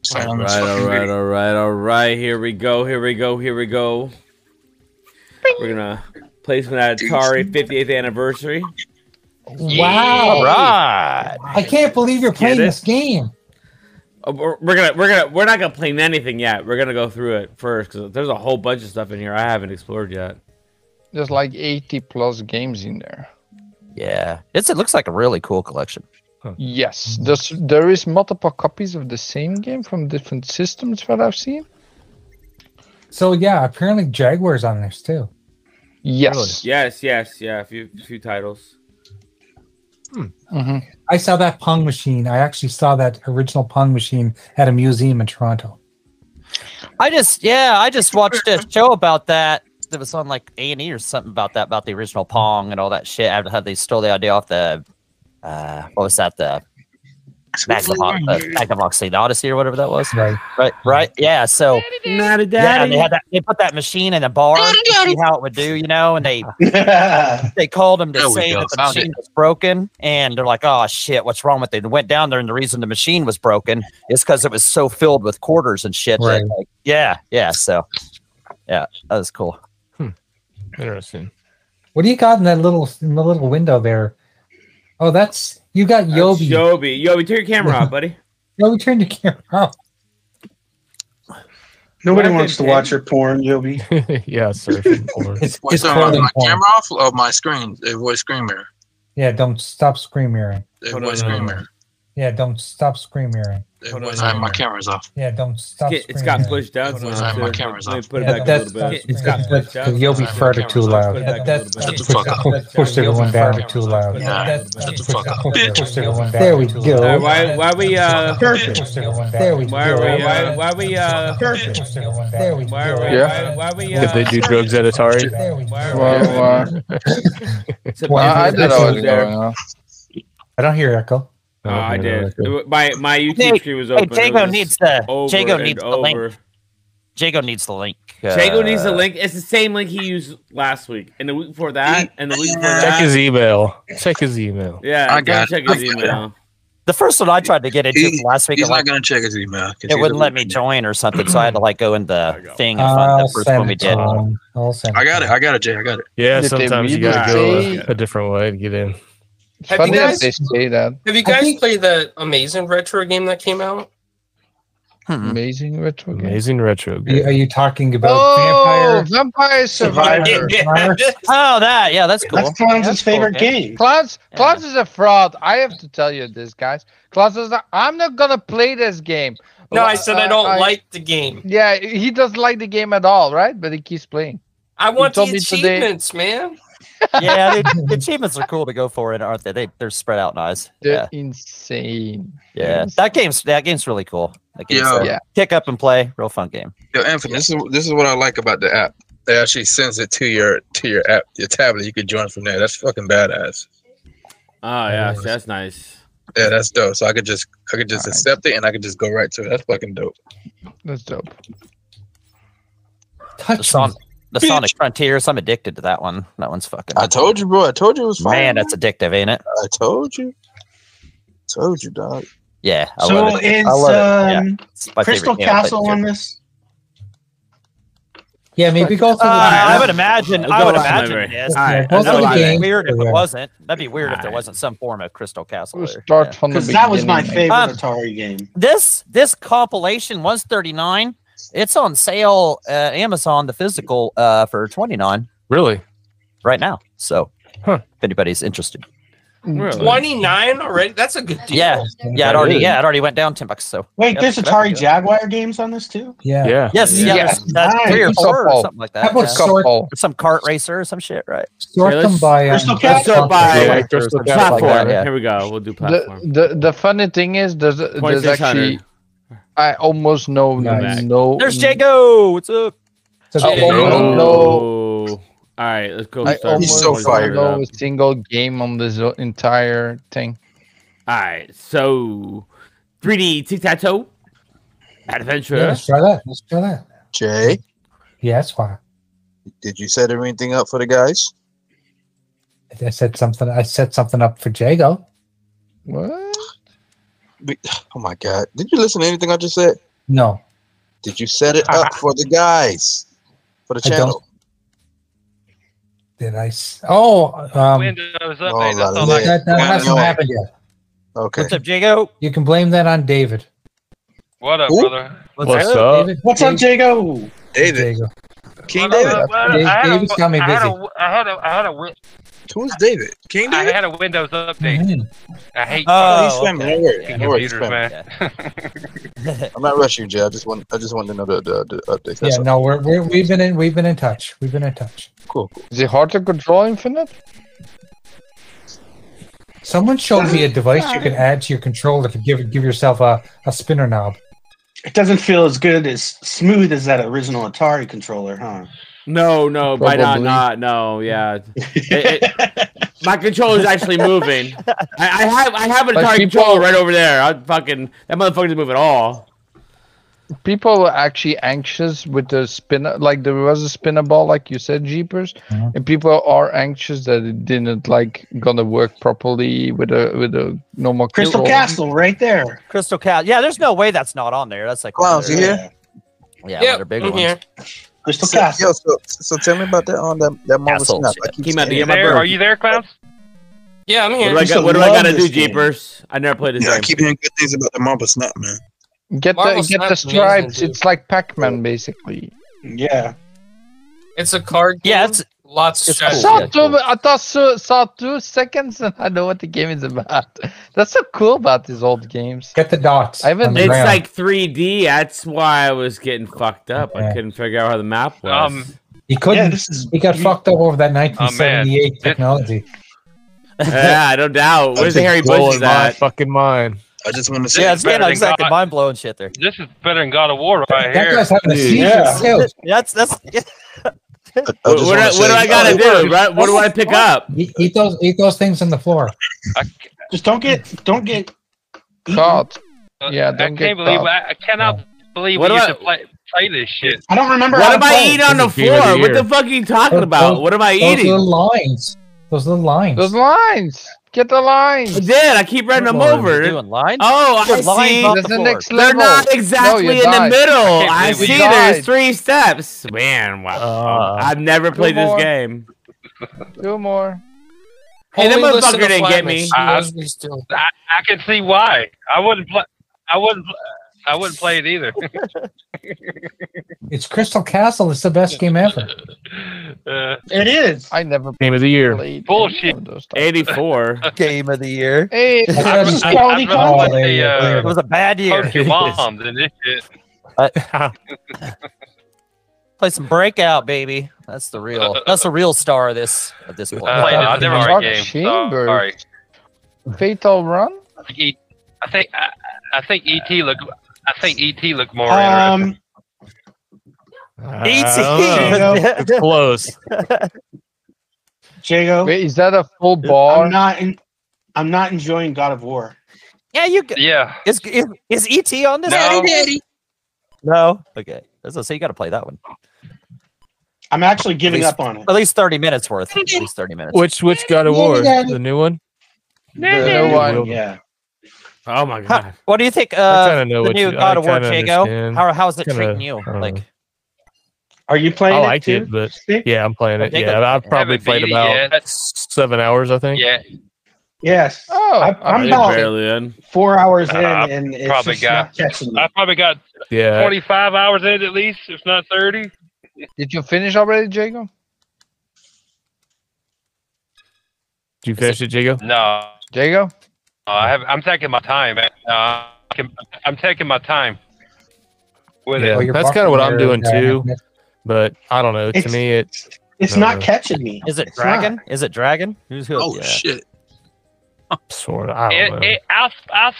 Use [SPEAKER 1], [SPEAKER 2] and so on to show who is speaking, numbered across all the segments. [SPEAKER 1] excited
[SPEAKER 2] All
[SPEAKER 1] for this
[SPEAKER 2] right, all
[SPEAKER 1] fucking
[SPEAKER 2] right,
[SPEAKER 1] video.
[SPEAKER 2] all right, all right. Here we go. Here we go. Here we go. We're gonna play some of that Atari 58th anniversary.
[SPEAKER 1] Yeah.
[SPEAKER 3] All
[SPEAKER 1] Alright.
[SPEAKER 3] right.
[SPEAKER 4] right.
[SPEAKER 3] I can't believe you're playing
[SPEAKER 2] Get it?
[SPEAKER 3] this game.
[SPEAKER 2] Uh, We're we're gonna we're gonna we're not gonna play anything yet. We're gonna go through it first because there's a whole bunch of stuff in here I haven't explored yet.
[SPEAKER 5] There's like 80 plus games in there.
[SPEAKER 4] Yeah. It's, it looks like a really cool collection.
[SPEAKER 5] Yes, there's there is multiple copies of the same game from different systems that I've seen.
[SPEAKER 3] So yeah, apparently Jaguar's on this too.
[SPEAKER 5] Yes.
[SPEAKER 2] Yes, yes, yeah. A few few titles.
[SPEAKER 5] hmm
[SPEAKER 3] I saw that Pong machine. I actually saw that original Pong machine at a museum in Toronto.
[SPEAKER 4] I just, yeah, I just watched a show about that. That was on like A and E or something about that, about the original Pong and all that shit. After how they stole the idea off the, uh, what was that, the Magnavox, uh, Magnavox, the Odyssey or whatever that was,
[SPEAKER 3] Right.
[SPEAKER 4] right? Right? Yeah. So
[SPEAKER 2] Not a
[SPEAKER 4] yeah, they had that. They put that machine in a bar to see how it would do, you know, and they they called them to
[SPEAKER 1] There we
[SPEAKER 4] say
[SPEAKER 1] go,
[SPEAKER 4] that the
[SPEAKER 1] found
[SPEAKER 4] machine was broken, and they're like, "Oh shit, what's wrong with it?" And went down there, and the reason the machine was broken is because it was so filled with quarters and shit. that,
[SPEAKER 3] Right.
[SPEAKER 4] like, yeah, yeah. So, yeah, that was cool.
[SPEAKER 6] Interesting.
[SPEAKER 3] What do you got in that little in the little window there? Oh, that's you got Yobi.
[SPEAKER 2] Yobi, Yobi, turn your camera off, buddy.
[SPEAKER 3] Yobi turned your camera off.
[SPEAKER 7] Nobody
[SPEAKER 2] What
[SPEAKER 7] wants
[SPEAKER 2] did
[SPEAKER 7] to
[SPEAKER 2] they-
[SPEAKER 7] watch your porn, Yobi.
[SPEAKER 6] yeah, surfing board.
[SPEAKER 3] It's,
[SPEAKER 1] What's
[SPEAKER 3] it's
[SPEAKER 1] that,
[SPEAKER 3] called
[SPEAKER 1] my
[SPEAKER 3] a porn.
[SPEAKER 1] camera off of my screen? Avoid screen mirror.
[SPEAKER 3] Yeah, don't stop screen mirroring.
[SPEAKER 2] Hold
[SPEAKER 1] Avoid
[SPEAKER 2] on,
[SPEAKER 1] screen
[SPEAKER 2] hold on.
[SPEAKER 1] mirror.
[SPEAKER 3] Yeah, don't stop screen mirroring.
[SPEAKER 2] Hold on,
[SPEAKER 1] Avoid
[SPEAKER 2] hold
[SPEAKER 1] screen
[SPEAKER 2] on.
[SPEAKER 1] My camera's off.
[SPEAKER 3] Yeah, don't stop.
[SPEAKER 2] Get- it's
[SPEAKER 3] screen
[SPEAKER 2] got
[SPEAKER 3] mirroring.
[SPEAKER 2] pushed down.
[SPEAKER 1] Hold
[SPEAKER 2] so
[SPEAKER 1] on,
[SPEAKER 2] it's-
[SPEAKER 1] sorry, my
[SPEAKER 2] let me-
[SPEAKER 1] camera's
[SPEAKER 2] Let me
[SPEAKER 1] off.
[SPEAKER 2] put it
[SPEAKER 3] Yeah,
[SPEAKER 2] back a
[SPEAKER 3] that's-
[SPEAKER 2] little bit.
[SPEAKER 3] that's-
[SPEAKER 2] It's got
[SPEAKER 3] that's-
[SPEAKER 2] pushed down.
[SPEAKER 3] Yobi
[SPEAKER 2] so it's-
[SPEAKER 3] farted
[SPEAKER 2] my
[SPEAKER 3] too
[SPEAKER 2] camera's off.
[SPEAKER 3] loud.
[SPEAKER 2] Put it
[SPEAKER 3] Yeah,
[SPEAKER 2] back a
[SPEAKER 3] that's-
[SPEAKER 2] little bit.
[SPEAKER 1] Shut the fuck up.
[SPEAKER 3] Push- Pushed everyone down too loud.
[SPEAKER 1] Yeah,
[SPEAKER 2] shut
[SPEAKER 1] the fuck up,
[SPEAKER 3] Pushed-
[SPEAKER 1] bitch.
[SPEAKER 3] pushed everyone down There we go.
[SPEAKER 2] All right, why why we uh
[SPEAKER 3] Perfect. There we go.
[SPEAKER 2] why are we why, why we uh
[SPEAKER 7] Perfect.
[SPEAKER 3] There we
[SPEAKER 2] why are we
[SPEAKER 6] Yeah.
[SPEAKER 2] why, why we
[SPEAKER 6] Did they
[SPEAKER 2] uh
[SPEAKER 6] do drugs at Atari?
[SPEAKER 3] There we
[SPEAKER 2] Why
[SPEAKER 3] go.
[SPEAKER 2] are
[SPEAKER 5] Well, uh,
[SPEAKER 3] Why
[SPEAKER 5] well, I
[SPEAKER 3] is
[SPEAKER 5] did
[SPEAKER 3] that so
[SPEAKER 5] always going on.
[SPEAKER 3] I don't hear echo.
[SPEAKER 2] Oh, I did. My my YouTube
[SPEAKER 4] Hey,
[SPEAKER 2] screen was
[SPEAKER 4] Hey,
[SPEAKER 2] open. It was
[SPEAKER 4] Jago
[SPEAKER 2] just
[SPEAKER 4] needs the
[SPEAKER 2] over
[SPEAKER 4] Jago
[SPEAKER 2] and
[SPEAKER 4] needs the link.
[SPEAKER 2] over.
[SPEAKER 4] Jago needs the link.
[SPEAKER 2] Jago
[SPEAKER 4] uh,
[SPEAKER 2] needs the link. It's the same link he used last week, and the week before that, and the week before
[SPEAKER 6] Check
[SPEAKER 2] that.
[SPEAKER 6] his email. Check his email.
[SPEAKER 2] Yeah,
[SPEAKER 1] I
[SPEAKER 2] I got
[SPEAKER 1] got
[SPEAKER 2] check
[SPEAKER 1] it.
[SPEAKER 2] his
[SPEAKER 1] I got
[SPEAKER 2] email.
[SPEAKER 4] The first one I tried to get into
[SPEAKER 1] He-
[SPEAKER 4] last week,
[SPEAKER 1] He's
[SPEAKER 4] it,
[SPEAKER 1] not
[SPEAKER 4] like,
[SPEAKER 1] gonna check his email. 'cause
[SPEAKER 4] it
[SPEAKER 1] he's
[SPEAKER 4] wouldn't
[SPEAKER 1] a-
[SPEAKER 4] let me join or something, so I had to like go in
[SPEAKER 2] There you
[SPEAKER 4] the
[SPEAKER 2] go.
[SPEAKER 4] thing and find
[SPEAKER 3] I'll
[SPEAKER 4] the first one
[SPEAKER 3] send
[SPEAKER 4] we
[SPEAKER 3] it
[SPEAKER 4] did.
[SPEAKER 3] to him. I'll send
[SPEAKER 1] I got it. I got it, Jay. I got it.
[SPEAKER 6] Yeah,
[SPEAKER 5] Did they
[SPEAKER 6] sometimes you
[SPEAKER 5] really
[SPEAKER 6] gotta go
[SPEAKER 2] say-
[SPEAKER 6] a, a different way to get in.
[SPEAKER 5] It's
[SPEAKER 8] Have you
[SPEAKER 5] funny if
[SPEAKER 8] guys-
[SPEAKER 5] they say that.
[SPEAKER 8] Have you
[SPEAKER 3] I
[SPEAKER 8] guys
[SPEAKER 3] think-
[SPEAKER 8] played that amazing retro game that came out?
[SPEAKER 4] Hmm.
[SPEAKER 5] Amazing retro game.
[SPEAKER 6] Amazing retro.
[SPEAKER 3] Are you,
[SPEAKER 6] game.
[SPEAKER 3] are you talking about
[SPEAKER 5] Oh,
[SPEAKER 3] vampire?
[SPEAKER 5] Vampire Survivor.
[SPEAKER 3] Survivor.
[SPEAKER 4] Oh, that yeah, that's cool.
[SPEAKER 7] That's Clowns'
[SPEAKER 4] That's cool,
[SPEAKER 7] favorite
[SPEAKER 4] yeah.
[SPEAKER 7] game.
[SPEAKER 5] Klaus,
[SPEAKER 4] Yeah.
[SPEAKER 5] Klaus is a fraud. I have to tell you this, guys. Klaus is. Not, I'm not gonna play this game.
[SPEAKER 8] No, I said I don't
[SPEAKER 5] I-
[SPEAKER 8] like the game.
[SPEAKER 5] Yeah, he doesn't like the game at all, right? But he keeps playing.
[SPEAKER 8] I want the
[SPEAKER 5] told me today-
[SPEAKER 8] achievements, man.
[SPEAKER 4] yeah, the, the achievements are cool to go for, it, aren't they? they they're spread out nice.
[SPEAKER 5] They're
[SPEAKER 4] Yeah,
[SPEAKER 5] insane.
[SPEAKER 4] yeah.
[SPEAKER 5] Yes.
[SPEAKER 4] That game's that game's really cool. That game's,
[SPEAKER 1] Yeah.
[SPEAKER 4] uh,
[SPEAKER 5] Yeah.
[SPEAKER 4] Pick up and play, real fun game.
[SPEAKER 1] Yo, Anthony, this is this is what I like about the app. They actually sends it to your to your app, your tablet. You could join from there. That's fucking badass.
[SPEAKER 2] Oh yeah, so that's nice.
[SPEAKER 1] Yeah, that's dope. So I could just I could just
[SPEAKER 5] Alright.
[SPEAKER 1] accept it and I could just go right to it. That's fucking dope.
[SPEAKER 5] That's dope.
[SPEAKER 4] The,
[SPEAKER 3] Touch
[SPEAKER 4] Son-
[SPEAKER 3] me.
[SPEAKER 4] the
[SPEAKER 1] Bitch.
[SPEAKER 4] Sonic Frontiers. I'm addicted to that one. That one's fucking.
[SPEAKER 1] I told you, bro. I told you it was fine.
[SPEAKER 4] Man, that's addictive, ain't it?
[SPEAKER 1] I told you. Told you, dog.
[SPEAKER 4] Yeah, I love
[SPEAKER 7] So
[SPEAKER 4] it.
[SPEAKER 7] is
[SPEAKER 4] I love it. Yeah,
[SPEAKER 7] um,
[SPEAKER 4] It's my
[SPEAKER 7] Crystal
[SPEAKER 4] favorite game I played
[SPEAKER 7] Castle
[SPEAKER 4] this
[SPEAKER 7] on
[SPEAKER 4] year.
[SPEAKER 7] this?
[SPEAKER 3] Yeah, maybe go through.
[SPEAKER 4] Uh, I would
[SPEAKER 3] the
[SPEAKER 4] imagine.
[SPEAKER 2] Let's
[SPEAKER 4] I
[SPEAKER 2] go
[SPEAKER 4] would
[SPEAKER 2] live,
[SPEAKER 4] imagine
[SPEAKER 2] maybe.
[SPEAKER 4] it is.
[SPEAKER 2] All right,
[SPEAKER 3] Most
[SPEAKER 4] That
[SPEAKER 3] of
[SPEAKER 4] would
[SPEAKER 3] the
[SPEAKER 4] be
[SPEAKER 3] game-
[SPEAKER 4] weird if it
[SPEAKER 3] yeah.
[SPEAKER 4] wasn't. That'd be weird if there
[SPEAKER 2] Alright.
[SPEAKER 4] wasn't some form of Crystal Castle.
[SPEAKER 5] We'll
[SPEAKER 4] there.
[SPEAKER 5] start
[SPEAKER 4] Yeah.
[SPEAKER 5] from the
[SPEAKER 7] Because
[SPEAKER 5] beginning.
[SPEAKER 7] that was my favorite
[SPEAKER 4] Um,
[SPEAKER 7] Atari game.
[SPEAKER 4] this this compilation 139 it's on sale at amazon the physical uh for 29
[SPEAKER 6] Really?
[SPEAKER 4] right now so
[SPEAKER 6] Huh.
[SPEAKER 4] if anybody's interested
[SPEAKER 5] Oh,
[SPEAKER 2] Really?
[SPEAKER 8] Twenty nine already? That's a good deal.
[SPEAKER 4] yeah yeah it
[SPEAKER 6] That
[SPEAKER 4] already
[SPEAKER 6] is.
[SPEAKER 4] yeah it already went down 10 bucks so
[SPEAKER 7] Wait,
[SPEAKER 4] yeah,
[SPEAKER 7] there's
[SPEAKER 4] that's what I
[SPEAKER 7] Atari
[SPEAKER 4] do.
[SPEAKER 7] Jaguar games on this too?
[SPEAKER 3] Yeah.
[SPEAKER 6] Yeah.
[SPEAKER 4] yes yeah,
[SPEAKER 5] Yes,
[SPEAKER 4] there's- that's
[SPEAKER 7] nice.
[SPEAKER 4] three or
[SPEAKER 5] Crystal
[SPEAKER 4] four
[SPEAKER 5] Ball.
[SPEAKER 4] or something like
[SPEAKER 3] How
[SPEAKER 4] that
[SPEAKER 3] about
[SPEAKER 4] yeah.
[SPEAKER 3] Couple.
[SPEAKER 5] couple.
[SPEAKER 4] some cart racer or some shit right
[SPEAKER 3] Sort
[SPEAKER 2] Okay,
[SPEAKER 3] them
[SPEAKER 2] let's-
[SPEAKER 3] by. Um,
[SPEAKER 7] Crystal
[SPEAKER 2] Let's
[SPEAKER 7] Castle.
[SPEAKER 2] go by
[SPEAKER 6] Yeah, Crystal
[SPEAKER 4] Castle.
[SPEAKER 2] platform.
[SPEAKER 4] Yeah.
[SPEAKER 2] Here we go. We'll do
[SPEAKER 5] The,
[SPEAKER 2] platform.
[SPEAKER 5] the the funny thing is there's there's
[SPEAKER 2] 2600.
[SPEAKER 5] actually I almost know
[SPEAKER 3] Nice.
[SPEAKER 5] no, no
[SPEAKER 4] there's jago what's up
[SPEAKER 3] so
[SPEAKER 5] I
[SPEAKER 8] Jago.
[SPEAKER 5] almost know
[SPEAKER 2] Oh. All right, let's go.
[SPEAKER 5] I
[SPEAKER 2] start
[SPEAKER 5] almost
[SPEAKER 1] He's
[SPEAKER 2] with
[SPEAKER 1] so
[SPEAKER 2] one
[SPEAKER 1] fired
[SPEAKER 2] up.
[SPEAKER 5] know a single game on this o- entire thing.
[SPEAKER 2] All right, so 3D tic tac toe adventure.
[SPEAKER 3] Yeah, let's try that. Let's try that.
[SPEAKER 1] Jay,
[SPEAKER 3] Yeah, that's why.
[SPEAKER 1] did you set anything up for the guys?
[SPEAKER 3] I said something. I set something up for Jago.
[SPEAKER 5] What?
[SPEAKER 1] We- Oh my god, did you listen to anything I just said?
[SPEAKER 3] No,
[SPEAKER 9] Did you set it up for the guys? For the
[SPEAKER 3] I don't-
[SPEAKER 9] channel?
[SPEAKER 3] did I? S- oh, um,
[SPEAKER 10] Windows
[SPEAKER 9] Oh,
[SPEAKER 10] update. That's
[SPEAKER 9] la
[SPEAKER 10] all I
[SPEAKER 9] la.
[SPEAKER 10] got.
[SPEAKER 3] that, that hasn't
[SPEAKER 9] Yeah.
[SPEAKER 3] happened yet.
[SPEAKER 9] Okay.
[SPEAKER 4] What's up, Jago?
[SPEAKER 3] You can blame that on David.
[SPEAKER 10] What up,
[SPEAKER 9] Ooh.
[SPEAKER 10] brother?
[SPEAKER 6] What's up?
[SPEAKER 3] David,
[SPEAKER 7] What's up,
[SPEAKER 3] David,
[SPEAKER 7] Jago?
[SPEAKER 1] David,
[SPEAKER 3] Jago.
[SPEAKER 1] King
[SPEAKER 10] What
[SPEAKER 1] David.
[SPEAKER 10] up, what up?
[SPEAKER 3] Dave-
[SPEAKER 10] I had a-
[SPEAKER 3] David's got me
[SPEAKER 10] I had a-
[SPEAKER 3] busy.
[SPEAKER 10] I had a, I had a, win-
[SPEAKER 1] Who's David? King
[SPEAKER 10] I
[SPEAKER 1] David.
[SPEAKER 10] had a Windows
[SPEAKER 5] Mm-hmm.
[SPEAKER 10] update.
[SPEAKER 3] Mhm.
[SPEAKER 10] I hate
[SPEAKER 4] Oh,
[SPEAKER 9] He's family.
[SPEAKER 4] okay.
[SPEAKER 9] Don't worry.
[SPEAKER 4] Yeah.
[SPEAKER 9] Don't worry. He's
[SPEAKER 10] computers,
[SPEAKER 9] family.
[SPEAKER 10] man.
[SPEAKER 9] I'm not rushing you, Jay. I just want. I just wanted to know the the, the updates. That's
[SPEAKER 3] Yeah, no, we're, we're we've been in we've been in touch. We've been in touch.
[SPEAKER 9] cool. cool.
[SPEAKER 5] Is it hard to control infinite?
[SPEAKER 3] Someone showed me a device you can add to your controller to give give yourself a, a spinner knob.
[SPEAKER 7] It doesn't feel as good as smooth as that original Atari controller, huh?
[SPEAKER 2] No, no, by not,
[SPEAKER 5] Probably.
[SPEAKER 2] not, no, yeah. It- My controller's actually moving. I, I have, I have an
[SPEAKER 5] But
[SPEAKER 2] Atari
[SPEAKER 5] people-
[SPEAKER 2] controller right over there. I fucking that motherfucker doesn't move at all.
[SPEAKER 5] People were actually anxious with the spinner. Like there was a spinner ball, like you said, jeepers,
[SPEAKER 3] Mhm.
[SPEAKER 5] and people are anxious that it didn't like gonna work properly with a with a normal
[SPEAKER 7] Crystal
[SPEAKER 5] controller.
[SPEAKER 7] Castle, right there.
[SPEAKER 4] Crystal Cat. Yeah, there's no way that's not on there. That's like one of
[SPEAKER 9] Clowns,
[SPEAKER 4] their-
[SPEAKER 9] you here?
[SPEAKER 4] yeah, one of
[SPEAKER 8] Yeah,
[SPEAKER 4] their
[SPEAKER 8] I'm
[SPEAKER 4] big ones.
[SPEAKER 8] here.
[SPEAKER 7] Crystal
[SPEAKER 9] So,
[SPEAKER 7] Castle.
[SPEAKER 9] yo, so, so tell me about that on that that Marvel
[SPEAKER 4] Castle.
[SPEAKER 9] Snap. I keep
[SPEAKER 2] Came out
[SPEAKER 9] saying
[SPEAKER 2] the Yeah,
[SPEAKER 10] You
[SPEAKER 2] my
[SPEAKER 10] there?
[SPEAKER 2] bro.
[SPEAKER 10] Are you there, Clowns?
[SPEAKER 8] Yeah, I'm
[SPEAKER 2] What
[SPEAKER 8] here.
[SPEAKER 2] do I
[SPEAKER 7] used
[SPEAKER 2] got?
[SPEAKER 7] to
[SPEAKER 2] What do I
[SPEAKER 7] love
[SPEAKER 2] gotta do,
[SPEAKER 7] this game.
[SPEAKER 2] Jeepers? I never played this
[SPEAKER 1] Yeah, I
[SPEAKER 2] game.
[SPEAKER 1] keep hearing good things about the Marble Snap, man.
[SPEAKER 5] Get
[SPEAKER 8] Marvel
[SPEAKER 5] the get the
[SPEAKER 8] Snap's amazing,
[SPEAKER 5] stripes.
[SPEAKER 8] dude.
[SPEAKER 5] It's like Pac-Man basically.
[SPEAKER 7] Yeah.
[SPEAKER 8] It's a card game.
[SPEAKER 4] Yeah, it's
[SPEAKER 8] lots of
[SPEAKER 4] it's cool.
[SPEAKER 5] I
[SPEAKER 8] strategy.
[SPEAKER 5] saw
[SPEAKER 4] yeah,
[SPEAKER 5] two.
[SPEAKER 4] cool.
[SPEAKER 5] I thought so, saw two seconds, and I know what the game is about. That's so cool about these old games.
[SPEAKER 3] Get the dots.
[SPEAKER 5] I haven't-
[SPEAKER 3] on the
[SPEAKER 2] It's
[SPEAKER 3] ground.
[SPEAKER 2] like 3D. That's why I was getting fucked up. I
[SPEAKER 3] Yeah.
[SPEAKER 2] couldn't figure out how the map was.
[SPEAKER 10] Um,
[SPEAKER 3] he
[SPEAKER 7] Yeah,
[SPEAKER 3] couldn't.
[SPEAKER 7] this is
[SPEAKER 3] he got fucked up
[SPEAKER 10] Oh,
[SPEAKER 3] over that 1978
[SPEAKER 10] This-
[SPEAKER 3] technology.
[SPEAKER 2] yeah, I don't doubt. Where's the Harry Bush
[SPEAKER 6] Blowing my
[SPEAKER 2] at?
[SPEAKER 6] fucking mind.
[SPEAKER 1] I just want to say,
[SPEAKER 4] Yeah, it's you know,
[SPEAKER 10] Better than
[SPEAKER 4] exactly
[SPEAKER 10] God.
[SPEAKER 4] mind blowing shit there.
[SPEAKER 10] This is better than God of War right
[SPEAKER 3] that
[SPEAKER 10] here.
[SPEAKER 3] guy's having a
[SPEAKER 6] Dude,
[SPEAKER 3] seizure
[SPEAKER 7] yeah.
[SPEAKER 3] still.
[SPEAKER 4] That's that's yeah,
[SPEAKER 9] that. I- I
[SPEAKER 2] What,
[SPEAKER 9] just
[SPEAKER 2] what,
[SPEAKER 9] wanna
[SPEAKER 2] do I- what do
[SPEAKER 9] say-
[SPEAKER 2] I gotta
[SPEAKER 9] Oh,
[SPEAKER 2] do? Right? What do I pick up?
[SPEAKER 3] Eat, eat those eat those things on the floor.
[SPEAKER 7] just don't get don't get
[SPEAKER 5] Caught.
[SPEAKER 10] Uh,
[SPEAKER 5] Yeah,
[SPEAKER 10] I
[SPEAKER 5] don't
[SPEAKER 10] can't
[SPEAKER 5] get
[SPEAKER 10] believe
[SPEAKER 5] caught.
[SPEAKER 10] I, I cannot believe
[SPEAKER 2] What
[SPEAKER 10] we used
[SPEAKER 2] do
[SPEAKER 10] to play, play this shit.
[SPEAKER 7] I don't remember
[SPEAKER 2] What
[SPEAKER 7] how
[SPEAKER 2] am
[SPEAKER 7] to
[SPEAKER 2] I
[SPEAKER 7] play.
[SPEAKER 2] eating on the
[SPEAKER 6] This is game of
[SPEAKER 2] floor?
[SPEAKER 6] the
[SPEAKER 2] What the
[SPEAKER 6] year.
[SPEAKER 2] fuck are you talking about? What am I
[SPEAKER 3] Those
[SPEAKER 2] eating?
[SPEAKER 3] little lines. Those little lines.
[SPEAKER 5] Those lines. Get the
[SPEAKER 2] I
[SPEAKER 5] lines.
[SPEAKER 2] did. I keep running them
[SPEAKER 4] What are we
[SPEAKER 2] over.
[SPEAKER 4] Doing line?
[SPEAKER 2] Oh, I
[SPEAKER 4] You're lying
[SPEAKER 2] see.
[SPEAKER 4] about
[SPEAKER 5] That's the
[SPEAKER 4] Lord.
[SPEAKER 5] next
[SPEAKER 2] They're
[SPEAKER 5] level.
[SPEAKER 2] not exactly
[SPEAKER 5] you
[SPEAKER 2] in the
[SPEAKER 5] died.
[SPEAKER 2] middle.
[SPEAKER 8] can't
[SPEAKER 2] I
[SPEAKER 8] believe we
[SPEAKER 2] see
[SPEAKER 5] died.
[SPEAKER 2] there's three steps. Man, wow.
[SPEAKER 6] Uh,
[SPEAKER 2] I've never played this
[SPEAKER 5] more.
[SPEAKER 2] game.
[SPEAKER 5] Two more.
[SPEAKER 2] Hey, that
[SPEAKER 8] Only listen
[SPEAKER 2] motherfucker
[SPEAKER 8] to
[SPEAKER 2] didn't get
[SPEAKER 8] Flyman.
[SPEAKER 2] me.
[SPEAKER 8] She knows we still-
[SPEAKER 10] I, I can see why. I wouldn't play. I wouldn't. pl- I wouldn't play it either.
[SPEAKER 3] It's Crystal Castle. It's the best game ever.
[SPEAKER 10] uh,
[SPEAKER 7] It is.
[SPEAKER 5] I never
[SPEAKER 6] game of the year.
[SPEAKER 5] played.
[SPEAKER 10] Bullshit.
[SPEAKER 5] Any of those types.
[SPEAKER 2] 84.
[SPEAKER 4] game of the year.
[SPEAKER 5] Hey,
[SPEAKER 3] I
[SPEAKER 10] I'd,
[SPEAKER 3] just-
[SPEAKER 10] I'd, I'd
[SPEAKER 3] Oh,
[SPEAKER 10] rather
[SPEAKER 3] there
[SPEAKER 10] play
[SPEAKER 3] you go, there
[SPEAKER 10] uh,
[SPEAKER 4] It was a bad year.
[SPEAKER 10] Pokemon than this shit.
[SPEAKER 4] Play some breakout, baby. That's the real. That's the real star of this at this point.
[SPEAKER 10] Uh, play the
[SPEAKER 5] Dark
[SPEAKER 10] Underdark game.
[SPEAKER 5] Chambers.
[SPEAKER 10] So, sorry.
[SPEAKER 5] Fatal Run.
[SPEAKER 10] I think E- I think I, I think ET look. I think ET look more interesting.
[SPEAKER 7] Um
[SPEAKER 6] I don't know.
[SPEAKER 4] E
[SPEAKER 6] It's close.
[SPEAKER 7] Jago,
[SPEAKER 5] Wait, is that a full
[SPEAKER 7] I'm
[SPEAKER 5] bar?
[SPEAKER 7] not in, I'm not enjoying God of War.
[SPEAKER 4] yeah, you. g-
[SPEAKER 10] Yeah.
[SPEAKER 4] Is, is is ET on this?
[SPEAKER 10] No.
[SPEAKER 4] No. Okay. That's so you got to play that one.
[SPEAKER 7] I'm actually giving
[SPEAKER 4] Please.
[SPEAKER 7] up on it.
[SPEAKER 4] At least thirty minutes worth. At least thirty minutes.
[SPEAKER 6] Which which God of War? The new one?
[SPEAKER 5] No one.
[SPEAKER 7] Yeah.
[SPEAKER 2] Oh my
[SPEAKER 4] Huh,
[SPEAKER 2] god.
[SPEAKER 4] what do you think?
[SPEAKER 6] I
[SPEAKER 4] Uh,
[SPEAKER 6] kind of know
[SPEAKER 4] the
[SPEAKER 6] what
[SPEAKER 4] new
[SPEAKER 6] you.
[SPEAKER 4] God
[SPEAKER 6] I
[SPEAKER 4] of War,
[SPEAKER 6] kinda
[SPEAKER 4] Jago.
[SPEAKER 6] understand.
[SPEAKER 4] How how is it
[SPEAKER 6] Kinda, um,
[SPEAKER 4] treating you?
[SPEAKER 6] I don't
[SPEAKER 4] Like,
[SPEAKER 6] know.
[SPEAKER 7] Are you playing
[SPEAKER 6] Oh, I liked
[SPEAKER 7] it,
[SPEAKER 6] it,
[SPEAKER 7] too?
[SPEAKER 6] but
[SPEAKER 7] Steve?
[SPEAKER 6] yeah, I'm playing it.
[SPEAKER 4] Jago-
[SPEAKER 6] Yeah, I've probably
[SPEAKER 10] Haven't beat
[SPEAKER 6] played
[SPEAKER 10] it
[SPEAKER 6] about
[SPEAKER 10] yet.
[SPEAKER 6] seven hours, I think.
[SPEAKER 10] Yeah.
[SPEAKER 7] Yes.
[SPEAKER 5] Oh,
[SPEAKER 7] I- I'm
[SPEAKER 5] I-
[SPEAKER 7] about-
[SPEAKER 2] Barely in.
[SPEAKER 7] Four hours in
[SPEAKER 10] Uh,
[SPEAKER 7] and it's
[SPEAKER 10] probably
[SPEAKER 7] just
[SPEAKER 10] got-
[SPEAKER 7] not catching me.
[SPEAKER 10] I probably got
[SPEAKER 6] Yeah.
[SPEAKER 10] 25 hours in at least, if not 30.
[SPEAKER 5] Did you finish already, Jacob?
[SPEAKER 6] Did you finish it, Jago?
[SPEAKER 10] No,
[SPEAKER 5] Jacob?
[SPEAKER 10] I have, I'm taking my time. man. Uh, I can- I'm taking my time with
[SPEAKER 6] Yeah.
[SPEAKER 10] it.
[SPEAKER 3] Well, you're
[SPEAKER 6] that's kinda what I'm
[SPEAKER 3] buffering
[SPEAKER 6] doing,
[SPEAKER 3] your-
[SPEAKER 6] too. But I don't know. To
[SPEAKER 7] It's-
[SPEAKER 6] me, it
[SPEAKER 7] It's
[SPEAKER 6] No.
[SPEAKER 7] not catching me.
[SPEAKER 4] is it
[SPEAKER 7] not.
[SPEAKER 4] Dragon? Is it Dragon? Who's who?
[SPEAKER 1] Oh
[SPEAKER 4] yeah.
[SPEAKER 1] shit!
[SPEAKER 6] sort of. I don't
[SPEAKER 10] it,
[SPEAKER 6] know.
[SPEAKER 5] uh,
[SPEAKER 10] it I'll, I'll,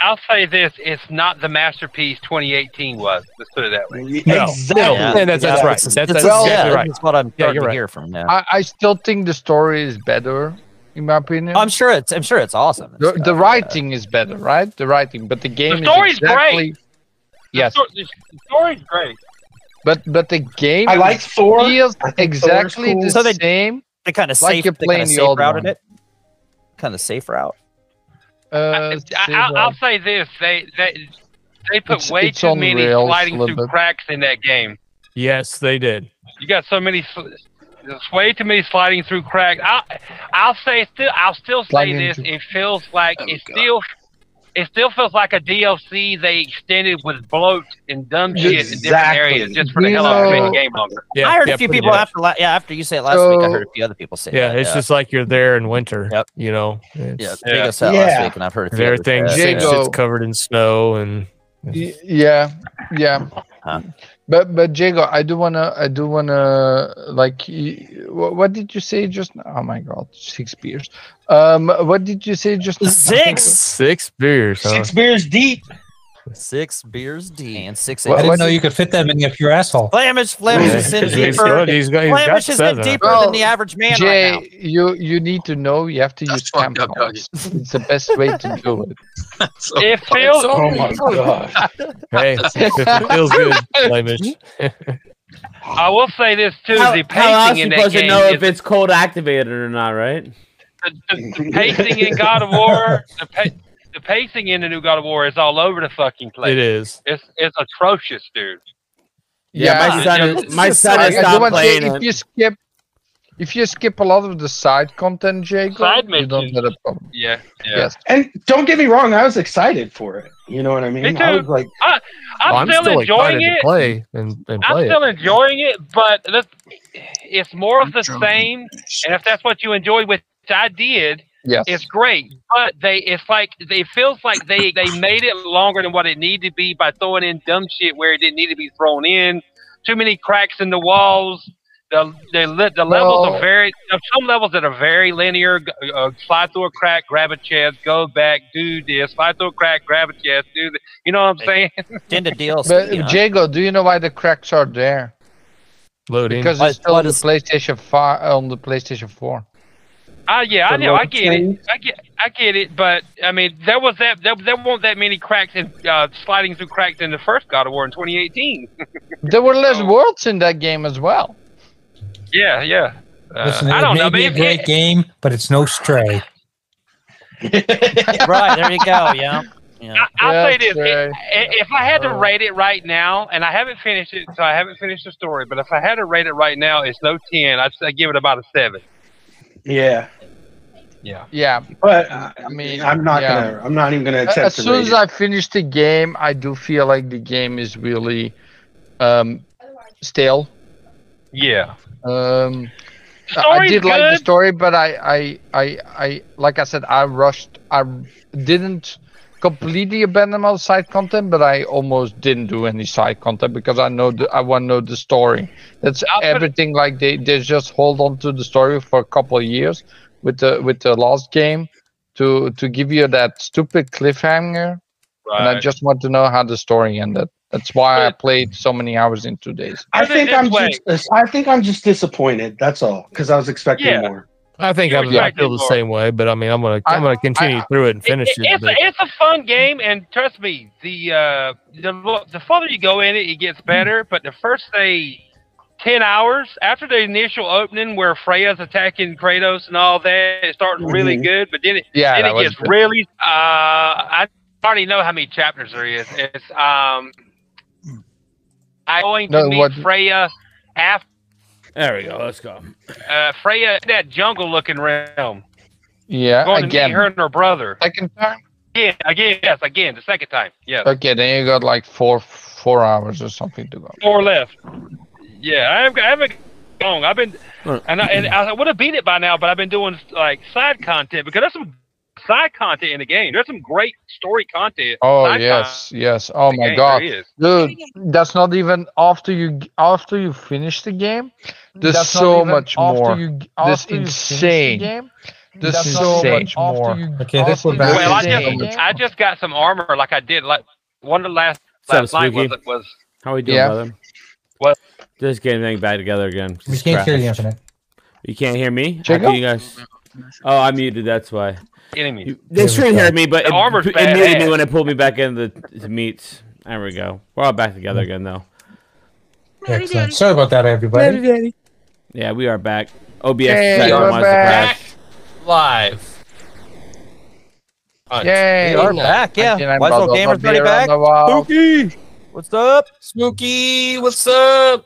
[SPEAKER 10] I'll say this: it's not the masterpiece 2018 was. Let's put it that way.
[SPEAKER 6] No.
[SPEAKER 7] Exactly.
[SPEAKER 6] Yeah, that's- that's right.
[SPEAKER 4] It's-
[SPEAKER 6] That's-
[SPEAKER 4] it's-
[SPEAKER 6] that's
[SPEAKER 4] yeah,
[SPEAKER 6] exactly right.
[SPEAKER 4] That's what I'm starting
[SPEAKER 6] you're
[SPEAKER 4] to
[SPEAKER 6] right.
[SPEAKER 4] hear from now.
[SPEAKER 5] I, I still think the story is better, in my opinion.
[SPEAKER 4] I'm sure it's. I'm sure it's awesome. and
[SPEAKER 5] the,
[SPEAKER 4] stuff,
[SPEAKER 5] the
[SPEAKER 4] yeah.
[SPEAKER 5] writing is better, right? The writing, but the game
[SPEAKER 10] story's
[SPEAKER 5] is exactly. Yes,
[SPEAKER 10] The, sto- the story's great.
[SPEAKER 5] but but the game
[SPEAKER 7] I like Thor.
[SPEAKER 5] feels
[SPEAKER 7] I think Thor's
[SPEAKER 5] exactly
[SPEAKER 7] cool.
[SPEAKER 5] the
[SPEAKER 4] So they-
[SPEAKER 5] same.
[SPEAKER 4] They kind of
[SPEAKER 5] Like
[SPEAKER 4] safe.
[SPEAKER 5] you're
[SPEAKER 4] They kind
[SPEAKER 5] playing
[SPEAKER 4] of
[SPEAKER 5] the
[SPEAKER 4] safe
[SPEAKER 5] old
[SPEAKER 4] route in
[SPEAKER 5] one.
[SPEAKER 4] it. Kind of safe route.
[SPEAKER 5] Uh,
[SPEAKER 10] I, I, I'll, I'll say this: they, they, They put
[SPEAKER 5] It's-
[SPEAKER 10] way
[SPEAKER 5] it's
[SPEAKER 10] too
[SPEAKER 5] on
[SPEAKER 10] many
[SPEAKER 5] rails a
[SPEAKER 10] sliding
[SPEAKER 5] little
[SPEAKER 10] through
[SPEAKER 5] bit.
[SPEAKER 10] cracks in that game.
[SPEAKER 6] Yes, they did.
[SPEAKER 10] You got so many. Sl- there's way too many sliding through cracks. I, I'll say still. I'll still say
[SPEAKER 5] Sliding
[SPEAKER 10] this.
[SPEAKER 5] through-
[SPEAKER 10] It feels like it still. It still feels like a DLC they extended with bloat and dumb shit in different
[SPEAKER 7] Exactly.
[SPEAKER 10] areas just for the
[SPEAKER 5] You
[SPEAKER 10] hell of it to
[SPEAKER 5] know-
[SPEAKER 10] make the game longer.
[SPEAKER 6] Yeah,
[SPEAKER 4] I heard
[SPEAKER 6] yeah,
[SPEAKER 4] a few
[SPEAKER 6] pretty
[SPEAKER 4] people
[SPEAKER 6] much.
[SPEAKER 4] after la- yeah after you said it last week. I heard a few other people say
[SPEAKER 6] Yeah,
[SPEAKER 4] that,
[SPEAKER 6] it's just like you're there in winter.
[SPEAKER 4] Yep.
[SPEAKER 6] You know, it's,
[SPEAKER 4] yeah.
[SPEAKER 10] Yeah.
[SPEAKER 4] Jago said it
[SPEAKER 7] Yeah.
[SPEAKER 4] last week, and I've heard a few others say
[SPEAKER 6] everything
[SPEAKER 4] that,
[SPEAKER 5] Jago-
[SPEAKER 4] yeah.
[SPEAKER 6] shit's covered in snow and
[SPEAKER 5] Y- yeah yeah
[SPEAKER 4] Huh.
[SPEAKER 5] but but jago i do wanna i do wanna like y- what, what did you say just now oh my god six beers um what did you say just now?
[SPEAKER 4] Six,
[SPEAKER 6] six beers. Huh?
[SPEAKER 7] Six beers deep.
[SPEAKER 4] six beers deep, and six.
[SPEAKER 5] What-
[SPEAKER 3] I didn't
[SPEAKER 5] what's-
[SPEAKER 3] know you could fit that many up your asshole.
[SPEAKER 10] Uh,
[SPEAKER 4] Flamish, Flamish has been
[SPEAKER 6] Yeah, he's
[SPEAKER 4] deeper.
[SPEAKER 6] got- he's got- he's got
[SPEAKER 4] Flamish has been
[SPEAKER 6] seven.
[SPEAKER 4] deeper
[SPEAKER 5] Well,
[SPEAKER 4] than the average man
[SPEAKER 5] Jay,
[SPEAKER 4] right now.
[SPEAKER 5] you you need to know. You have to
[SPEAKER 9] That's
[SPEAKER 5] use
[SPEAKER 9] fucked up,
[SPEAKER 5] tampons. It's the best way to do it.
[SPEAKER 9] So,
[SPEAKER 10] It feels.
[SPEAKER 7] Oh my gosh.
[SPEAKER 6] Hey, if it feels good, Flemish.
[SPEAKER 10] I will say this too.
[SPEAKER 2] How,
[SPEAKER 10] the
[SPEAKER 2] how else
[SPEAKER 10] pacing
[SPEAKER 2] you
[SPEAKER 10] in that
[SPEAKER 2] supposed to
[SPEAKER 10] game
[SPEAKER 2] know
[SPEAKER 10] is
[SPEAKER 2] if it's cold activated or not, right?
[SPEAKER 10] the, the pacing in God of War, the, pa- the pacing in the new God of War is all over the fucking place.
[SPEAKER 6] It is.
[SPEAKER 10] It's it's atrocious, dude.
[SPEAKER 2] Yeah, my
[SPEAKER 10] Yeah.
[SPEAKER 2] son,
[SPEAKER 10] It's
[SPEAKER 2] is, my
[SPEAKER 4] just
[SPEAKER 2] son
[SPEAKER 5] I-
[SPEAKER 2] has
[SPEAKER 5] I do
[SPEAKER 2] stopped
[SPEAKER 5] want to say,
[SPEAKER 2] playing it.
[SPEAKER 5] if you skip, if you skip a lot of the side content, Jacob,
[SPEAKER 10] Side
[SPEAKER 5] you don't
[SPEAKER 10] missions.
[SPEAKER 5] have a problem.
[SPEAKER 10] Yeah, yeah.
[SPEAKER 5] Yes,
[SPEAKER 7] And don't get me wrong, I was excited for it. You know what I mean?
[SPEAKER 10] Me
[SPEAKER 7] I
[SPEAKER 10] too.
[SPEAKER 7] was like,
[SPEAKER 10] I'm,
[SPEAKER 6] Well,
[SPEAKER 10] still, enjoying
[SPEAKER 6] excited
[SPEAKER 10] it.
[SPEAKER 6] To play and, and
[SPEAKER 10] I'm
[SPEAKER 6] play
[SPEAKER 10] still
[SPEAKER 6] it.
[SPEAKER 10] enjoying it, but that's, it's more of the
[SPEAKER 9] Drunk.
[SPEAKER 10] same. And if that's what you enjoy, which I did,
[SPEAKER 5] yes.
[SPEAKER 10] it's great. But they, it's like they feels like they they made it longer than what it needed to be by throwing in dumb shit where it didn't need to be thrown in. Too many cracks in the walls. The the, le- the levels
[SPEAKER 5] Well-
[SPEAKER 10] are very of some levels that are very linear. g- Uh, slide through a crack, grab a chest, go back, do this. Slide through a crack, grab a chest, do this. You know what I'm saying?
[SPEAKER 4] Agenda DLC.
[SPEAKER 5] but
[SPEAKER 4] you know.
[SPEAKER 5] Jago, do you know why the cracks are there?
[SPEAKER 6] Loading.
[SPEAKER 5] Because
[SPEAKER 4] What-
[SPEAKER 5] it's still
[SPEAKER 4] what
[SPEAKER 5] on the
[SPEAKER 4] is-
[SPEAKER 5] PlayStation Five on the PlayStation Four.
[SPEAKER 10] Ah, yeah, I
[SPEAKER 7] The
[SPEAKER 10] know, I
[SPEAKER 7] Lord
[SPEAKER 10] get it, I get, I get it, but I mean, there was that, there, there weren't that many cracks in uh, sliding through cracks in the first God of War in 2018.
[SPEAKER 5] There were less
[SPEAKER 10] Oh.
[SPEAKER 5] worlds in that game as well.
[SPEAKER 10] yeah, yeah. Uh,
[SPEAKER 3] Listen,
[SPEAKER 10] I
[SPEAKER 3] it
[SPEAKER 10] don't
[SPEAKER 3] may
[SPEAKER 10] know,
[SPEAKER 3] be a
[SPEAKER 10] maybe
[SPEAKER 3] great
[SPEAKER 10] it,
[SPEAKER 3] game, but it's no stray.
[SPEAKER 4] right there you go. Yeah. Yeah.
[SPEAKER 10] I, I'll
[SPEAKER 5] Yeah,
[SPEAKER 10] say this:
[SPEAKER 5] sure.
[SPEAKER 10] i- if I had to
[SPEAKER 5] Uh.
[SPEAKER 10] rate it right now, and I haven't finished it, so I haven't finished the story, but if I had to rate it right now, it's no 10. I'd, i give it about a seven.
[SPEAKER 7] yeah,
[SPEAKER 5] Yeah.
[SPEAKER 7] but uh, I
[SPEAKER 5] mean,
[SPEAKER 7] mean, I'm not
[SPEAKER 5] yeah.
[SPEAKER 7] gonna, I'm not even gonna
[SPEAKER 5] A-
[SPEAKER 7] accept.
[SPEAKER 5] as
[SPEAKER 7] the
[SPEAKER 5] soon as
[SPEAKER 7] rating.
[SPEAKER 5] I finish the game, I do feel like the game is really um, stale.
[SPEAKER 10] Yeah.
[SPEAKER 5] Um, I- I
[SPEAKER 10] Story's
[SPEAKER 5] did like the
[SPEAKER 10] good.
[SPEAKER 5] story, but I, I, I, I, like I said, I rushed. I didn't completely abandon all side content, but I almost didn't do any side content because I know the, I want to know the story. That's
[SPEAKER 10] I'll put-
[SPEAKER 5] everything. Like they, they just hold on to the story for a couple of years with the with the last game to to give you that stupid cliffhanger and I
[SPEAKER 10] Right.
[SPEAKER 5] just want to know how the story ended. That's why I
[SPEAKER 10] But-
[SPEAKER 5] played so many hours in two days.
[SPEAKER 7] I
[SPEAKER 10] Put it
[SPEAKER 7] think
[SPEAKER 10] this
[SPEAKER 7] I'm
[SPEAKER 10] way.
[SPEAKER 7] just, I think I'm just disappointed. That's all, because I was expecting
[SPEAKER 10] Yeah.
[SPEAKER 7] more.
[SPEAKER 6] I think
[SPEAKER 10] You
[SPEAKER 6] I'm, I
[SPEAKER 10] expected
[SPEAKER 6] feel the
[SPEAKER 10] more.
[SPEAKER 6] same way, but I mean, I'm gonna
[SPEAKER 5] I-
[SPEAKER 6] I'm gonna continue
[SPEAKER 5] I-
[SPEAKER 6] through it and finish it.
[SPEAKER 10] it's,
[SPEAKER 6] but-
[SPEAKER 10] A, it's a fun game, and trust me, the uh, the lo- the further you go in it, it gets better. But the first say ten hours after the initial opening, where Freya's attacking Kratos and all that, it starts really
[SPEAKER 7] Mhm.
[SPEAKER 5] Mm-hmm.
[SPEAKER 10] good. But then it
[SPEAKER 5] Yeah,
[SPEAKER 10] then
[SPEAKER 5] that
[SPEAKER 10] it
[SPEAKER 5] was
[SPEAKER 10] gets really. Uh, I already know how many chapters there is. It's um, I'm going to
[SPEAKER 5] No,
[SPEAKER 10] meet
[SPEAKER 5] what-
[SPEAKER 10] Freya after
[SPEAKER 2] There we go. Let's go.
[SPEAKER 10] uh, Freya in that jungle looking realm.
[SPEAKER 5] yeah
[SPEAKER 10] Going
[SPEAKER 5] again.
[SPEAKER 10] to meet her and her brother
[SPEAKER 5] Second time.
[SPEAKER 10] again, again, yes, again, the second time, yes.
[SPEAKER 5] Okay, then you got like four four hours or something to go.
[SPEAKER 10] four left. Yeah, I haven't, I haven't gone. I've been,
[SPEAKER 2] Huh.
[SPEAKER 10] and I, and I would have beat it by now, but I've been doing like side content because there's some side content in the game. There's some great story content.
[SPEAKER 5] Oh
[SPEAKER 10] side
[SPEAKER 5] yes, yes. Oh
[SPEAKER 10] content in the
[SPEAKER 5] my
[SPEAKER 10] game.
[SPEAKER 5] god,
[SPEAKER 10] There is.
[SPEAKER 5] dude, that's not even after you after you finish the game. There's
[SPEAKER 6] That's not
[SPEAKER 5] so
[SPEAKER 6] even
[SPEAKER 5] much
[SPEAKER 6] after
[SPEAKER 5] more.
[SPEAKER 6] you-
[SPEAKER 5] There's
[SPEAKER 6] after you finish the
[SPEAKER 5] insane. There's
[SPEAKER 6] That's
[SPEAKER 5] so
[SPEAKER 6] not even
[SPEAKER 5] much
[SPEAKER 6] after
[SPEAKER 5] more.
[SPEAKER 6] you-
[SPEAKER 3] Okay, I think we're back.
[SPEAKER 10] Well, I
[SPEAKER 5] That's insane.
[SPEAKER 10] just, I just got some armor like I did like one of the last
[SPEAKER 2] What's
[SPEAKER 10] last
[SPEAKER 2] up,
[SPEAKER 10] night was,
[SPEAKER 2] Spooky?
[SPEAKER 10] was
[SPEAKER 2] How we doing,
[SPEAKER 5] Yeah.
[SPEAKER 2] brother?
[SPEAKER 10] What?
[SPEAKER 2] Just getting things back together again.
[SPEAKER 3] we can't hear you, Infinite.
[SPEAKER 2] You can't hear me. I
[SPEAKER 5] Check
[SPEAKER 2] think
[SPEAKER 5] out.
[SPEAKER 2] you guys. Oh, I muted. That's why.
[SPEAKER 10] enemy.
[SPEAKER 2] You- They
[SPEAKER 3] There we
[SPEAKER 2] couldn't
[SPEAKER 3] go.
[SPEAKER 2] hear me, but
[SPEAKER 10] The
[SPEAKER 2] it,
[SPEAKER 10] armor's
[SPEAKER 2] it muted me
[SPEAKER 10] badass.
[SPEAKER 2] when it pulled me back in the, the meats. There we go. We're all back together again, though.
[SPEAKER 3] Excellent. Sorry about that, everybody.
[SPEAKER 2] Yeah, we are back. OBS
[SPEAKER 5] Hey,
[SPEAKER 2] hey,
[SPEAKER 5] we're
[SPEAKER 2] wants to
[SPEAKER 5] back.
[SPEAKER 2] crash.
[SPEAKER 8] Live.
[SPEAKER 5] Yay,
[SPEAKER 4] We're back, yeah. Wiseau Gamer's already back.
[SPEAKER 5] Spooky.
[SPEAKER 4] What's up?
[SPEAKER 8] Smokey, what's up?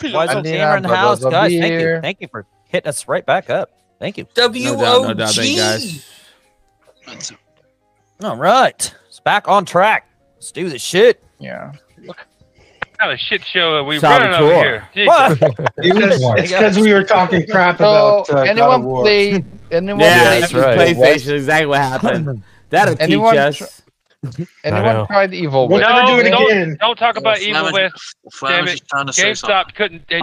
[SPEAKER 4] Wiseau
[SPEAKER 5] Andy
[SPEAKER 4] Gamer in the
[SPEAKER 5] Brothers
[SPEAKER 4] house,
[SPEAKER 5] over
[SPEAKER 4] guys. Thank you,
[SPEAKER 5] here.
[SPEAKER 4] thank you for hitting us right back up. Thank you.
[SPEAKER 8] W
[SPEAKER 2] No doubt,
[SPEAKER 8] O
[SPEAKER 2] no doubt. Thank you
[SPEAKER 8] G.
[SPEAKER 2] guys.
[SPEAKER 4] All right, it's back on track. Let's do this shit.
[SPEAKER 5] Yeah.
[SPEAKER 10] kind of shit show are we
[SPEAKER 2] Saboteur.
[SPEAKER 10] running over here? Jesus.
[SPEAKER 4] What?
[SPEAKER 7] It's because we were talking crap
[SPEAKER 5] So,
[SPEAKER 7] about uh, God of
[SPEAKER 5] anyone
[SPEAKER 7] War.
[SPEAKER 5] play? Anyone
[SPEAKER 2] Yeah,
[SPEAKER 5] play?
[SPEAKER 2] that's
[SPEAKER 6] that's right.
[SPEAKER 2] PlayStation. Exactly what happened. That'll
[SPEAKER 5] Anyone
[SPEAKER 2] teach us.
[SPEAKER 5] tr-
[SPEAKER 6] I know.
[SPEAKER 5] Anyone tried Evil
[SPEAKER 7] We're
[SPEAKER 5] West?
[SPEAKER 7] gonna do it
[SPEAKER 10] don't-
[SPEAKER 7] again.
[SPEAKER 10] Don't talk about Evil
[SPEAKER 9] Flamin-
[SPEAKER 10] West.
[SPEAKER 9] Flamin's
[SPEAKER 10] Damn it.
[SPEAKER 9] just trying to say something.
[SPEAKER 10] GameStop couldn't. They,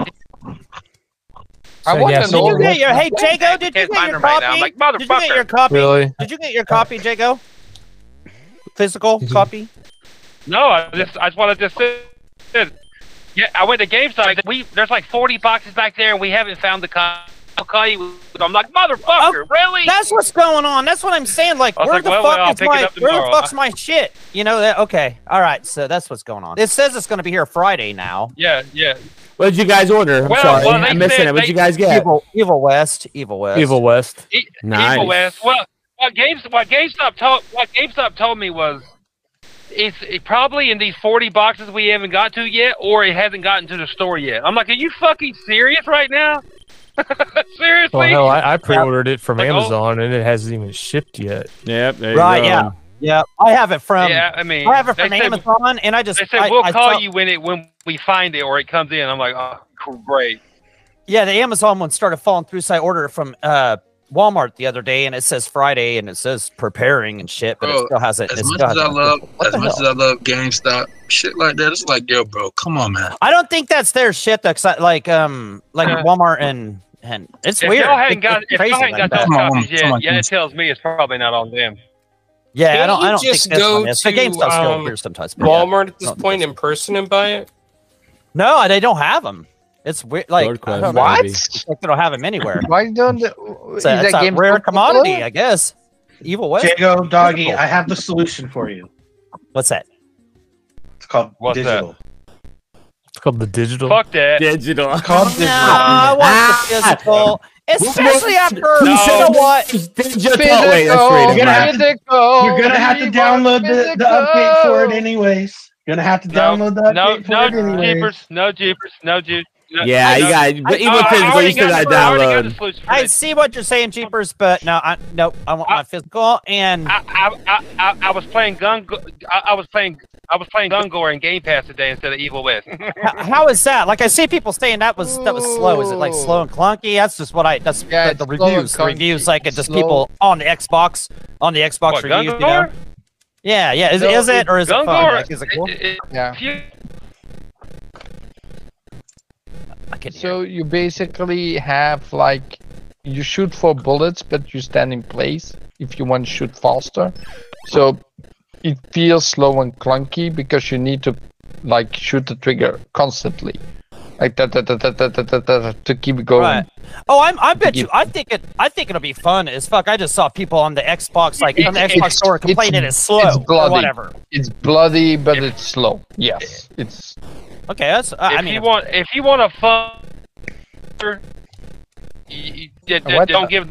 [SPEAKER 5] I
[SPEAKER 3] So,
[SPEAKER 5] want
[SPEAKER 3] yeah,
[SPEAKER 5] to
[SPEAKER 3] so
[SPEAKER 5] know
[SPEAKER 4] Did you
[SPEAKER 3] what-
[SPEAKER 4] get your hey Jago?
[SPEAKER 10] I
[SPEAKER 4] Did you
[SPEAKER 10] can't
[SPEAKER 4] get
[SPEAKER 10] find
[SPEAKER 4] your
[SPEAKER 10] them right now. I'm
[SPEAKER 4] copy?
[SPEAKER 10] like,
[SPEAKER 4] Did you get your
[SPEAKER 10] motherfucker.
[SPEAKER 4] copy?
[SPEAKER 6] Really?
[SPEAKER 4] Did you get your copy, Jago? Physical
[SPEAKER 3] Did you-
[SPEAKER 4] copy?
[SPEAKER 10] No, I just I just want to just said. Yeah, I went to GameStop. We there's like 40 boxes back there, and we haven't found the copy. I'm like,
[SPEAKER 4] Oh,
[SPEAKER 10] motherfucker, really?
[SPEAKER 4] That's what's going on. That's what I'm saying. Like,
[SPEAKER 10] I was
[SPEAKER 4] where
[SPEAKER 10] like,
[SPEAKER 4] the
[SPEAKER 10] well,
[SPEAKER 4] fuck
[SPEAKER 10] well, I'll
[SPEAKER 4] is
[SPEAKER 10] pick it
[SPEAKER 4] my
[SPEAKER 10] up
[SPEAKER 4] where the
[SPEAKER 10] tomorrow.
[SPEAKER 4] fuck's my shit? You know that? Okay, all right. So that's what's going on. It says it's going to be here Friday now.
[SPEAKER 10] yeah, yeah.
[SPEAKER 2] What did you guys order? I'm
[SPEAKER 10] Well,
[SPEAKER 2] sorry,
[SPEAKER 10] well, they
[SPEAKER 2] I'm missing
[SPEAKER 10] said
[SPEAKER 2] it. What
[SPEAKER 10] they-
[SPEAKER 2] did you guys get?
[SPEAKER 4] Evil, Evil West, Evil West.
[SPEAKER 6] Evil West.
[SPEAKER 10] Evil West. Well, what Games what GameStop told what GameStop told me was it's it probably in these 40 boxes we haven't got to yet, or it hasn't gotten to the store yet. I'm like, are you fucking serious right now? Seriously?
[SPEAKER 6] Well, hell, Oh, I, I pre-ordered it from
[SPEAKER 10] Like, oh.
[SPEAKER 6] Amazon and it hasn't even shipped yet.
[SPEAKER 2] Yep. There
[SPEAKER 4] Right,
[SPEAKER 2] You go.
[SPEAKER 4] yeah. Yeah, I have it from
[SPEAKER 10] yeah, I mean,
[SPEAKER 4] I have it
[SPEAKER 10] they
[SPEAKER 4] from
[SPEAKER 10] said-
[SPEAKER 4] Amazon, and I just
[SPEAKER 10] They said
[SPEAKER 4] I-
[SPEAKER 10] we'll
[SPEAKER 4] I
[SPEAKER 10] call
[SPEAKER 4] saw-
[SPEAKER 10] you when it when we find it or it comes in. I'm like, oh, great.
[SPEAKER 4] Yeah, the Amazon one started falling through, so I ordered it from uh, Walmart the other day, and it says Friday, and it says preparing and shit, but it
[SPEAKER 9] Bro,
[SPEAKER 4] still hasn't.
[SPEAKER 9] As
[SPEAKER 4] it
[SPEAKER 9] much
[SPEAKER 4] still
[SPEAKER 9] as I
[SPEAKER 4] hasn't-
[SPEAKER 9] love,
[SPEAKER 4] What
[SPEAKER 9] as
[SPEAKER 4] the
[SPEAKER 9] much as
[SPEAKER 4] hell?
[SPEAKER 9] I love GameStop, shit like that, it's like, yo, bro, come on, man.
[SPEAKER 4] I don't think that's their shit though. 'cause I- like, um, like
[SPEAKER 10] Yeah.
[SPEAKER 4] Walmart and and it's
[SPEAKER 10] If
[SPEAKER 4] weird.
[SPEAKER 10] y'all hadn't
[SPEAKER 4] It-
[SPEAKER 10] got,
[SPEAKER 4] it's
[SPEAKER 10] if
[SPEAKER 4] crazy
[SPEAKER 10] y'all hadn't
[SPEAKER 4] like
[SPEAKER 10] got
[SPEAKER 4] that.
[SPEAKER 10] those
[SPEAKER 9] Come on, come
[SPEAKER 10] copies yet,
[SPEAKER 9] on,
[SPEAKER 10] yeah,
[SPEAKER 9] come on.
[SPEAKER 10] it tells me it's probably not on them.
[SPEAKER 4] Yeah, I
[SPEAKER 8] Can't
[SPEAKER 4] don't.
[SPEAKER 8] you
[SPEAKER 4] I don't think
[SPEAKER 8] just
[SPEAKER 4] this
[SPEAKER 8] go
[SPEAKER 4] one is. The
[SPEAKER 8] to,
[SPEAKER 4] GameStop's still
[SPEAKER 8] um,
[SPEAKER 4] here sometimes. but yeah.
[SPEAKER 8] Walmart at this
[SPEAKER 4] Something
[SPEAKER 8] point in person and buy it.
[SPEAKER 4] No, they don't have them. It's weird. Like,
[SPEAKER 2] Third
[SPEAKER 4] I
[SPEAKER 2] class,
[SPEAKER 4] don't know.
[SPEAKER 5] What?
[SPEAKER 2] maybe.
[SPEAKER 4] Like, they don't have them anywhere.
[SPEAKER 5] Why don't? Is
[SPEAKER 4] It's a,
[SPEAKER 5] that
[SPEAKER 4] it's a
[SPEAKER 5] game
[SPEAKER 4] rare
[SPEAKER 5] still
[SPEAKER 4] commodity,
[SPEAKER 5] popular?
[SPEAKER 4] I guess. Evil West.
[SPEAKER 7] Jago, doggy,
[SPEAKER 4] Physical.
[SPEAKER 7] I have the solution for you.
[SPEAKER 4] What's that?
[SPEAKER 7] It's called
[SPEAKER 10] What's that?
[SPEAKER 7] digital.
[SPEAKER 6] It's called the digital.
[SPEAKER 10] Fuck that.
[SPEAKER 2] Digital.
[SPEAKER 7] It's called
[SPEAKER 4] No,
[SPEAKER 7] digital.
[SPEAKER 4] I want the physical, Ah! especially after. You know what?
[SPEAKER 2] Digital.
[SPEAKER 5] Physical,
[SPEAKER 2] Wait, that's
[SPEAKER 7] You're gonna have
[SPEAKER 2] creative.
[SPEAKER 7] to-
[SPEAKER 5] physical,
[SPEAKER 7] You're gonna have to
[SPEAKER 5] we
[SPEAKER 7] download
[SPEAKER 5] want
[SPEAKER 7] the, the
[SPEAKER 5] physical.
[SPEAKER 7] update for it anyways. You're gonna have to
[SPEAKER 10] No,
[SPEAKER 7] download the
[SPEAKER 10] No,
[SPEAKER 7] update
[SPEAKER 10] no
[SPEAKER 7] for it anyways.
[SPEAKER 10] jeepers, no jeepers, no jeepers. No,
[SPEAKER 2] man. Yeah,
[SPEAKER 10] no,
[SPEAKER 2] you got. But
[SPEAKER 10] Oh,
[SPEAKER 2] even
[SPEAKER 10] I
[SPEAKER 2] physical,
[SPEAKER 10] already
[SPEAKER 2] you still
[SPEAKER 10] got
[SPEAKER 2] got
[SPEAKER 10] the- I already got the
[SPEAKER 2] download.
[SPEAKER 10] solution for
[SPEAKER 4] I
[SPEAKER 10] this.
[SPEAKER 4] see what you're saying, Jeepers, but no, I no, I want my physical and
[SPEAKER 10] I, I, I, I- I was playing Gun. I, I was playing. I was playing Gungor in Game Pass today instead of Evil West.
[SPEAKER 4] H- how is that? Like I see people saying that was that was slow. Is it like slow and clunky? That's just what I. That's
[SPEAKER 5] Yeah,
[SPEAKER 4] the, the
[SPEAKER 5] it's slow and
[SPEAKER 4] reviews. The
[SPEAKER 5] clunky,
[SPEAKER 4] reviews like it's just
[SPEAKER 5] slow.
[SPEAKER 4] people on the Xbox on the Xbox
[SPEAKER 10] What,
[SPEAKER 4] reviews. You know?
[SPEAKER 10] Gungor?
[SPEAKER 4] Yeah, yeah. Is,
[SPEAKER 5] No,
[SPEAKER 4] is it or is it fun?
[SPEAKER 10] Gungor-
[SPEAKER 4] Like, is it cool?
[SPEAKER 10] It- it-
[SPEAKER 5] Yeah.
[SPEAKER 10] if you-
[SPEAKER 4] I can hear.
[SPEAKER 5] So you basically have like you shoot for bullets, but you stand in place if you want to shoot faster. So it feels slow and clunky because you need to like shoot the trigger constantly, like that to keep going.
[SPEAKER 4] Right. Oh, I'm. I bet
[SPEAKER 5] You-
[SPEAKER 4] you. I think it. I think it'll be fun as fuck. I just saw people on the Xbox, like on the
[SPEAKER 5] It's-
[SPEAKER 4] Xbox store,
[SPEAKER 5] it's-
[SPEAKER 4] complaining it's, slow
[SPEAKER 5] it's
[SPEAKER 4] or
[SPEAKER 5] bloody.
[SPEAKER 4] whatever.
[SPEAKER 5] It's bloody, but it's slow. Yes, it's
[SPEAKER 4] Okay, that's. I- I
[SPEAKER 10] if
[SPEAKER 4] mean,
[SPEAKER 10] you want, if you want a fun, you- you- you-
[SPEAKER 5] What
[SPEAKER 10] don't
[SPEAKER 5] the-
[SPEAKER 10] give.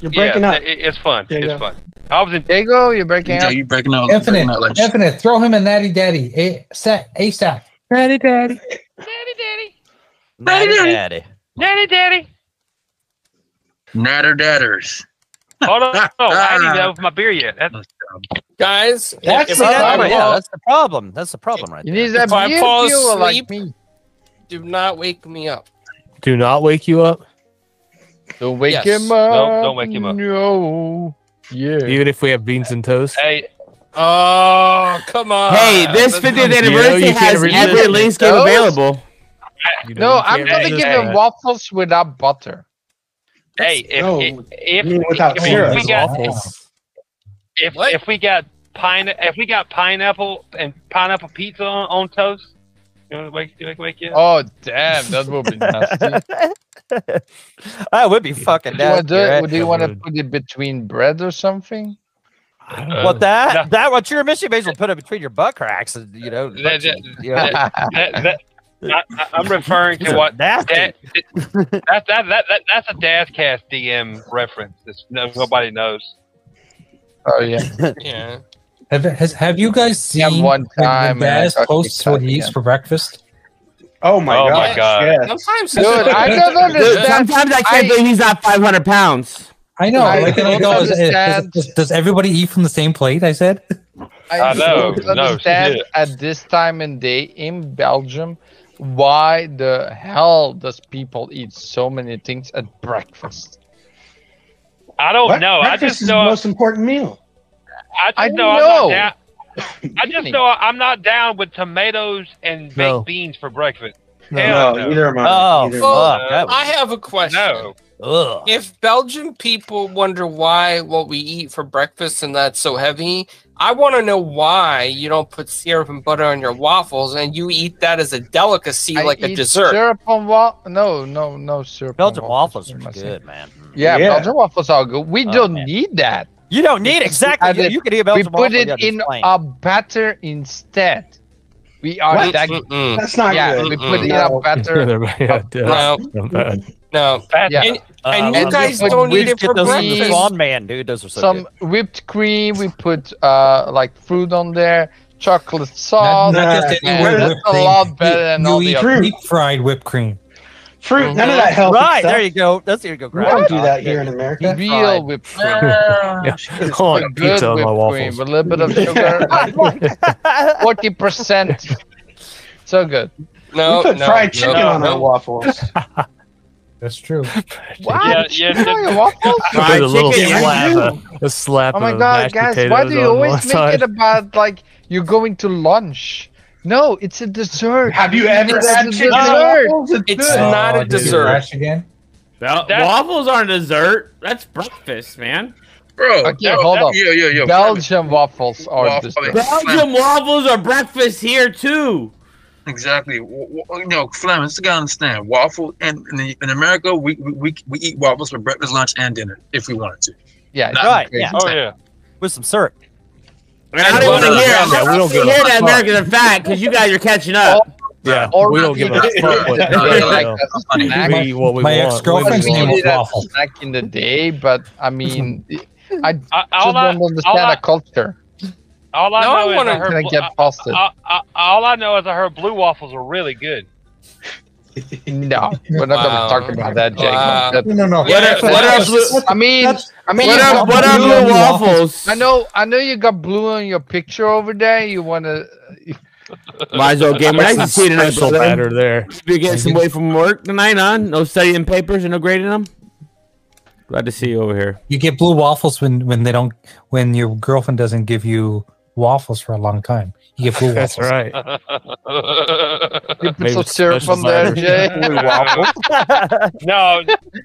[SPEAKER 7] You're breaking
[SPEAKER 10] Yeah,
[SPEAKER 7] up.
[SPEAKER 10] it, it's fun.
[SPEAKER 7] There you
[SPEAKER 10] It's
[SPEAKER 7] go.
[SPEAKER 10] fun. I was in.
[SPEAKER 5] Diego. You're breaking
[SPEAKER 9] Yeah,
[SPEAKER 5] up.
[SPEAKER 9] you breaking out, breaking out like
[SPEAKER 3] Infinite, infinite. Throw him in Natty Daddy. A- sa- ASAP.
[SPEAKER 7] Daddy, daddy.
[SPEAKER 4] natty daddy.
[SPEAKER 10] Daddy, daddy.
[SPEAKER 9] natter datters.
[SPEAKER 10] Hold on. Oh, No, I didn't even open my beer yet. That's,
[SPEAKER 8] Guys,
[SPEAKER 7] That's
[SPEAKER 8] if
[SPEAKER 4] See, that's,
[SPEAKER 8] I
[SPEAKER 7] right,
[SPEAKER 4] the- yeah,
[SPEAKER 8] fall,
[SPEAKER 4] that's the problem. That's the problem right
[SPEAKER 5] You
[SPEAKER 4] there.
[SPEAKER 5] need that
[SPEAKER 8] If I
[SPEAKER 5] beer
[SPEAKER 8] fall
[SPEAKER 5] fuel like
[SPEAKER 8] asleep-
[SPEAKER 5] me.
[SPEAKER 8] do not wake me up.
[SPEAKER 6] Do not wake you up,
[SPEAKER 5] Don't wake
[SPEAKER 8] Yes.
[SPEAKER 5] him up.
[SPEAKER 10] No, don't wake him up.
[SPEAKER 5] No. Yeah.
[SPEAKER 6] even if we have beans and toast.
[SPEAKER 10] hey,
[SPEAKER 8] Oh, come on.
[SPEAKER 5] uh,
[SPEAKER 2] Hey, this
[SPEAKER 8] That's-
[SPEAKER 2] 50th
[SPEAKER 6] You know
[SPEAKER 2] anniversary
[SPEAKER 6] you can't
[SPEAKER 2] has
[SPEAKER 6] resist
[SPEAKER 2] every Link's game
[SPEAKER 5] those.
[SPEAKER 2] available.
[SPEAKER 6] You know,
[SPEAKER 5] No,
[SPEAKER 6] you
[SPEAKER 5] I'm
[SPEAKER 6] can't
[SPEAKER 5] gonna
[SPEAKER 6] resist
[SPEAKER 5] give
[SPEAKER 6] that.
[SPEAKER 5] him waffles without butter.
[SPEAKER 10] hey, if if
[SPEAKER 7] No, I mean,
[SPEAKER 10] if,
[SPEAKER 7] without
[SPEAKER 10] if
[SPEAKER 7] syrup.
[SPEAKER 10] we
[SPEAKER 6] Those
[SPEAKER 10] got
[SPEAKER 6] waffles.
[SPEAKER 10] if, if we got pine if we got pineapple and pineapple pizza on, on toast, you want to wake wake wake you up?
[SPEAKER 5] Oh damn, that would be nasty.
[SPEAKER 4] that would be fucking
[SPEAKER 5] do, you want
[SPEAKER 4] nasty.
[SPEAKER 5] to,
[SPEAKER 4] right?
[SPEAKER 5] do you want to
[SPEAKER 6] Would.
[SPEAKER 5] put it between bread or something?
[SPEAKER 7] Oh,
[SPEAKER 10] Uh,
[SPEAKER 4] what that?
[SPEAKER 10] no.
[SPEAKER 4] That what your mission base will put it between your butt cracks, and, you know.
[SPEAKER 10] That-
[SPEAKER 4] butt cheek, you know.
[SPEAKER 10] that- That, that, I, I- I'm referring
[SPEAKER 4] These
[SPEAKER 10] to
[SPEAKER 4] are
[SPEAKER 10] what
[SPEAKER 4] nasty.
[SPEAKER 10] that, that, that, that, that that's a Dazcast DM reference. It's, no, nobody knows.
[SPEAKER 5] Oh yeah.
[SPEAKER 8] Yeah.
[SPEAKER 3] Have, has, have you guys
[SPEAKER 5] Yeah,
[SPEAKER 3] seen
[SPEAKER 5] one
[SPEAKER 3] when- when
[SPEAKER 5] time, man, I
[SPEAKER 3] Baz
[SPEAKER 5] got
[SPEAKER 3] posts what
[SPEAKER 5] excited
[SPEAKER 3] he eats
[SPEAKER 5] again.
[SPEAKER 3] for breakfast?
[SPEAKER 7] Oh my
[SPEAKER 10] Oh
[SPEAKER 7] god.
[SPEAKER 10] my God.
[SPEAKER 7] Yes.
[SPEAKER 8] Sometimes
[SPEAKER 5] Dude, I don't understand.
[SPEAKER 2] Sometimes I can't
[SPEAKER 5] I-
[SPEAKER 2] believe he's not 500 pounds.
[SPEAKER 3] I know.
[SPEAKER 5] I
[SPEAKER 3] like,
[SPEAKER 5] don't
[SPEAKER 3] I know, is- is-
[SPEAKER 5] understand.
[SPEAKER 3] does, does everybody eat from the same plate? I said.
[SPEAKER 10] I know,
[SPEAKER 5] don't
[SPEAKER 10] no,
[SPEAKER 5] understand
[SPEAKER 10] shit.
[SPEAKER 5] at this time in day in Belgium why the hell does people eat so many things at breakfast?
[SPEAKER 10] I don't
[SPEAKER 7] Bre-
[SPEAKER 10] know. Oh, I
[SPEAKER 7] Breakfast
[SPEAKER 10] just
[SPEAKER 7] is
[SPEAKER 10] know.
[SPEAKER 7] the most important meal.
[SPEAKER 10] I just
[SPEAKER 5] I
[SPEAKER 10] know. I'm
[SPEAKER 5] know.
[SPEAKER 10] not down. I just know I'm not down with tomatoes and baked
[SPEAKER 6] No.
[SPEAKER 10] beans for breakfast.
[SPEAKER 6] No.
[SPEAKER 10] Hell
[SPEAKER 7] No,
[SPEAKER 10] no.
[SPEAKER 7] either of mine.
[SPEAKER 4] Oh,
[SPEAKER 7] either of mine.
[SPEAKER 4] fuck. That
[SPEAKER 8] I have a question.
[SPEAKER 10] No.
[SPEAKER 4] was, ugh.
[SPEAKER 8] If Belgian people wonder why what we eat for breakfast and that's so heavy, I want to know why you don't put syrup and butter on your waffles and you eat that as a delicacy,
[SPEAKER 5] I
[SPEAKER 8] like a
[SPEAKER 5] eat
[SPEAKER 8] dessert.
[SPEAKER 5] Syrup on wa- No, no, no syrup. on
[SPEAKER 4] Belgian waffles are
[SPEAKER 5] in my
[SPEAKER 4] good, man.
[SPEAKER 5] Yeah,
[SPEAKER 7] Yeah.
[SPEAKER 5] Belgian waffles are good. We
[SPEAKER 4] Oh,
[SPEAKER 5] don't
[SPEAKER 4] man.
[SPEAKER 5] need that.
[SPEAKER 4] You don't need exactly.
[SPEAKER 5] added-
[SPEAKER 4] You, you can eat a Belgian
[SPEAKER 5] we put
[SPEAKER 4] waffle,
[SPEAKER 5] it
[SPEAKER 4] yeah, just
[SPEAKER 5] in
[SPEAKER 4] plain.
[SPEAKER 5] a batter instead. We are
[SPEAKER 7] What?
[SPEAKER 5] that.
[SPEAKER 8] Mm-mm.
[SPEAKER 7] That's not
[SPEAKER 5] Yeah,
[SPEAKER 7] good.
[SPEAKER 5] we put it in
[SPEAKER 7] No.
[SPEAKER 5] a batter.
[SPEAKER 6] yeah,
[SPEAKER 8] No,
[SPEAKER 6] yeah.
[SPEAKER 8] no.
[SPEAKER 10] That's
[SPEAKER 5] Yeah.
[SPEAKER 8] And
[SPEAKER 4] I
[SPEAKER 8] you
[SPEAKER 4] Uh, love
[SPEAKER 8] guys
[SPEAKER 4] those.
[SPEAKER 8] don't
[SPEAKER 5] we
[SPEAKER 8] eat it
[SPEAKER 5] get
[SPEAKER 8] for
[SPEAKER 5] those
[SPEAKER 4] Those
[SPEAKER 5] breakfast.
[SPEAKER 4] are
[SPEAKER 8] breakfast.
[SPEAKER 4] Spawn man, dude. Those are so
[SPEAKER 5] some
[SPEAKER 4] good.
[SPEAKER 5] whipped cream. We put uh like fruit on there, chocolate sauce.
[SPEAKER 7] not just
[SPEAKER 5] man,
[SPEAKER 7] anywhere,
[SPEAKER 5] that's
[SPEAKER 3] whipped
[SPEAKER 5] a
[SPEAKER 3] cream.
[SPEAKER 5] lot better than
[SPEAKER 3] you
[SPEAKER 5] all
[SPEAKER 3] eat
[SPEAKER 5] the other.
[SPEAKER 7] fruit.
[SPEAKER 3] deep fried whipped cream.
[SPEAKER 7] Fruit. None of that healthy
[SPEAKER 4] Right
[SPEAKER 7] stuff.
[SPEAKER 4] there, you go. That's here you go.
[SPEAKER 7] we
[SPEAKER 4] Grab.
[SPEAKER 7] don't do that here in America.
[SPEAKER 5] Real whipped cream.
[SPEAKER 6] I want
[SPEAKER 5] Good
[SPEAKER 6] pizza on my
[SPEAKER 5] whipped
[SPEAKER 6] waffles.
[SPEAKER 5] cream, a little bit of sugar, forty percent. So good.
[SPEAKER 8] No,
[SPEAKER 10] Oh,
[SPEAKER 7] we put
[SPEAKER 8] no,
[SPEAKER 7] fried chicken
[SPEAKER 8] no,
[SPEAKER 7] on
[SPEAKER 8] no.
[SPEAKER 7] our waffles.
[SPEAKER 3] That's true.
[SPEAKER 10] Yeah, yeah,
[SPEAKER 5] You know your waffles?
[SPEAKER 2] Fried
[SPEAKER 6] a little
[SPEAKER 2] chicken, yeah.
[SPEAKER 6] slap, a, a slap
[SPEAKER 5] Oh my
[SPEAKER 6] of
[SPEAKER 5] god,
[SPEAKER 6] mashed
[SPEAKER 5] guys!
[SPEAKER 6] potatoes
[SPEAKER 5] Why do you
[SPEAKER 6] on
[SPEAKER 5] always
[SPEAKER 6] one
[SPEAKER 5] make
[SPEAKER 6] side.
[SPEAKER 5] it about like you're going to lunch? No, it's a dessert.
[SPEAKER 7] Have you ever
[SPEAKER 5] It's
[SPEAKER 7] had
[SPEAKER 5] a
[SPEAKER 7] chicken on
[SPEAKER 5] dessert.
[SPEAKER 7] waffles?
[SPEAKER 8] It's
[SPEAKER 7] good.
[SPEAKER 8] not a
[SPEAKER 6] Oh, dude.
[SPEAKER 8] dessert.
[SPEAKER 3] Crash again.
[SPEAKER 2] Well,
[SPEAKER 10] That's-
[SPEAKER 2] waffles aren't dessert. That's breakfast, man.
[SPEAKER 1] bro.
[SPEAKER 5] Okay,
[SPEAKER 1] yo,
[SPEAKER 5] hold
[SPEAKER 1] that-
[SPEAKER 5] on.
[SPEAKER 1] Yo, yo, yo.
[SPEAKER 5] Belgian waffles are
[SPEAKER 1] Waffle-
[SPEAKER 5] dessert.
[SPEAKER 2] Belgian waffles are breakfast here too.
[SPEAKER 1] Exactly. W- w- You know, Fleming, you gotta understand. Waffle and in, the- in America, we, we we we eat waffles for breakfast, lunch, and dinner if we wanted to.
[SPEAKER 5] Yeah,
[SPEAKER 1] Not
[SPEAKER 4] Right,
[SPEAKER 5] crazy.
[SPEAKER 4] yeah.
[SPEAKER 10] Oh yeah.
[SPEAKER 4] With some syrup.
[SPEAKER 2] And I don't want to
[SPEAKER 1] butter.
[SPEAKER 2] hear. I
[SPEAKER 6] Yeah, we
[SPEAKER 2] don't
[SPEAKER 6] don't
[SPEAKER 2] want to
[SPEAKER 6] give
[SPEAKER 2] hear
[SPEAKER 6] a
[SPEAKER 2] that
[SPEAKER 6] fuck.
[SPEAKER 2] Americans are fat because you guys are catching
[SPEAKER 4] Oh,
[SPEAKER 2] up.
[SPEAKER 6] Yeah,
[SPEAKER 5] Or
[SPEAKER 6] we don't give a fuck what
[SPEAKER 1] Yeah,
[SPEAKER 5] like
[SPEAKER 6] yeah,
[SPEAKER 5] a
[SPEAKER 1] funny.
[SPEAKER 5] snack.
[SPEAKER 6] we eat what we
[SPEAKER 3] My
[SPEAKER 6] want.
[SPEAKER 3] ex-girlfriend's
[SPEAKER 5] We
[SPEAKER 3] name
[SPEAKER 5] eat
[SPEAKER 3] was
[SPEAKER 5] it as
[SPEAKER 3] waffle.
[SPEAKER 5] a snack in the day, but I mean, I just
[SPEAKER 10] I, all, I,
[SPEAKER 5] don't understand
[SPEAKER 10] all I-
[SPEAKER 5] the culture.
[SPEAKER 10] all I
[SPEAKER 8] No, I
[SPEAKER 10] know is
[SPEAKER 8] wanna-
[SPEAKER 10] I heard.
[SPEAKER 5] Can I
[SPEAKER 10] bl-
[SPEAKER 5] get past it?
[SPEAKER 10] I, I, all I know is I heard blue waffles are really good.
[SPEAKER 5] No, we're not
[SPEAKER 8] Wow.
[SPEAKER 5] gonna talk about that, Jake.
[SPEAKER 8] Wow.
[SPEAKER 5] That-
[SPEAKER 3] No, no, no.
[SPEAKER 8] Yeah,
[SPEAKER 2] What are, what
[SPEAKER 8] that
[SPEAKER 2] are
[SPEAKER 8] was
[SPEAKER 2] blue?
[SPEAKER 5] I mean, I mean,
[SPEAKER 2] What are,
[SPEAKER 5] you got
[SPEAKER 2] what are
[SPEAKER 5] blue-
[SPEAKER 2] blue waffles?
[SPEAKER 5] I know, I know you got blue on your picture over there. You wanna?
[SPEAKER 2] Might as well get nice to see you tonight,
[SPEAKER 6] Special
[SPEAKER 2] brother.
[SPEAKER 6] batter there.
[SPEAKER 2] Be getting some weight from work tonight on. No studying papers and no grading them. Glad to see you over here.
[SPEAKER 3] You get blue waffles when when they don't when your girlfriend doesn't give you waffles for a long time. You get blue
[SPEAKER 6] That's
[SPEAKER 3] waffles.
[SPEAKER 6] right.
[SPEAKER 5] You put
[SPEAKER 6] Maybe
[SPEAKER 5] some
[SPEAKER 6] it's
[SPEAKER 5] syrup
[SPEAKER 6] special
[SPEAKER 5] on there,
[SPEAKER 6] batter.
[SPEAKER 5] Jake.
[SPEAKER 10] no,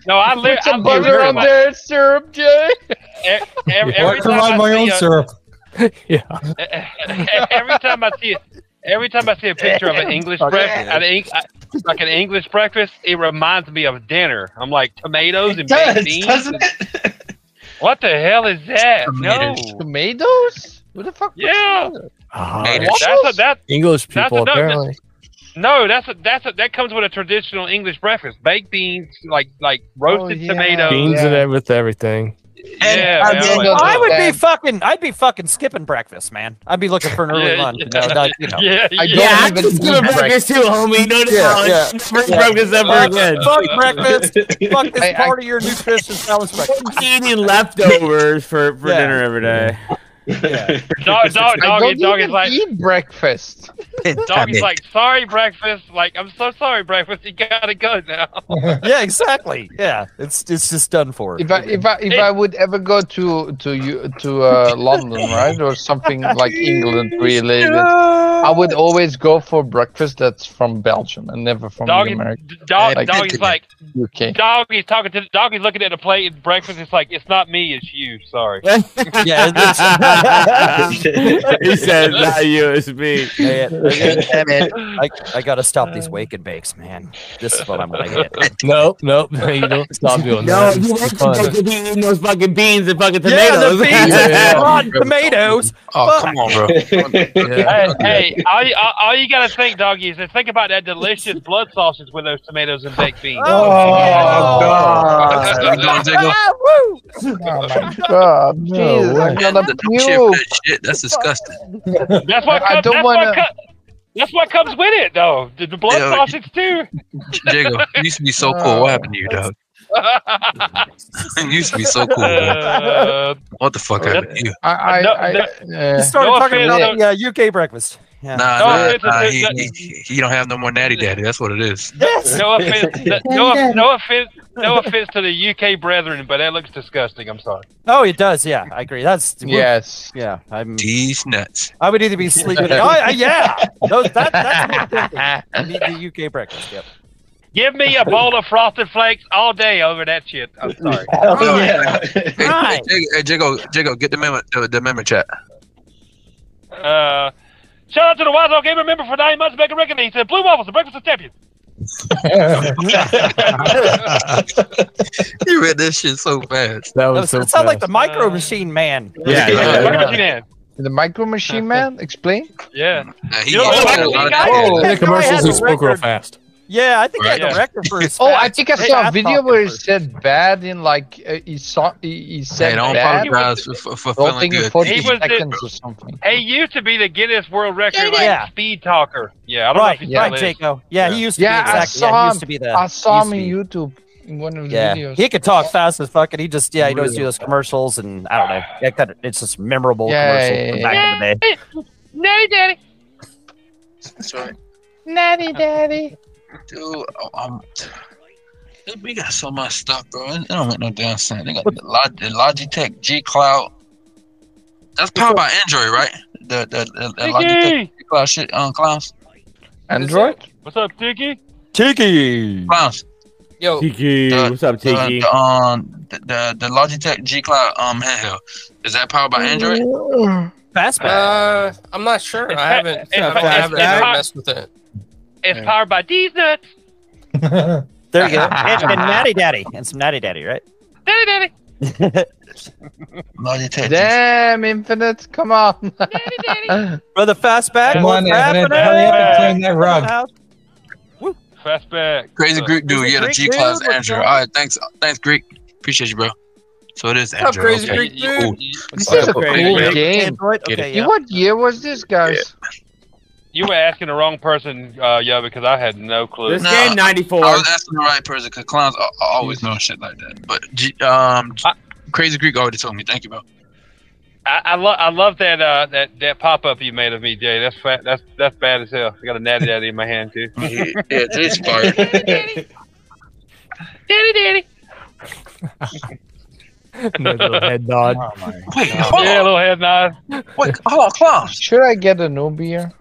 [SPEAKER 10] no, I live.
[SPEAKER 5] Put some
[SPEAKER 10] I live
[SPEAKER 5] butter
[SPEAKER 10] very
[SPEAKER 5] on
[SPEAKER 10] much-
[SPEAKER 5] there, syrup, Jake.
[SPEAKER 10] e- Every,
[SPEAKER 3] Or I
[SPEAKER 10] every time
[SPEAKER 3] provide
[SPEAKER 10] I
[SPEAKER 3] my
[SPEAKER 10] see
[SPEAKER 3] own
[SPEAKER 10] a-
[SPEAKER 3] syrup.
[SPEAKER 6] Yeah,
[SPEAKER 10] every time I see it, every time I see a picture of an English breakfast, an, Eng- I- like an English breakfast, it reminds me of dinner. I'm like tomatoes
[SPEAKER 7] It
[SPEAKER 10] and
[SPEAKER 7] does,
[SPEAKER 10] baked beans.
[SPEAKER 7] doesn't it?
[SPEAKER 10] What the hell is that? No.
[SPEAKER 1] Tomatoes.
[SPEAKER 5] Tomatoes? What the fuck? was
[SPEAKER 10] Yeah.
[SPEAKER 5] that?
[SPEAKER 6] Ah,
[SPEAKER 1] Made it.
[SPEAKER 10] That's a, that
[SPEAKER 6] English
[SPEAKER 10] That's
[SPEAKER 6] people
[SPEAKER 10] enough.
[SPEAKER 6] apparently.
[SPEAKER 10] no, that's a, that's a, that comes with a traditional English breakfast: baked beans, like like roasted
[SPEAKER 5] Oh, yeah.
[SPEAKER 10] tomatoes.
[SPEAKER 6] Beans and ev- with everything.
[SPEAKER 10] Yeah,
[SPEAKER 5] I
[SPEAKER 10] man,
[SPEAKER 5] did
[SPEAKER 10] like-
[SPEAKER 5] know
[SPEAKER 4] I would be
[SPEAKER 5] Understand.
[SPEAKER 4] fucking. I'd be fucking skipping breakfast, man. I'd be looking for an early
[SPEAKER 10] Yeah,
[SPEAKER 4] lunch.
[SPEAKER 10] yeah.
[SPEAKER 4] You know, like, you know.
[SPEAKER 10] yeah,
[SPEAKER 5] I
[SPEAKER 10] yeah.
[SPEAKER 5] don't
[SPEAKER 2] Yeah, I'm
[SPEAKER 5] even
[SPEAKER 2] just gonna
[SPEAKER 5] eat
[SPEAKER 2] breakfast too, homie. No, no,
[SPEAKER 4] Yeah,
[SPEAKER 2] no.
[SPEAKER 4] yeah.
[SPEAKER 2] Never breakfast ever
[SPEAKER 4] Fuck,
[SPEAKER 2] again.
[SPEAKER 4] fuck breakfast. Fuck this
[SPEAKER 5] I- I-
[SPEAKER 4] part of your nutrition. That was breakfast.
[SPEAKER 2] Fuck eating leftovers for, for
[SPEAKER 4] Yeah.
[SPEAKER 2] dinner every day.
[SPEAKER 10] Dog, dog,
[SPEAKER 5] I
[SPEAKER 10] dog,
[SPEAKER 5] don't
[SPEAKER 10] dog is
[SPEAKER 5] even
[SPEAKER 10] like,
[SPEAKER 5] eat breakfast.
[SPEAKER 10] dog is like, sorry, breakfast. Like, I'm so sorry, breakfast. You gotta go now.
[SPEAKER 4] Yeah, exactly. Yeah, it's it's just done for.
[SPEAKER 5] If I if I if I would ever go to to you to uh, London, right, or something like England related, I would always go for breakfast that's from Belgium and never from
[SPEAKER 10] Dog,
[SPEAKER 5] the American
[SPEAKER 10] dog,
[SPEAKER 5] Like-
[SPEAKER 10] dog is like,
[SPEAKER 5] UK.
[SPEAKER 10] Doggy's talking to the doggy's looking at the plate and breakfast. It's like it's not me, it's you. Sorry.
[SPEAKER 4] yeah, it's-
[SPEAKER 2] he said, "Not you, it's me."
[SPEAKER 4] Man, I gotta- I, I gotta stop these wake and bakes, man. This is what I'm gonna get.
[SPEAKER 6] Nope, nope. You don't stop doing
[SPEAKER 2] No,
[SPEAKER 6] that.
[SPEAKER 2] you have
[SPEAKER 6] It's fun.
[SPEAKER 2] to be eating those fucking beans and fucking
[SPEAKER 4] Yeah, the
[SPEAKER 2] tomatoes.
[SPEAKER 4] beans
[SPEAKER 6] Yeah, yeah,
[SPEAKER 4] and
[SPEAKER 6] yeah.
[SPEAKER 4] rotten tomatoes.
[SPEAKER 9] Oh, come on, bro.
[SPEAKER 6] Yeah.
[SPEAKER 10] Hey, hey all, you, all, all you gotta think, doggy, is to think about that delicious blood sausage with those tomatoes and baked beans.
[SPEAKER 7] Oh,
[SPEAKER 4] Oh,
[SPEAKER 7] God.
[SPEAKER 1] go, Diggle.
[SPEAKER 4] Ah, Woo!
[SPEAKER 5] God, Jesus, I'm gonna
[SPEAKER 1] Don't share
[SPEAKER 5] puke.
[SPEAKER 1] that shit. That's disgusting.
[SPEAKER 10] That's why.
[SPEAKER 5] I
[SPEAKER 10] Cubs,
[SPEAKER 5] don't wanna-
[SPEAKER 10] that's, why Cubs, that's why Cubs win it though. The, the blood
[SPEAKER 1] Yeah.
[SPEAKER 10] sausage too.
[SPEAKER 1] Diggle, you used to be so cool. What happened to you, dog? You used to be so cool. Man.
[SPEAKER 10] Uh,
[SPEAKER 1] What the fuck
[SPEAKER 10] Yep.
[SPEAKER 1] happened to you?
[SPEAKER 5] I, I,
[SPEAKER 10] No,
[SPEAKER 5] I,
[SPEAKER 4] You
[SPEAKER 5] yeah.
[SPEAKER 4] started
[SPEAKER 10] No
[SPEAKER 4] talking
[SPEAKER 10] offense,
[SPEAKER 4] about yeah, UK breakfast. Yeah.
[SPEAKER 1] Nah,
[SPEAKER 10] No,
[SPEAKER 1] nah,
[SPEAKER 10] it's-
[SPEAKER 1] nah, he,
[SPEAKER 10] it's-
[SPEAKER 1] he, he don't have no more natty daddy. That's what it is.
[SPEAKER 4] Yes.
[SPEAKER 10] no offense, no, no, no offense, no offense to the UK brethren, but that looks disgusting. I'm sorry.
[SPEAKER 4] Oh, it does. Yeah, I agree. That's
[SPEAKER 5] Yes.
[SPEAKER 4] Yeah, I'm.
[SPEAKER 1] These nuts.
[SPEAKER 4] I would either be sleeping. oh, I- yeah, no, that, that's what I'm thinking. Need the UK breakfast. Yep.
[SPEAKER 10] Give me a bowl of frosted flakes all day over that shit. I'm sorry.
[SPEAKER 7] Hell yeah.
[SPEAKER 1] Hey,
[SPEAKER 4] Right.
[SPEAKER 1] hey, hey, Jiggo, Jiggo, get the memo, the, the memo chat.
[SPEAKER 10] Uh, shout out to the Wise Old Gamer member for nine months making record. He said, "Blue waffles, the breakfast of champions."
[SPEAKER 1] You read this shit so fast.
[SPEAKER 6] That
[SPEAKER 4] That
[SPEAKER 6] was
[SPEAKER 4] was,
[SPEAKER 6] so
[SPEAKER 4] it sounded like the
[SPEAKER 6] fast.
[SPEAKER 4] micro machine man.
[SPEAKER 6] Yeah,
[SPEAKER 10] Look
[SPEAKER 6] yeah.
[SPEAKER 10] at what you did.
[SPEAKER 5] The micro machine man, explain.
[SPEAKER 10] Yeah.
[SPEAKER 1] Nah, he,
[SPEAKER 10] You know,
[SPEAKER 1] he
[SPEAKER 10] oh,
[SPEAKER 1] said
[SPEAKER 10] I
[SPEAKER 1] a lot of
[SPEAKER 10] think I-
[SPEAKER 1] shit.
[SPEAKER 5] Oh.
[SPEAKER 6] In the
[SPEAKER 4] That guy
[SPEAKER 6] commercials,
[SPEAKER 4] has
[SPEAKER 6] he
[SPEAKER 4] a
[SPEAKER 6] spoke real
[SPEAKER 4] record.
[SPEAKER 6] fast.
[SPEAKER 4] Yeah, I think I had
[SPEAKER 10] Right.
[SPEAKER 4] the record for his
[SPEAKER 5] Oh,
[SPEAKER 4] fat-
[SPEAKER 5] I think I
[SPEAKER 4] fat
[SPEAKER 5] saw a
[SPEAKER 4] ass
[SPEAKER 5] video
[SPEAKER 4] talking
[SPEAKER 5] where he
[SPEAKER 4] first.
[SPEAKER 5] said bad in like uh, he saw he, he said
[SPEAKER 1] Hey, don't
[SPEAKER 5] bad.
[SPEAKER 1] apologize for, for, for feeling
[SPEAKER 5] Something in
[SPEAKER 1] good.
[SPEAKER 5] 40
[SPEAKER 10] He was the-
[SPEAKER 5] seconds or something.
[SPEAKER 10] He used to be the Guinness World Record like
[SPEAKER 4] Yeah.
[SPEAKER 10] speed talker. Yeah, I don't
[SPEAKER 4] Right,
[SPEAKER 10] know if he's
[SPEAKER 4] right,
[SPEAKER 10] still is.
[SPEAKER 4] Jaco. Yeah, he used to
[SPEAKER 5] Yeah,
[SPEAKER 4] be
[SPEAKER 5] I
[SPEAKER 4] exactly. yeah,
[SPEAKER 5] saw
[SPEAKER 4] he
[SPEAKER 5] him.
[SPEAKER 4] used to be the.
[SPEAKER 5] I saw him
[SPEAKER 4] used to
[SPEAKER 5] on
[SPEAKER 4] be.
[SPEAKER 5] YouTube in one of his
[SPEAKER 4] Yeah,
[SPEAKER 5] videos.
[SPEAKER 4] he could talk fast as fuck, and he just yeah, he knows do those commercials, and I don't know. That kind of, it's just memorable
[SPEAKER 5] Yeah,
[SPEAKER 4] commercial
[SPEAKER 5] yeah,
[SPEAKER 4] from
[SPEAKER 5] yeah,
[SPEAKER 4] back in the day.
[SPEAKER 10] Natty Daddy.
[SPEAKER 1] That's right.
[SPEAKER 5] Natty daddy.
[SPEAKER 1] Dude, um, we got so much stuff, bro. It don't make no damn sense. They got the Log- the Logitech G Cloud. That's powered by Android, right? The the, the, the Logitech
[SPEAKER 10] Diggy.
[SPEAKER 1] G Cloud shit on um, clowns.
[SPEAKER 5] Android?
[SPEAKER 10] What's up, Diggy?
[SPEAKER 4] Tiki.
[SPEAKER 1] Clowns.
[SPEAKER 8] Yo,
[SPEAKER 6] Tiki,
[SPEAKER 1] Uh,
[SPEAKER 6] what's up,
[SPEAKER 1] The,
[SPEAKER 6] Tiki?
[SPEAKER 1] the, um, the, the the Logitech G Cloud um handheld. Is that powered by Android?
[SPEAKER 4] Fastback.
[SPEAKER 8] uh, I'm not sure. I haven't.
[SPEAKER 10] It's
[SPEAKER 8] I
[SPEAKER 10] a
[SPEAKER 8] don't- I haven't
[SPEAKER 10] fast guy.
[SPEAKER 8] messed with it.
[SPEAKER 10] It's powered by these nuts.
[SPEAKER 4] There you go. And, and Natty Daddy and some Natty Daddy, right?
[SPEAKER 10] Natty Daddy.
[SPEAKER 1] Logitech. G-
[SPEAKER 5] Damn, Infinite, come on.
[SPEAKER 10] Natty Daddy.
[SPEAKER 4] Brother Fastback.
[SPEAKER 3] Come on,
[SPEAKER 4] what's
[SPEAKER 3] Infinite,
[SPEAKER 4] happening?
[SPEAKER 3] hurry up and
[SPEAKER 10] Yeah.
[SPEAKER 3] claim that rug.
[SPEAKER 4] House.
[SPEAKER 10] Fastback.
[SPEAKER 1] Crazy Greek dude.
[SPEAKER 4] it
[SPEAKER 1] Yeah, the
[SPEAKER 4] Greek
[SPEAKER 1] G Cloud's
[SPEAKER 4] dude? What's
[SPEAKER 1] Android.
[SPEAKER 4] up?
[SPEAKER 1] All right, thanks, thanks Greek. Appreciate you, bro. So it is
[SPEAKER 8] up,
[SPEAKER 1] Android.
[SPEAKER 8] Crazy
[SPEAKER 1] okay.
[SPEAKER 8] Greek dude?
[SPEAKER 1] Cool.
[SPEAKER 5] This is a cool
[SPEAKER 10] Okay, yeah.
[SPEAKER 5] game.
[SPEAKER 4] Android.
[SPEAKER 1] Get
[SPEAKER 4] Okay,
[SPEAKER 5] You-
[SPEAKER 4] yeah.
[SPEAKER 5] What year was this, guys?
[SPEAKER 10] You were asking the wrong person, uh, yeah, because I had no clue.
[SPEAKER 6] This
[SPEAKER 1] Nah.
[SPEAKER 6] game
[SPEAKER 1] I
[SPEAKER 6] 94.
[SPEAKER 1] was asking the right person because clowns al- al- always know shit like that. But G- um, G-
[SPEAKER 10] I-
[SPEAKER 1] Crazy Greek already told me. Thank you, bro.
[SPEAKER 10] I, I love, I love that, uh, that, that pop up you made of me, Jay. That's fat. That's that's bad as hell. I got a natty daddy in my hand too.
[SPEAKER 1] yeah, Jay's fired.
[SPEAKER 10] Daddy, daddy.
[SPEAKER 6] Little head nod.
[SPEAKER 1] Wait, hold
[SPEAKER 10] Yeah,
[SPEAKER 1] on.
[SPEAKER 10] little head nod.
[SPEAKER 1] Wait, hold on, clowns.
[SPEAKER 5] Should I get a new beer?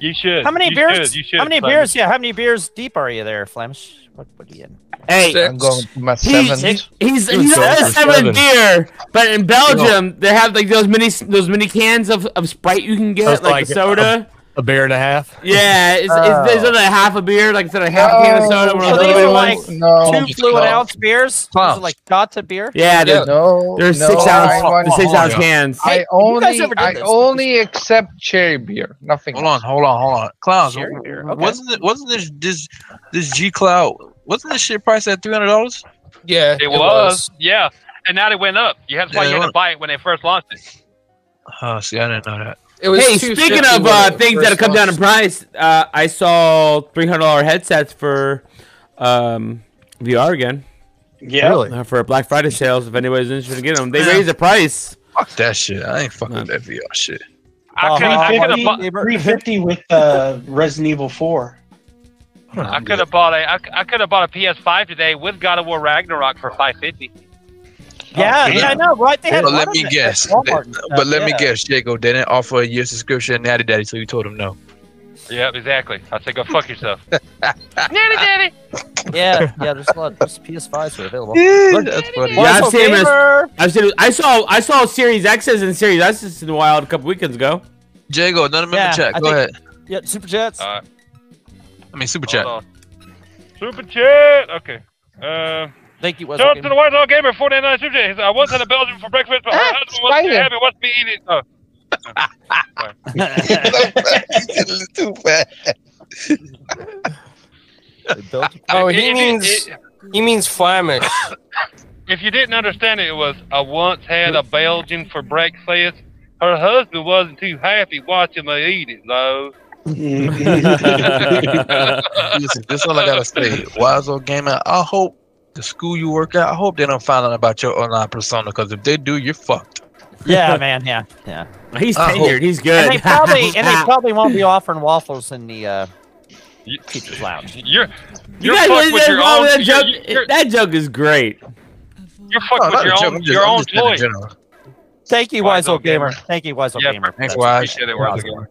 [SPEAKER 10] You should.
[SPEAKER 4] How many
[SPEAKER 10] you
[SPEAKER 4] beers?
[SPEAKER 10] Should. You should.
[SPEAKER 4] how many
[SPEAKER 10] Flemish.
[SPEAKER 4] beers? Yeah, how many beers deep are you there, Flemish? What, what are you in?
[SPEAKER 2] Hey,
[SPEAKER 8] Six.
[SPEAKER 5] I'm going to my
[SPEAKER 6] He's,
[SPEAKER 5] seventh.
[SPEAKER 6] he's, He was
[SPEAKER 2] he's
[SPEAKER 6] going
[SPEAKER 2] not
[SPEAKER 6] for
[SPEAKER 2] a seven
[SPEAKER 6] seven.
[SPEAKER 2] beer, but in Belgium they have like those mini those mini cans of, of Sprite you can get,
[SPEAKER 6] That's
[SPEAKER 2] like,
[SPEAKER 6] like,
[SPEAKER 2] a soda.
[SPEAKER 6] A Oh. bear and a half.
[SPEAKER 2] yeah, it's, it's, it's not a half a beer, like instead of half a can of soda. One
[SPEAKER 4] So
[SPEAKER 2] of
[SPEAKER 4] these
[SPEAKER 2] those
[SPEAKER 4] are
[SPEAKER 2] ones.
[SPEAKER 4] like
[SPEAKER 5] Oh, no,
[SPEAKER 4] Two fluid
[SPEAKER 5] no,
[SPEAKER 4] ounce beers? Those
[SPEAKER 1] Clubs.
[SPEAKER 4] are like shots of beer?
[SPEAKER 2] yeah,
[SPEAKER 8] Yeah.
[SPEAKER 2] there's
[SPEAKER 5] No,
[SPEAKER 2] there's
[SPEAKER 5] no,
[SPEAKER 2] six
[SPEAKER 5] I,
[SPEAKER 2] ounce
[SPEAKER 5] want-
[SPEAKER 2] the six ounce
[SPEAKER 1] Yeah.
[SPEAKER 2] cans.
[SPEAKER 5] I
[SPEAKER 4] Hey, you guys
[SPEAKER 5] only,
[SPEAKER 4] ever did
[SPEAKER 5] I
[SPEAKER 4] this?
[SPEAKER 5] only accept cherry beer. Nothing.
[SPEAKER 1] Hold on, hold on, hold on, clowns.
[SPEAKER 4] Sherry beer,
[SPEAKER 1] w-
[SPEAKER 4] okay.
[SPEAKER 1] Wasn't it? Wasn't this this this G Cloud? Wasn't this shit priced at three hundred dollars?
[SPEAKER 8] Yeah,
[SPEAKER 10] It was. Yeah. And now they went up. You had, that's why
[SPEAKER 1] Yeah, they
[SPEAKER 10] you had to
[SPEAKER 1] went-
[SPEAKER 10] buy it when they first launched it.
[SPEAKER 1] Oh, see, I didn't know that.
[SPEAKER 8] It was
[SPEAKER 2] hey, speaking
[SPEAKER 8] 250
[SPEAKER 2] of uh,
[SPEAKER 8] when it
[SPEAKER 2] things that have
[SPEAKER 8] first
[SPEAKER 2] come down in
[SPEAKER 8] launched.
[SPEAKER 2] price, uh, I saw three hundred dollar headsets for um, VR again
[SPEAKER 7] yeah.
[SPEAKER 6] Really?
[SPEAKER 2] uh, for Black Friday sales. If anybody's interested in getting them, they
[SPEAKER 1] Yeah.
[SPEAKER 2] raised the price.
[SPEAKER 1] Fuck that shit. I ain't fucking with that VR shit.
[SPEAKER 10] I
[SPEAKER 4] Uh-huh.
[SPEAKER 10] could I could have bought
[SPEAKER 7] 350, 350 with uh, Resident Evil 4.
[SPEAKER 10] I could have bought a I, c- I could have bought a PS5 today with God of War Ragnarok for 550.
[SPEAKER 4] Yeah,
[SPEAKER 1] yeah.
[SPEAKER 4] yeah, I know, right? They had
[SPEAKER 1] But
[SPEAKER 4] a lot
[SPEAKER 1] let
[SPEAKER 4] of
[SPEAKER 1] me
[SPEAKER 4] it at
[SPEAKER 1] guess.
[SPEAKER 4] Walmart and stuff,
[SPEAKER 1] but let me
[SPEAKER 4] yeah.
[SPEAKER 1] guess, Jago didn't offer a year subscription at Natty Daddy, so you told him no.
[SPEAKER 10] Yeah, exactly. I said go fuck yourself. Nanny daddy.
[SPEAKER 4] Yeah, yeah, there's a lot. There's PS5s that are available.
[SPEAKER 1] That's funny.
[SPEAKER 2] Yeah, I've
[SPEAKER 4] Wonderful
[SPEAKER 2] seen this-
[SPEAKER 4] gamer!
[SPEAKER 2] I've seen, I saw I saw Series X's and Series S's in the wild a couple weekends ago.
[SPEAKER 1] Jago, another member
[SPEAKER 4] Yeah,
[SPEAKER 1] chat.
[SPEAKER 4] I
[SPEAKER 1] Go
[SPEAKER 4] think-
[SPEAKER 1] ahead.
[SPEAKER 4] Yeah, Super Jets.
[SPEAKER 10] Uh,
[SPEAKER 1] I mean, super chat.
[SPEAKER 10] Hold on. Super chat. Okay. Uh,
[SPEAKER 4] Thank you, Wes.
[SPEAKER 10] shout out to the White Dog Gamer 49 Super Chat. He said, I once had a Belgian for breakfast, but her
[SPEAKER 5] Ah,
[SPEAKER 10] husband wasn't too
[SPEAKER 5] spider.
[SPEAKER 10] happy. What's me eating? Oh,
[SPEAKER 1] too bad.
[SPEAKER 10] it-
[SPEAKER 8] Oh, he
[SPEAKER 10] it- it- Oh,
[SPEAKER 8] means
[SPEAKER 10] it-
[SPEAKER 8] He means Flemish.
[SPEAKER 10] If you didn't understand it, it was I once had a Belgian for breakfast. Her husband wasn't too happy watching me eat it, though.
[SPEAKER 1] Listen, that's all I gotta say. Wise old gamer, I hope the school you work at, I hope they don't find out about your online persona, because if they do, you're fucked.
[SPEAKER 4] Yeah, man. Yeah, yeah.
[SPEAKER 2] He's
[SPEAKER 1] I hope-
[SPEAKER 2] tenured. He's good.
[SPEAKER 4] And they probably and they probably won't be offering waffles in the uh, teachers' lounge.
[SPEAKER 10] You're
[SPEAKER 2] You
[SPEAKER 10] you're
[SPEAKER 2] guys
[SPEAKER 10] fucked
[SPEAKER 2] believe
[SPEAKER 10] with
[SPEAKER 2] that,
[SPEAKER 10] your
[SPEAKER 2] wrong
[SPEAKER 10] own.
[SPEAKER 2] with that
[SPEAKER 10] you're,
[SPEAKER 2] joke?
[SPEAKER 10] you're,
[SPEAKER 2] That joke is great.
[SPEAKER 10] you're fucked
[SPEAKER 1] No, Oh,
[SPEAKER 10] with
[SPEAKER 1] not a
[SPEAKER 10] your
[SPEAKER 1] joke,
[SPEAKER 10] own
[SPEAKER 1] I'm just-
[SPEAKER 10] your
[SPEAKER 1] I'm
[SPEAKER 10] own
[SPEAKER 1] just being
[SPEAKER 10] toy.
[SPEAKER 1] general.
[SPEAKER 4] Thank you,
[SPEAKER 10] Wise
[SPEAKER 4] wise
[SPEAKER 10] old
[SPEAKER 4] old gamer.
[SPEAKER 10] gamer.
[SPEAKER 4] Thank you, wise old
[SPEAKER 10] Yeah,
[SPEAKER 4] gamer.
[SPEAKER 1] Thanks,
[SPEAKER 4] That's-
[SPEAKER 1] Wise.
[SPEAKER 10] Appreciate it, Wise Gamer.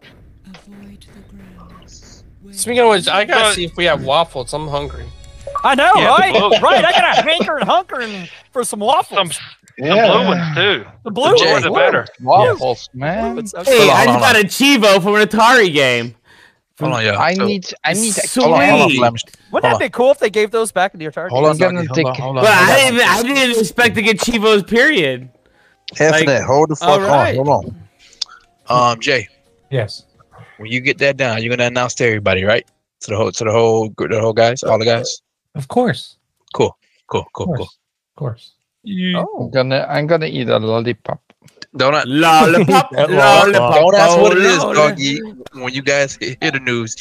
[SPEAKER 8] Speaking of which, I gotta
[SPEAKER 10] So-
[SPEAKER 8] see if we have waffles. I'm hungry.
[SPEAKER 4] I know,
[SPEAKER 10] Yeah.
[SPEAKER 4] right? right. I got a hankering, hunkering for some
[SPEAKER 10] Some
[SPEAKER 4] waffles.
[SPEAKER 10] some blue ones too.
[SPEAKER 4] the blue
[SPEAKER 1] Jay.
[SPEAKER 4] ones.
[SPEAKER 10] The better.
[SPEAKER 5] Waffles, man.
[SPEAKER 4] It's okay.
[SPEAKER 2] Hey,
[SPEAKER 1] on,
[SPEAKER 2] I
[SPEAKER 1] hold
[SPEAKER 2] just
[SPEAKER 1] on.
[SPEAKER 2] got a Chivo from an Atari game.
[SPEAKER 1] Hold on, yeah.
[SPEAKER 5] I
[SPEAKER 1] So-
[SPEAKER 5] need. I need.
[SPEAKER 2] Sweet.
[SPEAKER 1] Hold on, hold on,
[SPEAKER 2] Wait.
[SPEAKER 1] Flemish.
[SPEAKER 4] Wouldn't
[SPEAKER 1] Hold
[SPEAKER 4] that be cool if they gave those back in the Atari?
[SPEAKER 1] Hold on,
[SPEAKER 5] I'm gonna
[SPEAKER 1] Dougie, hold on,
[SPEAKER 5] take-
[SPEAKER 1] hold on.
[SPEAKER 2] But I
[SPEAKER 1] hold on.
[SPEAKER 2] didn't, even, I didn't even expect to get Chivos. Period.
[SPEAKER 1] Half
[SPEAKER 2] like-
[SPEAKER 1] of that. Hold the fuck
[SPEAKER 2] Alright.
[SPEAKER 1] on. Hold on. Um, Jay,
[SPEAKER 3] Yes.
[SPEAKER 1] when you get that down, you're gonna announce to everybody, right? To the whole, to the whole, gr- the whole guys, all the guys.
[SPEAKER 3] Of course.
[SPEAKER 1] Cool, cool, cool,
[SPEAKER 3] Of course.
[SPEAKER 1] cool.
[SPEAKER 3] Of course.
[SPEAKER 5] I'm gonna. I'm gonna eat a lollipop.
[SPEAKER 1] Don't I,
[SPEAKER 2] Lollipop, lollipop.
[SPEAKER 1] don't ask what it is,
[SPEAKER 2] lollipop.
[SPEAKER 1] doggy. When you guys he- hear the news,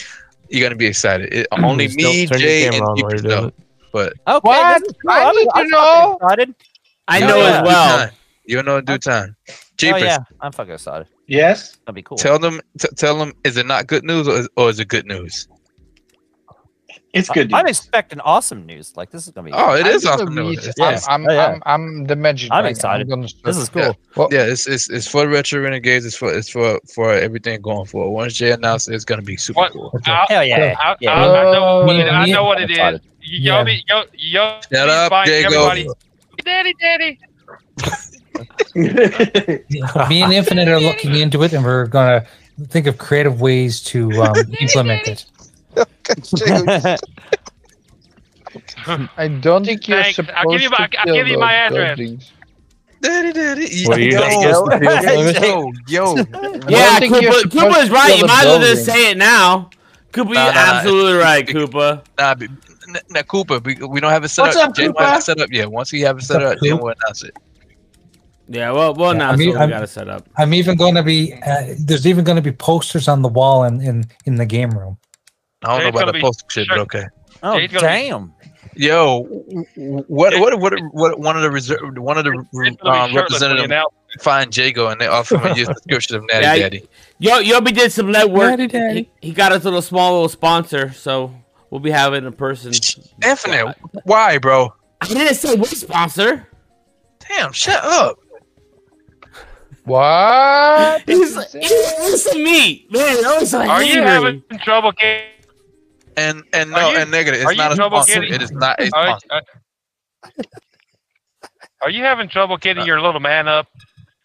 [SPEAKER 1] you're gonna be excited. It, only
[SPEAKER 6] Just don't
[SPEAKER 1] me,
[SPEAKER 6] turn your
[SPEAKER 1] Jay,
[SPEAKER 6] camera
[SPEAKER 1] and
[SPEAKER 6] on
[SPEAKER 1] you
[SPEAKER 6] while
[SPEAKER 1] can
[SPEAKER 6] you're doing
[SPEAKER 1] know.
[SPEAKER 6] it.
[SPEAKER 1] But
[SPEAKER 4] Okay,
[SPEAKER 5] What?
[SPEAKER 4] this is cool.
[SPEAKER 5] I
[SPEAKER 4] I'm-
[SPEAKER 5] need to
[SPEAKER 4] I'm fucking
[SPEAKER 5] know.
[SPEAKER 4] Excited.
[SPEAKER 2] I
[SPEAKER 1] You'll
[SPEAKER 2] know
[SPEAKER 1] in
[SPEAKER 2] as
[SPEAKER 1] due
[SPEAKER 2] well.
[SPEAKER 1] time. You'll know in due time.
[SPEAKER 4] Oh
[SPEAKER 1] Jeepers.
[SPEAKER 4] yeah, I'm fucking excited.
[SPEAKER 7] Yes.
[SPEAKER 4] That'd be cool.
[SPEAKER 1] Tell them, t- tell them, is it not good news or is, or is it good news?
[SPEAKER 7] It's good.
[SPEAKER 4] I, am
[SPEAKER 7] news.
[SPEAKER 4] expecting awesome news. Like this is gonna be.
[SPEAKER 1] Oh, it
[SPEAKER 5] I'm
[SPEAKER 1] is
[SPEAKER 5] gonna
[SPEAKER 1] awesome
[SPEAKER 5] read-
[SPEAKER 1] news. It's
[SPEAKER 5] I'm,
[SPEAKER 1] awesome.
[SPEAKER 5] I'm,
[SPEAKER 4] Oh, yeah.
[SPEAKER 5] I'm, I'm the magic.
[SPEAKER 4] I'm
[SPEAKER 5] dragon.
[SPEAKER 4] excited.
[SPEAKER 5] gonna start-
[SPEAKER 4] this is cool.
[SPEAKER 5] Well,
[SPEAKER 1] Yeah, it's, it's it's for the retro renegades. It's for it's for for everything going forward. Once Jay announced, it, it's gonna be super
[SPEAKER 10] What?
[SPEAKER 1] cool.
[SPEAKER 10] I,
[SPEAKER 4] Hell yeah.
[SPEAKER 10] I,
[SPEAKER 4] yeah.
[SPEAKER 10] I, I know what it, I
[SPEAKER 8] Yeah.
[SPEAKER 10] know what it is. Y- Y'all
[SPEAKER 6] Yeah.
[SPEAKER 10] be y'all, y'all be
[SPEAKER 1] Shut up,
[SPEAKER 10] inviting
[SPEAKER 1] Jago.
[SPEAKER 10] Daddy, daddy.
[SPEAKER 3] Me and Infinite are looking into it, and we're gonna think of creative ways to um, implement it.
[SPEAKER 5] I don't think you're
[SPEAKER 10] Thanks.
[SPEAKER 5] supposed
[SPEAKER 10] I'll give you my-
[SPEAKER 5] to
[SPEAKER 10] I'll
[SPEAKER 5] kill
[SPEAKER 10] give you my
[SPEAKER 5] those
[SPEAKER 10] address.
[SPEAKER 5] buildings.
[SPEAKER 1] Daddy, daddy,
[SPEAKER 6] What are you gonna
[SPEAKER 1] yo,
[SPEAKER 6] guess?
[SPEAKER 1] yo, yo.
[SPEAKER 2] Yeah,
[SPEAKER 5] don't think you're
[SPEAKER 2] Koopa,
[SPEAKER 5] supposed
[SPEAKER 2] Koopa's
[SPEAKER 5] to
[SPEAKER 2] right.
[SPEAKER 5] build
[SPEAKER 2] You
[SPEAKER 5] a
[SPEAKER 2] might as well
[SPEAKER 5] building.
[SPEAKER 2] just say it now. Koopa,
[SPEAKER 1] Nah, nah,
[SPEAKER 2] you're
[SPEAKER 1] nah,
[SPEAKER 2] absolutely
[SPEAKER 1] it's-
[SPEAKER 2] right,
[SPEAKER 1] it's-
[SPEAKER 2] Koopa.
[SPEAKER 1] Nah, be- n- nah, Cooper, we, we don't have it set
[SPEAKER 7] What's
[SPEAKER 1] up.
[SPEAKER 7] up,
[SPEAKER 1] Jay might have
[SPEAKER 7] Cooper?
[SPEAKER 1] it set up yet. Once we have it set up, then we'll announce it.
[SPEAKER 2] Yeah, well, well,
[SPEAKER 3] Yeah,
[SPEAKER 2] now
[SPEAKER 3] I mean,
[SPEAKER 2] so we
[SPEAKER 3] I'm-
[SPEAKER 2] gotta set up.
[SPEAKER 3] I'm even going to be. Uh, there's even going to be posters on the wall in in in the game room.
[SPEAKER 1] I don't
[SPEAKER 10] Jay's
[SPEAKER 1] know
[SPEAKER 10] gonna
[SPEAKER 1] about the
[SPEAKER 10] be
[SPEAKER 1] post shit, but
[SPEAKER 10] shook.
[SPEAKER 1] okay.
[SPEAKER 4] oh
[SPEAKER 10] Jay's gonna be-
[SPEAKER 4] damn!
[SPEAKER 1] Yo, what what what what one of the reserve one of
[SPEAKER 10] It's
[SPEAKER 1] the
[SPEAKER 10] gonna be
[SPEAKER 1] um,
[SPEAKER 10] shirtless when you
[SPEAKER 1] representatives
[SPEAKER 10] announce-
[SPEAKER 1] find Jago and they offer him a used description of Natty
[SPEAKER 2] Yeah, I-
[SPEAKER 1] Daddy.
[SPEAKER 2] Yo, Yobi did some lead work.
[SPEAKER 3] Daddy, daddy.
[SPEAKER 2] He, he got us a little small little sponsor, so we'll be having a person.
[SPEAKER 1] Infinite, why, bro?
[SPEAKER 2] I didn't say what sponsor.
[SPEAKER 1] Damn, shut up.
[SPEAKER 5] What?
[SPEAKER 2] He's listen to me, man. I was so
[SPEAKER 10] Are you
[SPEAKER 2] angry.
[SPEAKER 10] having trouble getting?
[SPEAKER 1] And and
[SPEAKER 10] Are
[SPEAKER 1] no
[SPEAKER 10] you-
[SPEAKER 1] and negative. It's
[SPEAKER 10] are you
[SPEAKER 1] not a
[SPEAKER 10] trouble
[SPEAKER 1] sponsor.
[SPEAKER 10] getting-
[SPEAKER 1] It is not a
[SPEAKER 10] Are,
[SPEAKER 1] sponsor.
[SPEAKER 10] are- are you having trouble getting your little man up?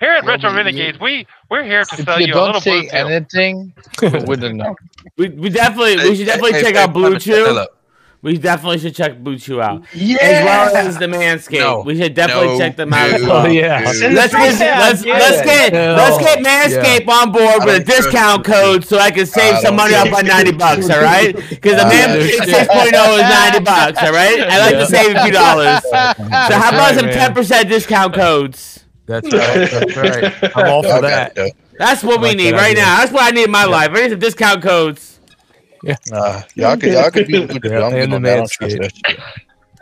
[SPEAKER 10] Here at
[SPEAKER 5] Well,
[SPEAKER 10] Retro
[SPEAKER 5] you-
[SPEAKER 10] Renegades, we we're here to
[SPEAKER 5] If
[SPEAKER 10] sell
[SPEAKER 5] you
[SPEAKER 10] you a
[SPEAKER 5] don't
[SPEAKER 10] little blue
[SPEAKER 5] say
[SPEAKER 10] pill.
[SPEAKER 5] anything, we wouldn't know.
[SPEAKER 2] We, we definitely we should definitely
[SPEAKER 1] Hey,
[SPEAKER 2] check
[SPEAKER 1] hey,
[SPEAKER 2] out
[SPEAKER 1] hey,
[SPEAKER 2] Blue
[SPEAKER 1] shut the hell
[SPEAKER 2] Chew.
[SPEAKER 1] up.
[SPEAKER 2] We definitely should check Blue Chew out, as well
[SPEAKER 7] Yeah.
[SPEAKER 2] as the Manscaped.
[SPEAKER 1] No.
[SPEAKER 2] We should definitely
[SPEAKER 1] No,
[SPEAKER 2] check them out. as
[SPEAKER 1] dude.
[SPEAKER 6] Oh
[SPEAKER 2] well.
[SPEAKER 6] yeah.
[SPEAKER 1] Dude.
[SPEAKER 7] Send
[SPEAKER 2] Let's
[SPEAKER 7] us
[SPEAKER 2] get let's,
[SPEAKER 5] Yeah.
[SPEAKER 2] let's get
[SPEAKER 6] Yeah.
[SPEAKER 2] let's get Manscaped on board
[SPEAKER 1] I
[SPEAKER 2] with a
[SPEAKER 1] don't trust
[SPEAKER 2] discount
[SPEAKER 1] you.
[SPEAKER 2] code so I can save
[SPEAKER 1] I
[SPEAKER 2] some
[SPEAKER 1] don't
[SPEAKER 2] money off by ninety bucks. All right, because the
[SPEAKER 1] Uh,
[SPEAKER 2] Manscaped
[SPEAKER 6] yeah.
[SPEAKER 2] six point oh is ninety bucks. All right, I like to save a few dollars. So how about
[SPEAKER 6] right,
[SPEAKER 2] some
[SPEAKER 6] man.
[SPEAKER 2] ten percent discount codes?
[SPEAKER 6] That's right. That's right. I'm all
[SPEAKER 1] Y'all
[SPEAKER 6] for
[SPEAKER 1] got it,
[SPEAKER 6] that.
[SPEAKER 1] though.
[SPEAKER 2] That's what
[SPEAKER 6] I
[SPEAKER 2] we
[SPEAKER 6] like
[SPEAKER 2] need
[SPEAKER 6] that
[SPEAKER 2] right
[SPEAKER 6] idea.
[SPEAKER 2] now. That's what I need in my life. I need some discount codes.
[SPEAKER 1] Nah, y'all could y'all could be good.
[SPEAKER 6] Yeah,
[SPEAKER 1] I'm good
[SPEAKER 6] and the
[SPEAKER 1] on that. I don't trust that shit.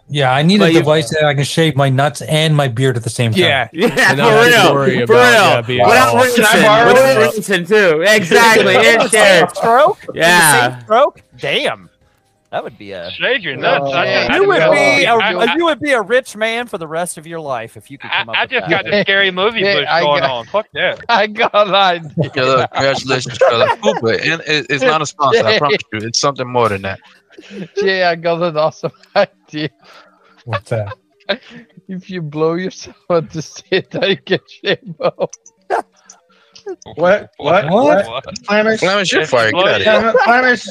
[SPEAKER 3] Yeah, I need
[SPEAKER 2] But
[SPEAKER 3] a
[SPEAKER 2] you-
[SPEAKER 3] device that I can shave my nuts and my beard at the same time.
[SPEAKER 6] Yeah.
[SPEAKER 2] Yeah,
[SPEAKER 6] And I have to
[SPEAKER 2] for
[SPEAKER 6] worry
[SPEAKER 2] real, for
[SPEAKER 6] about- yeah,
[SPEAKER 2] real.
[SPEAKER 6] being
[SPEAKER 2] Without
[SPEAKER 1] Oh,
[SPEAKER 6] all-
[SPEAKER 2] rinsing,
[SPEAKER 8] Can I borrow
[SPEAKER 2] without rinsing too. Exactly. And share.
[SPEAKER 4] Stroke?
[SPEAKER 2] Yeah.
[SPEAKER 4] Same stroke? Damn. That would be a.
[SPEAKER 10] Shave your nuts.
[SPEAKER 5] Oh,
[SPEAKER 10] I, just- I,
[SPEAKER 4] You would
[SPEAKER 10] just-
[SPEAKER 4] be a,
[SPEAKER 10] I- I-
[SPEAKER 4] you would be a rich man for the rest of your life if you could
[SPEAKER 10] I,
[SPEAKER 4] come up
[SPEAKER 10] I
[SPEAKER 4] with
[SPEAKER 10] just
[SPEAKER 4] that.
[SPEAKER 10] got the scary movie
[SPEAKER 5] Yeah,
[SPEAKER 10] push
[SPEAKER 5] I
[SPEAKER 10] going
[SPEAKER 5] got-
[SPEAKER 10] on. Fuck that.
[SPEAKER 5] I got an idea.
[SPEAKER 1] Yo, look, congratulations, fella. Cooper, and it, it's not a sponsor. I promise you, it's something more than that.
[SPEAKER 5] Yeah, I got an awesome idea.
[SPEAKER 3] What's that?
[SPEAKER 5] If you blow yourself at the sit, I get shame off.
[SPEAKER 7] What? What?
[SPEAKER 3] What?
[SPEAKER 7] Flemish?
[SPEAKER 1] Flemish, you're
[SPEAKER 10] If
[SPEAKER 1] fired.
[SPEAKER 10] you
[SPEAKER 1] Get out of here.
[SPEAKER 7] Flemish? Flemish?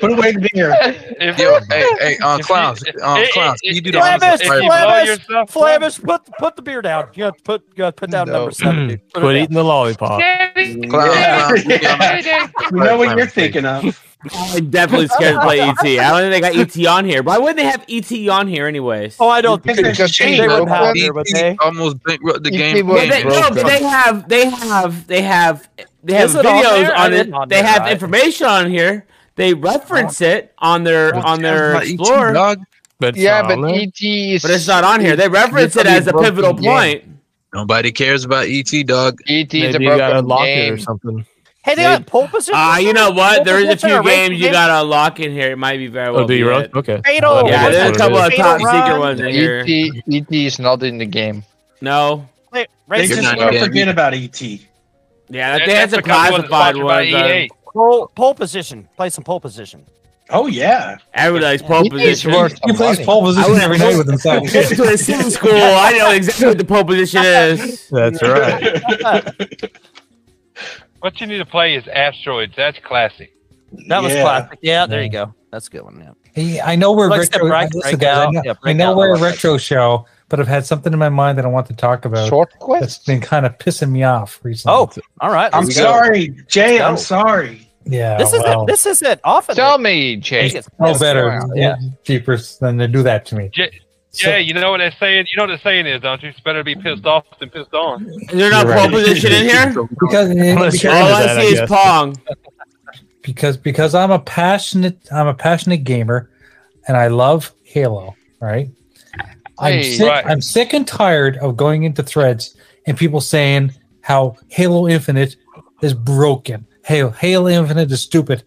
[SPEAKER 7] Put away the beer.
[SPEAKER 10] If,
[SPEAKER 1] Yo, hey, hey, um,
[SPEAKER 10] If you-
[SPEAKER 1] clowns, um,
[SPEAKER 10] it- it-
[SPEAKER 1] clowns,
[SPEAKER 10] it-
[SPEAKER 1] you do
[SPEAKER 10] it-
[SPEAKER 1] the
[SPEAKER 4] Flemish,
[SPEAKER 1] honors,
[SPEAKER 10] if
[SPEAKER 1] right?
[SPEAKER 10] you blow
[SPEAKER 4] Flemish,
[SPEAKER 10] yourself,
[SPEAKER 4] Flavish, put put the beer down. You gotta put you gotta put down
[SPEAKER 5] No.
[SPEAKER 4] number seven, dude. Put it
[SPEAKER 6] Quit eating the lollipop.
[SPEAKER 10] Daddy,
[SPEAKER 1] Clowns,
[SPEAKER 7] Yeah.
[SPEAKER 1] clowns, you do the honors.
[SPEAKER 10] daddy, daddy.
[SPEAKER 7] We know what you're thinking of.
[SPEAKER 2] I'm definitely scared to play ET. I don't think they got ET on here. Why wouldn't they have ET on here, anyways?
[SPEAKER 4] Oh, I don't think
[SPEAKER 2] they
[SPEAKER 4] Because they they would broke have up. there, would they?
[SPEAKER 1] E almost bankrupt the game.
[SPEAKER 2] Well, they, no, but they have, they have, they have, they have
[SPEAKER 1] Is it on
[SPEAKER 2] videos
[SPEAKER 1] there? I
[SPEAKER 2] on, it.
[SPEAKER 1] didn't- on
[SPEAKER 2] they
[SPEAKER 1] there,
[SPEAKER 2] have
[SPEAKER 1] right.
[SPEAKER 2] information on here. They reference it on their on their
[SPEAKER 1] not E ET,
[SPEAKER 2] explorer.
[SPEAKER 1] dog. But
[SPEAKER 2] it's Yeah, not
[SPEAKER 1] but
[SPEAKER 2] on there.
[SPEAKER 5] E
[SPEAKER 1] ET
[SPEAKER 2] but it's not on here. They reference it as a pivotal point.
[SPEAKER 1] Nobody cares about ET, dog.
[SPEAKER 5] E
[SPEAKER 8] ET
[SPEAKER 2] Maybe a you gotta broken unlock it or game.
[SPEAKER 1] something.
[SPEAKER 4] Hey, they got Pulpus.
[SPEAKER 2] Ah, you know what? There is a few games you
[SPEAKER 4] got
[SPEAKER 2] gotta unlock in here. It might be
[SPEAKER 6] Oh,
[SPEAKER 2] very well.
[SPEAKER 5] do you
[SPEAKER 2] be
[SPEAKER 5] really?
[SPEAKER 2] it.
[SPEAKER 5] Okay.
[SPEAKER 4] Fatal.
[SPEAKER 2] Yeah,
[SPEAKER 5] That's
[SPEAKER 2] there's a
[SPEAKER 5] what
[SPEAKER 2] couple
[SPEAKER 5] it
[SPEAKER 2] of
[SPEAKER 5] is. E
[SPEAKER 2] top
[SPEAKER 5] Fatal
[SPEAKER 2] secret
[SPEAKER 5] Run.
[SPEAKER 2] ones in here.
[SPEAKER 5] ET, ET is not in the game.
[SPEAKER 2] No.
[SPEAKER 4] Wait,
[SPEAKER 7] They just want to forget about E ET.
[SPEAKER 2] Yeah,
[SPEAKER 5] That- they had that's some a couple of classified sponsored by ones, uh,
[SPEAKER 1] E
[SPEAKER 5] EA.
[SPEAKER 4] Pole, pole position. Play some pole position.
[SPEAKER 7] Oh yeah,
[SPEAKER 2] everybody likes
[SPEAKER 5] E
[SPEAKER 2] pole
[SPEAKER 4] It is
[SPEAKER 2] Oh, position.
[SPEAKER 4] worth He plays money. pole position
[SPEAKER 2] I went-
[SPEAKER 4] every night with himself.
[SPEAKER 2] I went to a sim school. I know exactly what the pole position is.
[SPEAKER 6] That's right.
[SPEAKER 10] What you need to play is asteroids. That's classic.
[SPEAKER 4] That was
[SPEAKER 10] Yeah.
[SPEAKER 4] classic. Yeah, there you go. That's a good one. Yeah.
[SPEAKER 3] Hey, I know we're
[SPEAKER 4] Like
[SPEAKER 3] retro.
[SPEAKER 4] step right,
[SPEAKER 3] listen,
[SPEAKER 4] break
[SPEAKER 3] guys, I
[SPEAKER 4] out,
[SPEAKER 3] know,
[SPEAKER 4] yeah,
[SPEAKER 3] I
[SPEAKER 4] break
[SPEAKER 3] know
[SPEAKER 4] out,
[SPEAKER 3] we're a
[SPEAKER 4] all that
[SPEAKER 3] retro show, but I've had something in my mind that I want to talk about.
[SPEAKER 5] Short
[SPEAKER 3] That's been kind of pissing me off recently.
[SPEAKER 4] Oh, all right.
[SPEAKER 7] I'm
[SPEAKER 4] let's go.
[SPEAKER 7] sorry, Jay. I'm
[SPEAKER 4] Let's
[SPEAKER 7] sorry.
[SPEAKER 3] yeah.
[SPEAKER 4] This is
[SPEAKER 3] well,
[SPEAKER 4] it. This is it. Often.
[SPEAKER 5] Tell me, Jay.
[SPEAKER 4] It's
[SPEAKER 3] no better.
[SPEAKER 4] Yeah.
[SPEAKER 3] Jeepers than to do that to me.
[SPEAKER 10] J- yeah, you know what that saying. You know what the saying is, don't you? It's better to be pissed off than pissed on.
[SPEAKER 2] There's no
[SPEAKER 3] You're
[SPEAKER 2] pole
[SPEAKER 3] right.
[SPEAKER 2] position in here.
[SPEAKER 3] Because, because
[SPEAKER 2] all I see is Pong.
[SPEAKER 3] because because I'm a passionate I'm a passionate gamer, and I love Halo. Right. I'm
[SPEAKER 5] Hey,
[SPEAKER 3] sick.
[SPEAKER 5] right.
[SPEAKER 3] I'm sick and tired of going into threads and people saying how Halo Infinite is broken. Halo Halo Infinite is stupid.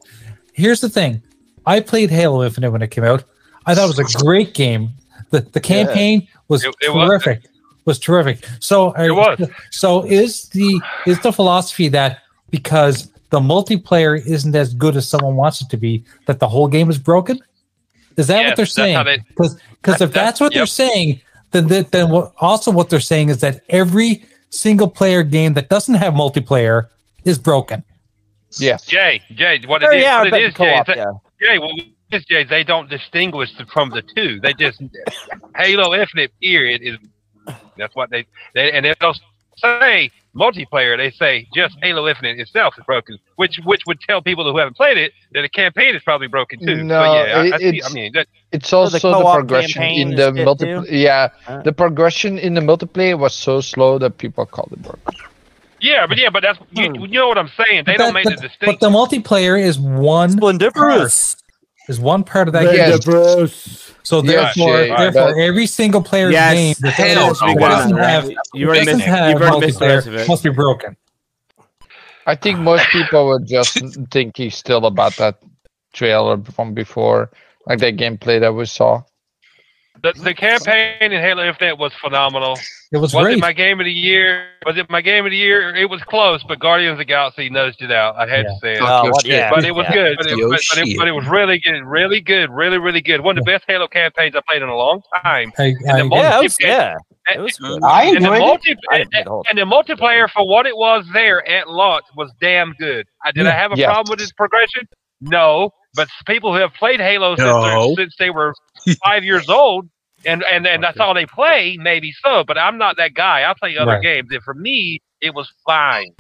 [SPEAKER 3] Here's the thing: I played Halo Infinite when it came out. I thought it was a great game. the The campaign was
[SPEAKER 10] It- it was.
[SPEAKER 3] terrific. Was terrific. So it was. So is the is the philosophy that because the multiplayer isn't as good as someone wants it to be, that the whole game is broken? Is that what they're
[SPEAKER 10] Yes, that's how
[SPEAKER 3] saying?
[SPEAKER 10] they-
[SPEAKER 3] Because if that's what they're saying, then th- then what, also what they're saying is that every single player game that doesn't have multiplayer is broken.
[SPEAKER 5] Yeah.
[SPEAKER 10] Jay, Jay, what it
[SPEAKER 5] Oh,
[SPEAKER 10] is,
[SPEAKER 5] yeah, I
[SPEAKER 10] what
[SPEAKER 5] bet
[SPEAKER 10] it
[SPEAKER 5] the
[SPEAKER 10] is, Jay,
[SPEAKER 5] co-op,
[SPEAKER 10] is that- Jay, what it is, Jay, they don't distinguish the- from the two. They just Halo Infinite period is that's what they they and they don't say multiplayer. They say just Halo Infinite itself is broken, which which would tell people who haven't played it that the campaign is probably broken too.
[SPEAKER 5] No,
[SPEAKER 10] so yeah,
[SPEAKER 5] it-
[SPEAKER 10] I, I, see, I
[SPEAKER 5] it's-
[SPEAKER 10] mean that,
[SPEAKER 5] It's also the,
[SPEAKER 10] co-op
[SPEAKER 5] progression
[SPEAKER 10] campaign
[SPEAKER 5] in
[SPEAKER 10] is
[SPEAKER 5] the
[SPEAKER 10] shit
[SPEAKER 5] multiplayer.
[SPEAKER 10] too?
[SPEAKER 5] Yeah, the progression in the multiplayer was so slow that people called it broken.
[SPEAKER 10] yeah, but yeah, but that's you,
[SPEAKER 5] Hmm.
[SPEAKER 10] you know what I'm saying. They don't make the distinction.
[SPEAKER 3] But the multiplayer is one part. Is one part of that
[SPEAKER 5] Yes.
[SPEAKER 3] game. So
[SPEAKER 5] Yes,
[SPEAKER 3] therefore,
[SPEAKER 5] Jay,
[SPEAKER 3] therefore,
[SPEAKER 5] but-
[SPEAKER 3] every single player
[SPEAKER 2] Yes.
[SPEAKER 3] game that
[SPEAKER 2] Hell,
[SPEAKER 3] doesn't
[SPEAKER 2] no,
[SPEAKER 3] have-
[SPEAKER 2] wow.
[SPEAKER 3] have,
[SPEAKER 2] You already
[SPEAKER 3] doesn't
[SPEAKER 2] missed-
[SPEAKER 3] have
[SPEAKER 2] you've already missed the rest of
[SPEAKER 3] multiplayer
[SPEAKER 2] it.
[SPEAKER 3] must be broken.
[SPEAKER 5] I think most people were just thinking still about that trailer from before, like that gameplay that we saw.
[SPEAKER 10] The, the campaign in Halo Infinite was phenomenal.
[SPEAKER 3] It was
[SPEAKER 10] Was
[SPEAKER 5] great.
[SPEAKER 10] it my game of the year? Was it my game of the year? It was close, but Guardians of the Galaxy nosed it out. I had to say it.
[SPEAKER 4] Oh, well, yeah.
[SPEAKER 10] But it was
[SPEAKER 4] Yeah.
[SPEAKER 10] good. But it,
[SPEAKER 4] Yo,
[SPEAKER 10] but, but it,
[SPEAKER 4] shit.
[SPEAKER 10] but it was really good. Really good. Really, really good. One of the best Halo campaigns I played in a long time.
[SPEAKER 3] I,
[SPEAKER 10] And the
[SPEAKER 3] I,
[SPEAKER 10] multiplayer-
[SPEAKER 4] It was good.
[SPEAKER 7] I
[SPEAKER 10] and the,
[SPEAKER 7] enjoyed it.
[SPEAKER 10] multi-
[SPEAKER 4] I didn't
[SPEAKER 10] and,
[SPEAKER 4] play the whole
[SPEAKER 10] and the multiplayer for what it was there at launch was damn good. I did I
[SPEAKER 5] Yeah.
[SPEAKER 10] have a
[SPEAKER 5] Yeah.
[SPEAKER 10] problem with its progression? No, but people who have played Halo since, they're-
[SPEAKER 5] No.
[SPEAKER 10] since they were five years old, and and and that's all they play. Maybe so, but I'm not that guy. I play other
[SPEAKER 3] Right.
[SPEAKER 10] games, and for me, it was fine.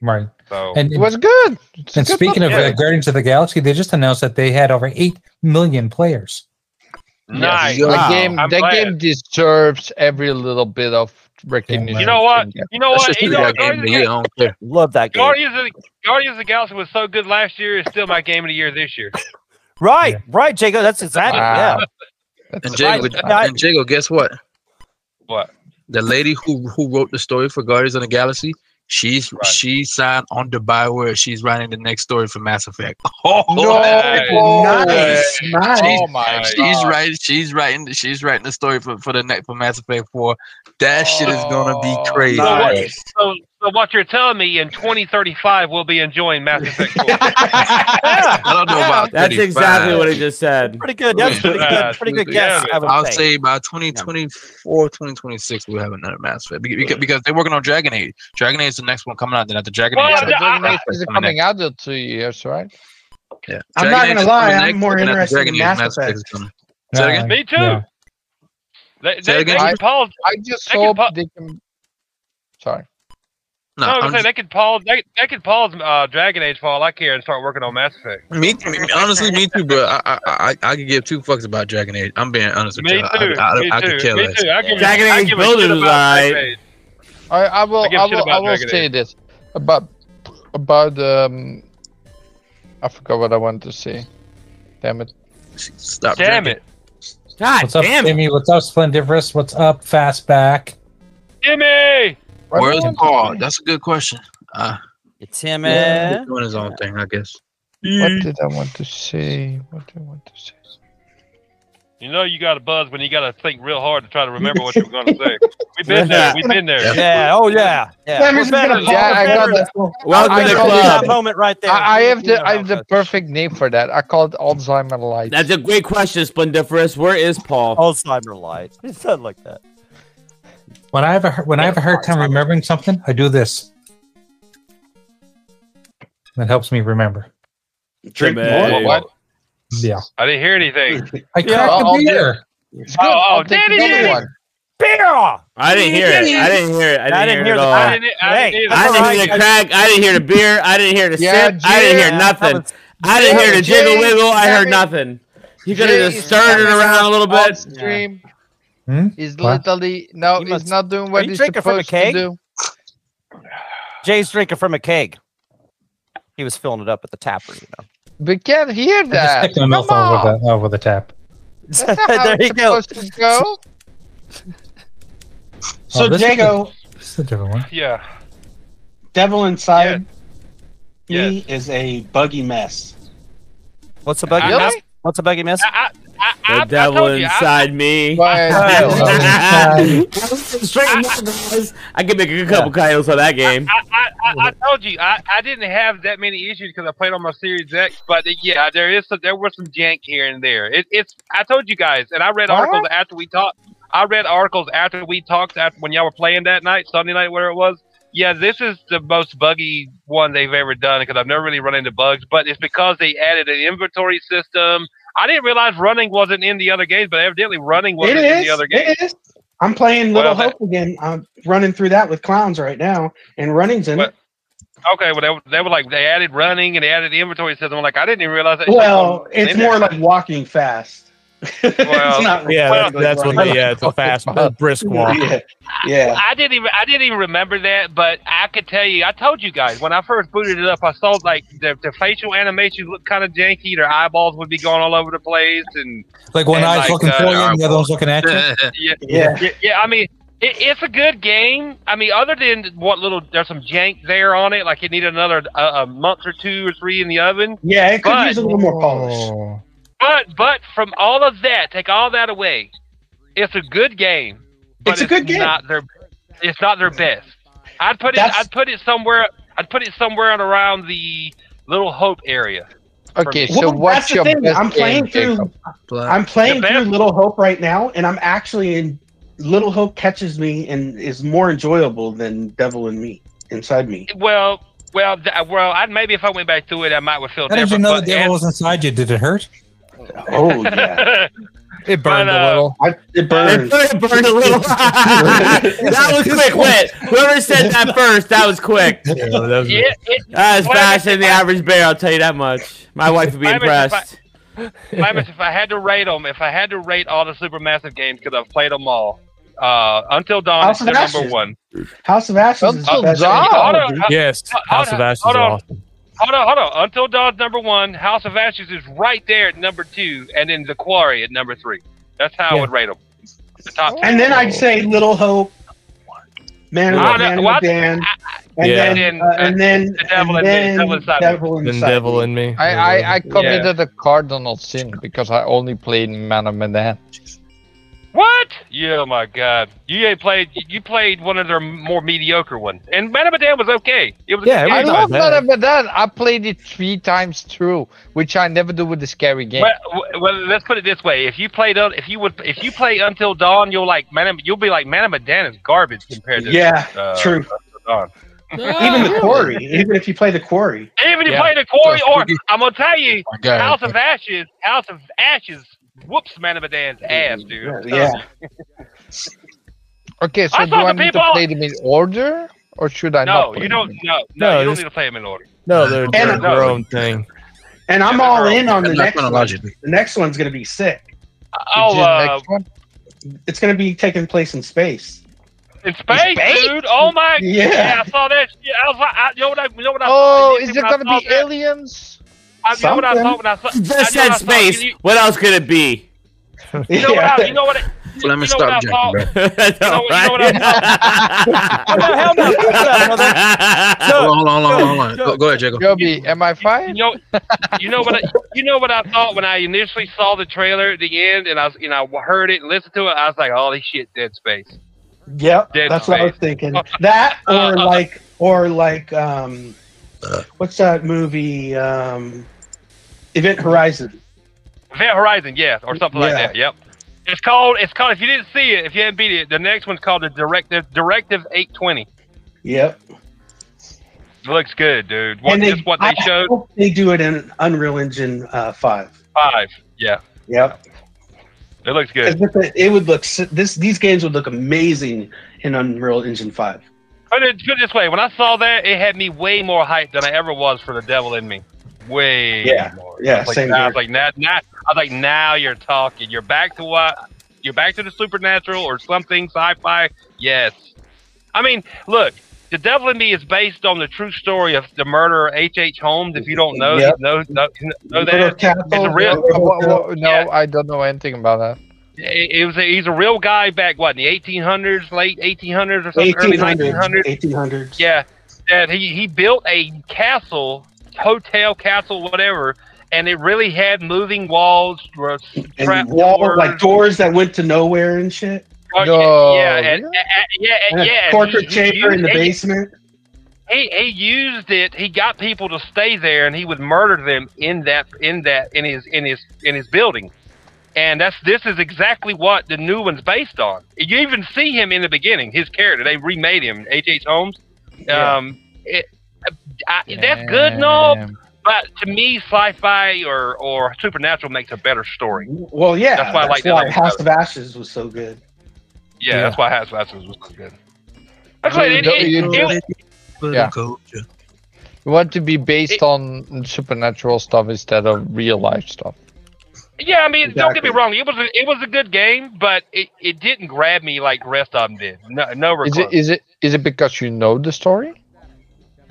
[SPEAKER 3] Right.
[SPEAKER 10] So
[SPEAKER 3] And it
[SPEAKER 5] was good.
[SPEAKER 3] and speaking of
[SPEAKER 10] Yeah.
[SPEAKER 3] uh, Guardians of the Galaxy, they just announced that they had over eight million players.
[SPEAKER 10] Nice.
[SPEAKER 5] That
[SPEAKER 10] Mm. Wow.
[SPEAKER 5] game,
[SPEAKER 10] I'm
[SPEAKER 5] that
[SPEAKER 10] glad.
[SPEAKER 5] game deserves every little bit of recognition.
[SPEAKER 10] You know what?
[SPEAKER 5] it can get.
[SPEAKER 10] You know what? You know what? Guardians, of the-
[SPEAKER 4] Love that game.
[SPEAKER 10] Guardians of the Guardians of the Galaxy was so good last year. It's still my game of the year this year.
[SPEAKER 4] Right, right, Jacob. That's exactly.
[SPEAKER 10] Wow.
[SPEAKER 4] Yeah.
[SPEAKER 1] And
[SPEAKER 4] Right.
[SPEAKER 1] Jago, and Jago, guess what?
[SPEAKER 10] What?
[SPEAKER 1] The lady who who wrote the story for Guardians of the Galaxy, she's she signed on to Bioware. She's writing the next story for Mass Effect. Oh,
[SPEAKER 7] No
[SPEAKER 5] Oh
[SPEAKER 1] nice,
[SPEAKER 7] way. Nice.
[SPEAKER 1] She's,
[SPEAKER 7] Oh my
[SPEAKER 1] she's
[SPEAKER 7] God.
[SPEAKER 1] writing. She's writing. She's writing the story for for the next for Mass Effect Four. That shit is gonna
[SPEAKER 10] Oh,
[SPEAKER 1] be crazy.
[SPEAKER 10] So what- So, so what you're telling me in 2035 we'll be enjoying Mass Effect 4.
[SPEAKER 1] I don't know about
[SPEAKER 2] That's
[SPEAKER 1] 35.
[SPEAKER 2] exactly what he just said.
[SPEAKER 4] Pretty good.
[SPEAKER 1] That's
[SPEAKER 4] pretty good. Pretty good guess, I would
[SPEAKER 1] I'll
[SPEAKER 4] say.
[SPEAKER 1] say by 2024, 2026, we'll have another Mass Effect Be- because, because they're working on Dragon Age. Dragon Age is the next one coming out. Then after Dragon
[SPEAKER 5] Well,
[SPEAKER 1] Age,
[SPEAKER 5] the Dragon Age is
[SPEAKER 1] coming
[SPEAKER 5] coming
[SPEAKER 1] next.
[SPEAKER 5] out in two years, right?
[SPEAKER 1] Yeah.
[SPEAKER 5] I'm
[SPEAKER 1] Dragon
[SPEAKER 5] not
[SPEAKER 1] Age
[SPEAKER 5] gonna
[SPEAKER 1] is
[SPEAKER 5] lie,
[SPEAKER 1] coming
[SPEAKER 5] I'm
[SPEAKER 1] next,
[SPEAKER 5] more
[SPEAKER 1] and after
[SPEAKER 5] interested
[SPEAKER 1] Dragon
[SPEAKER 5] in
[SPEAKER 1] Age,
[SPEAKER 5] Mass
[SPEAKER 1] Effect is coming. Say that
[SPEAKER 3] Uh,
[SPEAKER 1] again?
[SPEAKER 10] Me too. They,
[SPEAKER 1] Say
[SPEAKER 10] they,
[SPEAKER 1] again?
[SPEAKER 10] they
[SPEAKER 1] I-
[SPEAKER 10] can pause.
[SPEAKER 5] I just
[SPEAKER 10] they can
[SPEAKER 5] hope
[SPEAKER 10] pa-
[SPEAKER 5] they can. Sorry.
[SPEAKER 10] No,
[SPEAKER 1] No,
[SPEAKER 10] I'm
[SPEAKER 1] I'm
[SPEAKER 10] saying they could pause. They, they could pause uh, Dragon Age for all I care and start working on Mass Effect.
[SPEAKER 9] Me, me- honestly, me too. But I, I, I, I could give two fucks about Dragon Age. I'm being honest with
[SPEAKER 10] Me
[SPEAKER 9] you. I- I, I,
[SPEAKER 10] too,
[SPEAKER 9] I
[SPEAKER 10] me
[SPEAKER 9] could
[SPEAKER 10] too,
[SPEAKER 9] care
[SPEAKER 10] me
[SPEAKER 9] less.
[SPEAKER 10] too. I give a-
[SPEAKER 2] Dragon
[SPEAKER 10] I
[SPEAKER 2] Age
[SPEAKER 10] give a shit
[SPEAKER 2] Builders is
[SPEAKER 10] about Dragon
[SPEAKER 2] alright.
[SPEAKER 10] Age.
[SPEAKER 5] I, I will.
[SPEAKER 10] I give a
[SPEAKER 5] I,
[SPEAKER 10] shit
[SPEAKER 5] will.
[SPEAKER 10] about
[SPEAKER 5] I will
[SPEAKER 10] Dragon
[SPEAKER 5] say
[SPEAKER 10] Age.
[SPEAKER 5] this about about um. I forgot what I wanted to say. Damn it!
[SPEAKER 1] Stop.
[SPEAKER 10] Damn
[SPEAKER 1] drinking.
[SPEAKER 10] it!
[SPEAKER 2] God
[SPEAKER 3] What's up,
[SPEAKER 2] damn it.
[SPEAKER 3] Timmy? What's up, Splendiferous? What's up, Fastback?
[SPEAKER 10] Jimmy!
[SPEAKER 1] Where's Paul? That's a good question. Uh,
[SPEAKER 4] Timmy.
[SPEAKER 1] he's doing his own thing, I guess.
[SPEAKER 5] What did I want to say? What did I want to say?
[SPEAKER 10] You know you got to buzz when you got to think real hard to try to remember what you were going to say. We've been there. We've been there.
[SPEAKER 4] Yeah. Oh yeah. Yeah.
[SPEAKER 7] Flanders
[SPEAKER 4] We're
[SPEAKER 7] is
[SPEAKER 4] better.
[SPEAKER 7] gonna-
[SPEAKER 4] We're
[SPEAKER 5] Yeah, I got
[SPEAKER 4] better.
[SPEAKER 5] that.
[SPEAKER 2] Welcome
[SPEAKER 5] I-
[SPEAKER 2] to
[SPEAKER 5] I
[SPEAKER 2] the
[SPEAKER 5] call
[SPEAKER 2] club.
[SPEAKER 4] That moment right there.
[SPEAKER 5] I, I have the I have the perfect name for that. I call it Alzheimer light.
[SPEAKER 2] That's a great question, Splendiferous. Where is
[SPEAKER 3] Oh,
[SPEAKER 2] Paul?
[SPEAKER 4] Alzheimer light. It sounded like that.
[SPEAKER 3] When I have a when I have a hard time remembering something, I do this. That helps me remember.
[SPEAKER 7] Drink
[SPEAKER 2] Timmy.
[SPEAKER 7] more.
[SPEAKER 10] What- what?
[SPEAKER 3] Yeah,
[SPEAKER 10] I didn't hear anything.
[SPEAKER 3] I cracked
[SPEAKER 5] I'll- I'll
[SPEAKER 3] a
[SPEAKER 5] do
[SPEAKER 3] beer.
[SPEAKER 5] It's
[SPEAKER 10] Oh, oh,
[SPEAKER 5] I'll take
[SPEAKER 10] Danny,
[SPEAKER 5] another
[SPEAKER 10] Danny.
[SPEAKER 5] one.
[SPEAKER 4] Beer.
[SPEAKER 2] I didn't hear it. I didn't hear it. I didn't hear it at
[SPEAKER 10] I
[SPEAKER 2] all.
[SPEAKER 10] didn't. I didn't.
[SPEAKER 2] I
[SPEAKER 10] either.
[SPEAKER 2] didn't hear the crack. I didn't hear the beer. I didn't hear the
[SPEAKER 5] Yeah,
[SPEAKER 2] sip. I didn't hear
[SPEAKER 4] yeah,
[SPEAKER 2] nothing.
[SPEAKER 4] that was-
[SPEAKER 2] I didn't hear the
[SPEAKER 5] Jay,
[SPEAKER 2] jiggle wiggle. I heard
[SPEAKER 5] Jay,
[SPEAKER 2] nothing. You could have
[SPEAKER 5] Jay
[SPEAKER 2] just stirred it
[SPEAKER 5] is
[SPEAKER 2] around a
[SPEAKER 4] Oh,
[SPEAKER 2] little
[SPEAKER 5] On
[SPEAKER 2] bit.
[SPEAKER 5] stream.
[SPEAKER 3] Hmm?
[SPEAKER 5] He's
[SPEAKER 3] What?
[SPEAKER 5] literally no.
[SPEAKER 4] You
[SPEAKER 5] he's
[SPEAKER 4] must-
[SPEAKER 5] not doing
[SPEAKER 4] Are
[SPEAKER 5] what
[SPEAKER 4] you
[SPEAKER 5] he's
[SPEAKER 4] drinking from a
[SPEAKER 5] supposed
[SPEAKER 4] keg?
[SPEAKER 5] to do.
[SPEAKER 4] Jay's drinking from a keg. He was filling it up at the tapper, you know.
[SPEAKER 5] We can't hear
[SPEAKER 3] I just
[SPEAKER 5] that.
[SPEAKER 3] stick my mouth
[SPEAKER 5] Come on.
[SPEAKER 3] over the over the tap.
[SPEAKER 5] That's not how
[SPEAKER 4] there
[SPEAKER 5] it's
[SPEAKER 4] you go.
[SPEAKER 5] supposed to go.
[SPEAKER 3] Oh,
[SPEAKER 7] So
[SPEAKER 3] this is a-
[SPEAKER 7] Jago,
[SPEAKER 3] This is a different one.
[SPEAKER 10] Yeah.
[SPEAKER 7] Devil Inside
[SPEAKER 10] Yeah.
[SPEAKER 7] Me is a buggy mess.
[SPEAKER 4] What's a buggy?
[SPEAKER 10] Really?
[SPEAKER 4] mess? What's a buggy mess?
[SPEAKER 10] I, I, I, I,
[SPEAKER 2] The
[SPEAKER 10] I
[SPEAKER 2] devil
[SPEAKER 10] told you, I-
[SPEAKER 2] inside me.
[SPEAKER 5] But-
[SPEAKER 2] I could make a couple coyotes on that game.
[SPEAKER 10] I, I, I, I told you I, I didn't have that many issues because I played on my Series X, but uh, yeah, there is some, there was some jank here and there. It, it's I told you guys, and I read articles after we talked. I read articles after we talked after when y'all were playing that night, Sunday night, whatever it was. Yeah, this is the most buggy one they've ever done because I've never really run into bugs, but it's because they added an inventory system. I didn't realize running wasn't in the other games, but evidently running
[SPEAKER 7] It
[SPEAKER 10] wasn't in
[SPEAKER 7] is.
[SPEAKER 10] the other games.
[SPEAKER 7] It is. I'm playing Little
[SPEAKER 10] Well, that-
[SPEAKER 7] Hope again. I'm running through that with clowns right now, and running's in
[SPEAKER 10] What?
[SPEAKER 7] it.
[SPEAKER 10] Okay, well, they, were- they were like, they added running and they added the inventory system. I'm like, I didn't even realize that. shit
[SPEAKER 7] Well,
[SPEAKER 10] wasn't
[SPEAKER 7] it's
[SPEAKER 10] in there.
[SPEAKER 7] more like walking fast.
[SPEAKER 10] Well,
[SPEAKER 11] Yeah,
[SPEAKER 10] Well,
[SPEAKER 11] that's, that's what.
[SPEAKER 7] running.
[SPEAKER 11] They, yeah, it's a fast, a brisk walk.
[SPEAKER 7] Yeah, yeah.
[SPEAKER 10] I didn't even I didn't even remember that, but I could tell you. I told you guys when I first booted it up, I saw like the, the facial animations looked kind of janky. Their eyeballs would be going all over the place, and
[SPEAKER 3] Like one
[SPEAKER 10] And
[SPEAKER 3] eye's
[SPEAKER 10] like,
[SPEAKER 3] looking
[SPEAKER 10] uh,
[SPEAKER 3] for you, and the other one's looking at you.
[SPEAKER 10] yeah,
[SPEAKER 7] Yeah.
[SPEAKER 10] yeah, yeah, I mean. It, it's a good game. I mean, other than what little there's some jank there on it, like it needed another uh, a month or two or three in the oven.
[SPEAKER 7] Yeah, it could
[SPEAKER 10] But-
[SPEAKER 7] use a little more
[SPEAKER 3] Oh.
[SPEAKER 7] polish.
[SPEAKER 10] But but from all of that, take all that away, it's a good game. But
[SPEAKER 7] It's a good game.
[SPEAKER 10] Not their, it's not their best. I'd put it.
[SPEAKER 7] That's-
[SPEAKER 10] I'd put it somewhere. I'd put it somewhere in around the Little Hope area.
[SPEAKER 5] Okay,
[SPEAKER 7] Well,
[SPEAKER 5] so
[SPEAKER 7] that's
[SPEAKER 5] what's
[SPEAKER 7] the
[SPEAKER 5] your
[SPEAKER 7] thing.
[SPEAKER 5] best
[SPEAKER 7] I'm playing
[SPEAKER 5] game,
[SPEAKER 7] through-
[SPEAKER 5] Jacob?
[SPEAKER 7] I'm playing
[SPEAKER 10] The
[SPEAKER 7] through
[SPEAKER 10] best-
[SPEAKER 7] Little Hope right now, and I'm actually in. Little Hope catches me and is more enjoyable than Devil and Me inside me.
[SPEAKER 10] Well, well, th- well. I maybe if I went back through it, I might would feel
[SPEAKER 3] How
[SPEAKER 10] different.
[SPEAKER 3] did you know the
[SPEAKER 10] but
[SPEAKER 3] devil was inside you? Did it hurt?
[SPEAKER 7] Oh yeah,
[SPEAKER 11] It
[SPEAKER 10] But,
[SPEAKER 11] burned
[SPEAKER 10] uh,
[SPEAKER 11] a little.
[SPEAKER 7] I, it
[SPEAKER 2] It
[SPEAKER 7] burns.
[SPEAKER 2] burned, a little. that was quick wit. Whoever said that first, that was quick.
[SPEAKER 11] Yeah, that was-
[SPEAKER 10] yeah, it,
[SPEAKER 2] That was
[SPEAKER 10] Well, I mean,
[SPEAKER 2] faster than the
[SPEAKER 10] if I-
[SPEAKER 2] average bear. I'll tell you that much. My wife would be
[SPEAKER 10] I mean, if I-
[SPEAKER 2] impressed.
[SPEAKER 10] Lamus, if I had to rate them, if I had to rate all the Supermassive games because I've played them all, uh, Until Dawn is
[SPEAKER 7] House of
[SPEAKER 10] still number
[SPEAKER 7] Ashes.
[SPEAKER 10] one.
[SPEAKER 7] House of Ashes. Is the
[SPEAKER 5] Until
[SPEAKER 7] best
[SPEAKER 5] Dawn.
[SPEAKER 7] game.
[SPEAKER 10] Hold on,
[SPEAKER 11] Yes,
[SPEAKER 10] Hold
[SPEAKER 11] House
[SPEAKER 10] on,
[SPEAKER 11] of Ashes is
[SPEAKER 10] hold on.
[SPEAKER 11] awesome.
[SPEAKER 10] Hold on, hold on. Until Dawn's number one, House of Ashes is right there at number two, and then The Quarry at number three. That's how I would rate them. The top.
[SPEAKER 7] And then I'd say Little Hope, Man of
[SPEAKER 10] I
[SPEAKER 7] the,
[SPEAKER 10] don't-
[SPEAKER 7] Man
[SPEAKER 10] well, I-
[SPEAKER 7] of the Band, and,
[SPEAKER 11] Yeah.
[SPEAKER 7] then, uh, and then
[SPEAKER 10] The Devil
[SPEAKER 7] and
[SPEAKER 10] and Me,
[SPEAKER 7] then
[SPEAKER 10] Devil Inside Me.
[SPEAKER 7] Devil
[SPEAKER 11] Then
[SPEAKER 7] Inside
[SPEAKER 11] devil
[SPEAKER 7] Me.
[SPEAKER 11] in me.
[SPEAKER 5] I, I, I committed a cardinal sin because I only played Man of Medan.
[SPEAKER 10] What? Yeah, my God. You ain't played. You played one of their more mediocre ones, and Man of Medan was okay. It was.
[SPEAKER 11] Yeah, it
[SPEAKER 5] I
[SPEAKER 11] was
[SPEAKER 10] it,
[SPEAKER 5] love
[SPEAKER 11] bad.
[SPEAKER 5] Man of Medan. I played it three times through, which I never do with a scary game.
[SPEAKER 10] well, well, let's put it this way: if you played, un- if you would, if you play Until Dawn, you'll like Man. Of, you'll be like Man of Medan is garbage compared to
[SPEAKER 7] Yeah,
[SPEAKER 10] uh,
[SPEAKER 7] true.
[SPEAKER 10] Dawn.
[SPEAKER 7] Even the quarry, even if you play the quarry,
[SPEAKER 10] Even if you
[SPEAKER 5] Yeah.
[SPEAKER 10] play the Quarry,
[SPEAKER 9] That's
[SPEAKER 10] or
[SPEAKER 9] pretty-
[SPEAKER 10] I'm gonna tell you,
[SPEAKER 9] My God.
[SPEAKER 10] House of Ashes, House of Ashes, whoops, Man of Medan's ass, dude.
[SPEAKER 7] yeah.
[SPEAKER 5] Okay, so
[SPEAKER 10] I
[SPEAKER 5] do
[SPEAKER 10] thought
[SPEAKER 5] I
[SPEAKER 10] the
[SPEAKER 5] need
[SPEAKER 10] people-
[SPEAKER 5] to play them in order? Or should I
[SPEAKER 10] No,
[SPEAKER 5] not?
[SPEAKER 10] you don't. No, no, you don't
[SPEAKER 5] this-
[SPEAKER 10] need to play them in order.
[SPEAKER 5] No, they're
[SPEAKER 10] doing their own
[SPEAKER 5] thing.
[SPEAKER 7] And I'm all in on the
[SPEAKER 10] That's not
[SPEAKER 7] next one. The
[SPEAKER 10] chronologically.
[SPEAKER 7] next one's going to be sick.
[SPEAKER 10] I'll, uh, Next
[SPEAKER 7] It's going to be taking place in space.
[SPEAKER 10] In Spain, dude. Oh my
[SPEAKER 7] Yeah.
[SPEAKER 10] I saw that. Shit. I was like, I, you know what I, you know what I.
[SPEAKER 5] Oh,
[SPEAKER 10] I did
[SPEAKER 5] is
[SPEAKER 10] when
[SPEAKER 5] it
[SPEAKER 10] I
[SPEAKER 5] gonna
[SPEAKER 10] saw
[SPEAKER 5] be
[SPEAKER 10] that?
[SPEAKER 5] aliens?
[SPEAKER 10] I, you know what I saw when I saw.
[SPEAKER 2] Just
[SPEAKER 10] I know
[SPEAKER 2] said
[SPEAKER 10] what I saw.
[SPEAKER 2] space.
[SPEAKER 10] You, you
[SPEAKER 2] What else could it be?
[SPEAKER 10] know what? I, you know what? I, you know
[SPEAKER 2] Fleming,
[SPEAKER 10] what
[SPEAKER 2] stop
[SPEAKER 10] I saw?
[SPEAKER 2] joking, That's
[SPEAKER 10] You know
[SPEAKER 2] all
[SPEAKER 10] what- you know what
[SPEAKER 2] right.
[SPEAKER 9] Hold on, hold on, hold on. Go, go ahead, Jacob.
[SPEAKER 5] Joby, am I fine?
[SPEAKER 10] You know, you know what? I, you know what I thought when I initially saw the trailer at the end, and I was, you know, I heard it and listened to it. I was like, "Holy shit, Dead Space."
[SPEAKER 7] Yep,
[SPEAKER 10] Dead
[SPEAKER 7] that's what I was thinking. That or like or like um, what's that movie? Um, Event Horizon.
[SPEAKER 10] Event Horizon, yeah, or something like
[SPEAKER 7] Yeah.
[SPEAKER 10] that. Yep. It's called. It's called. If you didn't see it, if you haven't beat it, the next one's called the Directive Directive Eight Twenty.
[SPEAKER 7] Yep.
[SPEAKER 10] Looks good, dude. What,
[SPEAKER 7] And they-
[SPEAKER 10] just what they
[SPEAKER 7] I
[SPEAKER 10] showed.
[SPEAKER 7] hope they do it in Unreal Engine uh, Five.
[SPEAKER 10] Five. Yeah,
[SPEAKER 7] Yep.
[SPEAKER 10] it looks good.
[SPEAKER 7] 'Cause It it would look s- this. These games would look amazing in Unreal Engine Five.
[SPEAKER 10] Put it, put it this way: when I saw that, it had me way more hype than I ever was for the devil in me. Way.
[SPEAKER 7] Yeah,
[SPEAKER 10] More.
[SPEAKER 7] yeah,
[SPEAKER 10] I was like,
[SPEAKER 7] same
[SPEAKER 10] now- I
[SPEAKER 7] here.
[SPEAKER 10] was like, now, now, I was like, now you're talking. You're back to what? You're back to the supernatural or something sci-fi. Yes. I mean, look, the devil in me is based on the true story of the murderer H. H. Holmes. If you don't know,
[SPEAKER 5] Yep.
[SPEAKER 10] know, know, know
[SPEAKER 5] Little
[SPEAKER 10] that
[SPEAKER 5] Castle,
[SPEAKER 10] Oh, it's a real.
[SPEAKER 5] wha- wha- wha- oh, No, I don't know anything about that.
[SPEAKER 10] It, it was a, he's a real guy back what in the 1800s, late 1800s or something, early
[SPEAKER 7] 1800s.
[SPEAKER 10] 1900s.
[SPEAKER 7] 1800s.
[SPEAKER 10] Yeah, that he he built a castle, hotel castle, whatever, and it really had moving walls, tra- trap
[SPEAKER 7] and wall,
[SPEAKER 10] doors,
[SPEAKER 7] like doors that went to nowhere and shit.
[SPEAKER 10] uh,
[SPEAKER 7] No,
[SPEAKER 10] yeah, and, and-
[SPEAKER 7] really?
[SPEAKER 10] and- yeah, and,
[SPEAKER 7] And a
[SPEAKER 10] yeah, and he-
[SPEAKER 7] corporate
[SPEAKER 10] he
[SPEAKER 7] chamber in
[SPEAKER 10] used-
[SPEAKER 7] the
[SPEAKER 10] and he-
[SPEAKER 7] basement.
[SPEAKER 10] He he used it. He got people to stay there, and he would murder them in that in that in his in his in his building. And that's this is exactly what the new one's based on. You even see him in the beginning, his character. They remade him, H. H. Holmes. Um, it, I, that's good and all, but to me, sci-fi or or supernatural makes a better story.
[SPEAKER 7] Well, yeah,
[SPEAKER 10] That's why I like that
[SPEAKER 7] why
[SPEAKER 10] other
[SPEAKER 7] House of Ashes was so good.
[SPEAKER 10] Yeah,
[SPEAKER 7] Yeah.
[SPEAKER 10] that's why House of Ashes was so good. That's why it,
[SPEAKER 5] You
[SPEAKER 10] it,
[SPEAKER 5] don't- you
[SPEAKER 10] it-
[SPEAKER 5] Yeah. You want to be based on supernatural stuff instead of real life stuff.
[SPEAKER 10] Yeah, I mean, don't get me wrong. It was a, it was a good game, but it, it didn't grab me like the rest of them did. No, no,
[SPEAKER 5] Is
[SPEAKER 10] request.
[SPEAKER 5] it is it is it because you know the story?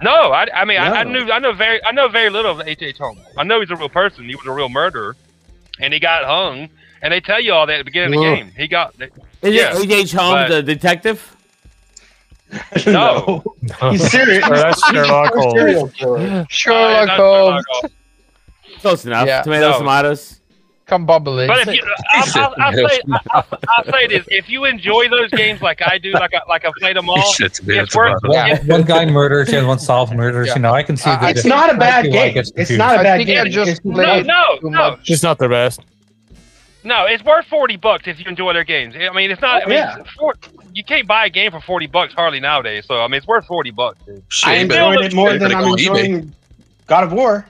[SPEAKER 10] no. I, I mean, I, I
[SPEAKER 5] No.
[SPEAKER 10] knew I know very I know very little of H. H. Holmes. I know he's a real person. He was a real murderer, and he got hung. And they tell you all that at the beginning of
[SPEAKER 2] Whoa.
[SPEAKER 10] the game. He got they-
[SPEAKER 2] Is
[SPEAKER 10] yeah,
[SPEAKER 2] it H.H. Holmes, the detective?
[SPEAKER 10] No.
[SPEAKER 7] He's serious.
[SPEAKER 2] Oh, that's Sherlock Holmes.
[SPEAKER 7] Serial killer.
[SPEAKER 5] Sherlock
[SPEAKER 10] that's
[SPEAKER 5] Holmes.
[SPEAKER 2] Close enough.
[SPEAKER 5] Yeah.
[SPEAKER 2] Tomatoes,
[SPEAKER 5] No.
[SPEAKER 2] tomatoes.
[SPEAKER 5] Come bubbly.
[SPEAKER 10] But if you, I'll, I'll, I'll, say, I'll, I'll say this: if you enjoy those games like I do, like I, like I played them all,
[SPEAKER 3] Shit's
[SPEAKER 10] it's worth.
[SPEAKER 3] Yeah, one guy murders, the other one solves murders. You know, I can see.
[SPEAKER 10] I-
[SPEAKER 3] the
[SPEAKER 10] it's
[SPEAKER 3] difference.
[SPEAKER 10] not a
[SPEAKER 3] I
[SPEAKER 10] bad
[SPEAKER 3] do
[SPEAKER 10] game.
[SPEAKER 3] it
[SPEAKER 10] It's
[SPEAKER 3] confused.
[SPEAKER 10] not a I bad think
[SPEAKER 5] I just
[SPEAKER 10] No, no, no,
[SPEAKER 11] It's not the best.
[SPEAKER 10] No, it's worth forty bucks if you enjoy their games. I mean, it's not. I
[SPEAKER 7] Oh,
[SPEAKER 10] mean,
[SPEAKER 7] yeah.
[SPEAKER 10] for, you can't buy a game for forty bucks hardly nowadays. So I mean, it's worth forty bucks. Dude.
[SPEAKER 7] I
[SPEAKER 10] It still
[SPEAKER 7] enjoyed
[SPEAKER 10] looks
[SPEAKER 7] it more
[SPEAKER 10] good.
[SPEAKER 7] than I'm enjoying God of War.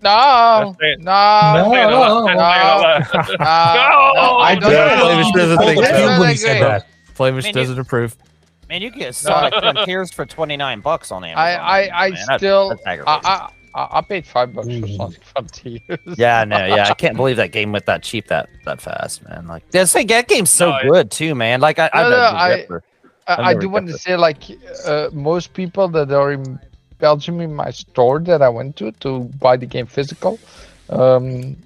[SPEAKER 5] No, no, no,
[SPEAKER 7] No, no, no.
[SPEAKER 10] uh,
[SPEAKER 5] I don't
[SPEAKER 11] Yeah,
[SPEAKER 5] know.
[SPEAKER 11] Flamish doesn't think
[SPEAKER 5] That's
[SPEAKER 11] so.
[SPEAKER 5] not that great.
[SPEAKER 11] Flamish
[SPEAKER 4] Man, you-
[SPEAKER 11] doesn't approve.
[SPEAKER 4] Man, you can get Sonic Frontiers for twenty nine bucks on Amazon.
[SPEAKER 5] I, I, I
[SPEAKER 4] Man, that-
[SPEAKER 5] still,
[SPEAKER 4] that's
[SPEAKER 5] I,
[SPEAKER 4] aggravating.
[SPEAKER 5] I, I I paid five bucks for Sonic Frontiers.
[SPEAKER 4] yeah, no, yeah, I can't believe that game went that cheap that that fast, man. Like this thing, that game's so
[SPEAKER 5] No, it-
[SPEAKER 4] good too, man. Like I,
[SPEAKER 5] No,
[SPEAKER 4] I,
[SPEAKER 5] no,
[SPEAKER 4] know
[SPEAKER 5] I-
[SPEAKER 4] Ripper. I've
[SPEAKER 5] I, I
[SPEAKER 4] never
[SPEAKER 5] do
[SPEAKER 4] got
[SPEAKER 5] want to
[SPEAKER 4] the-
[SPEAKER 5] say, like, uh, most people that are in Belgium in my store that I went to to buy the game physical, um,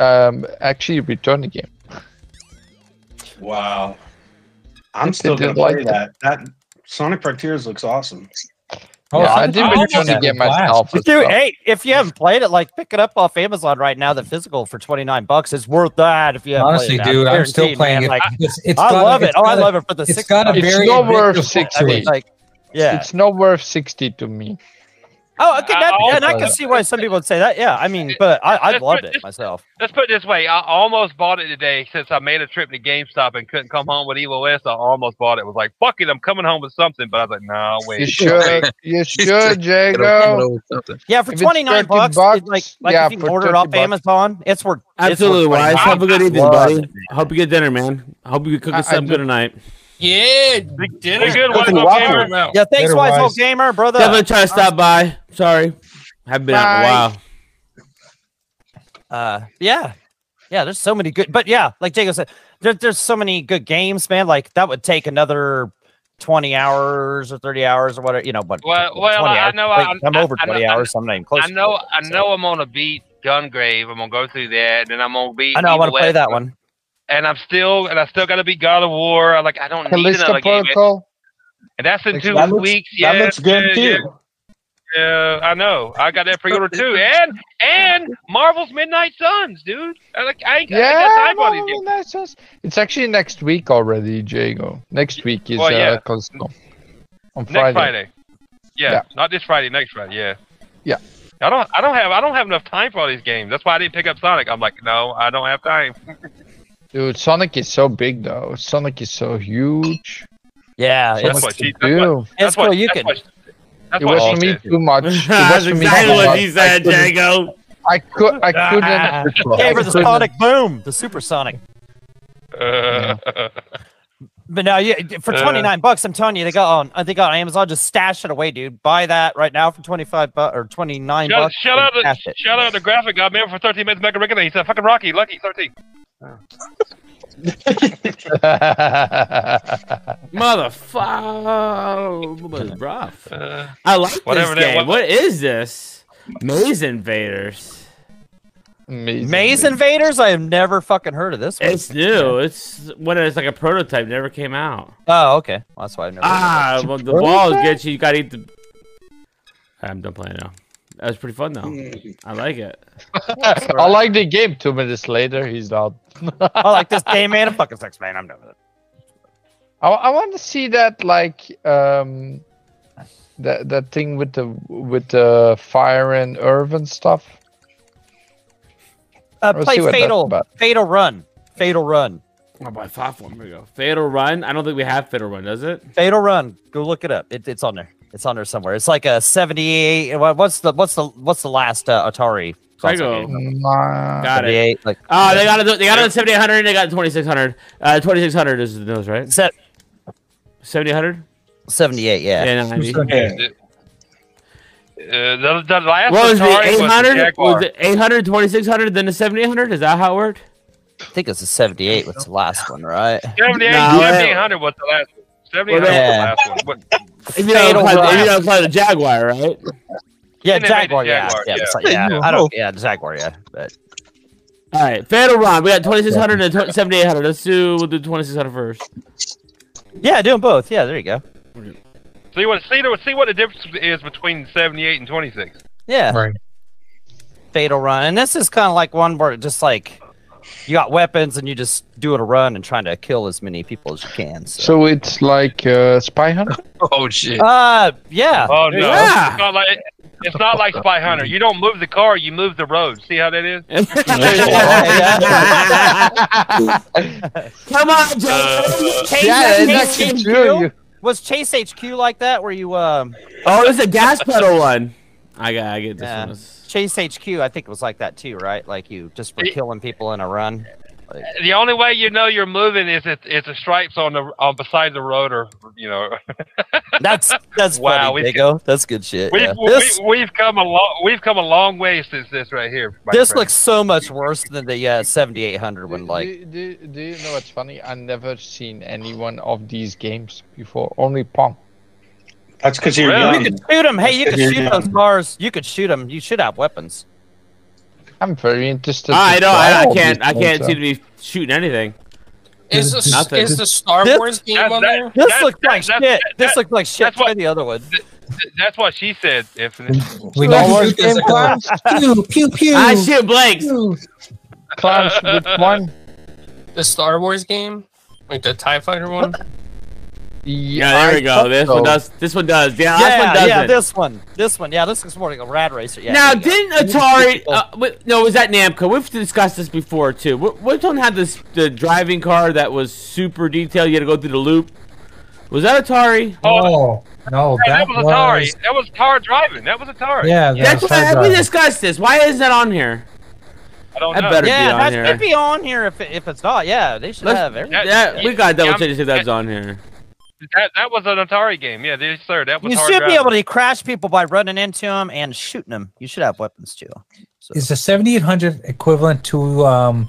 [SPEAKER 5] um, actually return the game.
[SPEAKER 7] Wow. I'm
[SPEAKER 5] They
[SPEAKER 7] still gonna
[SPEAKER 5] didn't
[SPEAKER 7] play
[SPEAKER 5] like it.
[SPEAKER 7] that. That Sonic Frontiers looks awesome.
[SPEAKER 5] Oh, Yeah, I Sonic didn't Frontiers return the is game blast. myself
[SPEAKER 4] Dude,
[SPEAKER 5] as well.
[SPEAKER 4] hey, if you haven't played it, like pick it up off Amazon right now. The physical for twenty nine bucks is worth that. If you haven't
[SPEAKER 3] Honestly,
[SPEAKER 4] played it. I
[SPEAKER 3] dude, I'm still
[SPEAKER 4] guarantee,
[SPEAKER 3] playing
[SPEAKER 4] man,
[SPEAKER 3] it.
[SPEAKER 4] Like,
[SPEAKER 3] It's- it's
[SPEAKER 4] I
[SPEAKER 3] got a-
[SPEAKER 4] love it.
[SPEAKER 3] it's
[SPEAKER 4] Oh, I
[SPEAKER 3] got a-
[SPEAKER 4] love it for the
[SPEAKER 3] it's
[SPEAKER 4] six.
[SPEAKER 3] got a
[SPEAKER 4] bucks.
[SPEAKER 3] very
[SPEAKER 5] It's not worth
[SPEAKER 3] addictive
[SPEAKER 4] I
[SPEAKER 5] sixty.
[SPEAKER 4] mean, like, yeah.
[SPEAKER 5] It's not worth sixty to me.
[SPEAKER 4] Oh, okay, that,
[SPEAKER 5] I-
[SPEAKER 4] and I
[SPEAKER 5] also-
[SPEAKER 4] can see why some people would say that. Yeah, I mean, but I, I
[SPEAKER 10] Let's
[SPEAKER 4] loved
[SPEAKER 10] put
[SPEAKER 4] it myself.
[SPEAKER 10] Let's put it this way: I almost bought it today since I made a trip to GameStop and couldn't come home with Evil West. I almost bought it. Was like, fuck it, I'm coming home with something. But I was like, nah, wait.
[SPEAKER 5] You should, you should, Jago.
[SPEAKER 4] Yeah, for
[SPEAKER 5] If it's
[SPEAKER 4] twenty nine
[SPEAKER 5] 30
[SPEAKER 4] bucks,
[SPEAKER 5] bucks,
[SPEAKER 4] it's like, like
[SPEAKER 5] yeah,
[SPEAKER 4] if you
[SPEAKER 5] for
[SPEAKER 4] order it
[SPEAKER 5] 30
[SPEAKER 4] off
[SPEAKER 5] bucks.
[SPEAKER 4] Amazon, it's worth it's worth
[SPEAKER 2] Absolutely, wise.
[SPEAKER 4] 29
[SPEAKER 2] Have a good
[SPEAKER 4] bucks.
[SPEAKER 2] evening,
[SPEAKER 4] Love
[SPEAKER 2] buddy.
[SPEAKER 4] it.
[SPEAKER 2] Hope you get dinner, man. Hope you cook
[SPEAKER 4] I-
[SPEAKER 2] us
[SPEAKER 4] I
[SPEAKER 2] up
[SPEAKER 4] do-
[SPEAKER 2] good tonight.
[SPEAKER 8] Yeah, dinner.
[SPEAKER 10] Be good, Wise Old Gamer.
[SPEAKER 4] Yeah, thanks, Wise Old Gamer, brother.
[SPEAKER 2] Definitely try to stop by. Sorry, haven't been out in a
[SPEAKER 4] Bye.
[SPEAKER 2] while.
[SPEAKER 4] uh yeah yeah there's so many good but yeah like jacob said there, there's so many good games man like that would take another 20 hours or 30 hours or whatever you know but
[SPEAKER 10] Well,
[SPEAKER 4] 20
[SPEAKER 10] well, I
[SPEAKER 4] hours.
[SPEAKER 10] know
[SPEAKER 4] Like,
[SPEAKER 10] I-
[SPEAKER 4] i'm
[SPEAKER 10] I-
[SPEAKER 4] over
[SPEAKER 10] I know-
[SPEAKER 4] 20 hours so i'm not even close
[SPEAKER 10] I know, I know, I'm gonna beat Gungrave. I'm gonna go through that, and then I'm gonna beat.
[SPEAKER 4] i know i want
[SPEAKER 10] Evil
[SPEAKER 4] to play
[SPEAKER 10] West,
[SPEAKER 4] that one
[SPEAKER 10] And I'm still, and I still gotta beat God of War. I like, I don't need
[SPEAKER 5] Callisto
[SPEAKER 10] another game. eh?
[SPEAKER 5] Protocol.
[SPEAKER 10] And that's in two
[SPEAKER 5] That looks-
[SPEAKER 10] weeks.
[SPEAKER 5] that
[SPEAKER 10] yeah,
[SPEAKER 5] looks good,
[SPEAKER 10] yeah,
[SPEAKER 5] too.
[SPEAKER 10] Yeah, Yeah, I know. I got that pre-order too, and and Marvel's Midnight Suns, dude. I like, I, ain't- I ain't got
[SPEAKER 5] Yeah,
[SPEAKER 10] time for these
[SPEAKER 5] Marvel
[SPEAKER 10] games.
[SPEAKER 5] Midnight Suns. It's actually next week already, Jago. Next week is
[SPEAKER 10] Well, yeah.
[SPEAKER 5] uh, Callisto. On
[SPEAKER 10] Next
[SPEAKER 5] Friday.
[SPEAKER 10] Friday. Yeah,
[SPEAKER 5] Yeah.
[SPEAKER 10] not this Friday. Next Friday. Yeah.
[SPEAKER 5] Yeah.
[SPEAKER 10] I don't. I don't have. I don't have enough time for all these games. That's why I didn't pick up Sonic. I'm like, no, I don't have time.
[SPEAKER 5] Dude, Sonic is so big though. Sonic is so huge.
[SPEAKER 4] yeah
[SPEAKER 5] So
[SPEAKER 4] it's,
[SPEAKER 5] much to do.
[SPEAKER 4] it's cool you can
[SPEAKER 5] It was for me too much. It was
[SPEAKER 4] That's
[SPEAKER 5] for me
[SPEAKER 4] exactly
[SPEAKER 5] too
[SPEAKER 4] what
[SPEAKER 5] much.
[SPEAKER 4] you
[SPEAKER 5] I
[SPEAKER 4] said,
[SPEAKER 5] couldn't-
[SPEAKER 4] Jago.
[SPEAKER 5] I could. I couldn't.
[SPEAKER 4] Gave her the
[SPEAKER 5] couldn't-
[SPEAKER 4] sonic boom the supersonic
[SPEAKER 10] Uh,
[SPEAKER 4] But now, yeah, for
[SPEAKER 8] Uh.
[SPEAKER 4] twenty nine bucks, I'm telling you, they got on. I think on Amazon, just stash it away, dude. Buy that right now for twenty five bucks or twenty nine
[SPEAKER 10] Shout,
[SPEAKER 4] bucks.
[SPEAKER 10] shout
[SPEAKER 4] and
[SPEAKER 10] out
[SPEAKER 4] stash
[SPEAKER 10] the
[SPEAKER 4] it.
[SPEAKER 10] shout out the graphic guy. Remember for 13 minutes back in He said, "Fucking Rocky, Lucky 13."
[SPEAKER 2] Motherfucker,
[SPEAKER 10] Uh,
[SPEAKER 2] rough. I like
[SPEAKER 10] whatever
[SPEAKER 2] this
[SPEAKER 10] that
[SPEAKER 2] game.
[SPEAKER 10] was.
[SPEAKER 2] What is this? Maze Invaders.
[SPEAKER 4] Maze Invaders. I have never fucking heard of this. One.
[SPEAKER 2] It's new. It's when it's like a prototype. Never came out.
[SPEAKER 4] Oh, okay. Well, that's why I never.
[SPEAKER 2] Ah, well, the wall is good. so You gotta eat the. I'm done playing now. That was pretty fun though.
[SPEAKER 4] Mm.
[SPEAKER 2] I like it.
[SPEAKER 5] I like the game. Two minutes later, he's out.
[SPEAKER 4] I like this game, man. I'm fucking sex, man. I'm done with it.
[SPEAKER 5] I, I want to see that like um that that thing with the with the fire and earth and stuff.
[SPEAKER 4] Uh,
[SPEAKER 5] Let's
[SPEAKER 4] play
[SPEAKER 5] see what that's
[SPEAKER 4] Fatal
[SPEAKER 5] about.
[SPEAKER 4] Fatal Run. Fatal Run.
[SPEAKER 2] Oh, by platform. Here we go. Fatal Run. I don't think we have Fatal Run, does it?
[SPEAKER 4] Fatal Run. Go look it up. It, it's on there. It's on there somewhere. It's like a seventy eight. What's the what's the what's the last uh, Atari?
[SPEAKER 2] Psycho. Got it.
[SPEAKER 4] 78, Like
[SPEAKER 2] Oh, they got a, they got a 7800 they got 2600. Uh, 2600 is the nose, right?
[SPEAKER 4] Set
[SPEAKER 2] 7800?
[SPEAKER 4] 78. Yeah.
[SPEAKER 2] Yeah, 90.
[SPEAKER 10] Uh, the, the last
[SPEAKER 2] What was the
[SPEAKER 10] Atari
[SPEAKER 2] 800?
[SPEAKER 10] Jaguar.
[SPEAKER 2] Was it 800, 2600, then the 7800? Is that how it worked?
[SPEAKER 4] I think it's a seventy eight. What's the last one, right?
[SPEAKER 10] 78,
[SPEAKER 2] No, it-
[SPEAKER 10] 7800 was the last one. 7800
[SPEAKER 4] Yeah.
[SPEAKER 10] was the last one. What-
[SPEAKER 2] If you don't apply, if you don't apply the Jaguar, right?
[SPEAKER 4] Yeah,
[SPEAKER 10] And they made
[SPEAKER 4] Jaguar.
[SPEAKER 10] the
[SPEAKER 4] Yeah,
[SPEAKER 10] Jaguar,
[SPEAKER 4] yeah,
[SPEAKER 10] yeah.
[SPEAKER 4] it's like- yeah. I don't. Yeah, Jaguar. Yeah, but
[SPEAKER 2] All right, Fatal Run. We got 2600 and 20- 7800. Let's do, we'll do 2600 first.
[SPEAKER 4] yeah, doing both. Yeah, there you go.
[SPEAKER 10] See what see, the- see what the difference is between 78 and 26.
[SPEAKER 4] Yeah. Fatal run, and this is kind of like one where it just like you got weapons and you just doing a run and trying to kill as many people as you can. So.
[SPEAKER 5] So it's like uh, spy hunter.
[SPEAKER 1] Oh shit.
[SPEAKER 4] Uh, yeah.
[SPEAKER 10] Oh no,
[SPEAKER 4] Yeah.
[SPEAKER 10] it's not like it's not like Spy Hunter. You don't move the car, you move the road. See how that is?
[SPEAKER 2] Oh, Come on, Jason.
[SPEAKER 4] Chase,
[SPEAKER 5] Uh,
[SPEAKER 4] Chase
[SPEAKER 5] yeah, it's actually
[SPEAKER 4] HQ?
[SPEAKER 5] true. You-
[SPEAKER 4] Was Chase HQ like that? Where you um
[SPEAKER 2] Oh, it's a gas pedal one. I got, I get this one.
[SPEAKER 4] Chase HQ? I think it was like that too, right? Like you just were killing people in a run. Like,
[SPEAKER 10] The only way you know you're moving is if it's the stripes on the on beside the road, or you know.
[SPEAKER 4] that's that's
[SPEAKER 10] Wow,
[SPEAKER 4] funny,
[SPEAKER 10] we-
[SPEAKER 4] Diego. That's good shit.
[SPEAKER 10] We've,
[SPEAKER 4] yeah.
[SPEAKER 10] we,
[SPEAKER 4] This-
[SPEAKER 10] we've come a long we've come a long way since this right here. my
[SPEAKER 4] this
[SPEAKER 10] friend.
[SPEAKER 4] looks so much worse than the uh, 7800 one. Like,
[SPEAKER 5] do, do, do you know what's funny? I've never seen any one of these games before. Only Pong.
[SPEAKER 7] That's because you're
[SPEAKER 5] Really?
[SPEAKER 7] young.
[SPEAKER 5] You could
[SPEAKER 4] shoot them. Hey, you
[SPEAKER 5] That's
[SPEAKER 4] could
[SPEAKER 5] good.
[SPEAKER 4] shoot those cars. You could shoot them. You should have weapons.
[SPEAKER 5] I'm very interested.
[SPEAKER 2] Ah, I
[SPEAKER 5] to
[SPEAKER 2] don't. I,
[SPEAKER 5] try
[SPEAKER 2] I
[SPEAKER 5] all
[SPEAKER 2] can't.
[SPEAKER 5] these
[SPEAKER 2] I can't
[SPEAKER 5] games,
[SPEAKER 2] seem to be shooting anything.
[SPEAKER 8] Is the,
[SPEAKER 2] Nothing.
[SPEAKER 8] is the Star
[SPEAKER 2] This-
[SPEAKER 8] Wars game
[SPEAKER 10] that-
[SPEAKER 8] on
[SPEAKER 10] that-
[SPEAKER 8] there?
[SPEAKER 4] This
[SPEAKER 10] That-
[SPEAKER 4] looks
[SPEAKER 10] that-
[SPEAKER 4] like
[SPEAKER 10] that-
[SPEAKER 4] shit. this
[SPEAKER 10] that-
[SPEAKER 4] looks like shit. Try the other one.
[SPEAKER 10] Th- That's what she said, Infinite.
[SPEAKER 3] We
[SPEAKER 5] Star
[SPEAKER 3] got
[SPEAKER 5] Wars
[SPEAKER 3] to shoot
[SPEAKER 5] game
[SPEAKER 3] this. Pew, pew, pew.
[SPEAKER 2] I shoot blanks.
[SPEAKER 3] pew.
[SPEAKER 5] uh, Clash with one.
[SPEAKER 8] The Star Wars game, like the Tie Fighter one.
[SPEAKER 2] Yeah, there we go. This one does. This one does. Yeah, this one
[SPEAKER 4] Yeah,
[SPEAKER 2] doesn't.
[SPEAKER 4] yeah, this one, this one, yeah, this looks more like a rat racer. Yeah.
[SPEAKER 2] now,
[SPEAKER 4] there you
[SPEAKER 2] didn't
[SPEAKER 4] go.
[SPEAKER 2] Atari? Uh, wait, no, was that Namco? We've discussed this before too. Wh- Which one had this the driving car that was super detailed? You had to go through the loop. Was that Atari?
[SPEAKER 3] Oh no,
[SPEAKER 10] That,
[SPEAKER 3] that
[SPEAKER 10] was Atari.
[SPEAKER 3] was
[SPEAKER 10] That was Atari driving. That was Atari.
[SPEAKER 3] yeah.
[SPEAKER 2] That's
[SPEAKER 3] Atari
[SPEAKER 2] why we
[SPEAKER 3] driving.
[SPEAKER 2] discussed this. Why is that on here?
[SPEAKER 10] I don't
[SPEAKER 2] That
[SPEAKER 10] know.
[SPEAKER 2] better be
[SPEAKER 4] yeah,
[SPEAKER 2] on
[SPEAKER 4] that
[SPEAKER 2] here.
[SPEAKER 4] should be on here if, it, if it's not. Yeah, they should
[SPEAKER 2] Let's-
[SPEAKER 4] have everything.
[SPEAKER 2] yeah, we gotta double
[SPEAKER 10] Yeah,
[SPEAKER 2] check to see if that's on here.
[SPEAKER 10] That, that was an Atari game. Yeah, yes, sir. That was
[SPEAKER 4] You
[SPEAKER 10] hard
[SPEAKER 4] should be
[SPEAKER 10] driving.
[SPEAKER 4] able to crash people by running into them and shooting them. You should have weapons too.
[SPEAKER 3] Is the 7800 equivalent to um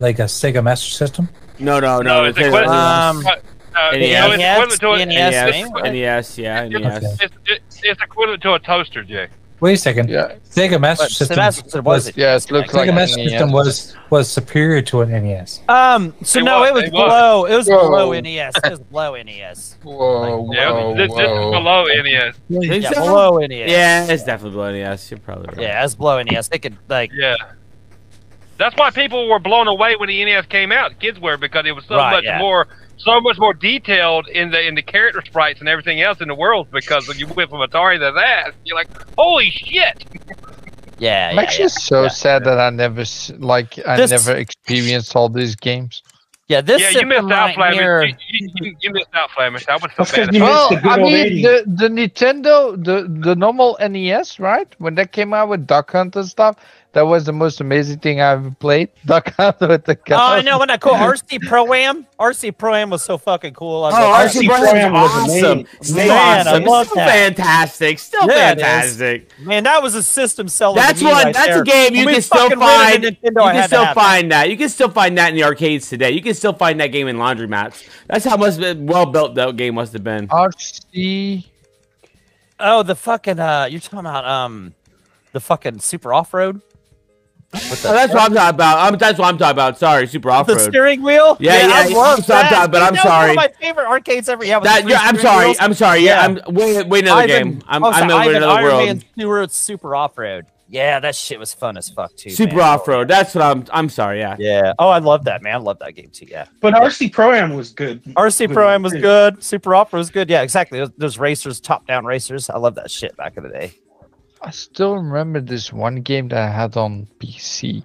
[SPEAKER 3] like a Sega Master System?
[SPEAKER 2] No, no,
[SPEAKER 10] No,
[SPEAKER 2] no.
[SPEAKER 10] it's equivalent.
[SPEAKER 3] Um,
[SPEAKER 10] uh, uh,
[SPEAKER 2] NES.
[SPEAKER 10] no, it's equivalent to a-
[SPEAKER 2] NES,
[SPEAKER 4] E
[SPEAKER 10] it's-
[SPEAKER 2] NES, NES, E yeah, NES.
[SPEAKER 10] It's, it's, it's equivalent to a toaster, Jay.
[SPEAKER 3] Wait a second.
[SPEAKER 5] Yeah.
[SPEAKER 3] Sega Master
[SPEAKER 4] But
[SPEAKER 3] System
[SPEAKER 4] Master System was it?
[SPEAKER 5] Yeah, it looks
[SPEAKER 3] Sega
[SPEAKER 5] like an
[SPEAKER 3] Master
[SPEAKER 5] NES.
[SPEAKER 3] System was was superior to an E NES.
[SPEAKER 4] Um. So
[SPEAKER 10] It
[SPEAKER 4] no,
[SPEAKER 10] was,
[SPEAKER 4] it was
[SPEAKER 10] it was.
[SPEAKER 4] below. It was
[SPEAKER 5] Whoa.
[SPEAKER 4] below NES. It was below E NES.
[SPEAKER 5] Whoa,
[SPEAKER 10] Yeah,
[SPEAKER 5] whoa,
[SPEAKER 10] this, this is
[SPEAKER 5] Oh, whoa.
[SPEAKER 10] below E NES.
[SPEAKER 2] Think
[SPEAKER 4] Yeah, E
[SPEAKER 2] so?
[SPEAKER 4] below NES.
[SPEAKER 2] Yeah, it's definitely below NES. You're probably right.
[SPEAKER 4] Yeah, it was below NES. They could like
[SPEAKER 10] Yeah. That's why people were blown away when the NES came out. Kids were because it was so
[SPEAKER 4] Right,
[SPEAKER 10] much
[SPEAKER 4] yeah.
[SPEAKER 10] more, so much more detailed in the in the character sprites and everything else in the world. Because when you went from Atari to that, you're like, holy shit!
[SPEAKER 4] yeah.
[SPEAKER 5] I'm
[SPEAKER 4] yeah,
[SPEAKER 5] actually
[SPEAKER 4] yeah.
[SPEAKER 5] so sad that I never s- like I
[SPEAKER 4] This-
[SPEAKER 5] never experienced all these games.
[SPEAKER 4] Yeah, this
[SPEAKER 10] yeah, you
[SPEAKER 4] system
[SPEAKER 10] missed out,
[SPEAKER 4] right here.
[SPEAKER 10] Flamish. You, you- you- you missed out, Flamish. I was so
[SPEAKER 7] That's 'cause
[SPEAKER 10] bad.
[SPEAKER 7] you
[SPEAKER 10] At
[SPEAKER 7] missed
[SPEAKER 5] Well,
[SPEAKER 7] the good
[SPEAKER 5] Oh, I
[SPEAKER 7] old
[SPEAKER 5] mean
[SPEAKER 7] 80s.
[SPEAKER 5] the, the Nintendo, the the normal NES, right? When that came out with Duck Hunt and stuff, that was the most amazing thing I ever played. Duck Hunt with the
[SPEAKER 4] Oh,
[SPEAKER 5] gun.
[SPEAKER 4] I know. When I cool RC Pro Am, RC Pro Am was so fucking cool. I
[SPEAKER 2] Oh,
[SPEAKER 4] was
[SPEAKER 2] RC
[SPEAKER 4] like,
[SPEAKER 7] RC
[SPEAKER 2] Brown
[SPEAKER 7] Brown
[SPEAKER 2] was
[SPEAKER 7] was
[SPEAKER 2] awesome.
[SPEAKER 7] amazing.
[SPEAKER 2] Still
[SPEAKER 4] Man, I
[SPEAKER 2] awesome.
[SPEAKER 4] love
[SPEAKER 2] Still
[SPEAKER 4] that.
[SPEAKER 2] fantastic. Still
[SPEAKER 4] Yeah, it is.
[SPEAKER 2] fantastic.
[SPEAKER 4] man, that was a system seller. to
[SPEAKER 2] That's
[SPEAKER 4] me
[SPEAKER 2] one.
[SPEAKER 4] right
[SPEAKER 2] that's
[SPEAKER 4] there.
[SPEAKER 2] a game
[SPEAKER 4] When
[SPEAKER 2] you
[SPEAKER 4] we
[SPEAKER 2] can still
[SPEAKER 4] fucking rented
[SPEAKER 2] find.
[SPEAKER 4] a
[SPEAKER 2] You
[SPEAKER 4] Nintendo, I had
[SPEAKER 2] can
[SPEAKER 4] to
[SPEAKER 2] still
[SPEAKER 4] have that.
[SPEAKER 2] find that. You can still find that in the arcades today. You can still find that game in laundromats. That's how much well built that game must have been.
[SPEAKER 5] RC.
[SPEAKER 4] Oh, the fucking uh, you're talking about um, the fucking Super Off Road,
[SPEAKER 2] Oh, that's what I'm talking about. I'm, that's what I'm talking about. Sorry, super off
[SPEAKER 4] the
[SPEAKER 2] road.
[SPEAKER 4] steering wheel.
[SPEAKER 2] Yeah, yeah,
[SPEAKER 4] I
[SPEAKER 2] yeah,
[SPEAKER 4] love
[SPEAKER 2] I'm- I'm
[SPEAKER 4] that.
[SPEAKER 2] talking- but I'm
[SPEAKER 4] That was
[SPEAKER 2] sorry.
[SPEAKER 4] One of my favorite arcades ever. Yeah, with the
[SPEAKER 2] That,
[SPEAKER 4] three
[SPEAKER 2] yeah, I'm
[SPEAKER 4] steering
[SPEAKER 2] sorry.
[SPEAKER 4] wheels.
[SPEAKER 2] I'm sorry. Yeah,
[SPEAKER 4] Yeah.
[SPEAKER 2] I'm wait, wait another
[SPEAKER 4] Ivan-
[SPEAKER 2] game. I'm,
[SPEAKER 4] oh, sorry,
[SPEAKER 2] I'm over
[SPEAKER 4] Ivan,
[SPEAKER 2] another
[SPEAKER 4] Iron
[SPEAKER 2] world.
[SPEAKER 4] Man Stewart's Super Off Road. Yeah, that shit was fun as fuck too.
[SPEAKER 2] super
[SPEAKER 4] man.
[SPEAKER 2] off road. That's what I'm. I'm sorry. Yeah.
[SPEAKER 4] Yeah. Oh, I love that man. I love that game too. Yeah.
[SPEAKER 7] But RC Pro Am was good.
[SPEAKER 4] RC Pro Am was
[SPEAKER 7] Yeah.
[SPEAKER 4] good. Super Opera was good. Yeah, exactly. Those, those racers, top down racers. I love that shit back in the day.
[SPEAKER 5] I still remember this one game that I had on PC,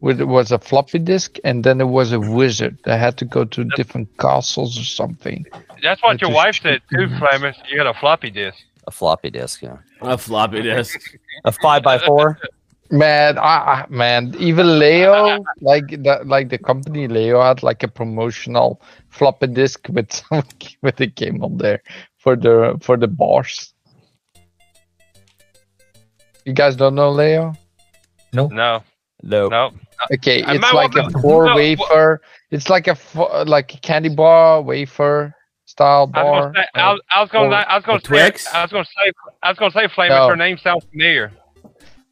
[SPEAKER 5] where it was a floppy disk, and then there was a wizard that had to go to different castles or something.
[SPEAKER 10] That's what
[SPEAKER 5] Which
[SPEAKER 10] your
[SPEAKER 5] is
[SPEAKER 10] wife said too, Flamish. You had a floppy disk.
[SPEAKER 4] A floppy disk, yeah.
[SPEAKER 2] A floppy disk.
[SPEAKER 4] A five by four.
[SPEAKER 5] Man, I, I man, even Leo, like the like the company Leo had like a promotional floppy disk with some with a game on there for the for the bars. You guys don't know Leo?
[SPEAKER 10] No,
[SPEAKER 4] No.
[SPEAKER 10] no.
[SPEAKER 5] Okay,
[SPEAKER 10] I
[SPEAKER 5] it's
[SPEAKER 10] might
[SPEAKER 5] like a
[SPEAKER 10] wanna-
[SPEAKER 5] four
[SPEAKER 10] no, wha-
[SPEAKER 5] wafer. It's like a fo- like a candy bar wafer style
[SPEAKER 10] I was
[SPEAKER 5] bar.
[SPEAKER 10] gonna say, I was, I was gonna, I was gonna
[SPEAKER 2] the
[SPEAKER 10] say,
[SPEAKER 2] Twix?
[SPEAKER 10] I was gonna say, I was gonna say, Flamish.
[SPEAKER 5] No.
[SPEAKER 10] Her name sounds familiar.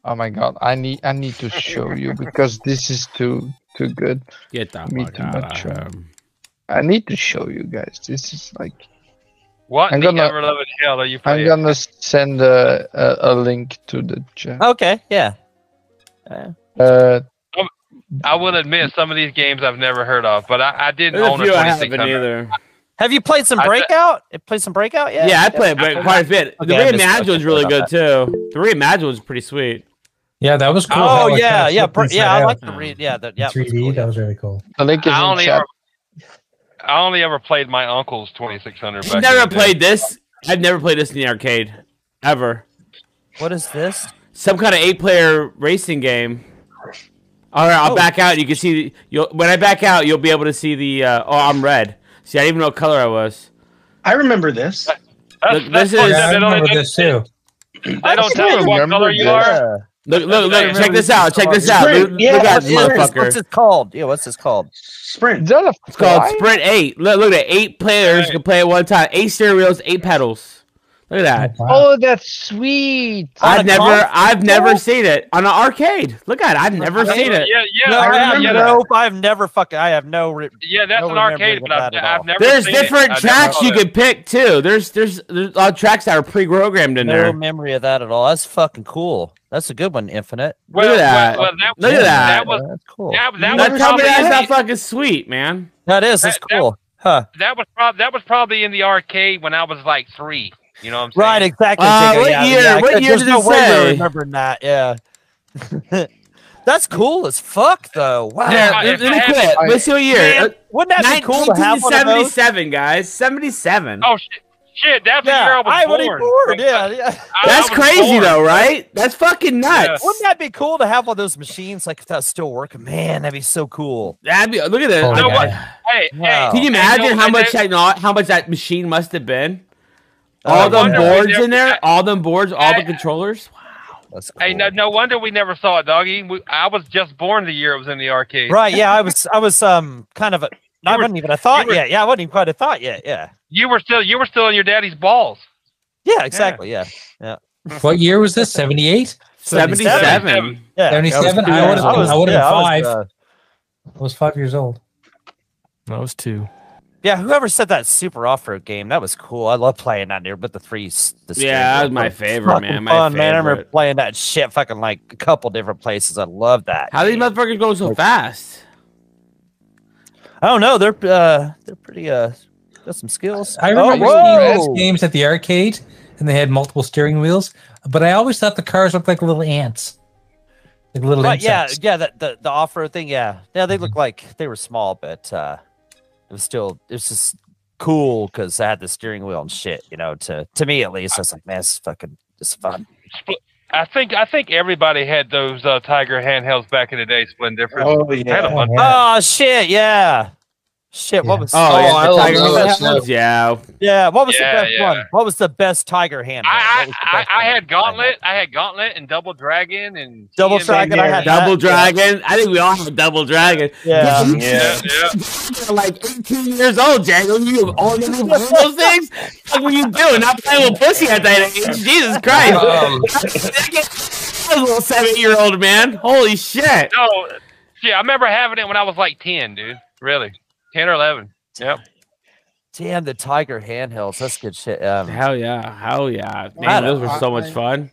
[SPEAKER 5] oh my god, I need I need to show you because this is too too good.
[SPEAKER 2] Get that um,
[SPEAKER 5] Me
[SPEAKER 2] fuck
[SPEAKER 5] too
[SPEAKER 2] out
[SPEAKER 5] much,
[SPEAKER 2] of
[SPEAKER 5] uh,
[SPEAKER 2] here.
[SPEAKER 5] I need to show you guys. This is like
[SPEAKER 10] What
[SPEAKER 5] I'm
[SPEAKER 10] in the
[SPEAKER 5] gonna-
[SPEAKER 10] ever loving hell are you
[SPEAKER 5] I'm
[SPEAKER 10] playing?
[SPEAKER 5] gonna send a, a, a link to the chat.
[SPEAKER 4] Okay, yeah.
[SPEAKER 5] Uh,
[SPEAKER 10] I will admit some of these games I've never heard of, but I, I didn't
[SPEAKER 2] There's a
[SPEAKER 10] own a
[SPEAKER 2] few I haven't
[SPEAKER 10] 2600.
[SPEAKER 2] either.
[SPEAKER 4] Have you played some
[SPEAKER 10] I bet-
[SPEAKER 4] Breakout? It played some Breakout? Yeah.
[SPEAKER 2] Yeah, I play it but quite a bit. The
[SPEAKER 4] Okay, I missed-
[SPEAKER 2] reimagined
[SPEAKER 4] okay,
[SPEAKER 2] one's really
[SPEAKER 4] about
[SPEAKER 2] good too. The reimagined one's pretty sweet.
[SPEAKER 3] Yeah, that was cool.
[SPEAKER 4] Oh
[SPEAKER 3] how it
[SPEAKER 4] yeah,
[SPEAKER 3] kinda
[SPEAKER 4] yeah,
[SPEAKER 3] flipped
[SPEAKER 4] br-
[SPEAKER 3] inside
[SPEAKER 4] yeah. I
[SPEAKER 3] out
[SPEAKER 4] like to read. Yeah, that.
[SPEAKER 3] in
[SPEAKER 4] Yeah, it was
[SPEAKER 3] 3D.
[SPEAKER 4] cool,
[SPEAKER 3] That
[SPEAKER 4] yeah.
[SPEAKER 3] was really cool.
[SPEAKER 5] the link is
[SPEAKER 10] I
[SPEAKER 5] in
[SPEAKER 10] only
[SPEAKER 5] chat.
[SPEAKER 10] ever, I only ever played my uncle's 2600.
[SPEAKER 2] I've
[SPEAKER 10] Back
[SPEAKER 2] never
[SPEAKER 10] in the day.
[SPEAKER 2] played this. I've never played this in the arcade, ever.
[SPEAKER 4] What is this?
[SPEAKER 2] Some kind of eight-player racing game. All right, I'll
[SPEAKER 4] Oh.
[SPEAKER 2] back out. You can see. The, you'll when I back out, you'll be able to see the. Uh, oh, I'm red. See, I didn't even know what color I was.
[SPEAKER 7] I remember this.
[SPEAKER 10] That's,
[SPEAKER 2] Look,
[SPEAKER 10] that's
[SPEAKER 2] this
[SPEAKER 10] what
[SPEAKER 2] is-
[SPEAKER 3] Yeah, I
[SPEAKER 10] they don't,
[SPEAKER 3] remember
[SPEAKER 10] they,
[SPEAKER 3] this too.
[SPEAKER 10] they don't tell you what
[SPEAKER 5] remember
[SPEAKER 10] color you
[SPEAKER 5] this.
[SPEAKER 10] are.
[SPEAKER 2] Look, look, look! Check this out! Check this out!
[SPEAKER 7] Sprint,
[SPEAKER 2] Look,
[SPEAKER 7] yeah,
[SPEAKER 2] look at this
[SPEAKER 4] What is this? What's
[SPEAKER 2] motherfucker!
[SPEAKER 4] it called? Yeah, what's this called?
[SPEAKER 5] Is
[SPEAKER 7] Sprint.
[SPEAKER 5] that a
[SPEAKER 2] It's called
[SPEAKER 5] fly?
[SPEAKER 2] Sprint Eight. Look, look at that. eight players can play at one time. Eight steering wheels, eight pedals. Look at that.
[SPEAKER 3] Wow.
[SPEAKER 5] Oh, that's sweet.
[SPEAKER 2] I've never, I've never seen it on an arcade. Look at it. I've never seen it.
[SPEAKER 10] Yeah, yeah,
[SPEAKER 4] No, I
[SPEAKER 10] yeah,
[SPEAKER 4] have
[SPEAKER 10] yeah, that-
[SPEAKER 4] no. I've never fucking. I have no. Re-
[SPEAKER 10] yeah, that's
[SPEAKER 4] no
[SPEAKER 10] an arcade,
[SPEAKER 4] remembering
[SPEAKER 10] but I've,
[SPEAKER 4] of that at
[SPEAKER 10] I've
[SPEAKER 4] all.
[SPEAKER 10] never.
[SPEAKER 2] There's
[SPEAKER 10] seen it.
[SPEAKER 2] different
[SPEAKER 10] I never
[SPEAKER 2] tracks
[SPEAKER 10] saw
[SPEAKER 2] you
[SPEAKER 10] it.
[SPEAKER 2] can pick too. There's, there's, there's uh, tracks that are pre-programmed in
[SPEAKER 4] no
[SPEAKER 2] there.
[SPEAKER 4] memory of that at all. That's fucking cool. That's a good one, Infinite.
[SPEAKER 10] Well,
[SPEAKER 2] Look at
[SPEAKER 10] well, well,
[SPEAKER 2] Look at that.
[SPEAKER 10] That was
[SPEAKER 4] That's cool.
[SPEAKER 10] that, that
[SPEAKER 2] Now
[SPEAKER 10] was
[SPEAKER 2] tell me
[SPEAKER 10] probably
[SPEAKER 2] that's
[SPEAKER 10] in
[SPEAKER 2] not
[SPEAKER 10] the-
[SPEAKER 2] fucking sweet, man.
[SPEAKER 4] That is. That's
[SPEAKER 10] That- that-
[SPEAKER 4] cool. Huh.
[SPEAKER 10] that was prob- that was probably in the arcade when I was like three. You know what I'm saying?
[SPEAKER 4] Right, exactly.
[SPEAKER 2] Uh,
[SPEAKER 4] Jacob.
[SPEAKER 2] what
[SPEAKER 4] yeah,
[SPEAKER 2] year-
[SPEAKER 4] yeah,
[SPEAKER 2] what
[SPEAKER 4] good.
[SPEAKER 2] year
[SPEAKER 4] There's
[SPEAKER 2] did
[SPEAKER 4] no
[SPEAKER 2] it
[SPEAKER 4] way we're
[SPEAKER 2] say?
[SPEAKER 4] remembering that. Yeah. That's cool as fuck, though. Wow.
[SPEAKER 2] Here,
[SPEAKER 10] I-
[SPEAKER 2] let,
[SPEAKER 10] I
[SPEAKER 2] let me
[SPEAKER 10] have-
[SPEAKER 2] quit. Let's see what year. Uh,
[SPEAKER 4] Man, wouldn't that be cool to have one of those?
[SPEAKER 2] 1977, guys. 77.
[SPEAKER 10] Oh shit! shit, that's the year I was
[SPEAKER 4] I
[SPEAKER 10] born.
[SPEAKER 4] would bored. Yeah, yeah.
[SPEAKER 2] That's crazy though, right? That's fucking nuts.
[SPEAKER 4] Wouldn't that be cool to have one of those machines? Like if that's still working, man, that'd be so cool.
[SPEAKER 2] That'd be, look at that.
[SPEAKER 4] Oh,
[SPEAKER 2] No,
[SPEAKER 4] my
[SPEAKER 2] what-
[SPEAKER 4] God.
[SPEAKER 10] Hey,
[SPEAKER 4] Wow.
[SPEAKER 2] Can you imagine how much that how much that machine must have been? All them
[SPEAKER 10] Oh, wonder we
[SPEAKER 2] boards
[SPEAKER 10] never-
[SPEAKER 2] in there, all them boards, all the controllers.
[SPEAKER 10] Hey, no, no wonder we never saw it, doggy. We, I was just born the year it was in the arcade.
[SPEAKER 4] Right? Yeah, I was, I was, um, kind of. A, I wasn't even a thought
[SPEAKER 10] were-
[SPEAKER 4] yet. Yeah, I wasn't even quite a thought yet. Yeah.
[SPEAKER 10] You were still you were still in your daddy's balls.
[SPEAKER 4] Yeah. Exactly. Yeah. Yeah.
[SPEAKER 3] What year was this? 78?
[SPEAKER 2] 77.
[SPEAKER 4] Yeah.
[SPEAKER 3] 77? I would have I, would have been five.
[SPEAKER 4] uh,
[SPEAKER 3] I was five years old.
[SPEAKER 12] That was two.
[SPEAKER 4] Yeah, whoever said that super off road game, that was cool. I love playing that near, but the three. s-
[SPEAKER 2] Yeah,
[SPEAKER 4] The street
[SPEAKER 2] that
[SPEAKER 4] were
[SPEAKER 2] was my
[SPEAKER 4] fucking
[SPEAKER 2] favorite, man, my
[SPEAKER 4] fun, man. I remember
[SPEAKER 2] favorite.
[SPEAKER 4] playing that shit fucking like a couple different places. I love that.
[SPEAKER 2] How these motherfuckers go so fast?
[SPEAKER 4] I don't know. They're uh, they're pretty uh, got some skills.
[SPEAKER 3] I remember
[SPEAKER 4] oh,
[SPEAKER 3] using
[SPEAKER 4] whoa!
[SPEAKER 3] US E games at the arcade and they had multiple steering wheels, but I always thought the cars looked like little ants. Like little
[SPEAKER 4] Right, yeah,
[SPEAKER 3] insects.
[SPEAKER 4] yeah. The the, the off road thing. Yeah, yeah. They
[SPEAKER 2] Mm-hmm.
[SPEAKER 4] look like they were small, but uh, it was still it was just cool because I had the steering wheel and shit. You know, to to me at least, I was like, man, this is fucking this is fun.
[SPEAKER 10] Spl- I think I think everybody had those uh, Tiger handhelds back in the day. Splendid different.
[SPEAKER 2] Oh,
[SPEAKER 10] I had a bunch.
[SPEAKER 4] Oh shit, yeah. Shit, what was
[SPEAKER 2] Oh,
[SPEAKER 4] oh,
[SPEAKER 2] yeah, the
[SPEAKER 4] yeah,
[SPEAKER 2] Tiger Woods, yeah.
[SPEAKER 4] what was
[SPEAKER 10] Yeah,
[SPEAKER 4] the best
[SPEAKER 10] yeah.
[SPEAKER 4] one? What was the best Tiger hand?
[SPEAKER 10] I, I, I, I had Gauntlet. I had Gauntlet and Double Dragon and
[SPEAKER 4] Double
[SPEAKER 10] TMNT.
[SPEAKER 4] Dragon, I had
[SPEAKER 2] Double
[SPEAKER 4] that, yeah.
[SPEAKER 2] Dragon. I think we all have a Double Dragon.
[SPEAKER 4] Yeah.
[SPEAKER 2] You-
[SPEAKER 10] Yeah,
[SPEAKER 2] You're like 18 years old, Jack. You have all these those things. What were you doing? Not playing with pussy at that age. Jesus Christ.
[SPEAKER 10] Um.
[SPEAKER 2] I was a little seven-year-old man. Holy shit.
[SPEAKER 10] No, yeah, I remember having it when I was like ten, dude. Really, ten or eleven. Yep.
[SPEAKER 4] Damn the Tiger handhelds. That's good shit. Um,
[SPEAKER 2] Hell yeah. Hell yeah. Man,
[SPEAKER 4] I
[SPEAKER 2] those
[SPEAKER 4] don't-
[SPEAKER 2] were so much fun.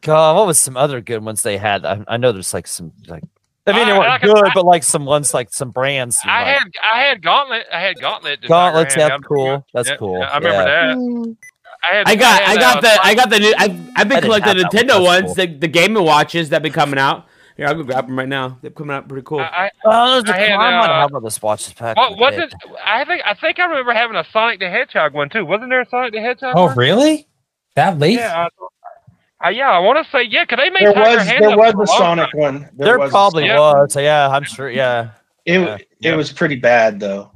[SPEAKER 4] God, what was some other good ones they had? I, I know there's like some like I mean they
[SPEAKER 10] Uh,
[SPEAKER 4] weren't
[SPEAKER 10] I can-
[SPEAKER 4] good, but like some ones like some brands. you
[SPEAKER 10] I
[SPEAKER 4] like.
[SPEAKER 10] had I had Gauntlet. I had Gauntlet. the Tiger
[SPEAKER 4] Gauntlets,
[SPEAKER 10] handheld.
[SPEAKER 4] that's cool. That's
[SPEAKER 10] Yeah,
[SPEAKER 4] cool.
[SPEAKER 10] yeah, I remember
[SPEAKER 4] Yeah.
[SPEAKER 10] that. I, had,
[SPEAKER 2] I got, I
[SPEAKER 10] had,
[SPEAKER 2] got
[SPEAKER 10] uh,
[SPEAKER 2] the, I got the new. I've, I've
[SPEAKER 4] I
[SPEAKER 2] been
[SPEAKER 4] didn't
[SPEAKER 2] collecting
[SPEAKER 4] have that one.
[SPEAKER 2] Nintendo ones,
[SPEAKER 4] That's cool.
[SPEAKER 2] the, the Game and Watches that been coming out. Here, I'll go grab them right now. They're coming out pretty cool.
[SPEAKER 10] I,
[SPEAKER 4] Oh, there's
[SPEAKER 10] I
[SPEAKER 4] a
[SPEAKER 10] had,
[SPEAKER 4] I might
[SPEAKER 10] uh,
[SPEAKER 4] have one of those watches back. in
[SPEAKER 10] What
[SPEAKER 4] the
[SPEAKER 10] was
[SPEAKER 4] day.
[SPEAKER 10] it? I think I think I remember having a Sonic the Hedgehog one too. Wasn't there a Sonic the Hedgehog?
[SPEAKER 3] Oh,
[SPEAKER 10] one?
[SPEAKER 3] really? That late?
[SPEAKER 10] Yeah. I, I, yeah, I want to say yeah. Could they make
[SPEAKER 7] There
[SPEAKER 10] Tiger
[SPEAKER 7] was
[SPEAKER 10] Hand
[SPEAKER 7] there
[SPEAKER 10] up
[SPEAKER 7] was
[SPEAKER 10] for
[SPEAKER 7] a
[SPEAKER 10] long
[SPEAKER 7] Sonic
[SPEAKER 10] time?
[SPEAKER 7] one.
[SPEAKER 4] There,
[SPEAKER 7] was a
[SPEAKER 4] probably
[SPEAKER 7] Sonic-
[SPEAKER 4] was. Yeah, I'm sure. Yeah.
[SPEAKER 7] It
[SPEAKER 4] Yeah.
[SPEAKER 7] it was pretty bad though.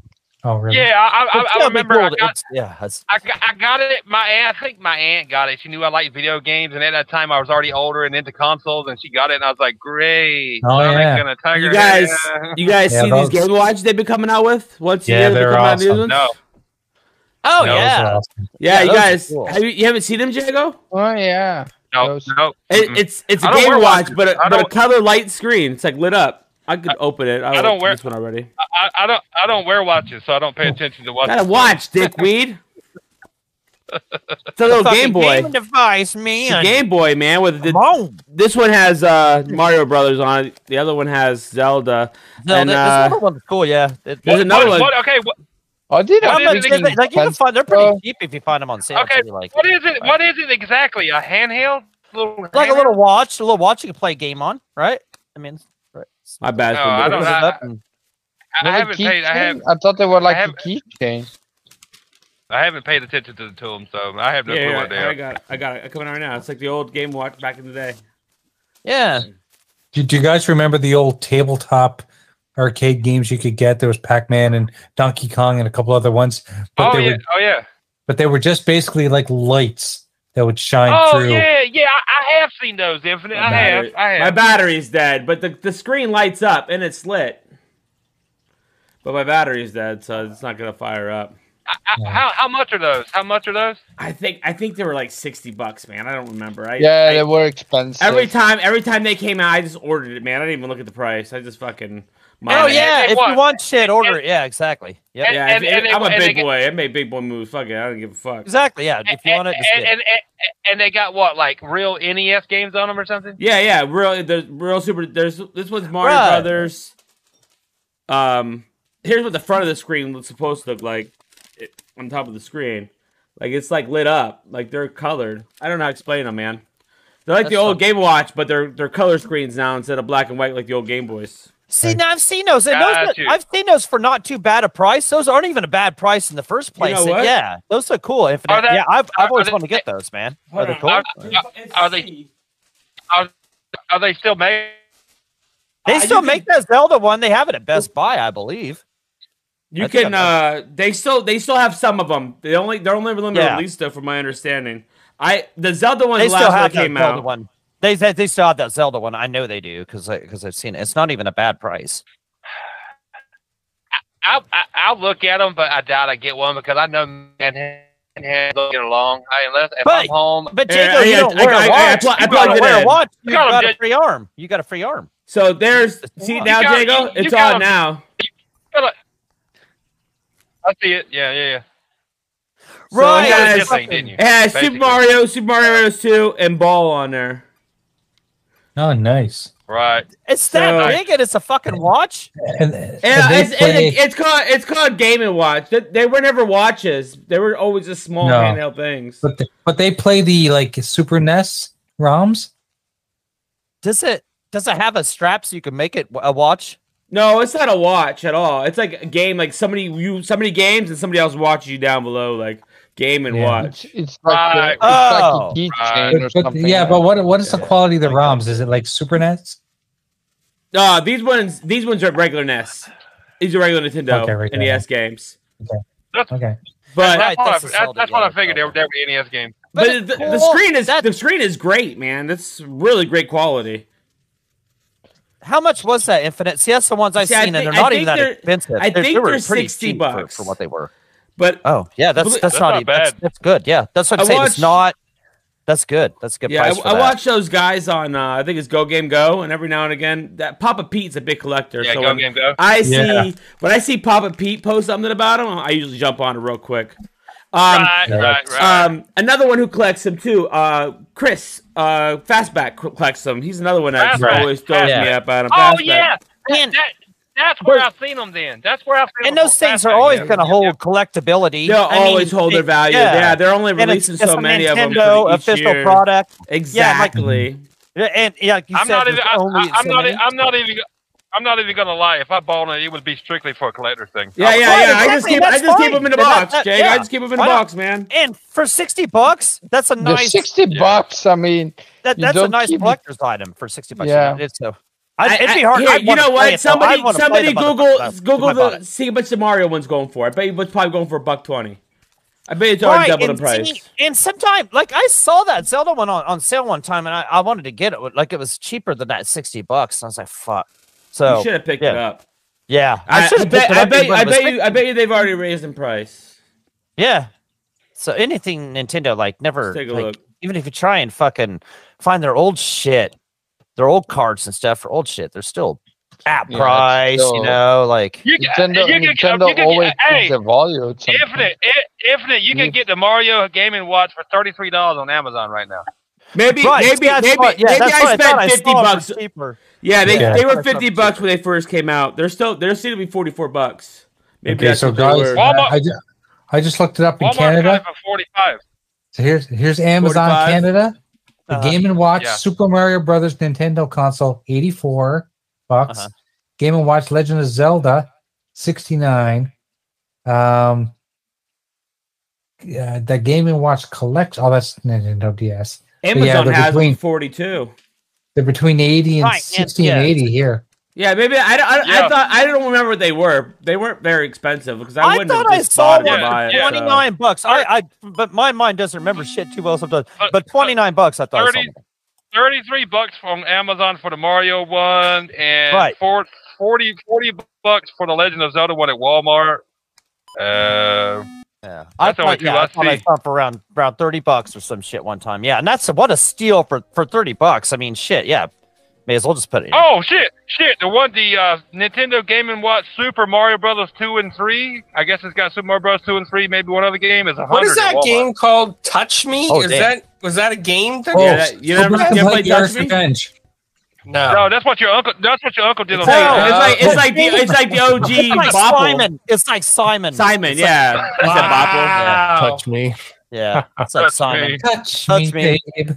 [SPEAKER 3] Oh really?
[SPEAKER 10] Yeah, I, I,
[SPEAKER 4] It's
[SPEAKER 10] I, I
[SPEAKER 4] gotta be
[SPEAKER 10] remember.
[SPEAKER 4] cool
[SPEAKER 10] I
[SPEAKER 4] to-
[SPEAKER 10] got,
[SPEAKER 4] it's- yeah, that's-
[SPEAKER 10] I, got, I got it. My aunt, I think my aunt got it. She knew I liked video games, and at that time I was already older and into consoles, and she got it, and I was like, "Great,
[SPEAKER 3] Oh,
[SPEAKER 10] Sonic
[SPEAKER 3] yeah.
[SPEAKER 10] and a Tiger."
[SPEAKER 2] You guys,
[SPEAKER 10] Hand.
[SPEAKER 2] you guys
[SPEAKER 3] Yeah,
[SPEAKER 2] see
[SPEAKER 3] those-
[SPEAKER 2] these Game Watch they've been coming out with? Once
[SPEAKER 3] Yeah,
[SPEAKER 2] you
[SPEAKER 3] they're awesome.
[SPEAKER 10] no,
[SPEAKER 4] Oh
[SPEAKER 10] No,
[SPEAKER 4] yeah.
[SPEAKER 2] Yeah,
[SPEAKER 4] Yeah,
[SPEAKER 2] you
[SPEAKER 4] those are
[SPEAKER 2] guys,
[SPEAKER 4] cool.
[SPEAKER 2] have you, you haven't seen them, Jago?
[SPEAKER 5] Oh yeah.
[SPEAKER 10] no, no.
[SPEAKER 2] It, it's it's a
[SPEAKER 10] I don't
[SPEAKER 2] Game
[SPEAKER 10] wear
[SPEAKER 2] Watch,
[SPEAKER 10] watches.
[SPEAKER 2] but a,
[SPEAKER 10] I
[SPEAKER 2] but a
[SPEAKER 10] don't-
[SPEAKER 2] color light screen. It's like lit up. I could open it. I,
[SPEAKER 10] I don't
[SPEAKER 2] like
[SPEAKER 10] wear-
[SPEAKER 2] this one already.
[SPEAKER 10] I, I don't. I don't wear watches, so I don't pay attention to watches.
[SPEAKER 2] Got a watch, dickweed. it's a little
[SPEAKER 4] Fucking
[SPEAKER 2] Game Boy.
[SPEAKER 4] gaming device, man.
[SPEAKER 2] It's a Game Boy, man. With the,
[SPEAKER 4] Come on.
[SPEAKER 2] this one has uh, Mario Brothers on it. The other one has Zelda.
[SPEAKER 4] No,
[SPEAKER 2] and,
[SPEAKER 4] that-
[SPEAKER 2] uh,
[SPEAKER 4] this other one's cool. Yeah. It-
[SPEAKER 2] there's
[SPEAKER 4] it-
[SPEAKER 2] another one.
[SPEAKER 10] what, What, okay, what,
[SPEAKER 5] I Oh, did
[SPEAKER 10] How
[SPEAKER 5] have
[SPEAKER 4] I'm not
[SPEAKER 10] much
[SPEAKER 5] these
[SPEAKER 4] kidding,
[SPEAKER 5] things
[SPEAKER 4] like you can
[SPEAKER 5] expensive,
[SPEAKER 4] find they're pretty
[SPEAKER 5] though.
[SPEAKER 4] cheap if you find them on sale.
[SPEAKER 10] okay.
[SPEAKER 4] too, like,
[SPEAKER 10] What is it? What is it exactly? A handheld? Little
[SPEAKER 4] like a
[SPEAKER 10] handheld?
[SPEAKER 4] little watch, a little watch you can play a game on, right? I mean, right.
[SPEAKER 2] My bad.
[SPEAKER 10] No, I don't
[SPEAKER 4] Open it
[SPEAKER 10] know.
[SPEAKER 4] up and-
[SPEAKER 10] I, I
[SPEAKER 5] Another
[SPEAKER 10] haven't paid. I have.
[SPEAKER 5] keychain? I thought they were like a
[SPEAKER 10] have-
[SPEAKER 5] keychain.
[SPEAKER 10] I haven't paid attention to, to them, so I have no clue
[SPEAKER 2] yeah,
[SPEAKER 10] what they
[SPEAKER 2] yeah, I
[SPEAKER 10] are.
[SPEAKER 2] got it. I got it. I'm coming out right now. It's like the old Game Watch back in the day.
[SPEAKER 4] yeah.
[SPEAKER 10] Mm.
[SPEAKER 3] Do, do you guys remember the old tabletop arcade games you could get? There was Pac-Man and Donkey Kong and a couple other ones, but
[SPEAKER 10] Oh
[SPEAKER 3] they
[SPEAKER 10] yeah.
[SPEAKER 3] were
[SPEAKER 10] Oh yeah.
[SPEAKER 3] but they were just basically like lights that would shine
[SPEAKER 10] Oh
[SPEAKER 3] through.
[SPEAKER 10] yeah, yeah. I, I have seen those, Infinite. I have.
[SPEAKER 2] battery-
[SPEAKER 10] I
[SPEAKER 2] My
[SPEAKER 10] have.
[SPEAKER 2] battery's dead, but the, the screen lights up and it's lit. But my battery's dead, so it's not gonna fire up.
[SPEAKER 10] I- How how much are those? How much are those?
[SPEAKER 2] I think I think they were like sixty bucks, man. I don't remember. I,
[SPEAKER 5] Yeah,
[SPEAKER 2] I-
[SPEAKER 5] they were expensive.
[SPEAKER 2] every time every time they came out, I just ordered it, man. I didn't even look at the price. I just fucking.
[SPEAKER 4] Oh
[SPEAKER 2] mine it.
[SPEAKER 4] yeah.
[SPEAKER 10] and
[SPEAKER 4] If
[SPEAKER 10] what?
[SPEAKER 4] you want shit, order it. Yeah, exactly. Yep.
[SPEAKER 2] Yeah,
[SPEAKER 10] And-
[SPEAKER 2] if-
[SPEAKER 10] and-
[SPEAKER 2] if-
[SPEAKER 10] and
[SPEAKER 2] I'm a
[SPEAKER 10] they- and
[SPEAKER 2] big
[SPEAKER 10] they-
[SPEAKER 2] boy. I made big boy moves. Fuck it, I don't give a fuck.
[SPEAKER 4] Exactly. Yeah. If you want
[SPEAKER 10] And,
[SPEAKER 4] it, just get
[SPEAKER 10] and,
[SPEAKER 4] it.
[SPEAKER 10] and, and they got what like real NES games on them or something?
[SPEAKER 2] Yeah, yeah, real. There's real super. There's this one's Mario
[SPEAKER 4] Right.
[SPEAKER 2] Brothers. Um, here's what the front of the screen was supposed to look like, it, on top of the screen, like it's like lit up, like they're colored. I don't know how to explain them, man. They're like the
[SPEAKER 4] That's
[SPEAKER 2] old Game Watch, but they're they're color screens now instead of black and white like the old Game Boys.
[SPEAKER 4] See, now I've seen those. And those
[SPEAKER 10] Got you.
[SPEAKER 4] I've seen those for not too bad a price. Those aren't even a bad price in the first place.
[SPEAKER 10] know what?
[SPEAKER 4] yeah, those are cool. Infinite.
[SPEAKER 10] Are they-
[SPEAKER 4] yeah, I've, I've
[SPEAKER 10] are-
[SPEAKER 4] always
[SPEAKER 10] are
[SPEAKER 4] wanted to get those, man.
[SPEAKER 10] Hold
[SPEAKER 4] Are they
[SPEAKER 10] on.
[SPEAKER 4] cool?
[SPEAKER 10] Are, are they? Are, are they still made?
[SPEAKER 4] They still make that Zelda one. They have it at Best Buy, I believe.
[SPEAKER 2] You
[SPEAKER 4] I think
[SPEAKER 2] can.
[SPEAKER 4] I
[SPEAKER 2] uh They still. They still have some of them. They only. They're only limited
[SPEAKER 4] Yeah.
[SPEAKER 2] release stuff, from my understanding. I the Zelda one
[SPEAKER 4] They
[SPEAKER 2] the
[SPEAKER 4] still
[SPEAKER 2] last
[SPEAKER 4] have
[SPEAKER 2] one
[SPEAKER 4] that
[SPEAKER 2] came
[SPEAKER 4] Zelda
[SPEAKER 2] out.
[SPEAKER 4] one. They, they they still have that Zelda one. I know they do because because I've seen it. It's not even a bad price.
[SPEAKER 10] I, I I'll look at them, but I doubt I get one because I know man and hand don't get along. I unless if I'm home.
[SPEAKER 4] But Jacob, you don't wear a watch. You don't wear a watch. You got a free arm. You got a free arm.
[SPEAKER 2] So there's see
[SPEAKER 4] You
[SPEAKER 2] now,
[SPEAKER 4] got-
[SPEAKER 2] Jago.
[SPEAKER 4] you
[SPEAKER 2] It's
[SPEAKER 4] got
[SPEAKER 2] on
[SPEAKER 4] a-
[SPEAKER 2] now.
[SPEAKER 10] I see it. Yeah, yeah, yeah.
[SPEAKER 2] So it
[SPEAKER 10] Right.
[SPEAKER 2] has-
[SPEAKER 10] Yes, they did, you.
[SPEAKER 2] It has
[SPEAKER 10] Basically.
[SPEAKER 2] Super Mario, Super Mario Bros. 2, and Ball on there.
[SPEAKER 3] Oh, nice.
[SPEAKER 10] Right.
[SPEAKER 4] It's that
[SPEAKER 2] So-
[SPEAKER 4] big and it's a fucking watch.
[SPEAKER 3] And,
[SPEAKER 2] Yeah,
[SPEAKER 3] they
[SPEAKER 2] it's, and
[SPEAKER 3] play-
[SPEAKER 2] it- it's called it's called Game and Watch. They, they were never watches. They were always just small
[SPEAKER 3] No.
[SPEAKER 2] handheld things.
[SPEAKER 3] but they, but they play the like Super NES ROMs.
[SPEAKER 4] Does it does it have a strap so you can make it w- a watch?
[SPEAKER 2] No, it's not a watch at all. It's like a game. Like somebody you somebody games and somebody else watches you down below. Like game and watch.
[SPEAKER 5] It's
[SPEAKER 10] like a-
[SPEAKER 5] it's like a
[SPEAKER 3] But-
[SPEAKER 5] keychain E or
[SPEAKER 3] but-
[SPEAKER 5] something.
[SPEAKER 3] yeah,
[SPEAKER 5] like
[SPEAKER 3] but what what is the quality of the ROMs? Is it like Super E NES?
[SPEAKER 2] Uh, these ones these ones are regular NES. These are regular Nintendo
[SPEAKER 3] Okay, regular.
[SPEAKER 2] NES games.
[SPEAKER 3] Okay.
[SPEAKER 2] But
[SPEAKER 10] That's what I, that, that's what I figured. They were, they were NES games.
[SPEAKER 2] But it- the, the screen is the screen is great, man. That's really great quality.
[SPEAKER 4] How much was that Infinite? See, that's the ones I've
[SPEAKER 2] See, I
[SPEAKER 4] seen,
[SPEAKER 2] think-
[SPEAKER 4] and
[SPEAKER 2] I
[SPEAKER 4] they're not even
[SPEAKER 2] think
[SPEAKER 4] that
[SPEAKER 2] they're-
[SPEAKER 4] expensive.
[SPEAKER 2] I think
[SPEAKER 4] they were
[SPEAKER 2] they're
[SPEAKER 4] pretty
[SPEAKER 2] 60
[SPEAKER 4] cheap for-
[SPEAKER 2] bucks.
[SPEAKER 4] for, what they were.
[SPEAKER 2] But
[SPEAKER 4] oh yeah, that's
[SPEAKER 2] Believe-
[SPEAKER 4] that's,
[SPEAKER 2] that's
[SPEAKER 4] not,
[SPEAKER 2] not
[SPEAKER 4] even that's,
[SPEAKER 2] bad.
[SPEAKER 4] that's good. Yeah, that's what I'm
[SPEAKER 2] I
[SPEAKER 4] saying.
[SPEAKER 2] watched-
[SPEAKER 4] it's not. That's good. That's a good
[SPEAKER 2] Yeah,
[SPEAKER 4] price.
[SPEAKER 2] I,
[SPEAKER 4] for
[SPEAKER 2] I
[SPEAKER 4] that.
[SPEAKER 2] watch those guys on. Uh, I think it's Go Game Go, and every now and again, that Papa Pete's a big collector.
[SPEAKER 10] Yeah,
[SPEAKER 2] so
[SPEAKER 10] Go
[SPEAKER 2] when
[SPEAKER 10] Game Go.
[SPEAKER 2] I see
[SPEAKER 10] Yeah.
[SPEAKER 2] when I see Papa Pete post something about him, I usually jump on it real quick. Um,
[SPEAKER 10] Right, right, right.
[SPEAKER 2] Um, another one who collects them too. Uh, Chris uh, Fastback co- collects them. He's another one that
[SPEAKER 10] Fastback,
[SPEAKER 2] always throws me
[SPEAKER 10] Fastback.
[SPEAKER 2] up at him.
[SPEAKER 10] Oh
[SPEAKER 2] Fastback.
[SPEAKER 10] yeah, that, that, that's where I've seen them. Then that's where I've seen
[SPEAKER 4] and those things are always going to hold collectability.
[SPEAKER 2] They'll
[SPEAKER 4] I mean,
[SPEAKER 2] always hold their
[SPEAKER 4] they-
[SPEAKER 2] value. Yeah. they're only
[SPEAKER 4] And it's-
[SPEAKER 2] releasing
[SPEAKER 4] it's
[SPEAKER 2] so
[SPEAKER 4] a
[SPEAKER 2] many of them. for
[SPEAKER 4] Nintendo
[SPEAKER 2] each
[SPEAKER 4] official
[SPEAKER 2] year.
[SPEAKER 4] product.
[SPEAKER 2] Exactly.
[SPEAKER 4] Yeah, and yeah, like you
[SPEAKER 10] I'm
[SPEAKER 4] said,
[SPEAKER 10] not
[SPEAKER 4] there's
[SPEAKER 10] even. I,
[SPEAKER 4] only
[SPEAKER 10] I, I'm
[SPEAKER 4] so
[SPEAKER 10] not. e,
[SPEAKER 4] many.
[SPEAKER 10] I'm not even. I'm not even gonna lie. If I bought it, it would be strictly for a collector thing.
[SPEAKER 2] Yeah, yeah,
[SPEAKER 10] I would-
[SPEAKER 2] yeah. I just keep, I just keep them in the
[SPEAKER 4] They're not
[SPEAKER 2] box,
[SPEAKER 4] that-
[SPEAKER 2] Jake. I
[SPEAKER 4] yeah.
[SPEAKER 2] just keep them in the
[SPEAKER 4] Why not?
[SPEAKER 2] box, man.
[SPEAKER 4] And for sixty bucks, that's a
[SPEAKER 5] that. They're
[SPEAKER 4] nice
[SPEAKER 5] sixty bucks. I mean,
[SPEAKER 4] that,
[SPEAKER 5] you
[SPEAKER 4] that's a
[SPEAKER 5] don't
[SPEAKER 4] nice
[SPEAKER 5] keep-
[SPEAKER 4] collector's item for sixty bucks.
[SPEAKER 5] Yeah.
[SPEAKER 4] Yeah, it's so. I,
[SPEAKER 2] I-
[SPEAKER 4] it'd be
[SPEAKER 2] I-
[SPEAKER 4] hard.
[SPEAKER 2] here,
[SPEAKER 4] I'd
[SPEAKER 2] you
[SPEAKER 4] wanna
[SPEAKER 2] know
[SPEAKER 4] play
[SPEAKER 2] what?
[SPEAKER 4] it, though. I'd
[SPEAKER 2] Somebody,
[SPEAKER 4] wanna play
[SPEAKER 2] somebody
[SPEAKER 4] the motherfucker
[SPEAKER 2] Google
[SPEAKER 4] though, if
[SPEAKER 2] Google
[SPEAKER 4] I bought
[SPEAKER 2] the
[SPEAKER 4] it.
[SPEAKER 2] see what the Mario one's going for. I bet you it's probably going for a buck twenty. I bet it's already double
[SPEAKER 4] and
[SPEAKER 2] the price.
[SPEAKER 4] see- and sometime, like I saw that Zelda one on, on sale one time, and I, I wanted to get it. Like it was cheaper than that sixty bucks. And I was like, fuck. So
[SPEAKER 2] you should have picked it
[SPEAKER 4] yeah.
[SPEAKER 2] up.
[SPEAKER 4] Yeah,
[SPEAKER 2] I,
[SPEAKER 4] should've
[SPEAKER 2] I
[SPEAKER 4] picked
[SPEAKER 2] bet,
[SPEAKER 4] it
[SPEAKER 2] I
[SPEAKER 4] up
[SPEAKER 2] bet,
[SPEAKER 4] when
[SPEAKER 2] I
[SPEAKER 4] it was
[SPEAKER 2] bet you, I bet you they've already raised in price.
[SPEAKER 4] Yeah. So anything Nintendo, like never
[SPEAKER 2] Let's take a
[SPEAKER 4] like,
[SPEAKER 2] look.
[SPEAKER 4] even if you try and fucking find their old shit, their old cards and stuff for old shit, they're still at
[SPEAKER 5] Yeah, it's
[SPEAKER 4] price, you
[SPEAKER 5] still-
[SPEAKER 4] know, like
[SPEAKER 10] You can-
[SPEAKER 5] Nintendo,
[SPEAKER 10] you can- you
[SPEAKER 5] Nintendo
[SPEAKER 10] can-
[SPEAKER 5] always
[SPEAKER 10] hey,
[SPEAKER 5] keeps their value. at some point.
[SPEAKER 10] Infinite, i- infinite. You can get the Mario Game and Watch for thirty three dollars on Amazon right now.
[SPEAKER 2] Maybe,
[SPEAKER 4] Right,
[SPEAKER 2] maybe,
[SPEAKER 4] see, I
[SPEAKER 2] maybe,
[SPEAKER 4] saw it. Yeah,
[SPEAKER 2] maybe
[SPEAKER 4] that's what
[SPEAKER 2] I
[SPEAKER 4] I
[SPEAKER 2] spent
[SPEAKER 4] thought. I
[SPEAKER 2] fifty
[SPEAKER 4] saw it for
[SPEAKER 2] bucks.
[SPEAKER 4] cheaper.
[SPEAKER 2] Yeah, they,
[SPEAKER 3] Yeah.
[SPEAKER 2] they were
[SPEAKER 4] I saw it
[SPEAKER 2] fifty
[SPEAKER 4] for
[SPEAKER 2] bucks when they first came out. They're still, they're still to be forty four bucks. Maybe
[SPEAKER 3] Okay,
[SPEAKER 2] that's
[SPEAKER 3] so
[SPEAKER 2] what they
[SPEAKER 3] guys,
[SPEAKER 2] were.
[SPEAKER 10] Walmart-
[SPEAKER 3] I, just, I just looked it up in
[SPEAKER 10] Walmart got it
[SPEAKER 3] Canada.
[SPEAKER 10] for forty five.
[SPEAKER 3] So here's here's Amazon
[SPEAKER 2] 45.
[SPEAKER 3] Canada. The
[SPEAKER 4] Uh-huh.
[SPEAKER 3] Game and Watch
[SPEAKER 10] Yeah.
[SPEAKER 3] Super Mario Brothers Nintendo console, eighty four bucks.
[SPEAKER 4] Uh-huh.
[SPEAKER 3] Game and Watch Legend of Zelda, sixty nine. Um, yeah, the Game and Watch collect. Oh, that's Nintendo DS. But yeah,
[SPEAKER 2] Amazon
[SPEAKER 3] they're
[SPEAKER 2] has
[SPEAKER 3] between
[SPEAKER 2] forty two.
[SPEAKER 3] they're between eighty and
[SPEAKER 4] Right, and-
[SPEAKER 3] sixty
[SPEAKER 4] yeah.
[SPEAKER 3] and eighty here.
[SPEAKER 2] Yeah, maybe I, I, I
[SPEAKER 10] Yeah.
[SPEAKER 2] thought I don't remember what they were. They weren't very expensive because I,
[SPEAKER 4] I,
[SPEAKER 2] wouldn't
[SPEAKER 4] thought
[SPEAKER 2] have
[SPEAKER 4] I
[SPEAKER 2] just
[SPEAKER 4] saw
[SPEAKER 2] bought
[SPEAKER 4] one
[SPEAKER 2] it.
[SPEAKER 10] Yeah,
[SPEAKER 2] to buy
[SPEAKER 4] for
[SPEAKER 2] it,
[SPEAKER 10] yeah.
[SPEAKER 4] twenty nine bucks. I, I, but my mind doesn't remember shit too well sometimes.
[SPEAKER 2] Uh,
[SPEAKER 10] But-
[SPEAKER 4] But twenty nine bucks, I thought. I saw
[SPEAKER 10] 30
[SPEAKER 4] one.
[SPEAKER 10] Thirty three bucks from Amazon for the Mario one, and
[SPEAKER 4] Right.
[SPEAKER 10] for 40, 40 bucks for the Legend of Zelda one at Walmart. Uh,
[SPEAKER 4] Yeah, I
[SPEAKER 10] That's only
[SPEAKER 4] thought,
[SPEAKER 10] two
[SPEAKER 4] yeah, I
[SPEAKER 10] last
[SPEAKER 4] thought I
[SPEAKER 10] fee.
[SPEAKER 4] saw it for around around thirty bucks or some shit one time. Yeah, and that's what a steal for for thirty bucks. I mean, shit. Yeah, may as well just put it. in.
[SPEAKER 10] Oh shit, shit! The one, the uh, Nintendo Game and Watch Super Mario Brothers two and three. I guess it's got Super Mario Bros. two and three. Maybe one other game is a hundred.
[SPEAKER 8] What is
[SPEAKER 10] at
[SPEAKER 8] that
[SPEAKER 10] Walmart.
[SPEAKER 8] game called? Touch Me?
[SPEAKER 4] Oh,
[SPEAKER 8] is
[SPEAKER 4] damn.
[SPEAKER 8] that was that a game? That
[SPEAKER 3] Oh,
[SPEAKER 2] Yeah, that- you
[SPEAKER 3] so
[SPEAKER 2] never-
[SPEAKER 3] Black
[SPEAKER 2] you
[SPEAKER 3] and
[SPEAKER 2] ever played
[SPEAKER 3] White Eric's
[SPEAKER 2] Dutchman?
[SPEAKER 3] Revenge.
[SPEAKER 8] No.
[SPEAKER 10] No, that's what your uncle. That's what your uncle did on
[SPEAKER 2] No,
[SPEAKER 10] the-
[SPEAKER 8] Oh.
[SPEAKER 2] it's like
[SPEAKER 4] Uh,
[SPEAKER 2] it's like the it's like the OG
[SPEAKER 4] It's like
[SPEAKER 2] Bopple.
[SPEAKER 4] Simon. It's like Simon.
[SPEAKER 2] Simon,
[SPEAKER 4] It's
[SPEAKER 2] yeah, He said Bopple.
[SPEAKER 10] Wow.
[SPEAKER 12] Touch me.
[SPEAKER 4] Like, yeah, it's like
[SPEAKER 10] That's
[SPEAKER 4] Simon.
[SPEAKER 10] great.
[SPEAKER 3] Touch,
[SPEAKER 4] Touch
[SPEAKER 3] me,
[SPEAKER 4] me.
[SPEAKER 3] babe.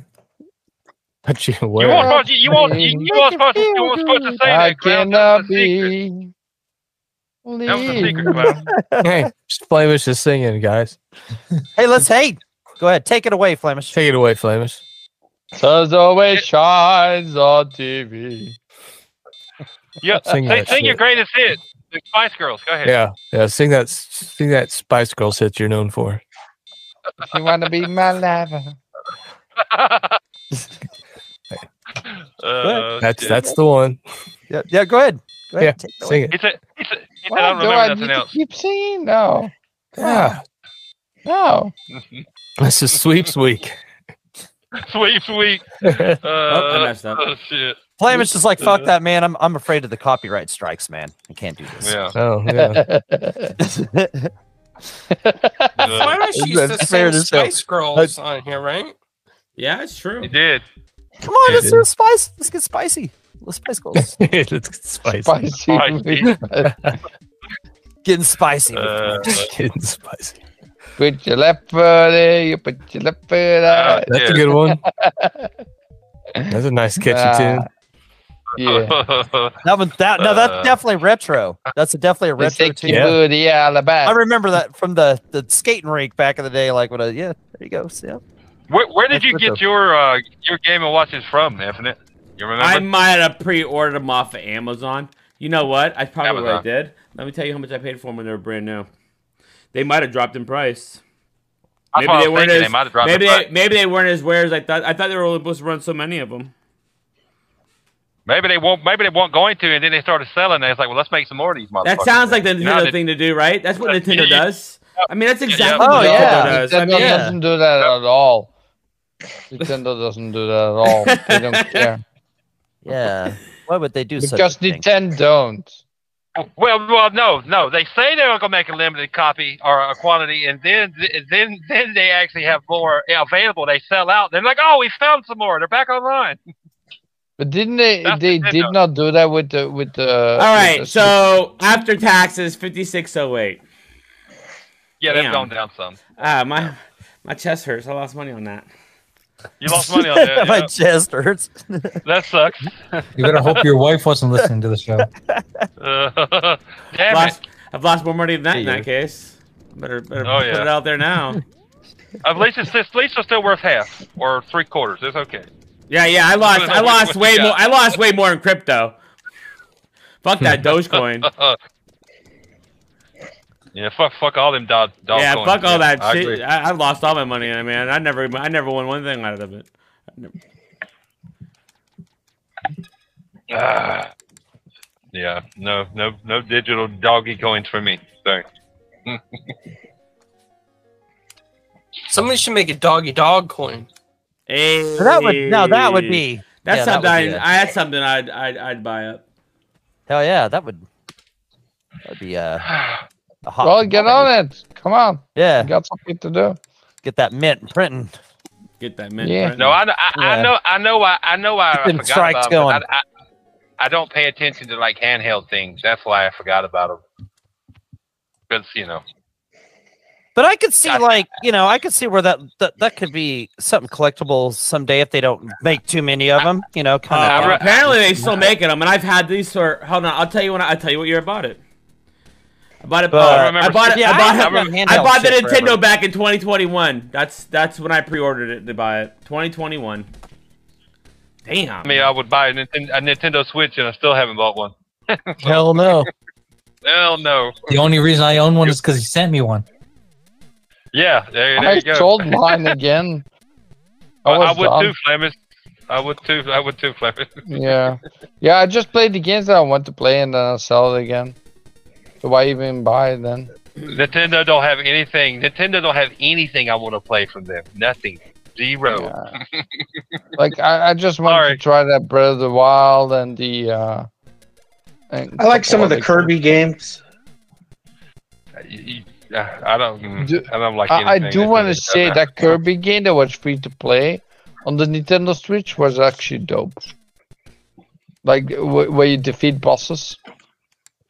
[SPEAKER 12] But you
[SPEAKER 10] You
[SPEAKER 12] where?
[SPEAKER 10] weren't supposed to. You weren't. You, you weren't supposed to. You weren't supposed to say
[SPEAKER 5] I
[SPEAKER 10] that. Clown.
[SPEAKER 5] cannot be.
[SPEAKER 10] That was a secret, Clown.
[SPEAKER 12] hey, Flamish is singing, guys.
[SPEAKER 4] Hey, let's hate. Go ahead, take it away, Flemish.
[SPEAKER 12] Take it away, Flamish.
[SPEAKER 5] Cause always shines on TV.
[SPEAKER 10] Yeah,
[SPEAKER 12] Sing
[SPEAKER 10] sing, sing,
[SPEAKER 12] that
[SPEAKER 10] your
[SPEAKER 12] shit.
[SPEAKER 10] greatest hit, the Spice Girls. Go ahead.
[SPEAKER 12] Yeah, yeah. Sing that, sing that Spice Girls hit you're known for.
[SPEAKER 5] If you wanna be my lover.
[SPEAKER 10] Uh,
[SPEAKER 12] that's
[SPEAKER 10] yeah.
[SPEAKER 12] that's the one.
[SPEAKER 4] Yeah, yeah. Go ahead. Go ahead,
[SPEAKER 12] yeah,
[SPEAKER 4] take it away.
[SPEAKER 12] sing it.
[SPEAKER 10] It's a. It's a. It's a I
[SPEAKER 5] Why
[SPEAKER 10] don't
[SPEAKER 5] do I
[SPEAKER 10] remember
[SPEAKER 5] need
[SPEAKER 10] nothing
[SPEAKER 5] to
[SPEAKER 10] else.
[SPEAKER 5] keep singing? No.
[SPEAKER 12] Yeah,
[SPEAKER 5] No.
[SPEAKER 12] this is sweeps week.
[SPEAKER 10] Sweet, sweet.
[SPEAKER 12] Oh,
[SPEAKER 10] Uh,
[SPEAKER 4] messed up.
[SPEAKER 10] Oh shit.
[SPEAKER 4] Flemish is like, fuck that, man. I'm I'm afraid of the copyright strikes, man. I can't do this.
[SPEAKER 10] Yeah.
[SPEAKER 12] Oh, yeah.
[SPEAKER 10] Uh,
[SPEAKER 8] Flemish
[SPEAKER 4] Is
[SPEAKER 8] used
[SPEAKER 4] that
[SPEAKER 8] to
[SPEAKER 4] fair
[SPEAKER 8] sing
[SPEAKER 4] to say?
[SPEAKER 8] Spice Girls on here, right?
[SPEAKER 2] Yeah, it's true.
[SPEAKER 10] He did.
[SPEAKER 4] Come on, let's
[SPEAKER 12] Yeah.
[SPEAKER 4] do a spice. Let's get spicy. Let's spice girls.
[SPEAKER 12] Let's get spicy.
[SPEAKER 5] Spicy.
[SPEAKER 10] Spicy.
[SPEAKER 4] Getting spicy.
[SPEAKER 10] Uh,
[SPEAKER 12] Getting spicy.
[SPEAKER 5] Put your left foot in, you put your left
[SPEAKER 10] Uh,
[SPEAKER 5] foot
[SPEAKER 4] Uh,
[SPEAKER 5] out.
[SPEAKER 12] That's a good one. That's a nice catchy
[SPEAKER 5] Ah.
[SPEAKER 12] tune.
[SPEAKER 5] Yeah.
[SPEAKER 4] that one, that no, that's
[SPEAKER 10] Uh,
[SPEAKER 4] definitely retro. That's a, definitely a
[SPEAKER 5] They
[SPEAKER 4] retro
[SPEAKER 5] take
[SPEAKER 4] tune.
[SPEAKER 5] your booty out of
[SPEAKER 4] I
[SPEAKER 5] back.
[SPEAKER 4] remember that from the the skating rink back in the day. Like when I yeah, there you go. See, yeah.
[SPEAKER 10] Where, where did you
[SPEAKER 4] That's
[SPEAKER 10] get
[SPEAKER 4] what
[SPEAKER 10] your uh, your game and watches from, Infinite? You remember?
[SPEAKER 2] I might have pre-ordered them off of Amazon. You know what? I probably
[SPEAKER 10] Amazon.
[SPEAKER 2] did. Let me tell you how much I paid for them when they were brand new. They might have dropped in price.
[SPEAKER 10] That's what I was thinking.
[SPEAKER 2] as,
[SPEAKER 10] They might have dropped
[SPEAKER 2] maybe
[SPEAKER 10] in
[SPEAKER 2] they,
[SPEAKER 10] price.
[SPEAKER 2] maybe they weren't as rare as I thought. I thought they were only supposed to run so many of them.
[SPEAKER 10] maybe they won't. Maybe they weren't going to, and then they started selling. And it's like, well, let's make some more of these motherfuckers.
[SPEAKER 2] That sounds like the
[SPEAKER 10] You know how
[SPEAKER 2] Nintendo
[SPEAKER 10] they-
[SPEAKER 2] thing to do, right? That's what
[SPEAKER 10] Yeah,
[SPEAKER 2] Nintendo
[SPEAKER 10] yeah.
[SPEAKER 2] does. I mean, that's
[SPEAKER 10] yeah.
[SPEAKER 2] exactly
[SPEAKER 4] Oh,
[SPEAKER 2] what Nintendo
[SPEAKER 4] yeah.
[SPEAKER 2] does. I
[SPEAKER 5] Nintendo
[SPEAKER 2] mean,
[SPEAKER 5] doesn't do that at all. Nintendo doesn't do that at all. They don't care.
[SPEAKER 4] yeah. Why would they do
[SPEAKER 5] Because
[SPEAKER 4] such a thing?
[SPEAKER 5] Nintendo don't.
[SPEAKER 10] Well, well, no, no. They say they're going to make a limited copy or a quantity, and then, then, then they actually have more available. They sell out. They're like, oh, we found some more. They're back online.
[SPEAKER 5] But didn't they?
[SPEAKER 10] That's
[SPEAKER 5] they did
[SPEAKER 10] Nintendo.
[SPEAKER 5] not do that with the with the.
[SPEAKER 2] All right, so after taxes, fifty-six oh eight.
[SPEAKER 10] Yeah, they've
[SPEAKER 2] Damn.
[SPEAKER 10] gone down some.
[SPEAKER 2] Ah, my my chest hurts. I lost money on that.
[SPEAKER 10] You lost money on that.
[SPEAKER 4] My
[SPEAKER 10] yeah.
[SPEAKER 4] chest hurts.
[SPEAKER 10] That sucks.
[SPEAKER 3] You better hope your wife wasn't listening to the show.
[SPEAKER 10] Uh, damn
[SPEAKER 2] Lost, I've lost more money than that in
[SPEAKER 4] Yeah.
[SPEAKER 2] that case. Better better
[SPEAKER 10] Oh,
[SPEAKER 2] put
[SPEAKER 10] yeah.
[SPEAKER 2] it out there now.
[SPEAKER 10] it. At least it's, at least it's still worth half or three quarters. It's okay.
[SPEAKER 2] Yeah, yeah. I lost. I
[SPEAKER 10] What-
[SPEAKER 2] lost
[SPEAKER 10] what you
[SPEAKER 2] way
[SPEAKER 10] got?
[SPEAKER 2] more. I lost way more in crypto. Fuck that Dogecoin.
[SPEAKER 10] Uh, yeah, fuck, fuck all them dog. dog
[SPEAKER 2] yeah,
[SPEAKER 10] coins.
[SPEAKER 2] fuck all that
[SPEAKER 10] I
[SPEAKER 2] shit.
[SPEAKER 10] agree.
[SPEAKER 2] I, I lost all my money in it, man. I never, I never won one thing out of it.
[SPEAKER 10] Ah. yeah, no, no, no digital doggy coins for me. Sorry.
[SPEAKER 8] Somebody should make a doggy dog coin.
[SPEAKER 2] Hey,
[SPEAKER 4] That would now that would be
[SPEAKER 2] That's
[SPEAKER 4] yeah, that
[SPEAKER 2] something.
[SPEAKER 4] would
[SPEAKER 2] I,
[SPEAKER 4] be a-
[SPEAKER 2] I, that's something I'd, I'd, I'd buy up.
[SPEAKER 4] hell yeah. That would that would be uh, a hot.
[SPEAKER 5] Well, get on it. Come on,
[SPEAKER 4] Yeah,
[SPEAKER 5] you got something to do.
[SPEAKER 4] get that mint printing.
[SPEAKER 2] Get that man.
[SPEAKER 5] Yeah.
[SPEAKER 10] No, I, know- I,
[SPEAKER 4] Yeah.
[SPEAKER 10] I know, I know, I, I know, I, I
[SPEAKER 4] Keeping
[SPEAKER 10] forgot
[SPEAKER 4] strikes
[SPEAKER 10] about 'em, but
[SPEAKER 4] going.
[SPEAKER 10] I, I, I don't pay attention to like handheld things. That's why I forgot about them. Because you know,
[SPEAKER 4] But I could see
[SPEAKER 10] Gotcha.
[SPEAKER 4] like you know I could see where that that, that could be something collectible someday if they don't make too many of them. You know, kind
[SPEAKER 10] I
[SPEAKER 4] of.
[SPEAKER 10] re-
[SPEAKER 2] Uh, Apparently they still making them, and I've had these for. Hold on, I'll tell you when. I, I'll tell you what year I bought it. I bought it.
[SPEAKER 4] But-
[SPEAKER 2] I, I bought it.
[SPEAKER 4] Yeah,
[SPEAKER 2] I
[SPEAKER 4] I
[SPEAKER 2] bought,
[SPEAKER 4] have
[SPEAKER 2] it-
[SPEAKER 4] that
[SPEAKER 2] I
[SPEAKER 4] handheld
[SPEAKER 2] bought the
[SPEAKER 4] shit
[SPEAKER 2] Nintendo
[SPEAKER 4] forever.
[SPEAKER 2] back in 2021. That's that's when I pre-ordered it to buy it. 2021. Damn.
[SPEAKER 10] I mean, I would buy a, Ninten- a Nintendo Switch, and I still haven't bought one.
[SPEAKER 12] Hell no.
[SPEAKER 10] Hell no.
[SPEAKER 3] The only reason I own one is because he sent me one.
[SPEAKER 10] Yeah, there, there
[SPEAKER 5] I
[SPEAKER 10] you go.
[SPEAKER 5] sold mine again.
[SPEAKER 10] I, I
[SPEAKER 5] was
[SPEAKER 10] would
[SPEAKER 5] done.
[SPEAKER 10] too, Flemish. I would too. I would too, Flemish.
[SPEAKER 5] yeah, yeah. I just played the games that I want to play, and then I sell it again. So why even buy it then?
[SPEAKER 10] Nintendo don't have anything. Nintendo don't have anything I want to play from them. Nothing. Zero.
[SPEAKER 5] Like I, I just want
[SPEAKER 10] Oh. Sorry.
[SPEAKER 5] to try that Breath of the Wild and the. uh and
[SPEAKER 7] I like some of the
[SPEAKER 5] couple other
[SPEAKER 7] Kirby games.
[SPEAKER 10] You- you- I don't. mm,
[SPEAKER 5] Do-
[SPEAKER 10] I don't like.
[SPEAKER 5] I, I
[SPEAKER 10] anything
[SPEAKER 5] do want to
[SPEAKER 10] does
[SPEAKER 5] say that Kirby game that was free to play on the Nintendo Switch was actually dope. Like w- where you defeat bosses. Oh,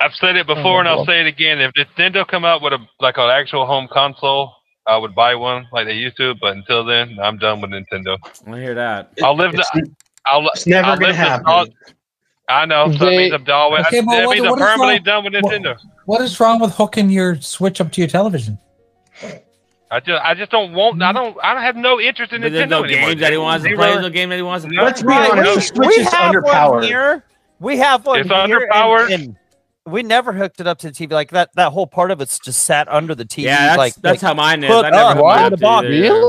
[SPEAKER 10] I've said it before, and I'll say it again. If Nintendo come out with a like an actual home console, I would buy one like they used to, but until then, I'm done with Nintendo.
[SPEAKER 2] I hear that.
[SPEAKER 10] I'll live.
[SPEAKER 2] It's-
[SPEAKER 10] The, I'll,
[SPEAKER 2] it's never
[SPEAKER 10] I'll
[SPEAKER 2] gonna
[SPEAKER 10] live this
[SPEAKER 2] happen.
[SPEAKER 10] dog- I know. So that
[SPEAKER 3] They-
[SPEAKER 10] means I'm done with.
[SPEAKER 3] Okay, but
[SPEAKER 10] that
[SPEAKER 3] what-
[SPEAKER 10] means I'm
[SPEAKER 3] what is
[SPEAKER 10] permanently
[SPEAKER 3] wrong-
[SPEAKER 10] done with Nintendo.
[SPEAKER 3] What is wrong with hooking your Switch up to your television?
[SPEAKER 10] I just, I just don't want. I don't. I don't have no interest in
[SPEAKER 2] Mm. But there's
[SPEAKER 10] Nintendo
[SPEAKER 2] no
[SPEAKER 10] anymore.
[SPEAKER 2] games that he wants to
[SPEAKER 10] Zero-
[SPEAKER 2] play. There's no game that he wants to play.
[SPEAKER 10] Let's be Right, honest, we-
[SPEAKER 4] we have one here. We have one.
[SPEAKER 2] It's
[SPEAKER 4] here and-
[SPEAKER 2] underpowered.
[SPEAKER 4] and we never hooked it up to the TV. Like that, that whole part of it's just sat under the TV.
[SPEAKER 2] Yeah, that's,
[SPEAKER 4] like
[SPEAKER 2] that's
[SPEAKER 4] like,
[SPEAKER 2] how mine is.
[SPEAKER 4] hooked
[SPEAKER 2] I never
[SPEAKER 4] up
[SPEAKER 2] hooked mine
[SPEAKER 4] on
[SPEAKER 2] up
[SPEAKER 4] the
[SPEAKER 2] to
[SPEAKER 4] bottom.
[SPEAKER 2] either.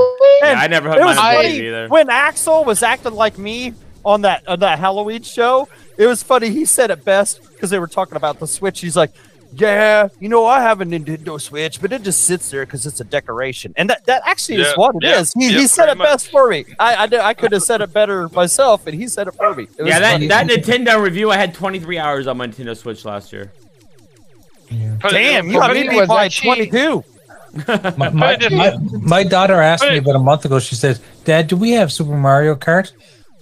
[SPEAKER 2] Yeah, I never hooked
[SPEAKER 4] it
[SPEAKER 2] mine
[SPEAKER 4] was
[SPEAKER 2] up to
[SPEAKER 4] funny
[SPEAKER 2] either. either.
[SPEAKER 4] when Axel was acting like me on that on that Halloween show. It was funny. He said it best because they were talking about the Switch. He's like, "Yeah, you know, I have a Nintendo Switch, but it just sits there because it's a decoration." And that, that actually
[SPEAKER 13] Yeah,
[SPEAKER 4] is what it is.
[SPEAKER 13] yeah,
[SPEAKER 4] He,
[SPEAKER 13] yeah,
[SPEAKER 4] he said
[SPEAKER 13] pretty
[SPEAKER 4] it best for me. I I, did- I could have said it better myself, and he said it for me. It was
[SPEAKER 2] Yeah, that,
[SPEAKER 4] funny.
[SPEAKER 2] that Nintendo review, I had 23 hours on my Nintendo Switch last year.
[SPEAKER 4] Damn, you have me beat by 22.
[SPEAKER 3] My, my, my, my daughter asked me about a month ago. She says, "Dad, do we have Super Mario Kart?"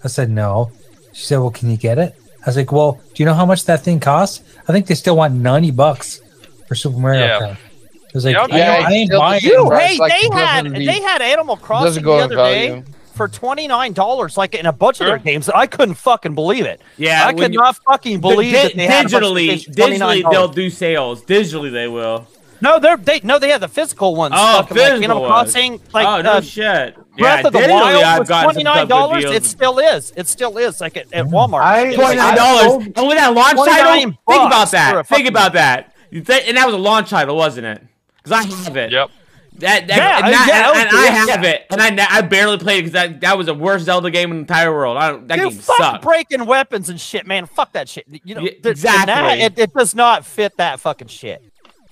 [SPEAKER 3] I said, "No." She said, "Well, can you get it?" I was like, "Well, do you know how much that thing costs?" I think they still want ninety bucks for Super Mario
[SPEAKER 10] Yeah.
[SPEAKER 3] Kart. I was like,
[SPEAKER 10] Yep.
[SPEAKER 3] I,
[SPEAKER 10] Yeah,
[SPEAKER 3] I ain't
[SPEAKER 10] still
[SPEAKER 3] buying
[SPEAKER 10] the same
[SPEAKER 3] it.
[SPEAKER 4] Hey, they had they had Animal Crossing the
[SPEAKER 3] go in
[SPEAKER 4] other day
[SPEAKER 3] value.
[SPEAKER 4] for twenty nine dollars, like in a bunch of their games, and I couldn't fucking believe it.
[SPEAKER 2] Yeah,
[SPEAKER 4] I
[SPEAKER 2] when
[SPEAKER 4] could
[SPEAKER 2] you-
[SPEAKER 4] not fucking believe
[SPEAKER 2] Di-
[SPEAKER 4] that they had a bunch of
[SPEAKER 2] digitally,
[SPEAKER 4] games for $29.
[SPEAKER 2] digitally they'll do sales. Digitally, they will.
[SPEAKER 4] No, they're they no, they had the physical ones.
[SPEAKER 2] Oh,
[SPEAKER 4] fucking, like,
[SPEAKER 2] physical
[SPEAKER 4] Animal
[SPEAKER 2] ones.
[SPEAKER 4] Crossing, like
[SPEAKER 2] Oh, no
[SPEAKER 4] uh,
[SPEAKER 2] shit.
[SPEAKER 4] Breath
[SPEAKER 2] Yeah,
[SPEAKER 4] of the
[SPEAKER 2] digitally,
[SPEAKER 4] Wild
[SPEAKER 2] I've
[SPEAKER 4] was
[SPEAKER 2] gotten
[SPEAKER 4] twenty
[SPEAKER 2] some stuff
[SPEAKER 4] nine
[SPEAKER 2] with Hmm.
[SPEAKER 4] dollars.
[SPEAKER 2] deals.
[SPEAKER 4] It still is. It still is. Like at, at Walmart. It's
[SPEAKER 2] Twenty
[SPEAKER 4] like-
[SPEAKER 2] nine dollars. And with that launch title, think about
[SPEAKER 4] for a
[SPEAKER 2] that.
[SPEAKER 4] fucking-
[SPEAKER 2] Think about that. You think, and that was a launch title, wasn't it? Because I have it. Yep. That, that,
[SPEAKER 4] Yeah,
[SPEAKER 2] and, that-
[SPEAKER 4] yeah,
[SPEAKER 2] and- and I
[SPEAKER 4] yeah.
[SPEAKER 2] have it, and I, I barely played it because that, that was the worst Zelda game in the entire world. I don't, that
[SPEAKER 4] Dude,
[SPEAKER 2] game
[SPEAKER 4] fuck
[SPEAKER 2] sucked.
[SPEAKER 4] breaking weapons and shit, man. Fuck that shit. You know,
[SPEAKER 2] Yeah,
[SPEAKER 4] th-
[SPEAKER 2] exactly.
[SPEAKER 4] that- it, it does not fit that fucking shit.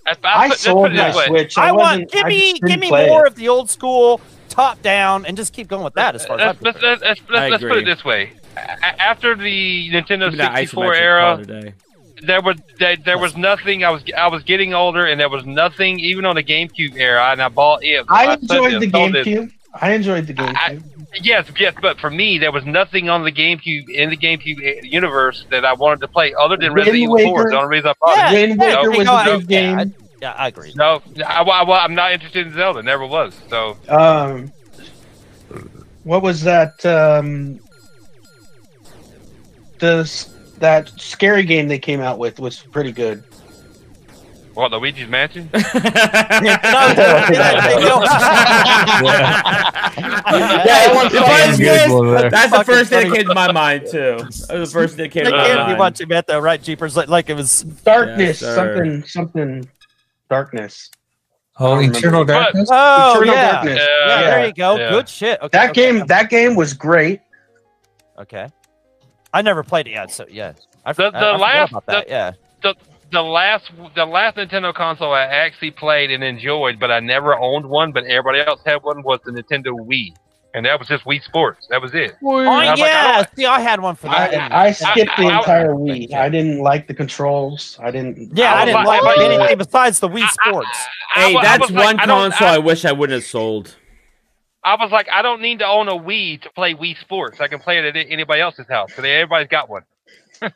[SPEAKER 10] I,
[SPEAKER 7] I sold my Switch. I,
[SPEAKER 4] I, want
[SPEAKER 7] wasn't-
[SPEAKER 4] give
[SPEAKER 7] I just
[SPEAKER 4] me
[SPEAKER 7] didn't
[SPEAKER 4] give me
[SPEAKER 7] play
[SPEAKER 4] more
[SPEAKER 7] it.
[SPEAKER 4] of the old school top down and just keep going with that as far as
[SPEAKER 10] Let's,
[SPEAKER 4] I'm
[SPEAKER 10] let's, let's, let's,
[SPEAKER 4] I
[SPEAKER 10] let's put
[SPEAKER 4] agree.
[SPEAKER 10] it this way: A- a- after the Nintendo
[SPEAKER 2] Give me that
[SPEAKER 10] 64
[SPEAKER 2] isometric
[SPEAKER 10] era,
[SPEAKER 2] call today.
[SPEAKER 10] there was there, there was nothing. I was I was getting older, and there was nothing even on the GameCube era. And I bought it.
[SPEAKER 7] I
[SPEAKER 10] sold it,
[SPEAKER 7] enjoyed the
[SPEAKER 10] sold it.
[SPEAKER 7] GameCube. I enjoyed the GameCube.
[SPEAKER 10] Yes, yes, but for me, there was nothing on the GameCube in the GameCube universe that I wanted to play other than Resident
[SPEAKER 7] Wind
[SPEAKER 10] Evil 4.
[SPEAKER 7] Waker.
[SPEAKER 10] The only reason I bought it.
[SPEAKER 7] Wind
[SPEAKER 10] No,
[SPEAKER 7] Waker was a good game.
[SPEAKER 4] Yeah, I agree.
[SPEAKER 10] No, I, am not interested in Zelda. Never was. So
[SPEAKER 7] Um, what was that? Um, the s- that scary game they came out with was pretty good.
[SPEAKER 10] what Luigi's Mansion?
[SPEAKER 2] Yeah,
[SPEAKER 10] want
[SPEAKER 2] the
[SPEAKER 10] to play
[SPEAKER 2] first
[SPEAKER 10] a good
[SPEAKER 2] thing-
[SPEAKER 10] one there.
[SPEAKER 2] that's the
[SPEAKER 10] Fucking
[SPEAKER 2] first thing that
[SPEAKER 10] funny.
[SPEAKER 2] came to my mind too. That was the first thing that came
[SPEAKER 4] They
[SPEAKER 2] to my
[SPEAKER 4] can't be
[SPEAKER 2] mind.
[SPEAKER 4] watching that though, right, Jeepers? Like, like it was
[SPEAKER 7] Darkness,
[SPEAKER 2] Yes, sir.
[SPEAKER 7] something, something, darkness.
[SPEAKER 3] Oh, Eternal Darkness.
[SPEAKER 4] Oh
[SPEAKER 7] Eternal
[SPEAKER 4] yeah.
[SPEAKER 7] Darkness.
[SPEAKER 4] yeah,
[SPEAKER 7] Yeah.
[SPEAKER 4] There you go.
[SPEAKER 7] Yeah.
[SPEAKER 4] Good shit. Okay,
[SPEAKER 7] that
[SPEAKER 4] okay,
[SPEAKER 7] game, that game was great.
[SPEAKER 4] Okay. I never played it yet, so yeah. I,
[SPEAKER 10] The-
[SPEAKER 4] I-
[SPEAKER 10] the
[SPEAKER 4] I forgot
[SPEAKER 10] last-
[SPEAKER 4] about that,
[SPEAKER 10] the-
[SPEAKER 4] yeah.
[SPEAKER 10] the the last the last Nintendo console I actually played and enjoyed, but I never owned one. But everybody else had one was the Nintendo Wii, and that was just Wii Sports. That was it. And I
[SPEAKER 4] Oh
[SPEAKER 10] was like, I
[SPEAKER 4] yeah,
[SPEAKER 10] don't-
[SPEAKER 4] see, I had one for that.
[SPEAKER 7] I, I skipped the entire Wii. I didn't like the controls. I didn't.
[SPEAKER 4] Yeah, I didn't
[SPEAKER 7] wasn't
[SPEAKER 4] like
[SPEAKER 7] into it.
[SPEAKER 4] anything besides the Wii Sports.
[SPEAKER 2] Hey,
[SPEAKER 10] I- I
[SPEAKER 2] that's
[SPEAKER 10] was like,
[SPEAKER 2] one
[SPEAKER 10] I don't-
[SPEAKER 2] console I,
[SPEAKER 10] I-
[SPEAKER 2] wish I wouldn't have sold.
[SPEAKER 10] I was like, I don't need to own a Wii to play Wii Sports. I can play it at anybody else's house because everybody's got one.
[SPEAKER 2] Shoot,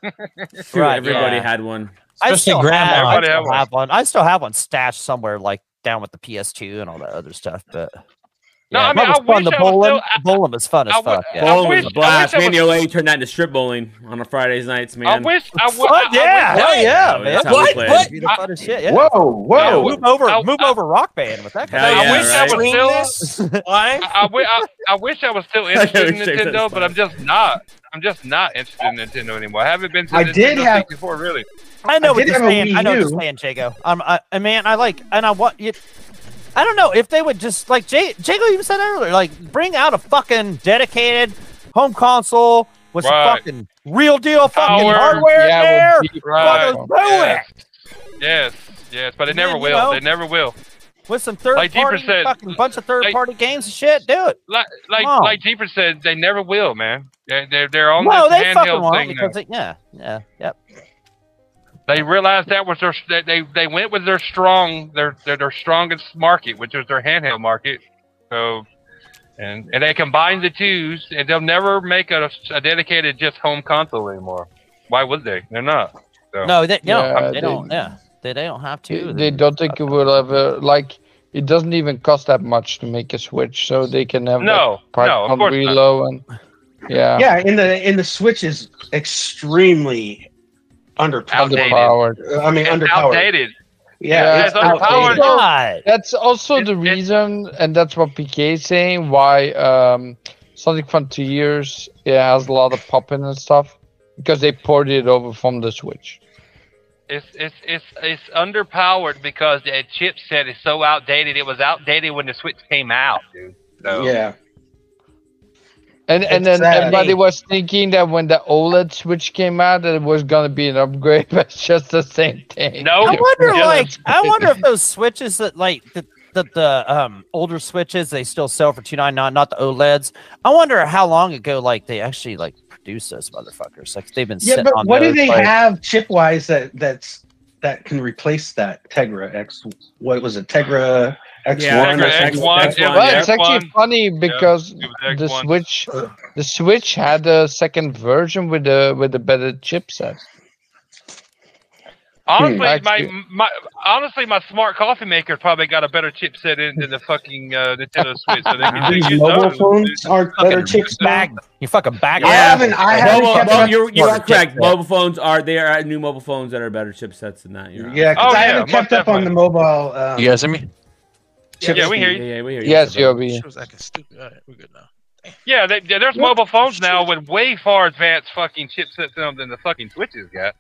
[SPEAKER 4] Right,
[SPEAKER 2] everybody
[SPEAKER 4] yeah.
[SPEAKER 2] had one.
[SPEAKER 4] I still, have, I
[SPEAKER 10] Everybody
[SPEAKER 4] still
[SPEAKER 10] had one.
[SPEAKER 4] have one. I still have one stashed somewhere, like down with the PS2 and all that other stuff. But
[SPEAKER 10] No,
[SPEAKER 4] yeah,
[SPEAKER 10] I mean,
[SPEAKER 4] that was
[SPEAKER 10] I
[SPEAKER 4] fun.
[SPEAKER 10] wish
[SPEAKER 4] The
[SPEAKER 10] I was
[SPEAKER 4] bowling, bowling was fun as
[SPEAKER 10] I
[SPEAKER 4] fuck. yeah.
[SPEAKER 2] Bowling was
[SPEAKER 10] wish- I
[SPEAKER 2] blast.
[SPEAKER 10] wish I
[SPEAKER 2] Man,
[SPEAKER 10] was-
[SPEAKER 2] the OA turned that into strip bowling on a Fridays nights, man.
[SPEAKER 10] I wish I would.
[SPEAKER 4] Fuck yeah, hell yeah,
[SPEAKER 2] Oh,
[SPEAKER 4] man.
[SPEAKER 2] that's how we
[SPEAKER 4] What?
[SPEAKER 2] played.
[SPEAKER 4] What? Be the funnest shit, yeah.
[SPEAKER 2] Whoa, whoa.
[SPEAKER 4] Yeah, move over, move over, Rock Band with that.
[SPEAKER 2] Hell
[SPEAKER 4] kind of-
[SPEAKER 2] yeah,
[SPEAKER 10] I wish I was
[SPEAKER 2] right?
[SPEAKER 10] still. I, I wi- I- I wish I was still interested in Nintendo, but I'm just not. I'm just not interested in Nintendo anymore. I haven't been to
[SPEAKER 7] I
[SPEAKER 10] Nintendo
[SPEAKER 7] did have-
[SPEAKER 10] 64 really.
[SPEAKER 4] I know
[SPEAKER 7] I
[SPEAKER 4] what
[SPEAKER 7] did
[SPEAKER 4] you're
[SPEAKER 7] have a
[SPEAKER 4] saying. I know what you're
[SPEAKER 7] Wii
[SPEAKER 4] saying, Jago. Um, I, I man, I like, and I want you. I don't know if they would just like J- Jago even said earlier, like bring out a fucking dedicated home console with
[SPEAKER 10] Right.
[SPEAKER 4] some fucking real deal fucking
[SPEAKER 10] Power.
[SPEAKER 4] hardware
[SPEAKER 10] Yeah,
[SPEAKER 4] in
[SPEAKER 10] with
[SPEAKER 4] there.
[SPEAKER 10] deep- right.
[SPEAKER 4] Fucking do
[SPEAKER 10] Yes.
[SPEAKER 4] it
[SPEAKER 10] Yes, yes, but it
[SPEAKER 4] Yeah,
[SPEAKER 10] never
[SPEAKER 4] you
[SPEAKER 10] will.
[SPEAKER 4] know.
[SPEAKER 10] They never will.
[SPEAKER 4] with some third
[SPEAKER 10] Like
[SPEAKER 4] party
[SPEAKER 10] Jeepers said,
[SPEAKER 4] fucking bunch of third party games and shit. Do it.
[SPEAKER 10] Like like
[SPEAKER 4] Come on.
[SPEAKER 10] like Jeeper said, they never will, man. They're they're, they're on
[SPEAKER 4] No,
[SPEAKER 10] this
[SPEAKER 4] they fucking
[SPEAKER 10] handheld
[SPEAKER 4] won't
[SPEAKER 10] thing. now.
[SPEAKER 4] because it, yeah, yeah, yep.
[SPEAKER 10] They realized that was their that they they went with their strong their their, their strongest market, which was their handheld market. So. And, and they combined the twos, and they'll never make a, a dedicated just home console anymore. Why would they? They're not. So.
[SPEAKER 4] No, they, no,
[SPEAKER 5] Yeah,
[SPEAKER 4] they,
[SPEAKER 5] they-
[SPEAKER 4] don't. Yeah, they, they don't have to.
[SPEAKER 5] They don't think you will ever like It doesn't even cost that much to make a Switch, so they can have
[SPEAKER 10] No,
[SPEAKER 5] that part
[SPEAKER 10] no, of
[SPEAKER 5] on
[SPEAKER 10] course not.
[SPEAKER 5] reload and yeah,
[SPEAKER 7] yeah, and the and the Switch is extremely underpowered.
[SPEAKER 5] Underpowered.
[SPEAKER 7] I mean,
[SPEAKER 5] It's
[SPEAKER 7] underpowered.
[SPEAKER 5] outdated.
[SPEAKER 7] Yeah,
[SPEAKER 5] that's
[SPEAKER 7] it's outdated.
[SPEAKER 5] also, that's also the reason, and that's what PK is saying, why um, Sonic Frontiers it has a lot of popping and stuff because they ported it over from the Switch.
[SPEAKER 10] It's it's it's it's underpowered because the chipset is so outdated. It was outdated when the Switch came out, dude. So.
[SPEAKER 7] Yeah.
[SPEAKER 5] And and then
[SPEAKER 10] Exactly.
[SPEAKER 5] everybody was thinking that when the OLED Switch came out, that it was gonna be an upgrade, but it's just the same thing.
[SPEAKER 10] No,
[SPEAKER 4] I wonder, like, I wonder if those switches that, like, the, the, the um older switches they still sell for two nine nine, not the OLEDs. I wonder how long ago, like, they actually like produce those motherfuckers. Like, they've been
[SPEAKER 7] Yeah,
[SPEAKER 4] sitting
[SPEAKER 7] but
[SPEAKER 4] on
[SPEAKER 7] what do
[SPEAKER 4] those,
[SPEAKER 7] they
[SPEAKER 4] like-
[SPEAKER 7] have chip wise that that's that can replace that Tegra X? What was it, Tegra X1?
[SPEAKER 5] Yeah, Tegra
[SPEAKER 10] X1, yeah,
[SPEAKER 5] Well, it's actually
[SPEAKER 10] X1.
[SPEAKER 5] funny because
[SPEAKER 10] it was
[SPEAKER 5] the
[SPEAKER 10] X1.
[SPEAKER 5] Switch, the Switch had a second version with a with a better chipset.
[SPEAKER 10] Honestly,
[SPEAKER 5] Hmm.
[SPEAKER 10] my my honestly, my smart coffee maker probably got a better chipset in than the fucking uh, Nintendo Switch. So they can
[SPEAKER 7] These
[SPEAKER 10] use
[SPEAKER 7] mobile
[SPEAKER 10] those.
[SPEAKER 7] phones aren't better chips.
[SPEAKER 4] Bag. You fucking bag.
[SPEAKER 7] I haven't- I haven't
[SPEAKER 2] Mobile-
[SPEAKER 7] kept
[SPEAKER 2] mobile-
[SPEAKER 7] up
[SPEAKER 2] you're,
[SPEAKER 7] with
[SPEAKER 2] you
[SPEAKER 7] the
[SPEAKER 2] are
[SPEAKER 7] chipset.
[SPEAKER 2] correct. Mobile phones are they are new mobile phones that are better chipsets than that. You're
[SPEAKER 7] Yeah, 'cause
[SPEAKER 2] right.
[SPEAKER 7] I haven't kept up on the mobile. Um,
[SPEAKER 1] You guys hear me?
[SPEAKER 7] chip
[SPEAKER 10] Yeah, we hear you.
[SPEAKER 2] Yeah, yeah, we hear you.
[SPEAKER 5] Yes, Yobi.
[SPEAKER 1] She was acting stupid. All right, we're good now.
[SPEAKER 10] Yeah, they, they- there's mobile phones now with way far advanced fucking chipsets in them than the fucking Switches got.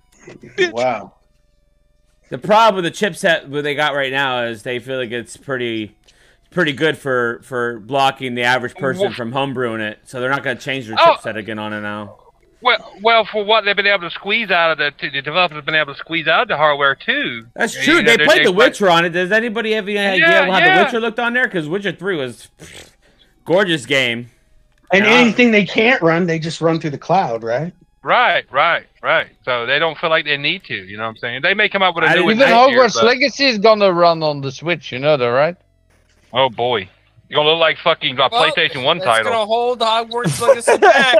[SPEAKER 7] Wow.
[SPEAKER 2] The problem with the chipset what they got right now is they feel like it's pretty pretty good for for blocking the average person from homebrewing it. So they're not going to change their
[SPEAKER 10] Oh.
[SPEAKER 2] chipset again on it now.
[SPEAKER 10] Well, well, for what they've been able to squeeze out of the, t- the developers have been able to squeeze out of the hardware too.
[SPEAKER 2] That's
[SPEAKER 10] You
[SPEAKER 2] true.
[SPEAKER 10] know,
[SPEAKER 2] they
[SPEAKER 10] they're-
[SPEAKER 2] played
[SPEAKER 10] they're-
[SPEAKER 2] The Witcher on it. Does anybody have any idea
[SPEAKER 10] Yeah,
[SPEAKER 2] how
[SPEAKER 10] yeah.
[SPEAKER 2] The Witcher looked on there? Because Witcher Three was pfft, gorgeous game.
[SPEAKER 7] And
[SPEAKER 2] Yeah.
[SPEAKER 7] anything they can't run, they just run through the cloud, right?
[SPEAKER 10] Right, right, right. So they don't feel like they need to. You know what I'm saying? They may come up with a new one
[SPEAKER 5] Even
[SPEAKER 10] next year,
[SPEAKER 5] Hogwarts
[SPEAKER 10] but-
[SPEAKER 5] Legacy is gonna run on the Switch. You know that, right?
[SPEAKER 10] Oh boy, you're gonna look like fucking a PlayStation One
[SPEAKER 8] That's
[SPEAKER 10] title.
[SPEAKER 8] gonna hold Hogwarts Legacy back.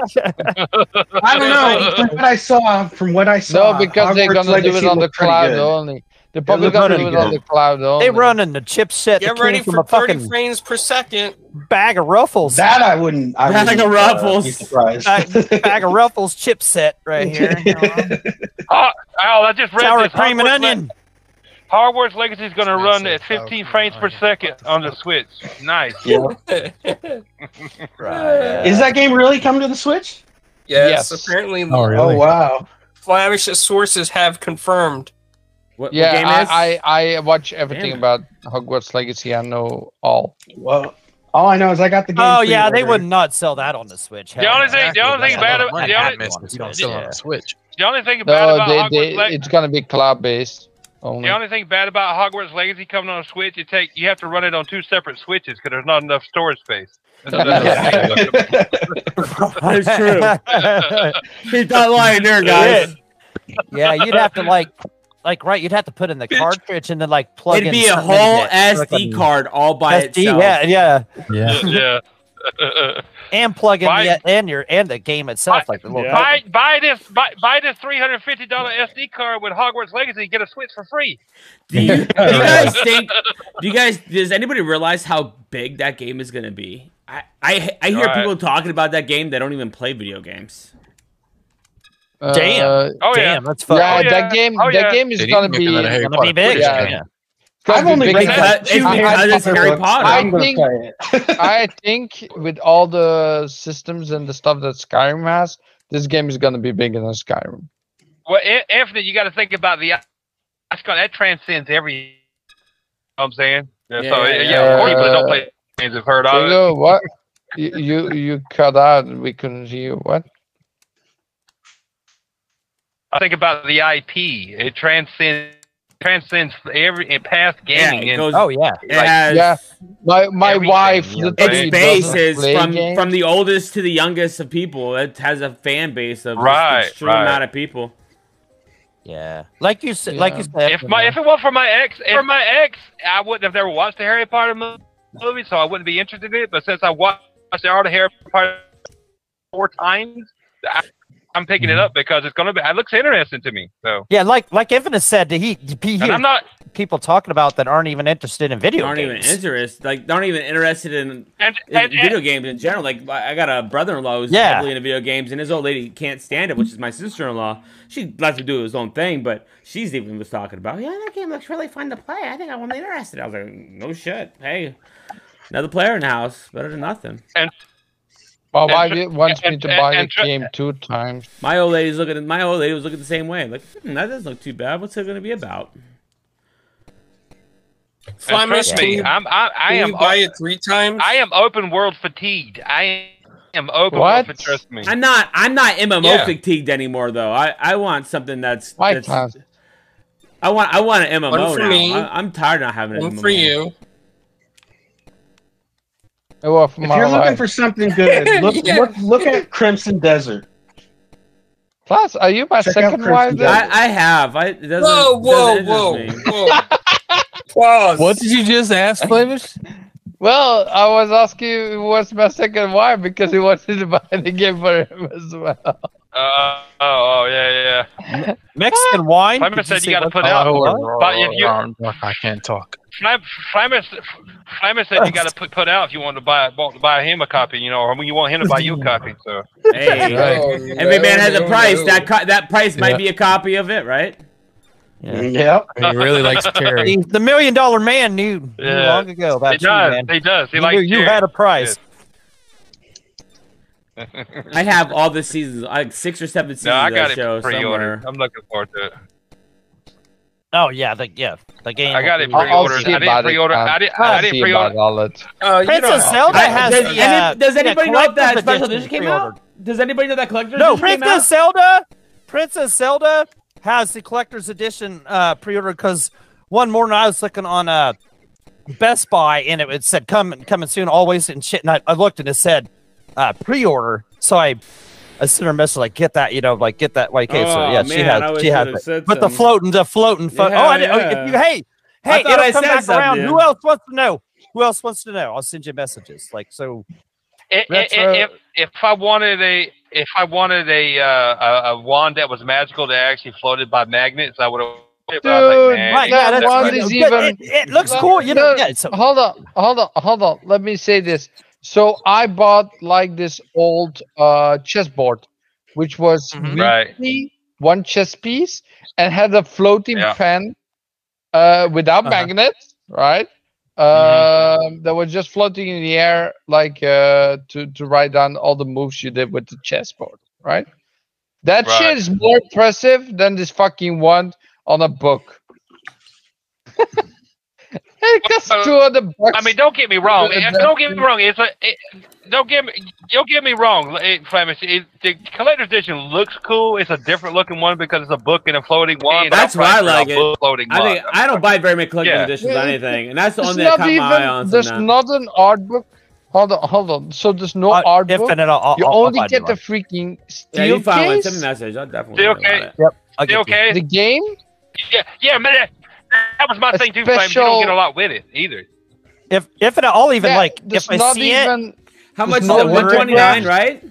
[SPEAKER 7] I don't know. From what I saw, from what I saw,
[SPEAKER 5] No, because they're
[SPEAKER 7] uh, Hogwarts
[SPEAKER 5] gonna do it
[SPEAKER 7] Legacy
[SPEAKER 5] on the
[SPEAKER 7] looked pretty
[SPEAKER 5] cloud
[SPEAKER 7] good.
[SPEAKER 5] only. They're
[SPEAKER 7] It
[SPEAKER 5] probably
[SPEAKER 7] looked
[SPEAKER 5] gonna
[SPEAKER 7] pretty
[SPEAKER 5] do it on
[SPEAKER 7] good.
[SPEAKER 5] the cloud only.
[SPEAKER 4] They running the chipset.
[SPEAKER 8] Get
[SPEAKER 4] that
[SPEAKER 8] ready
[SPEAKER 4] came from
[SPEAKER 8] for
[SPEAKER 4] a
[SPEAKER 8] 30
[SPEAKER 4] fucking
[SPEAKER 8] frames per second.
[SPEAKER 4] bag of ruffles.
[SPEAKER 7] That I wouldn't. I
[SPEAKER 4] Bag
[SPEAKER 7] wouldn't,
[SPEAKER 4] of
[SPEAKER 7] uh,
[SPEAKER 4] Ruffles.
[SPEAKER 7] be surprised.
[SPEAKER 4] bag, bag of ruffles chipset right here.
[SPEAKER 10] Oh, oh, I just read
[SPEAKER 4] Sour
[SPEAKER 10] this.
[SPEAKER 4] cream and
[SPEAKER 10] Hogwarts
[SPEAKER 4] onion.
[SPEAKER 10] Le- Hogwarts Legacy is gonna run at 15 frames per second on the Switch. Nice.
[SPEAKER 7] Yeah. Is that game really coming to the Switch?
[SPEAKER 8] Yes,
[SPEAKER 5] Yes.
[SPEAKER 8] apparently.
[SPEAKER 3] Oh, really?
[SPEAKER 7] Oh wow!
[SPEAKER 8] Flemish sources have confirmed.
[SPEAKER 2] What,
[SPEAKER 5] yeah,
[SPEAKER 2] what game is?
[SPEAKER 5] I, I I watch everything
[SPEAKER 2] Damn.
[SPEAKER 5] about Hogwarts Legacy. I know all.
[SPEAKER 7] Well, all I know is I got the game.
[SPEAKER 4] Oh yeah, they
[SPEAKER 7] pre-ordered.
[SPEAKER 4] would not sell that on the Switch.
[SPEAKER 10] The only thing, the only thing bad, about- the only,
[SPEAKER 1] You don't sell on
[SPEAKER 4] Yeah.
[SPEAKER 1] the Switch.
[SPEAKER 10] the only thing bad
[SPEAKER 5] No,
[SPEAKER 10] about
[SPEAKER 5] they,
[SPEAKER 10] Hogwarts
[SPEAKER 5] they,
[SPEAKER 10] Legacy.
[SPEAKER 5] it's gonna be cloud based only.
[SPEAKER 10] The only thing bad about Hogwarts Legacy coming on a Switch, it take you have to run it on two separate Switches because there's not enough storage space. That's another thing.
[SPEAKER 2] That's true. He's not lying there, guys.
[SPEAKER 4] yeah, you'd have to like, like right, you'd have to put in the cartridge and then like plug
[SPEAKER 2] It'd
[SPEAKER 4] in.
[SPEAKER 2] be a
[SPEAKER 4] something
[SPEAKER 2] whole
[SPEAKER 4] that- like
[SPEAKER 2] SD
[SPEAKER 4] a-
[SPEAKER 2] card all by
[SPEAKER 4] SD,
[SPEAKER 2] itself.
[SPEAKER 4] yeah, yeah,
[SPEAKER 3] Yeah.
[SPEAKER 10] yeah.
[SPEAKER 4] and plug in
[SPEAKER 10] Buy-
[SPEAKER 4] the e, and your and the game itself, like the little.
[SPEAKER 3] Yeah.
[SPEAKER 10] buy buy this buy, buy this three hundred fifty dollar SD card with Hogwarts Legacy, get a Switch for free.
[SPEAKER 2] Do you, do you guys think? Do you guys? Does anybody realize how big that game is going to be? I I, I hear
[SPEAKER 10] Right.
[SPEAKER 2] people talking about that game. They don't even play video games.
[SPEAKER 5] Uh,
[SPEAKER 4] Damn.
[SPEAKER 10] Oh yeah.
[SPEAKER 4] Damn, that's
[SPEAKER 5] Yeah,
[SPEAKER 4] fucking.
[SPEAKER 10] Oh, yeah.
[SPEAKER 5] that game.
[SPEAKER 10] Oh, yeah.
[SPEAKER 5] That game is
[SPEAKER 1] They need
[SPEAKER 5] gonna
[SPEAKER 1] to make
[SPEAKER 5] be.
[SPEAKER 1] another Harry
[SPEAKER 4] gonna
[SPEAKER 1] Potter
[SPEAKER 4] be big.
[SPEAKER 1] Switch
[SPEAKER 5] Yeah.
[SPEAKER 1] game.
[SPEAKER 5] it's gonna
[SPEAKER 7] I've
[SPEAKER 5] be
[SPEAKER 7] only
[SPEAKER 5] big
[SPEAKER 7] read
[SPEAKER 5] enough.
[SPEAKER 7] that
[SPEAKER 2] It's
[SPEAKER 7] two
[SPEAKER 2] because
[SPEAKER 7] Harry
[SPEAKER 2] it's
[SPEAKER 7] Potter
[SPEAKER 2] Harry
[SPEAKER 7] books.
[SPEAKER 2] Potter.
[SPEAKER 7] I'm gonna
[SPEAKER 5] I think-
[SPEAKER 7] play it.
[SPEAKER 5] I think with all the systems and the stuff that Skyrim has, this game is gonna be bigger than Skyrim.
[SPEAKER 10] Well, A- Anthony, you got to think about the. That's gonna, that transcends every. You know what I'm saying. Yeah, so
[SPEAKER 2] Yeah,
[SPEAKER 10] yeah,
[SPEAKER 2] yeah,
[SPEAKER 5] yeah.
[SPEAKER 10] of course, people that
[SPEAKER 5] Uh,
[SPEAKER 10] don't play games have heard
[SPEAKER 5] You
[SPEAKER 10] of it.
[SPEAKER 5] know what? You, you you cut out. We couldn't hear what.
[SPEAKER 10] I think about the IP. It transcends transcends every and past
[SPEAKER 2] Yeah,
[SPEAKER 10] gaming.
[SPEAKER 2] it
[SPEAKER 10] and
[SPEAKER 2] goes.
[SPEAKER 4] Oh yeah.
[SPEAKER 2] it has,
[SPEAKER 5] Yeah. My my
[SPEAKER 10] Everything,
[SPEAKER 5] wife.
[SPEAKER 10] yeah.
[SPEAKER 5] literally
[SPEAKER 2] Its base
[SPEAKER 5] doesn't
[SPEAKER 2] is
[SPEAKER 5] play
[SPEAKER 2] from
[SPEAKER 5] games.
[SPEAKER 2] from the oldest to the youngest of people. It has a fan base of just
[SPEAKER 10] Right,
[SPEAKER 2] extreme
[SPEAKER 10] right.
[SPEAKER 2] amount of people.
[SPEAKER 4] Yeah, like you said, like you said.
[SPEAKER 10] if my if it weren't for my ex, if for my ex, I wouldn't have never watched the Harry Potter mo- movie, so I wouldn't be interested in it. But since I watched all the Harry Potter four times, I, I'm picking it up because it's gonna be. It looks interesting to me. So,
[SPEAKER 4] yeah, like like Infinite said, he he
[SPEAKER 10] and I'm not.
[SPEAKER 4] people talking about that aren't even interested in video
[SPEAKER 2] aren't
[SPEAKER 4] games.
[SPEAKER 2] even interested. Like they aren't even interested in, in video games in general. Like I I got a brother-in-law who's
[SPEAKER 4] Yeah.
[SPEAKER 2] heavily into video games, and his old lady can't stand it, which is my sister-in-law. She likes to do his own thing, but she's even was talking about, yeah, that game looks really fun to play. I think I want to be interested. I was like, no shit. Hey, another player in the house, better than nothing.
[SPEAKER 10] And
[SPEAKER 5] My
[SPEAKER 2] And
[SPEAKER 5] wife
[SPEAKER 2] tr-
[SPEAKER 5] wants me
[SPEAKER 2] and-
[SPEAKER 5] to
[SPEAKER 2] and-
[SPEAKER 5] buy the
[SPEAKER 2] and tr-
[SPEAKER 5] game two times.
[SPEAKER 2] my old lady's looking. At, my old lady was looking the same way. Like hmm, that doesn't look too bad. What's it going to be about?
[SPEAKER 10] And trust me, I'm, I, I am.
[SPEAKER 8] buy
[SPEAKER 10] it
[SPEAKER 8] three times.
[SPEAKER 10] I am open world fatigued. I am open world fatigued. Trust me. Uh,
[SPEAKER 2] I'm not. I'm not MMO
[SPEAKER 10] Yeah.
[SPEAKER 2] fatigued anymore, though. I, I want something that's.
[SPEAKER 5] My
[SPEAKER 2] that's
[SPEAKER 5] class.
[SPEAKER 2] I want. I want an MMO
[SPEAKER 8] One for
[SPEAKER 2] now.
[SPEAKER 8] me,
[SPEAKER 2] I, I'm tired of not having an
[SPEAKER 8] One
[SPEAKER 2] MMO.
[SPEAKER 8] for you.
[SPEAKER 5] Well, for
[SPEAKER 7] If
[SPEAKER 5] my
[SPEAKER 7] you're looking
[SPEAKER 5] life.
[SPEAKER 7] for something good, look look look at Crimson Desert.
[SPEAKER 5] Plus, are you my
[SPEAKER 7] Check out
[SPEAKER 5] second
[SPEAKER 7] Crimson
[SPEAKER 5] wife?
[SPEAKER 7] Desert.
[SPEAKER 5] then?
[SPEAKER 2] I have. I it doesn't.
[SPEAKER 8] Whoa, whoa,
[SPEAKER 2] doesn't
[SPEAKER 8] whoa,
[SPEAKER 2] interest me.
[SPEAKER 8] whoa.
[SPEAKER 12] What did you just ask, Flavius?
[SPEAKER 5] Well, I was asking who was my second wife because he wanted to buy the game for him as well.
[SPEAKER 10] Uh, oh, oh, yeah, yeah. yeah.
[SPEAKER 4] Mexican wine.
[SPEAKER 10] Clement
[SPEAKER 4] Did
[SPEAKER 10] said you
[SPEAKER 4] say
[SPEAKER 10] gotta
[SPEAKER 4] what-
[SPEAKER 10] put out. But if you,
[SPEAKER 9] I can't talk.
[SPEAKER 10] Flam- Flamer, s- Flamer said you got to put put out if you want to buy bought, buy him a copy, you know, or when you want him to buy you a copy. So
[SPEAKER 2] Hey,
[SPEAKER 10] Oh,
[SPEAKER 2] every
[SPEAKER 10] no,
[SPEAKER 2] man has a
[SPEAKER 10] no,
[SPEAKER 2] price.
[SPEAKER 10] no.
[SPEAKER 2] That co- that price
[SPEAKER 10] Yeah.
[SPEAKER 2] might be a copy of it, right?
[SPEAKER 4] Yeah.
[SPEAKER 7] Yep.
[SPEAKER 10] He really likes Terry.
[SPEAKER 4] The, the million dollar man knew, knew
[SPEAKER 10] Yeah.
[SPEAKER 4] long ago about
[SPEAKER 10] He
[SPEAKER 4] you,
[SPEAKER 10] does,
[SPEAKER 4] man.
[SPEAKER 10] he does. He
[SPEAKER 4] knew
[SPEAKER 10] likes
[SPEAKER 4] you
[SPEAKER 10] Terry.
[SPEAKER 4] had a price.
[SPEAKER 2] I have all the seasons, like six or seven seasons
[SPEAKER 10] no, I got
[SPEAKER 2] of that show
[SPEAKER 10] it
[SPEAKER 2] somewhere.
[SPEAKER 10] pre-ordered. I'm looking forward to it.
[SPEAKER 4] Oh yeah, the yeah, the game.
[SPEAKER 10] I got it
[SPEAKER 4] will be-
[SPEAKER 10] pre-ordered. I didn't pre-order. I didn't. I didn't pre-order.
[SPEAKER 8] Uh,
[SPEAKER 4] Princess Zelda has.
[SPEAKER 2] does,
[SPEAKER 4] the, uh,
[SPEAKER 2] any, does
[SPEAKER 4] yeah,
[SPEAKER 2] anybody know if that
[SPEAKER 4] collector's
[SPEAKER 2] special
[SPEAKER 4] edition
[SPEAKER 2] edition came
[SPEAKER 4] pre-ordered.
[SPEAKER 2] out? Does anybody know that collector's
[SPEAKER 4] No,
[SPEAKER 2] edition came
[SPEAKER 4] Princess
[SPEAKER 2] out?
[SPEAKER 4] Zelda. Princess Zelda has the collector's edition uh, pre-order because one morning I was looking on uh, Best Buy and it, it said come coming soon, always and shit. And I, I looked and it said uh, pre-order, so I. I sent her a message like get that you know like get that YK so
[SPEAKER 2] Oh,
[SPEAKER 4] yeah she
[SPEAKER 2] man, I
[SPEAKER 4] has
[SPEAKER 2] wish
[SPEAKER 4] she
[SPEAKER 2] you
[SPEAKER 4] has
[SPEAKER 2] would've
[SPEAKER 4] it.
[SPEAKER 2] said
[SPEAKER 4] but the
[SPEAKER 2] something.
[SPEAKER 4] floating the floating fo-
[SPEAKER 2] Yeah,
[SPEAKER 4] oh I didn't, oh,
[SPEAKER 2] yeah.
[SPEAKER 4] if you hey
[SPEAKER 2] I
[SPEAKER 4] hey
[SPEAKER 2] thought
[SPEAKER 4] it'll
[SPEAKER 2] I
[SPEAKER 4] come
[SPEAKER 2] said
[SPEAKER 4] back around
[SPEAKER 2] something.
[SPEAKER 4] who else wants to know who else wants to know I'll send you messages like so
[SPEAKER 10] I- I- I-
[SPEAKER 4] Retro-
[SPEAKER 10] If if I wanted a if I wanted a uh, a, a wand that was magical that actually floated by magnets, I would have.
[SPEAKER 5] Dude,
[SPEAKER 4] my God, that's
[SPEAKER 5] one
[SPEAKER 4] pretty-
[SPEAKER 5] is
[SPEAKER 4] but
[SPEAKER 5] even-
[SPEAKER 4] it, it looks cool. You know,
[SPEAKER 5] No,
[SPEAKER 4] yeah, it's a-
[SPEAKER 5] hold on, hold on, hold on. Let me say this. So I bought like this old uh chessboard, which was
[SPEAKER 10] Right.
[SPEAKER 5] weekly, one chess piece and had a floating
[SPEAKER 10] Yeah.
[SPEAKER 5] fan uh without
[SPEAKER 10] Uh-huh. Mm-hmm.
[SPEAKER 5] magnets, right? Um that was just floating in the air like uh to to write down all the moves you did with the chessboard, right? That
[SPEAKER 10] Right.
[SPEAKER 5] shit is more impressive than this fucking wand on a book. it costs two hundred bucks.
[SPEAKER 10] I mean, don't get me wrong.
[SPEAKER 5] Because
[SPEAKER 10] Eh,
[SPEAKER 5] that's-
[SPEAKER 10] Don't get me wrong. It's a, it, don't get me don't get me wrong. It, Flemish, it, the collector's edition looks cool. It's a different looking one because it's a book and a floating one. but
[SPEAKER 2] That's
[SPEAKER 10] I'm
[SPEAKER 2] why I
[SPEAKER 10] probably
[SPEAKER 2] like
[SPEAKER 10] a
[SPEAKER 2] it.
[SPEAKER 10] book Floating
[SPEAKER 2] I think
[SPEAKER 10] one.
[SPEAKER 2] I don't buy very many collector's
[SPEAKER 10] Yeah.
[SPEAKER 2] editions on anything, and that's the
[SPEAKER 5] There's
[SPEAKER 2] only that
[SPEAKER 5] not
[SPEAKER 2] caught my eye on.
[SPEAKER 5] even there's
[SPEAKER 2] sometimes.
[SPEAKER 5] not an art book. Hold on, hold on. So there's
[SPEAKER 4] uh,
[SPEAKER 5] no
[SPEAKER 10] Uh,
[SPEAKER 5] art book.
[SPEAKER 4] definite, I'll- I'll-
[SPEAKER 5] you
[SPEAKER 4] I'll
[SPEAKER 5] only
[SPEAKER 4] find
[SPEAKER 5] get
[SPEAKER 4] you
[SPEAKER 5] the
[SPEAKER 4] one.
[SPEAKER 5] freaking
[SPEAKER 2] Yeah, you
[SPEAKER 5] steel
[SPEAKER 2] find one.
[SPEAKER 5] case.
[SPEAKER 2] Send me a message. I'll definitely.
[SPEAKER 10] Still
[SPEAKER 2] read about
[SPEAKER 10] okay?
[SPEAKER 2] it.
[SPEAKER 4] Yep. I'll
[SPEAKER 10] Still
[SPEAKER 4] get you.
[SPEAKER 10] okay?
[SPEAKER 5] The game.
[SPEAKER 10] Yeah, yeah, man. That, that was my thing too. Flemish. You
[SPEAKER 5] special-
[SPEAKER 10] don't get a lot with it either.
[SPEAKER 4] If if it, I'll even
[SPEAKER 5] Yeah,
[SPEAKER 4] like
[SPEAKER 5] there's
[SPEAKER 4] if I
[SPEAKER 5] not
[SPEAKER 4] see
[SPEAKER 5] even,
[SPEAKER 4] it,
[SPEAKER 2] How
[SPEAKER 5] there's
[SPEAKER 2] much is
[SPEAKER 5] no
[SPEAKER 2] it?
[SPEAKER 5] word
[SPEAKER 2] One twenty nine,
[SPEAKER 5] graph,
[SPEAKER 2] right?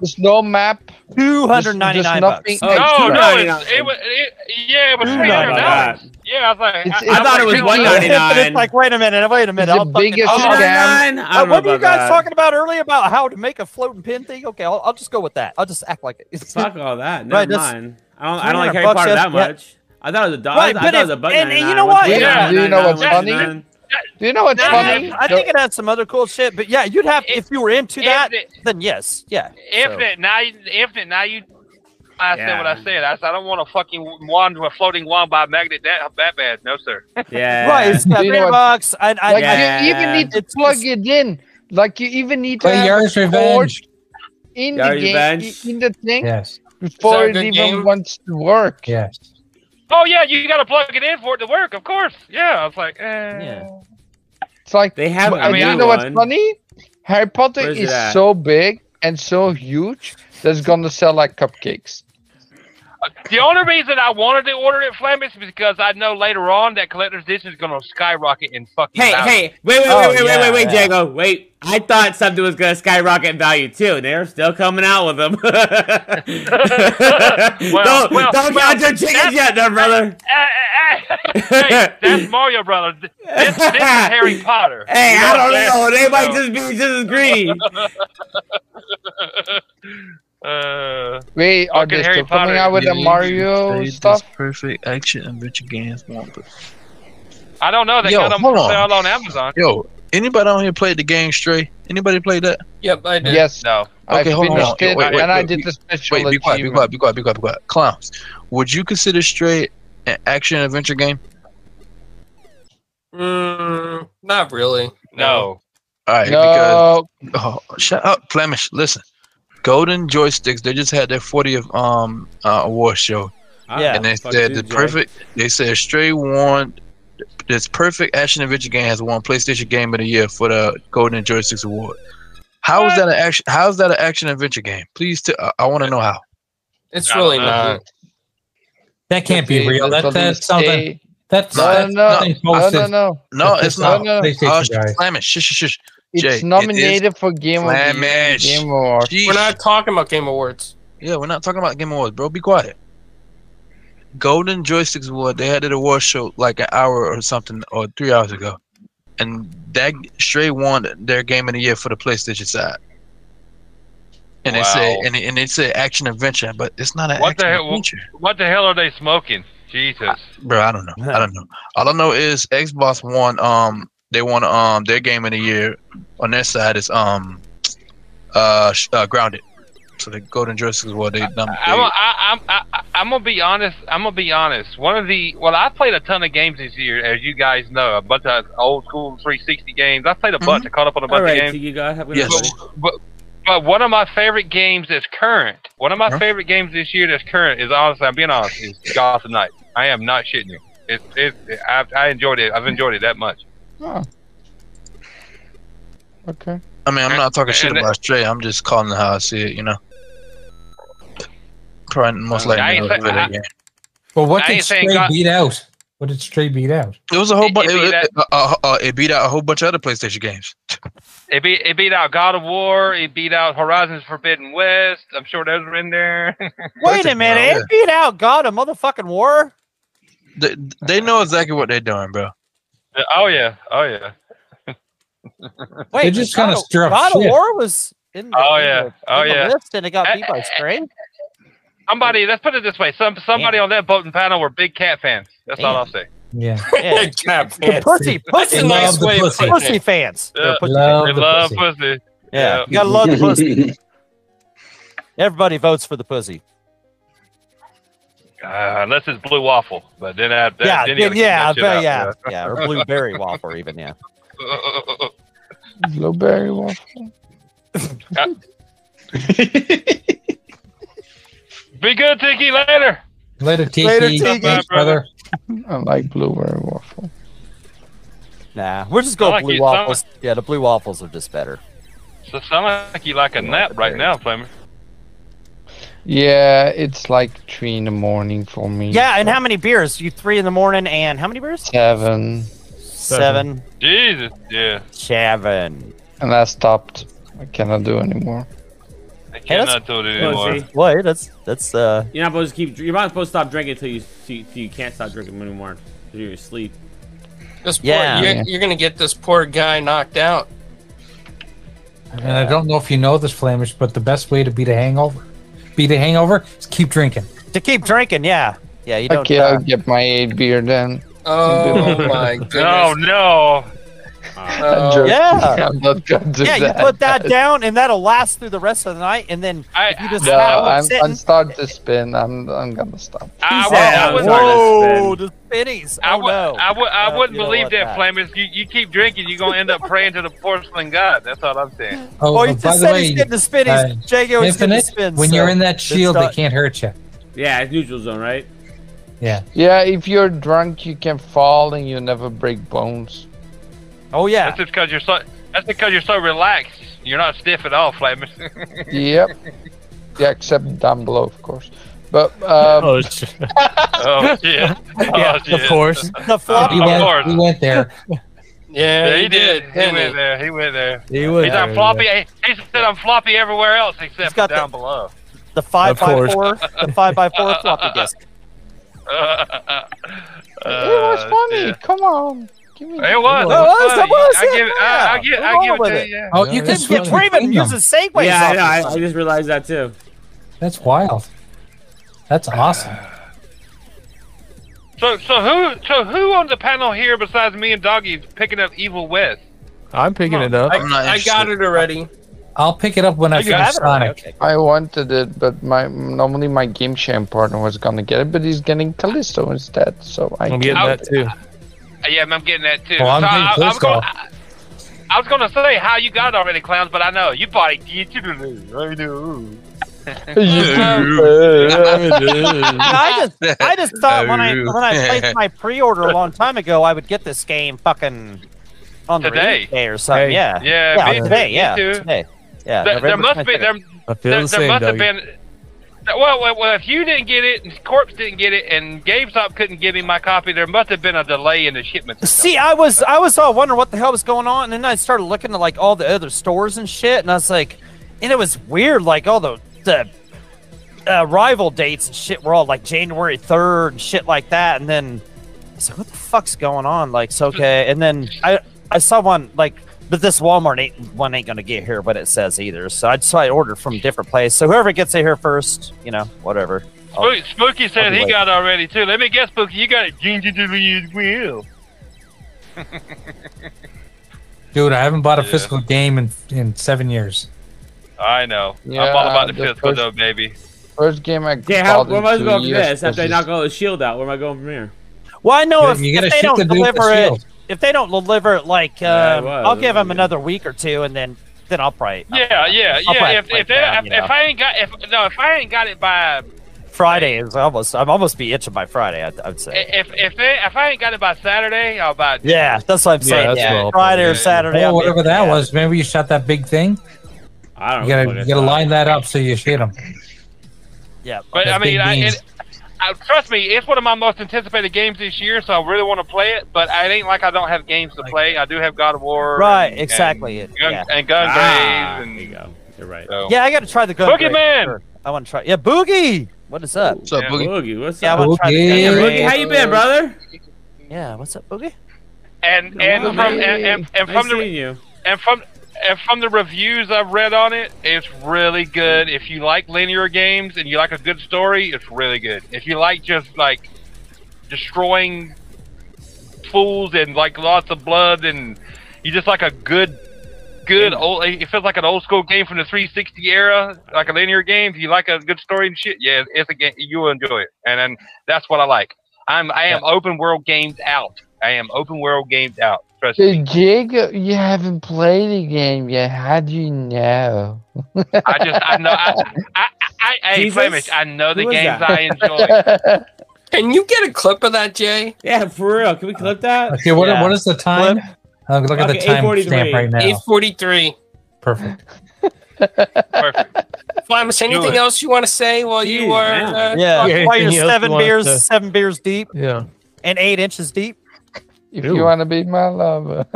[SPEAKER 5] There's no map.
[SPEAKER 4] two
[SPEAKER 5] there's-
[SPEAKER 4] hundred ninety nine
[SPEAKER 5] there's
[SPEAKER 4] bucks.
[SPEAKER 2] Oh,
[SPEAKER 5] nothing extra.
[SPEAKER 10] No, no,
[SPEAKER 2] $2.99.
[SPEAKER 10] it's, it was it, yeah, it was
[SPEAKER 2] Ooh,
[SPEAKER 10] three hundred
[SPEAKER 2] God.
[SPEAKER 10] dollars. Yeah, I was like,
[SPEAKER 5] It's-
[SPEAKER 10] I,
[SPEAKER 5] it's-
[SPEAKER 10] I'm
[SPEAKER 2] I thought it
[SPEAKER 10] like,
[SPEAKER 2] was
[SPEAKER 10] $2.99.
[SPEAKER 2] one ninety
[SPEAKER 4] But it's
[SPEAKER 2] nine.
[SPEAKER 4] like wait a minute, wait a minute.
[SPEAKER 5] the
[SPEAKER 4] I'll fucking-
[SPEAKER 5] biggest
[SPEAKER 4] I'll-
[SPEAKER 5] scam.
[SPEAKER 4] Uh, what are you guys talking about earlier about how to make a floating pin thing? Okay, I'll, I'll just go with that. I'll just act like it.
[SPEAKER 2] Fuck all that. Never
[SPEAKER 4] Right, that's-
[SPEAKER 2] mind. I don't. I don't like
[SPEAKER 4] 300
[SPEAKER 2] Harry
[SPEAKER 4] bucks,
[SPEAKER 2] Potter
[SPEAKER 4] that's-
[SPEAKER 2] that
[SPEAKER 4] yeah.
[SPEAKER 2] much. I thought it was a dollar.
[SPEAKER 4] Right,
[SPEAKER 2] I
[SPEAKER 4] but
[SPEAKER 2] thought it was
[SPEAKER 4] if-
[SPEAKER 2] a buck.
[SPEAKER 4] and- and you
[SPEAKER 2] 99,
[SPEAKER 4] know what?
[SPEAKER 5] Yeah,
[SPEAKER 2] 129,
[SPEAKER 5] do you know what's
[SPEAKER 2] 129.
[SPEAKER 5] funny? Do you know what's
[SPEAKER 10] Nah,
[SPEAKER 5] funny?
[SPEAKER 4] I think it had some other cool shit, but yeah, you'd have if you were into
[SPEAKER 10] if
[SPEAKER 4] that,
[SPEAKER 10] it-
[SPEAKER 4] then yes, yeah. so.
[SPEAKER 10] Infinite, now, you- infinite, now you. I said what I
[SPEAKER 2] Yeah.
[SPEAKER 10] said. I said I don't want a fucking wand, a floating wand by a magnet that that bad. No sir.
[SPEAKER 2] Yeah.
[SPEAKER 4] Right, it's
[SPEAKER 5] Do you
[SPEAKER 4] three
[SPEAKER 5] know what-
[SPEAKER 4] bucks. I, I,
[SPEAKER 5] Like
[SPEAKER 4] I,
[SPEAKER 5] you even
[SPEAKER 2] Yeah.
[SPEAKER 5] need to
[SPEAKER 4] It's-
[SPEAKER 5] plug it in. Like you even need to
[SPEAKER 3] Play
[SPEAKER 5] have
[SPEAKER 3] Yars
[SPEAKER 5] a cord
[SPEAKER 3] Revenge.
[SPEAKER 5] in the
[SPEAKER 2] Yars
[SPEAKER 5] game,
[SPEAKER 2] Revenge.
[SPEAKER 5] i- in the thing,
[SPEAKER 3] Yes.
[SPEAKER 5] before
[SPEAKER 8] Is
[SPEAKER 5] it
[SPEAKER 8] that a
[SPEAKER 5] even
[SPEAKER 8] good game?
[SPEAKER 5] wants to work.
[SPEAKER 3] Yes.
[SPEAKER 10] Oh yeah, you got to plug it in for it to work. Of course. Yeah. I was like, eh. yeah.
[SPEAKER 5] It's like
[SPEAKER 2] They have
[SPEAKER 5] but-
[SPEAKER 2] a
[SPEAKER 5] and you
[SPEAKER 2] new
[SPEAKER 5] know what's
[SPEAKER 2] one.
[SPEAKER 5] funny? Harry Potter
[SPEAKER 2] Where is
[SPEAKER 5] is
[SPEAKER 2] it at?
[SPEAKER 5] so big and so huge that it's gonna sell like cupcakes.
[SPEAKER 10] The only reason I wanted to order it Flambis is because I know later on that collector's edition is going to skyrocket in fucking.
[SPEAKER 2] Hey,
[SPEAKER 10] value.
[SPEAKER 2] hey, wait, wait, wait,
[SPEAKER 10] Oh,
[SPEAKER 2] wait, wait,
[SPEAKER 10] yeah,
[SPEAKER 2] wait, wait,
[SPEAKER 10] yeah.
[SPEAKER 2] Django, wait. I thought something was gonna skyrocket in value too. and They're still coming out with them.
[SPEAKER 10] well,
[SPEAKER 2] don't don't count your chickens yet, there, brother.
[SPEAKER 10] Eh, hey, that's Mario Brothers. This, this is Harry Potter.
[SPEAKER 2] Hey,
[SPEAKER 10] You
[SPEAKER 2] I
[SPEAKER 10] what I'm
[SPEAKER 2] don't
[SPEAKER 10] saying?
[SPEAKER 2] know. They might
[SPEAKER 10] So-
[SPEAKER 2] just be just as greedy.
[SPEAKER 10] Uh,
[SPEAKER 5] Wait, are
[SPEAKER 10] fucking
[SPEAKER 5] they
[SPEAKER 10] Harry
[SPEAKER 5] still coming
[SPEAKER 10] Potter.
[SPEAKER 5] out with the
[SPEAKER 1] Believe
[SPEAKER 5] Mario
[SPEAKER 1] in faith is
[SPEAKER 5] stuff?
[SPEAKER 1] Perfect action and rich games want but-
[SPEAKER 10] uh, I don't know. They
[SPEAKER 1] Yo,
[SPEAKER 10] got them
[SPEAKER 1] hold
[SPEAKER 10] for
[SPEAKER 1] on.
[SPEAKER 10] sale on Amazon.
[SPEAKER 1] Yo, anybody on here played the game Stray? Anybody played that?
[SPEAKER 8] Yep, I did.
[SPEAKER 5] Yes.
[SPEAKER 10] No.
[SPEAKER 1] Okay,
[SPEAKER 5] I
[SPEAKER 1] hold on.
[SPEAKER 5] finished
[SPEAKER 1] Yo,
[SPEAKER 5] it,
[SPEAKER 1] wait, wait,
[SPEAKER 5] and I
[SPEAKER 1] wait,
[SPEAKER 5] did
[SPEAKER 1] wait.
[SPEAKER 5] the special
[SPEAKER 1] Wait, be quiet, be
[SPEAKER 5] achievement.
[SPEAKER 1] quiet, be quiet, be quiet, be quiet. Clowns, would you consider Stray an action and adventure game?
[SPEAKER 8] Mm, not really.
[SPEAKER 10] No.
[SPEAKER 1] All right,
[SPEAKER 5] No.
[SPEAKER 1] because oh, shut up, Flemish. Listen, Golden Joysticks. They just had their 40th um uh, award show.
[SPEAKER 4] Yeah.
[SPEAKER 1] and they
[SPEAKER 4] Fuck
[SPEAKER 1] said
[SPEAKER 4] you,
[SPEAKER 1] the
[SPEAKER 4] Jay.
[SPEAKER 1] perfect. They said Stray won. This perfect action adventure game has won PlayStation Game of the Year for the Golden Joysticks Award. How is that an action? How is that an action adventure game? Please, t- I- I want to know how.
[SPEAKER 8] It's really
[SPEAKER 1] Uh,
[SPEAKER 8] not.
[SPEAKER 3] That can't be
[SPEAKER 1] They-
[SPEAKER 3] real.
[SPEAKER 1] they-
[SPEAKER 3] That, that's something.
[SPEAKER 1] they-
[SPEAKER 3] That's
[SPEAKER 1] No,
[SPEAKER 3] that's
[SPEAKER 1] no,
[SPEAKER 3] something
[SPEAKER 1] no,
[SPEAKER 3] posted.
[SPEAKER 1] no,
[SPEAKER 5] no.
[SPEAKER 1] No,
[SPEAKER 3] That's
[SPEAKER 1] it's not.
[SPEAKER 5] No, no, no.
[SPEAKER 1] Uh,
[SPEAKER 3] PlayStation guy.
[SPEAKER 1] Flemish, shush, shush, shush. Jay, it
[SPEAKER 5] It's
[SPEAKER 1] is
[SPEAKER 5] nominated for Game of the Year.
[SPEAKER 1] Flemish.
[SPEAKER 5] Game Award.
[SPEAKER 8] We're not talking about Game Awards.
[SPEAKER 1] Yeah, we're not talking about Game Awards, bro. Be quiet. Golden Joysticks Award. They had an award show like an hour or something, or three hours ago, and that Stray won their Game of the Year for the PlayStation side. And they say,
[SPEAKER 10] Wow.
[SPEAKER 1] and they, and they say action adventure, but it's not an
[SPEAKER 10] What the
[SPEAKER 1] action
[SPEAKER 10] hell?
[SPEAKER 1] adventure,
[SPEAKER 10] What the hell are they smoking? Jesus.
[SPEAKER 1] bro. I don't know. I don't know. All I know is Xbox won. Um, they won. Um, their Game of the Year on their side is um, uh, sh- uh Grounded. So the Golden Joysticks Award. They, num-
[SPEAKER 10] I'm, I, I'm, I, I- I'm gonna be honest. I'm gonna be honest. One of the well, I played a ton of games this year, as you guys know, a bunch of old school 360 games. I played a bunch. I caught up on a bunch
[SPEAKER 2] Mm-hmm. All
[SPEAKER 10] of
[SPEAKER 2] right,
[SPEAKER 10] games.
[SPEAKER 2] so you got have a good
[SPEAKER 10] Yes.
[SPEAKER 2] buddy.
[SPEAKER 10] But, but one of my favorite games that's current, one of my favorite games this year that's current is honestly, I'm being honest, is Gotham Knights. I am not shitting you. It's it, I, I enjoyed it. I've enjoyed it that much.
[SPEAKER 5] Oh. Okay.
[SPEAKER 1] I mean, I'm not talking shit
[SPEAKER 10] And-
[SPEAKER 1] about Stray. I'm just calling it how I see it, you know. Probably most
[SPEAKER 10] Uh, I
[SPEAKER 1] likely
[SPEAKER 10] ain't
[SPEAKER 1] not
[SPEAKER 10] say-
[SPEAKER 1] really
[SPEAKER 10] I-
[SPEAKER 1] game.
[SPEAKER 3] But what
[SPEAKER 10] I
[SPEAKER 3] did
[SPEAKER 10] ain't saying
[SPEAKER 3] Stray
[SPEAKER 10] God-
[SPEAKER 3] beat out? What did Stray beat out?
[SPEAKER 1] It was a whole bunch. It,
[SPEAKER 10] it beat
[SPEAKER 1] it- uh, uh, uh, it beat out a whole bunch of other PlayStation games.
[SPEAKER 10] It beat it beat out God of War. It beat out Horizons Forbidden West. I'm sure those were in there.
[SPEAKER 4] Wait a minute. It beat out God of motherfucking war.
[SPEAKER 1] They, they know exactly what they're doing, bro.
[SPEAKER 10] oh yeah, oh yeah.
[SPEAKER 4] Wait,
[SPEAKER 1] They just
[SPEAKER 4] God
[SPEAKER 1] kinda
[SPEAKER 4] of-
[SPEAKER 1] stir up
[SPEAKER 4] God of
[SPEAKER 1] shit.
[SPEAKER 4] War was in the,
[SPEAKER 10] Oh,
[SPEAKER 4] in
[SPEAKER 10] yeah.
[SPEAKER 4] the- in
[SPEAKER 10] Oh,
[SPEAKER 4] the
[SPEAKER 10] yeah.
[SPEAKER 4] list and it got beat by Stray.
[SPEAKER 10] Somebody, let's put it this way: some somebody on that voting panel were big cat fans. That's all I'll say.
[SPEAKER 3] Yeah.
[SPEAKER 4] Yeah.
[SPEAKER 8] Cat
[SPEAKER 4] The
[SPEAKER 8] fans.
[SPEAKER 4] pussy,
[SPEAKER 8] That's
[SPEAKER 4] pussy,
[SPEAKER 8] a nice way of
[SPEAKER 4] pussy,
[SPEAKER 8] putting it.
[SPEAKER 4] fans. They're
[SPEAKER 10] Yeah.
[SPEAKER 4] pussy
[SPEAKER 3] Love
[SPEAKER 10] they
[SPEAKER 4] fans.
[SPEAKER 3] the
[SPEAKER 10] love
[SPEAKER 3] pussy.
[SPEAKER 10] pussy.
[SPEAKER 4] Yeah, you gotta love the pussy. Everybody votes for the pussy.
[SPEAKER 10] Uh, unless it's blue waffle, but then I, that,
[SPEAKER 4] yeah,
[SPEAKER 10] then
[SPEAKER 4] yeah,
[SPEAKER 10] you
[SPEAKER 4] yeah,
[SPEAKER 10] gotta keep that
[SPEAKER 4] but
[SPEAKER 10] shit
[SPEAKER 4] yeah,
[SPEAKER 10] out, Uh,
[SPEAKER 4] yeah, or blueberry waffle, even yeah.
[SPEAKER 10] yeah.
[SPEAKER 5] Blueberry waffle.
[SPEAKER 10] Be good, Tiki. Later.
[SPEAKER 3] Later, Tiki.
[SPEAKER 10] Later, Tiki. Bye, brother.
[SPEAKER 5] I like blueberry waffle.
[SPEAKER 4] Nah, we're just going
[SPEAKER 10] I like
[SPEAKER 4] blue
[SPEAKER 10] it.
[SPEAKER 4] waffles. Yeah, the blue waffles are just better.
[SPEAKER 10] So it sounds like you like a nap right now, Flamer.
[SPEAKER 5] Yeah, it's like three in the morning for me.
[SPEAKER 3] Mm.
[SPEAKER 4] Yeah, and how many beers? You three in the morning, and how many beers?
[SPEAKER 5] Seven.
[SPEAKER 4] Seven.
[SPEAKER 10] Jesus, yeah.
[SPEAKER 4] Seven.
[SPEAKER 5] And I stopped. I cannot do anymore.
[SPEAKER 10] I
[SPEAKER 4] that's-
[SPEAKER 10] cannot do it anymore.
[SPEAKER 2] Pussy.
[SPEAKER 4] Wait, that's that's uh.
[SPEAKER 2] You're not supposed to keep. You're not supposed to stop drinking until you till you, till you can't stop drinking anymore. Till you're asleep.
[SPEAKER 8] This poor,
[SPEAKER 4] Yeah.
[SPEAKER 8] you're, you're gonna get this poor guy knocked out.
[SPEAKER 3] And I don't know if you know this, Flamish, but the best way to beat a hangover, beat a hangover, is keep drinking.
[SPEAKER 4] To keep drinking, yeah, yeah. You don't.
[SPEAKER 5] Okay,
[SPEAKER 4] uh,
[SPEAKER 5] I'll get my eight beer then.
[SPEAKER 8] Oh my goodness!
[SPEAKER 10] No, no.
[SPEAKER 8] Oh.
[SPEAKER 5] Joke.
[SPEAKER 4] yeah.
[SPEAKER 5] I'm not gonna do
[SPEAKER 4] yeah,
[SPEAKER 5] that.
[SPEAKER 4] you put that down, and that'll last through the rest of the night. And then
[SPEAKER 10] I,
[SPEAKER 4] if you just
[SPEAKER 5] No,
[SPEAKER 4] have
[SPEAKER 5] I'm,
[SPEAKER 4] one sitting,
[SPEAKER 5] I'm starting to spin. I'm I'm gonna stop.
[SPEAKER 10] I,
[SPEAKER 4] he said,
[SPEAKER 10] I, I, would,
[SPEAKER 2] Sorry, that's
[SPEAKER 4] "Whoa,
[SPEAKER 2] been-
[SPEAKER 4] the spinnies!
[SPEAKER 10] I,
[SPEAKER 4] Oh
[SPEAKER 10] would,
[SPEAKER 4] no!"
[SPEAKER 10] I, would, I
[SPEAKER 4] Uh,
[SPEAKER 10] wouldn't
[SPEAKER 4] you know
[SPEAKER 10] believe
[SPEAKER 4] what,
[SPEAKER 10] that, Flamers. You, you keep drinking, you're going to end up praying to the porcelain god. That's all I'm saying.
[SPEAKER 3] Oh,
[SPEAKER 4] Well, you
[SPEAKER 3] uh,
[SPEAKER 4] just
[SPEAKER 3] by the
[SPEAKER 4] said he's
[SPEAKER 3] way,
[SPEAKER 4] getting the spinnies.
[SPEAKER 3] uh,
[SPEAKER 4] Jago is getting the
[SPEAKER 3] Infinite,
[SPEAKER 4] spins.
[SPEAKER 3] when
[SPEAKER 4] so
[SPEAKER 3] you're in that
[SPEAKER 4] it's
[SPEAKER 3] shield, they
[SPEAKER 4] not-
[SPEAKER 3] can't hurt you.
[SPEAKER 2] Yeah, it's neutral zone, right?
[SPEAKER 3] Yeah.
[SPEAKER 5] Yeah, if you're drunk, you can fall and you never break bones.
[SPEAKER 4] Oh yeah,
[SPEAKER 10] That's just because you're so. That's because you're so relaxed. You're not stiff at all, Flamers.
[SPEAKER 5] Yep. Yeah, except down below, of course. But um,
[SPEAKER 12] oh, shit.
[SPEAKER 10] Oh, yeah.
[SPEAKER 12] yeah, of course.
[SPEAKER 4] The
[SPEAKER 10] flop-
[SPEAKER 3] He
[SPEAKER 10] Of
[SPEAKER 3] went,
[SPEAKER 10] course.
[SPEAKER 3] he went there.
[SPEAKER 10] Yeah,
[SPEAKER 8] Yeah,
[SPEAKER 10] he,
[SPEAKER 8] he
[SPEAKER 10] did.
[SPEAKER 8] did,
[SPEAKER 10] He
[SPEAKER 8] didn't
[SPEAKER 10] went
[SPEAKER 8] he?
[SPEAKER 10] there. He went there.
[SPEAKER 12] He went
[SPEAKER 10] He's on
[SPEAKER 12] there,
[SPEAKER 10] floppy. He said I'm floppy everywhere else except
[SPEAKER 4] got
[SPEAKER 10] down
[SPEAKER 4] the-
[SPEAKER 10] below.
[SPEAKER 4] The five
[SPEAKER 12] Of
[SPEAKER 4] by
[SPEAKER 12] course.
[SPEAKER 4] four, the five by four floppy disk.
[SPEAKER 10] Uh,
[SPEAKER 5] it was funny.
[SPEAKER 10] yeah.
[SPEAKER 5] Come on. Give me
[SPEAKER 10] Uh, It was.
[SPEAKER 5] It
[SPEAKER 10] It was.
[SPEAKER 4] was, it
[SPEAKER 10] funny.
[SPEAKER 4] was,
[SPEAKER 10] I
[SPEAKER 4] yeah,
[SPEAKER 10] give. I, I
[SPEAKER 4] yeah.
[SPEAKER 10] give.
[SPEAKER 4] Roll
[SPEAKER 10] I give it
[SPEAKER 4] with
[SPEAKER 10] to
[SPEAKER 4] it.
[SPEAKER 10] you. Yeah.
[SPEAKER 3] Oh, you can
[SPEAKER 4] Yeah,
[SPEAKER 3] switch
[SPEAKER 4] Draven
[SPEAKER 3] between them.
[SPEAKER 4] uses segways.
[SPEAKER 2] Yeah, I,
[SPEAKER 4] off
[SPEAKER 2] know,
[SPEAKER 4] this
[SPEAKER 2] I,
[SPEAKER 4] stuff.
[SPEAKER 2] I just realized that too.
[SPEAKER 3] That's wild. That's awesome.
[SPEAKER 10] So, so who, so who on the panel here besides me and Doggy is picking up Evil West?
[SPEAKER 12] I'm picking it
[SPEAKER 8] I,
[SPEAKER 12] up.
[SPEAKER 1] I'm not
[SPEAKER 8] I got
[SPEAKER 1] interested.
[SPEAKER 8] it already.
[SPEAKER 3] I'll pick it up when I
[SPEAKER 4] You have
[SPEAKER 3] finish
[SPEAKER 4] it already,
[SPEAKER 3] Sonic.
[SPEAKER 4] okay.
[SPEAKER 5] I wanted it, but my normally my game sham partner was gonna get it, but he's getting Callisto instead, so I
[SPEAKER 12] I'm
[SPEAKER 5] can't.
[SPEAKER 12] getting
[SPEAKER 10] I'll-
[SPEAKER 12] that too.
[SPEAKER 10] Uh, Yeah, I'm getting that too.
[SPEAKER 3] Well, I'm
[SPEAKER 10] So
[SPEAKER 3] getting
[SPEAKER 10] I, I, was
[SPEAKER 3] close
[SPEAKER 10] gonna,
[SPEAKER 3] call.
[SPEAKER 10] I, I was gonna say how you got it already, clowns, but I know you probably did. You do. You do.
[SPEAKER 4] I just, I just thought when I when I placed my pre-order a long time ago, I would get this game fucking on the
[SPEAKER 10] Today.
[SPEAKER 4] release day or something.
[SPEAKER 12] Hey.
[SPEAKER 4] Yeah,
[SPEAKER 10] Yeah,
[SPEAKER 4] yeah,
[SPEAKER 10] me
[SPEAKER 4] today,
[SPEAKER 10] too, me
[SPEAKER 4] yeah,
[SPEAKER 10] too.
[SPEAKER 4] today. Yeah,
[SPEAKER 10] There, there
[SPEAKER 4] Uh, November
[SPEAKER 10] must be
[SPEAKER 4] 22nd.
[SPEAKER 10] there,
[SPEAKER 12] I feel
[SPEAKER 10] there,
[SPEAKER 12] the
[SPEAKER 10] there
[SPEAKER 12] same,
[SPEAKER 10] must
[SPEAKER 12] doggy.
[SPEAKER 10] have been. Well, well, well, if you didn't get it, and Corpse didn't get it, and GameStop couldn't give me my copy, there must have been a delay in the shipment.
[SPEAKER 4] See, I was I was all wondering what the hell was going on, and then I started looking at like all the other stores and shit, and I was like, and it was weird, like all the the uh, rival dates and shit were all like January third and shit like that, and then I was like, what the fuck's going on? Like, so okay, and then I I saw one like, but this Walmart ain't one ain't gonna get here what it says either, so I so I ordered from a different place, so whoever gets it here first, you know, whatever. I'll-
[SPEAKER 10] Spooky, Spooky
[SPEAKER 4] I'll
[SPEAKER 10] said
[SPEAKER 4] be
[SPEAKER 10] he
[SPEAKER 4] late.
[SPEAKER 10] got it already too. Let me guess, Spooky, you got it gingerly as well.
[SPEAKER 3] Dude, I haven't bought a
[SPEAKER 10] Yeah.
[SPEAKER 3] physical game in in seven years.
[SPEAKER 10] I know.
[SPEAKER 5] Yeah,
[SPEAKER 10] I'm all about the
[SPEAKER 5] the
[SPEAKER 10] physical
[SPEAKER 5] first-
[SPEAKER 10] though, baby.
[SPEAKER 5] First game I
[SPEAKER 2] Yeah, how,
[SPEAKER 5] bought
[SPEAKER 2] where
[SPEAKER 5] in
[SPEAKER 2] am I
[SPEAKER 5] two
[SPEAKER 2] going from
[SPEAKER 5] years
[SPEAKER 2] this? After I
[SPEAKER 5] was
[SPEAKER 2] knock all the shield out, where am I going from here?
[SPEAKER 4] Well, I know
[SPEAKER 3] You-
[SPEAKER 4] if,
[SPEAKER 3] you gotta
[SPEAKER 4] if they
[SPEAKER 3] shoot the dude with
[SPEAKER 4] don't
[SPEAKER 3] the
[SPEAKER 4] deliver it,
[SPEAKER 3] shield.
[SPEAKER 4] if they don't deliver it, like um,
[SPEAKER 2] Yeah, it was.
[SPEAKER 4] I'll give them
[SPEAKER 2] Yeah.
[SPEAKER 4] another week or two, and then then I'll probably
[SPEAKER 10] Yeah, yeah,
[SPEAKER 4] I'll probably
[SPEAKER 10] yeah. If,
[SPEAKER 4] break
[SPEAKER 10] if, they,
[SPEAKER 4] down,
[SPEAKER 10] if,
[SPEAKER 4] you know.
[SPEAKER 10] if I ain't got if no if I ain't got it by
[SPEAKER 4] Friday is almost I'm almost be itching by Friday. I, I'd say.
[SPEAKER 10] if if they, if I ain't got it by Saturday, I'll buy. It.
[SPEAKER 4] yeah, that's what I'm
[SPEAKER 12] Yeah,
[SPEAKER 4] saying.
[SPEAKER 12] that's what I'll
[SPEAKER 4] Friday or
[SPEAKER 12] probably do.
[SPEAKER 4] Saturday.
[SPEAKER 3] Oh,
[SPEAKER 4] I'll be-
[SPEAKER 3] whatever that
[SPEAKER 4] yeah.
[SPEAKER 3] was. Remember you shot that big thing?
[SPEAKER 2] I don't
[SPEAKER 3] You
[SPEAKER 2] know.
[SPEAKER 3] gotta you gotta line that up so you shoot him.
[SPEAKER 4] Yeah,
[SPEAKER 10] But I
[SPEAKER 3] That's
[SPEAKER 10] mean,
[SPEAKER 3] big
[SPEAKER 10] I,
[SPEAKER 3] beans.
[SPEAKER 10] it, I, trust me, it's one of my most anticipated games this year, so I really want to play it. But it ain't like I don't have games to play. I do have God of War.
[SPEAKER 4] right,
[SPEAKER 10] and-
[SPEAKER 4] exactly.
[SPEAKER 10] And, Gun,
[SPEAKER 4] yeah.
[SPEAKER 10] and Gun
[SPEAKER 2] Ah, there
[SPEAKER 10] Graves
[SPEAKER 2] you
[SPEAKER 10] and
[SPEAKER 2] go. You're right.
[SPEAKER 10] so.
[SPEAKER 4] yeah, I got to try the gun.
[SPEAKER 10] Boogie
[SPEAKER 4] grade.
[SPEAKER 10] Man!
[SPEAKER 4] Sure. I want to try. Yeah, boogie. What is up?
[SPEAKER 9] What's up,
[SPEAKER 10] Yeah.
[SPEAKER 9] Boogie?
[SPEAKER 2] Boogie, what's
[SPEAKER 4] Yeah, I
[SPEAKER 2] up?
[SPEAKER 4] want to try the
[SPEAKER 3] Boogie.
[SPEAKER 2] Hey,
[SPEAKER 4] gun grade.
[SPEAKER 2] Boogie, how you been, brother?
[SPEAKER 4] Yeah, what's up, boogie?
[SPEAKER 10] and
[SPEAKER 2] Yeah,
[SPEAKER 10] and
[SPEAKER 2] wow,
[SPEAKER 10] from
[SPEAKER 5] man.
[SPEAKER 10] and, and, and
[SPEAKER 2] Nice
[SPEAKER 10] from the
[SPEAKER 2] seeing you.
[SPEAKER 10] and from and from the reviews I've read on it, it's really good. If you like linear games and you like a good story, it's really good. If you like just like destroying fools and like lots of blood and you just like a good good old it feels like an old school game from the 360 era like a linear game if you like a good story and shit yeah it's a game you'll enjoy it and then that's what i like i'm i am open world games out i am open world games out trust me
[SPEAKER 5] Hey, Jacob, you haven't played the game yet. How do you know?
[SPEAKER 10] I just, I know, I, I, I, I hey,
[SPEAKER 2] Jesus?
[SPEAKER 10] Flemish, I know the
[SPEAKER 2] Who was
[SPEAKER 10] games
[SPEAKER 2] that?
[SPEAKER 10] I enjoy.
[SPEAKER 8] Can you get a clip of that, Jay?
[SPEAKER 2] Yeah, for real. Can we clip that?
[SPEAKER 3] Okay, what,
[SPEAKER 4] Yeah.
[SPEAKER 3] what is the time? Uh, look at the
[SPEAKER 2] Okay,
[SPEAKER 3] time
[SPEAKER 2] 8:43.
[SPEAKER 3] stamp right now.
[SPEAKER 8] Eight forty three.
[SPEAKER 3] Perfect.
[SPEAKER 10] Perfect.
[SPEAKER 8] Flamus, anything
[SPEAKER 10] it.
[SPEAKER 8] else you want to say
[SPEAKER 1] Oh,
[SPEAKER 8] while you
[SPEAKER 2] Jeez,
[SPEAKER 8] are?
[SPEAKER 2] man.
[SPEAKER 8] Uh,
[SPEAKER 4] Yeah,
[SPEAKER 12] Yeah,
[SPEAKER 4] while
[SPEAKER 12] anything
[SPEAKER 4] you're
[SPEAKER 12] else you
[SPEAKER 4] seven
[SPEAKER 12] want us
[SPEAKER 4] beers,
[SPEAKER 12] to-
[SPEAKER 4] seven beers deep
[SPEAKER 12] Yeah.
[SPEAKER 4] and eight inches deep.
[SPEAKER 5] if
[SPEAKER 12] Ew.
[SPEAKER 5] you want to be my lover.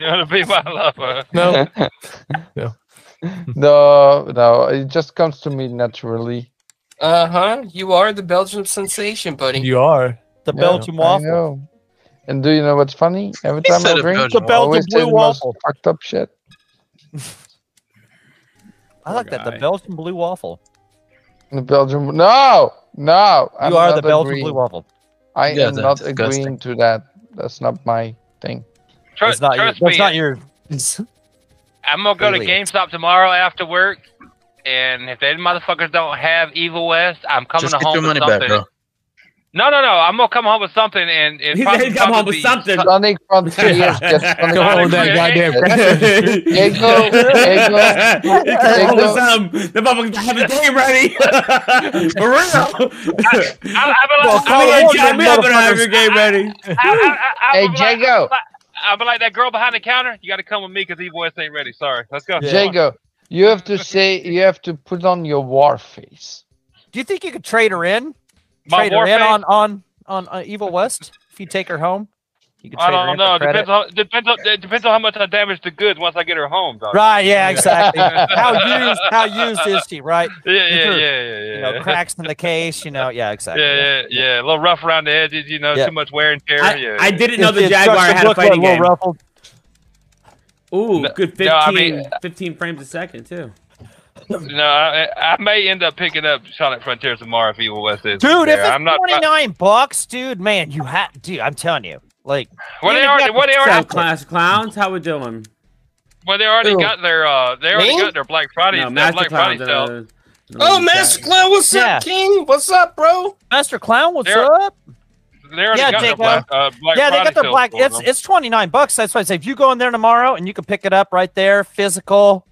[SPEAKER 10] You want to be my lover?
[SPEAKER 12] No.
[SPEAKER 5] no, no, it just comes to me naturally.
[SPEAKER 8] Uh huh. You are the Belgium sensation, buddy.
[SPEAKER 12] you are.
[SPEAKER 4] The
[SPEAKER 5] Yeah,
[SPEAKER 4] Belgian
[SPEAKER 5] I
[SPEAKER 4] waffle.
[SPEAKER 5] know. And do you know what's funny? Every time
[SPEAKER 9] said
[SPEAKER 5] I
[SPEAKER 9] a
[SPEAKER 5] drink,
[SPEAKER 9] Belgian
[SPEAKER 5] I always
[SPEAKER 4] waffle.
[SPEAKER 5] say the
[SPEAKER 4] Blue
[SPEAKER 5] most
[SPEAKER 4] waffle.
[SPEAKER 5] fucked up shit.
[SPEAKER 4] I like that. The
[SPEAKER 2] guy.
[SPEAKER 4] Belgian blue waffle.
[SPEAKER 5] The Belgian. No, no. I'm
[SPEAKER 4] you are
[SPEAKER 5] not
[SPEAKER 4] the Belgian
[SPEAKER 5] agreeing.
[SPEAKER 4] blue waffle.
[SPEAKER 5] I
[SPEAKER 9] Yeah,
[SPEAKER 5] am
[SPEAKER 9] that's
[SPEAKER 5] not
[SPEAKER 9] disgusting.
[SPEAKER 5] agreeing to that. That's not my thing.
[SPEAKER 10] Tru-
[SPEAKER 4] That's not your.
[SPEAKER 10] trust
[SPEAKER 4] That's
[SPEAKER 10] me,
[SPEAKER 4] not your.
[SPEAKER 10] I'm gonna go to
[SPEAKER 4] Really.
[SPEAKER 10] GameStop tomorrow after work, and if they motherfuckers don't have Evil West, I'm coming
[SPEAKER 9] Just get
[SPEAKER 10] home
[SPEAKER 9] your
[SPEAKER 10] with
[SPEAKER 9] money
[SPEAKER 10] something.
[SPEAKER 9] back, bro.
[SPEAKER 10] No, no, no. I'm gonna come home with something, and it
[SPEAKER 2] He's
[SPEAKER 10] probably
[SPEAKER 2] come home
[SPEAKER 10] probably
[SPEAKER 2] with
[SPEAKER 10] be-
[SPEAKER 2] something.
[SPEAKER 5] Sonic Frontiers gets Sonic
[SPEAKER 12] Come on with that
[SPEAKER 10] Hey,
[SPEAKER 12] goddamn
[SPEAKER 5] Ego, ego,
[SPEAKER 2] You come home
[SPEAKER 5] ego.
[SPEAKER 2] with something. The motherfuckers have a game ready. For real.
[SPEAKER 10] I, I, be
[SPEAKER 4] Well, come on,
[SPEAKER 10] like, I, be like-
[SPEAKER 2] Come on, John,
[SPEAKER 4] Jim,
[SPEAKER 2] we have to have your game ready.
[SPEAKER 10] I, I, I, I,
[SPEAKER 5] Hey,
[SPEAKER 10] I be like-
[SPEAKER 5] Jago.
[SPEAKER 10] I'll be like that girl behind the counter. You got to come with me because Evil West ain't ready. Sorry, let's go.
[SPEAKER 5] Jago, you have to say you have to put on your war face.
[SPEAKER 4] Do you think you could trade her in?
[SPEAKER 10] Modern
[SPEAKER 4] Trade her in
[SPEAKER 10] Warfare?
[SPEAKER 4] on on on uh, Evil West if you take her home. You could
[SPEAKER 10] I
[SPEAKER 4] trade her
[SPEAKER 10] don't
[SPEAKER 4] in for
[SPEAKER 10] know.
[SPEAKER 4] credit.
[SPEAKER 10] Depends on, depends on it depends on how much I damage the goods once I get her home, dog.
[SPEAKER 4] Right, yeah, exactly. how used how used is she, right?
[SPEAKER 10] Yeah, yeah,
[SPEAKER 4] If her,
[SPEAKER 10] yeah, yeah, yeah.
[SPEAKER 4] You know, cracks in the case, you know, yeah, exactly.
[SPEAKER 10] Yeah, yeah, yeah. A little rough around the edges, you know,
[SPEAKER 4] Yeah.
[SPEAKER 10] too much wear and tear.
[SPEAKER 2] I-
[SPEAKER 10] yeah.
[SPEAKER 2] I didn't know the Jaguar had a fighting game. Ooh, good 15,
[SPEAKER 10] no, I mean-
[SPEAKER 2] 15 frames a second too.
[SPEAKER 10] No, I, I may end up picking up Sonic Frontier tomorrow if Evil West is.
[SPEAKER 4] Dude, if
[SPEAKER 10] there.
[SPEAKER 4] it's
[SPEAKER 10] I'm not.
[SPEAKER 4] twenty nine bucks, dude, man, you have, dude. I'm telling you, like,
[SPEAKER 10] Well, they already- well, they
[SPEAKER 2] So,
[SPEAKER 10] already-
[SPEAKER 2] class clowns, how we doing?
[SPEAKER 10] Well, they already got their. Uh, they already
[SPEAKER 2] Me?
[SPEAKER 10] got their Black Friday.
[SPEAKER 2] No,
[SPEAKER 10] their
[SPEAKER 2] Master
[SPEAKER 10] Black Friday
[SPEAKER 2] Clown's,
[SPEAKER 10] sale.
[SPEAKER 2] uh,
[SPEAKER 8] Oh, Master Clown, what's
[SPEAKER 4] Yeah.
[SPEAKER 8] up, King? What's up, bro?
[SPEAKER 4] Master Clown, what's
[SPEAKER 8] They're-
[SPEAKER 4] up?
[SPEAKER 10] They already
[SPEAKER 4] Yeah,
[SPEAKER 10] got their
[SPEAKER 4] Jacob.
[SPEAKER 10] Black, uh, Black
[SPEAKER 4] yeah, they
[SPEAKER 10] Friday
[SPEAKER 4] got the
[SPEAKER 10] sale
[SPEAKER 4] black.
[SPEAKER 10] for
[SPEAKER 4] It's
[SPEAKER 10] them.
[SPEAKER 4] it's twenty nine bucks. That's why I say if you go in there tomorrow and you can pick it up right there, physical,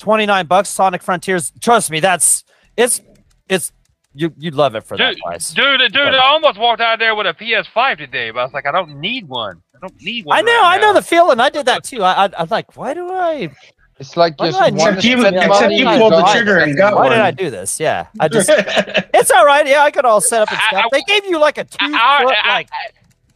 [SPEAKER 4] twenty nine bucks. Sonic Frontiers. Trust me, that's it's it's you you'd love it for that
[SPEAKER 10] Dude,
[SPEAKER 4] price.
[SPEAKER 10] dude, dude,
[SPEAKER 4] But-
[SPEAKER 10] I almost walked out there with a PS5 today, but I was like, I don't need one. I don't need one.
[SPEAKER 4] I know,
[SPEAKER 10] right
[SPEAKER 4] I know
[SPEAKER 10] now.
[SPEAKER 4] the feeling. I did that too. I, I I'm like, why do I?
[SPEAKER 5] It's like
[SPEAKER 4] why
[SPEAKER 5] just
[SPEAKER 4] do I
[SPEAKER 5] one
[SPEAKER 4] do
[SPEAKER 5] Except you-
[SPEAKER 4] that?
[SPEAKER 5] except
[SPEAKER 4] Why
[SPEAKER 5] you
[SPEAKER 4] did I
[SPEAKER 5] pulled the
[SPEAKER 4] buy
[SPEAKER 5] trigger
[SPEAKER 4] this?
[SPEAKER 5] and got
[SPEAKER 4] Why did
[SPEAKER 5] one.
[SPEAKER 4] I do this? Yeah, I just it's all right. Yeah, I got all set up and stuff. they gave you like a two foot like